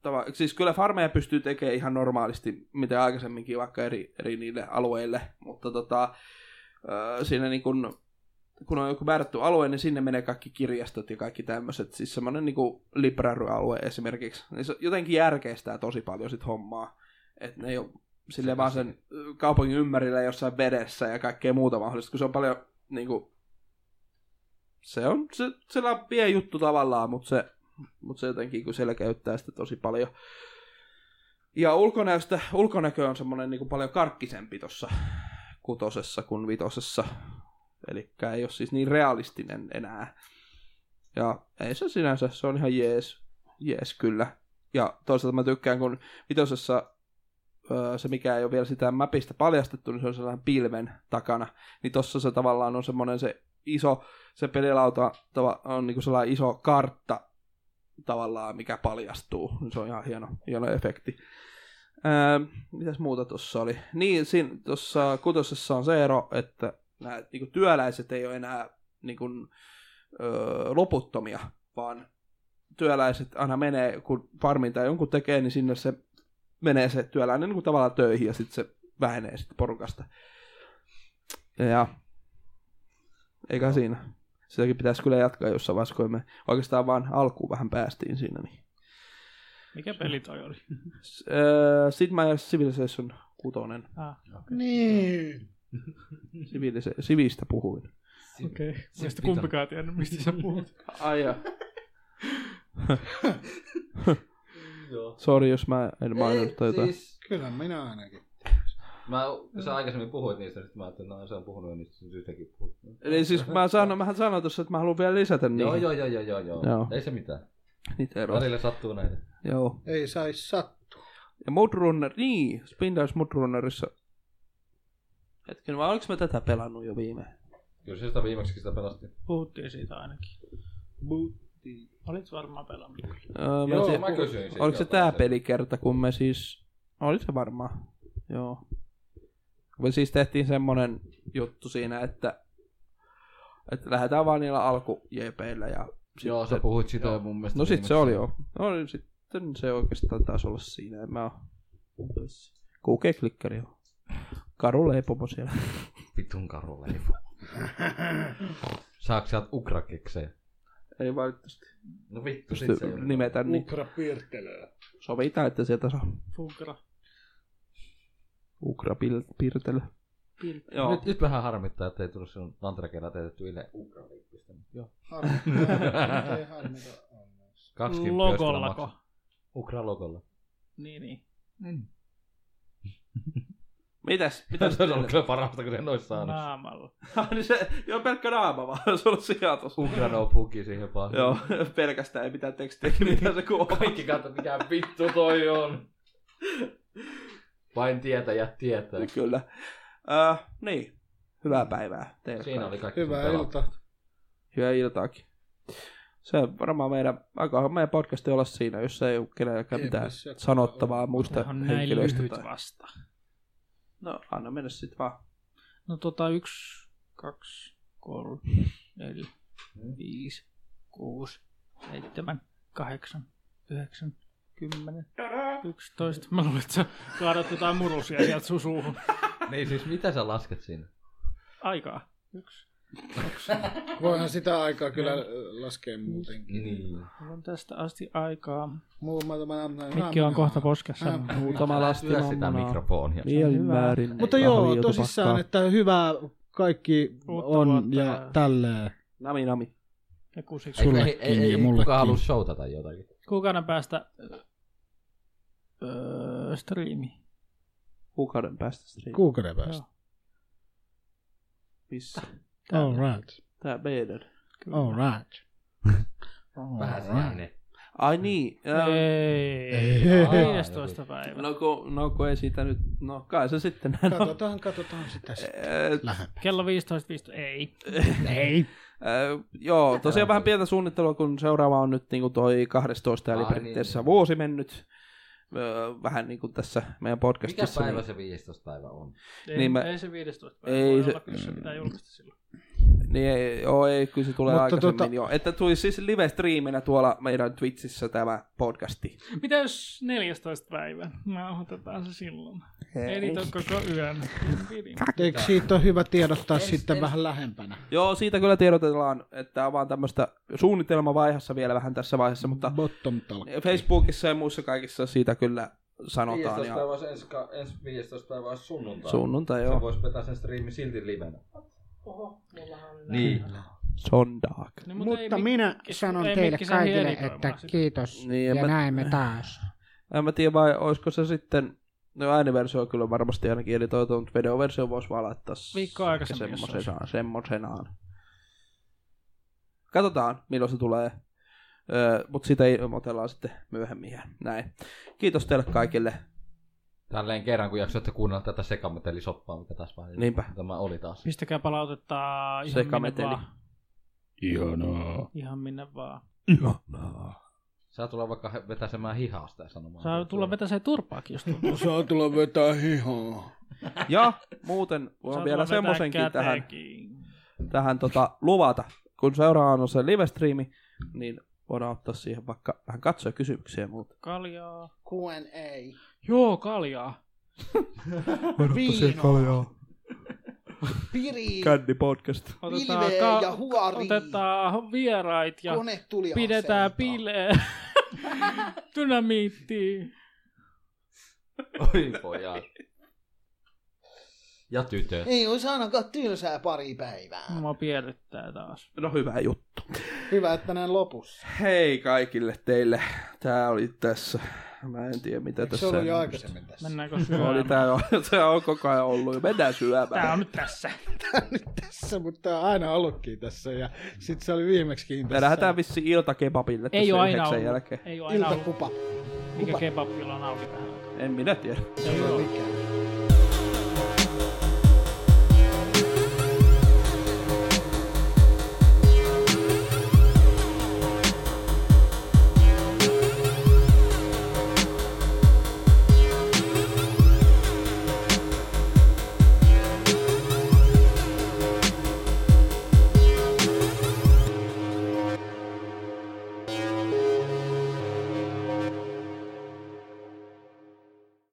[SPEAKER 2] tava- siis kyllä farmeja pystyy tekemään ihan normaalisti, mitä aikaisemminkin vaikka eri, eri niille alueille, mutta tota, ää, siinä niin kun, kun on joku määrätty alue, niin sinne menee kaikki kirjastot ja kaikki tämmöiset. Siis semmoinen niin library-alue esimerkiksi. Niin se jotenkin järkeistää tosi paljon sit hommaa. Että ne ei ole silleen vaan sen kaupungin ympärillä jossain vedessä ja kaikkea muuta mahdollista, kun se on paljon niin kuin, se on se, sellainen pieni juttu tavallaan, mutta se, mutta se jotenkin kun selkeyttää sitä tosi paljon. Ja ulkonäöstä, ulkonäkö on semmoinen niin kuin paljon karkkisempi tuossa kutosessa kuin vitosessa. Eli ei ole siis niin realistinen enää. Ja ei se sinänsä, se on ihan jees, jees kyllä. Ja toisaalta mä tykkään, kun vitosessa öö, se, mikä ei ole vielä sitä mapista paljastettu, niin se on sellainen pilven takana. Niin tossa se tavallaan on semmoinen se iso, se pelilauta tava- on niinku sellainen iso kartta tavallaan, mikä paljastuu. Se on ihan hieno, hieno efekti. Öö, mitäs muuta tuossa oli? Niin, siinä, tuossa kutosessa on se ero, että nämä niin kuin työläiset ei ole enää niin kuin, ö, loputtomia, vaan työläiset aina menee, kun farmin tai jonkun tekee, niin sinne se menee se työläinen niin kuin tavallaan töihin ja sitten se vähenee sitten porukasta. Ja eikä siinä. Sitäkin pitäisi kyllä jatkaa jossain vaiheessa, kun me oikeastaan vaan alkuun vähän päästiin siinä. Niin.
[SPEAKER 3] Mikä peli toi oli?
[SPEAKER 2] S- ö, Sid Meier's Civilization 6.
[SPEAKER 3] Ah,
[SPEAKER 4] Niin.
[SPEAKER 2] Civilise- sivistä puhuin.
[SPEAKER 3] okei. Okay. Mistä kumpikaan tiennyt, mistä sä puhut.
[SPEAKER 2] Ai
[SPEAKER 5] Joo.
[SPEAKER 2] Sori, jos mä en maininnut tai jotain.
[SPEAKER 5] Siis,
[SPEAKER 6] Kyllä minä ainakin.
[SPEAKER 5] mä, kun sä aikaisemmin puhuit niistä, niin mä ajattelin, että no, sä on puhunut jo niistä, niin syystäkin puhut.
[SPEAKER 2] Eli siis mä sanon, mähän sanoin tuossa, että mä haluan vielä lisätä niin- niitä,
[SPEAKER 5] Joo, joo, joo, joo, joo, joo.
[SPEAKER 2] Joo.
[SPEAKER 5] Ei se mitään.
[SPEAKER 2] niitä eroja.
[SPEAKER 5] Välillä sattuu näitä.
[SPEAKER 2] Joo.
[SPEAKER 6] Ei saisi sattua.
[SPEAKER 2] Ja Mudrunner, niin, Spindaus Mudrunnerissa. Hetken, vai oliko mä tätä pelannut jo viime?
[SPEAKER 5] Kyllä se sitä viimeksi sitä pelasti.
[SPEAKER 3] Puhuttiin siitä ainakin. Olit varmaan pelannut.
[SPEAKER 2] Öö, mä en
[SPEAKER 5] Joo,
[SPEAKER 2] tiedä,
[SPEAKER 5] mä kysyin siitä
[SPEAKER 2] oliko se
[SPEAKER 5] jotain
[SPEAKER 2] tää
[SPEAKER 5] sen.
[SPEAKER 2] pelikerta, kun me siis... Oli se varmaan, joo. Me siis tehtiin semmonen juttu siinä, että, että lähdetään vaan niillä alku JPillä ja
[SPEAKER 5] Joo, sä puhuit sitä joo. mun mielestä.
[SPEAKER 2] No sit
[SPEAKER 5] viimeksi.
[SPEAKER 2] se oli joo. No niin sitten se oikeastaan taisi olla siinä. En mä oo. QG-klikkeri on. Karu leipomo siellä.
[SPEAKER 5] Vitun karu leifo. Saaks sieltä ukrakeksejä?
[SPEAKER 2] Ei valitettavasti
[SPEAKER 5] No vittu, sit se
[SPEAKER 2] pysty
[SPEAKER 5] on.
[SPEAKER 2] nimetä, niin
[SPEAKER 6] Ukra piirtelöä.
[SPEAKER 2] sovitaan, että sieltä saa
[SPEAKER 3] Fugra.
[SPEAKER 2] ukra pil- piirtelö. Joo.
[SPEAKER 5] Nyt, nyt vähän harmittaa, että ei tullut sinun Lantrakella teetetty Yle ukrakeksistä. Joo.
[SPEAKER 6] Harmittaa, ei harmita.
[SPEAKER 5] Kaksi kymppiä olisi kyllä
[SPEAKER 3] Logollako.
[SPEAKER 5] maksanut. Ukra-logolla.
[SPEAKER 3] Niin, niin.
[SPEAKER 2] Mitäs? Mitäs?
[SPEAKER 5] Se on ollut kyllä parasta, kun en olisi saanut.
[SPEAKER 3] Naamalla.
[SPEAKER 2] niin se ei ole pelkkä naama, vaan se on siellä tuossa.
[SPEAKER 5] Ukra no puki siihen vaan.
[SPEAKER 2] Joo, pelkästään ei mitään tekstiä, mitä se kuvaa.
[SPEAKER 5] Kaikki katsoi, mikä vittu toi on. Vain tietäjät tietää.
[SPEAKER 2] Kyllä. Äh, niin. Hyvää päivää teille.
[SPEAKER 5] Siinä oli kaikki.
[SPEAKER 6] Hyvää
[SPEAKER 5] sun pelat.
[SPEAKER 6] iltaa.
[SPEAKER 2] Hyvää iltaakin. Se on varmaan meidän, aikahan meidän podcast olla siinä, jos ei ole kenelläkään
[SPEAKER 6] Ei
[SPEAKER 2] mitään
[SPEAKER 6] missään.
[SPEAKER 2] sanottavaa muista
[SPEAKER 3] Tämähän on näin
[SPEAKER 2] henkilöistä.
[SPEAKER 3] lyhyt
[SPEAKER 2] Tai...
[SPEAKER 3] vasta.
[SPEAKER 2] No, anna mennä sitten vaan.
[SPEAKER 3] No tota, yksi, kaksi, kolme, neljä, viisi, kuusi, seitsemän, kahdeksan, yhdeksän, kymmenen, yksitoista. Mä luulen, että sä kaadat jotain murusia sieltä sun suuhun.
[SPEAKER 5] Niin siis mitä sä lasket siinä?
[SPEAKER 3] Aikaa. Yksi.
[SPEAKER 6] Voihan sitä aikaa kyllä laskea muutenkin.
[SPEAKER 5] Niin.
[SPEAKER 3] Mulla on tästä asti aikaa.
[SPEAKER 6] Muuma tämä näin.
[SPEAKER 3] Mikki on kohta poskessa.
[SPEAKER 6] Ää.
[SPEAKER 2] Muutama lasti
[SPEAKER 5] Syö sitä
[SPEAKER 2] mammonaa.
[SPEAKER 5] mikrofonia.
[SPEAKER 2] Mielinmäärin.
[SPEAKER 6] Mutta joo, tosissaan, että hyvää kaikki
[SPEAKER 3] Uutta
[SPEAKER 6] on
[SPEAKER 3] vuotta
[SPEAKER 6] ja
[SPEAKER 3] ja-
[SPEAKER 6] tälleen.
[SPEAKER 2] Nami nami.
[SPEAKER 3] Ja kusiksi.
[SPEAKER 5] Ei, ei,
[SPEAKER 6] Sullekin
[SPEAKER 5] ei, ei,
[SPEAKER 6] ja
[SPEAKER 5] ei
[SPEAKER 6] mullekin.
[SPEAKER 5] kukaan halua showta tai jotakin.
[SPEAKER 3] Kuukauden päästä öö, striimi.
[SPEAKER 2] Kuukauden päästä striimi.
[SPEAKER 6] Kuukauden päästä.
[SPEAKER 2] Missä?
[SPEAKER 3] Täällä.
[SPEAKER 6] All right.
[SPEAKER 2] Tää meidän.
[SPEAKER 6] All right.
[SPEAKER 5] Pääsiäinen.
[SPEAKER 2] Ai niin. Äh,
[SPEAKER 3] Ei.
[SPEAKER 6] Ei.
[SPEAKER 3] 14. päivä.
[SPEAKER 2] no, kun, no kun ei siitä nyt, no kai se sitten näin on.
[SPEAKER 6] Katsotaan, katsotaan sitä sitten
[SPEAKER 2] Äh,
[SPEAKER 6] lähempää.
[SPEAKER 3] Kello 15, 15. Ei.
[SPEAKER 4] Ei.
[SPEAKER 2] Äh, joo, tosiaan vähän pientä suunnittelua, kun seuraava on nyt niin kuin toi 12, eli
[SPEAKER 5] Ai
[SPEAKER 2] periaatteessa
[SPEAKER 5] niin.
[SPEAKER 2] vuosi mennyt. Öö, vähän niin kuin tässä meidän
[SPEAKER 5] Mikä
[SPEAKER 2] podcastissa.
[SPEAKER 5] päivä se 15. päivä on?
[SPEAKER 3] Ei,
[SPEAKER 2] Niin
[SPEAKER 3] niin
[SPEAKER 2] mä-
[SPEAKER 3] mä... ei se 15 päivä.
[SPEAKER 2] Ei
[SPEAKER 3] Ei voi
[SPEAKER 2] se-
[SPEAKER 3] se...
[SPEAKER 2] Mm.
[SPEAKER 3] olla, kun se pitää julkaista silloin.
[SPEAKER 2] Niin, niin ei, joo, ei, kyllä se tulee
[SPEAKER 6] Mutta
[SPEAKER 2] aikaisemmin
[SPEAKER 6] tota-
[SPEAKER 2] joo. Että tuli siis live-striiminä tuolla meidän Twitchissä tämä podcasti.
[SPEAKER 3] Mitä jos 14 päivä? Nauhoitetaan se silloin. Ei niitä ole koko yön.
[SPEAKER 6] Eikö siitä ole hyvä tiedottaa
[SPEAKER 5] Ens-
[SPEAKER 6] sitten
[SPEAKER 5] ens-
[SPEAKER 6] vähän lähempänä?
[SPEAKER 2] Joo, siitä kyllä tiedotetaan, että tämä on vaan tämmöistä suunnitelmavaiheessa vielä vähän tässä vaiheessa, mutta
[SPEAKER 6] Bottom talk.
[SPEAKER 2] Facebookissa ja muissa kaikissa siitä kyllä sanotaan. Ja
[SPEAKER 5] olisi ensi, ensi 15. päivä olisi sunnuntai.
[SPEAKER 2] sunnuntai, joo.
[SPEAKER 5] voisi vetää sen striimi silti livenä. Niin.
[SPEAKER 2] Sondag.
[SPEAKER 3] No,
[SPEAKER 4] Mutta
[SPEAKER 3] ei mi-
[SPEAKER 4] minä sanon
[SPEAKER 3] ei
[SPEAKER 4] teille
[SPEAKER 3] mikki saa
[SPEAKER 4] kaikille,
[SPEAKER 3] editoimaan
[SPEAKER 4] että
[SPEAKER 3] sitä.
[SPEAKER 4] kiitos
[SPEAKER 2] Niin, ja
[SPEAKER 4] ja
[SPEAKER 2] mä-
[SPEAKER 4] näemme taas.
[SPEAKER 2] En mä tiedä vai olisiko se sitten, no ääniversio on kyllä varmasti ainakin editoitu, mutta videoversio voisi vaan laittaa s-
[SPEAKER 3] Viikko aikaisemmin,
[SPEAKER 2] ehkä
[SPEAKER 3] jos
[SPEAKER 2] semmosenaan, semmosenaan. Katsotaan, milloin se tulee. Öö, mutta sitä ilmoitellaan sitten myöhemmin ja näin. Kiitos teille kaikille.
[SPEAKER 5] Tälleen kerran, kun jaksoitte kuunnella tätä sekametelisoppaa, mikä tässä vähän niin
[SPEAKER 2] Niinpä.
[SPEAKER 5] tämä oli taas.
[SPEAKER 3] Pistäkää palautetta ihan
[SPEAKER 2] Sekameteli.
[SPEAKER 3] minne vaan.
[SPEAKER 1] Ihanaa.
[SPEAKER 3] Ihan minne vaan.
[SPEAKER 2] Ihanaa.
[SPEAKER 5] Saa tulla vaikka he- vetäsemään hihasta ja sanomaan.
[SPEAKER 3] Saa tulla vetäseen turpaakin, jos tuntuu.
[SPEAKER 6] Saa tulla vetää hihaa.
[SPEAKER 2] Ja muuten
[SPEAKER 3] Saa
[SPEAKER 2] voin vielä
[SPEAKER 3] tulla vetää
[SPEAKER 2] semmosenkin tähän,
[SPEAKER 3] käteenkin.
[SPEAKER 2] tähän tota, luvata. Kun seuraavana on se livestriimi, niin voidaan ottaa siihen vaikka vähän katsoja kysymyksiä ja muuta.
[SPEAKER 3] Kaljaa.
[SPEAKER 4] Q&A.
[SPEAKER 3] Joo, kaljaa.
[SPEAKER 4] Viinoa. Piri,
[SPEAKER 2] Candy podcast.
[SPEAKER 3] Otetaan,
[SPEAKER 4] Pilveä
[SPEAKER 3] ka-
[SPEAKER 4] ja huari.
[SPEAKER 3] otetaan vierait ja
[SPEAKER 4] kone tuli
[SPEAKER 3] pidetään bileet. Dynamiittia.
[SPEAKER 5] Oi pojat. Ja tytöt.
[SPEAKER 4] Ei olisi ainakaan tylsää pari päivää.
[SPEAKER 3] Mua pierryttää taas.
[SPEAKER 2] No hyvä juttu.
[SPEAKER 4] Hyvä, että näin lopussa.
[SPEAKER 2] Hei kaikille teille. Tää oli tässä. Mä en tiedä mitä
[SPEAKER 6] Eikö
[SPEAKER 2] tässä
[SPEAKER 6] se ollut jo
[SPEAKER 2] nyt-
[SPEAKER 6] aikaisemmin tässä?
[SPEAKER 3] Mennäänkö
[SPEAKER 2] Oli
[SPEAKER 3] syömään?
[SPEAKER 2] tää jo, se on koko ajan ollut. jo. Mennään syömään.
[SPEAKER 3] Tää on nyt tässä.
[SPEAKER 6] nyt tässä, mutta tää on aina ollutkin tässä. Ja sit se oli viimeksikin
[SPEAKER 2] Me
[SPEAKER 6] tässä.
[SPEAKER 2] lähdetään vissiin iltakebabille
[SPEAKER 3] Ei
[SPEAKER 2] tässä
[SPEAKER 3] ole aina
[SPEAKER 2] yhdeksän
[SPEAKER 3] ollut.
[SPEAKER 2] jälkeen.
[SPEAKER 3] Ei ole aina ollut.
[SPEAKER 4] Iltakupa.
[SPEAKER 3] Mikä kebabilla on auki tähän aikaan.
[SPEAKER 2] En minä tiedä.
[SPEAKER 4] Ei ole mikään.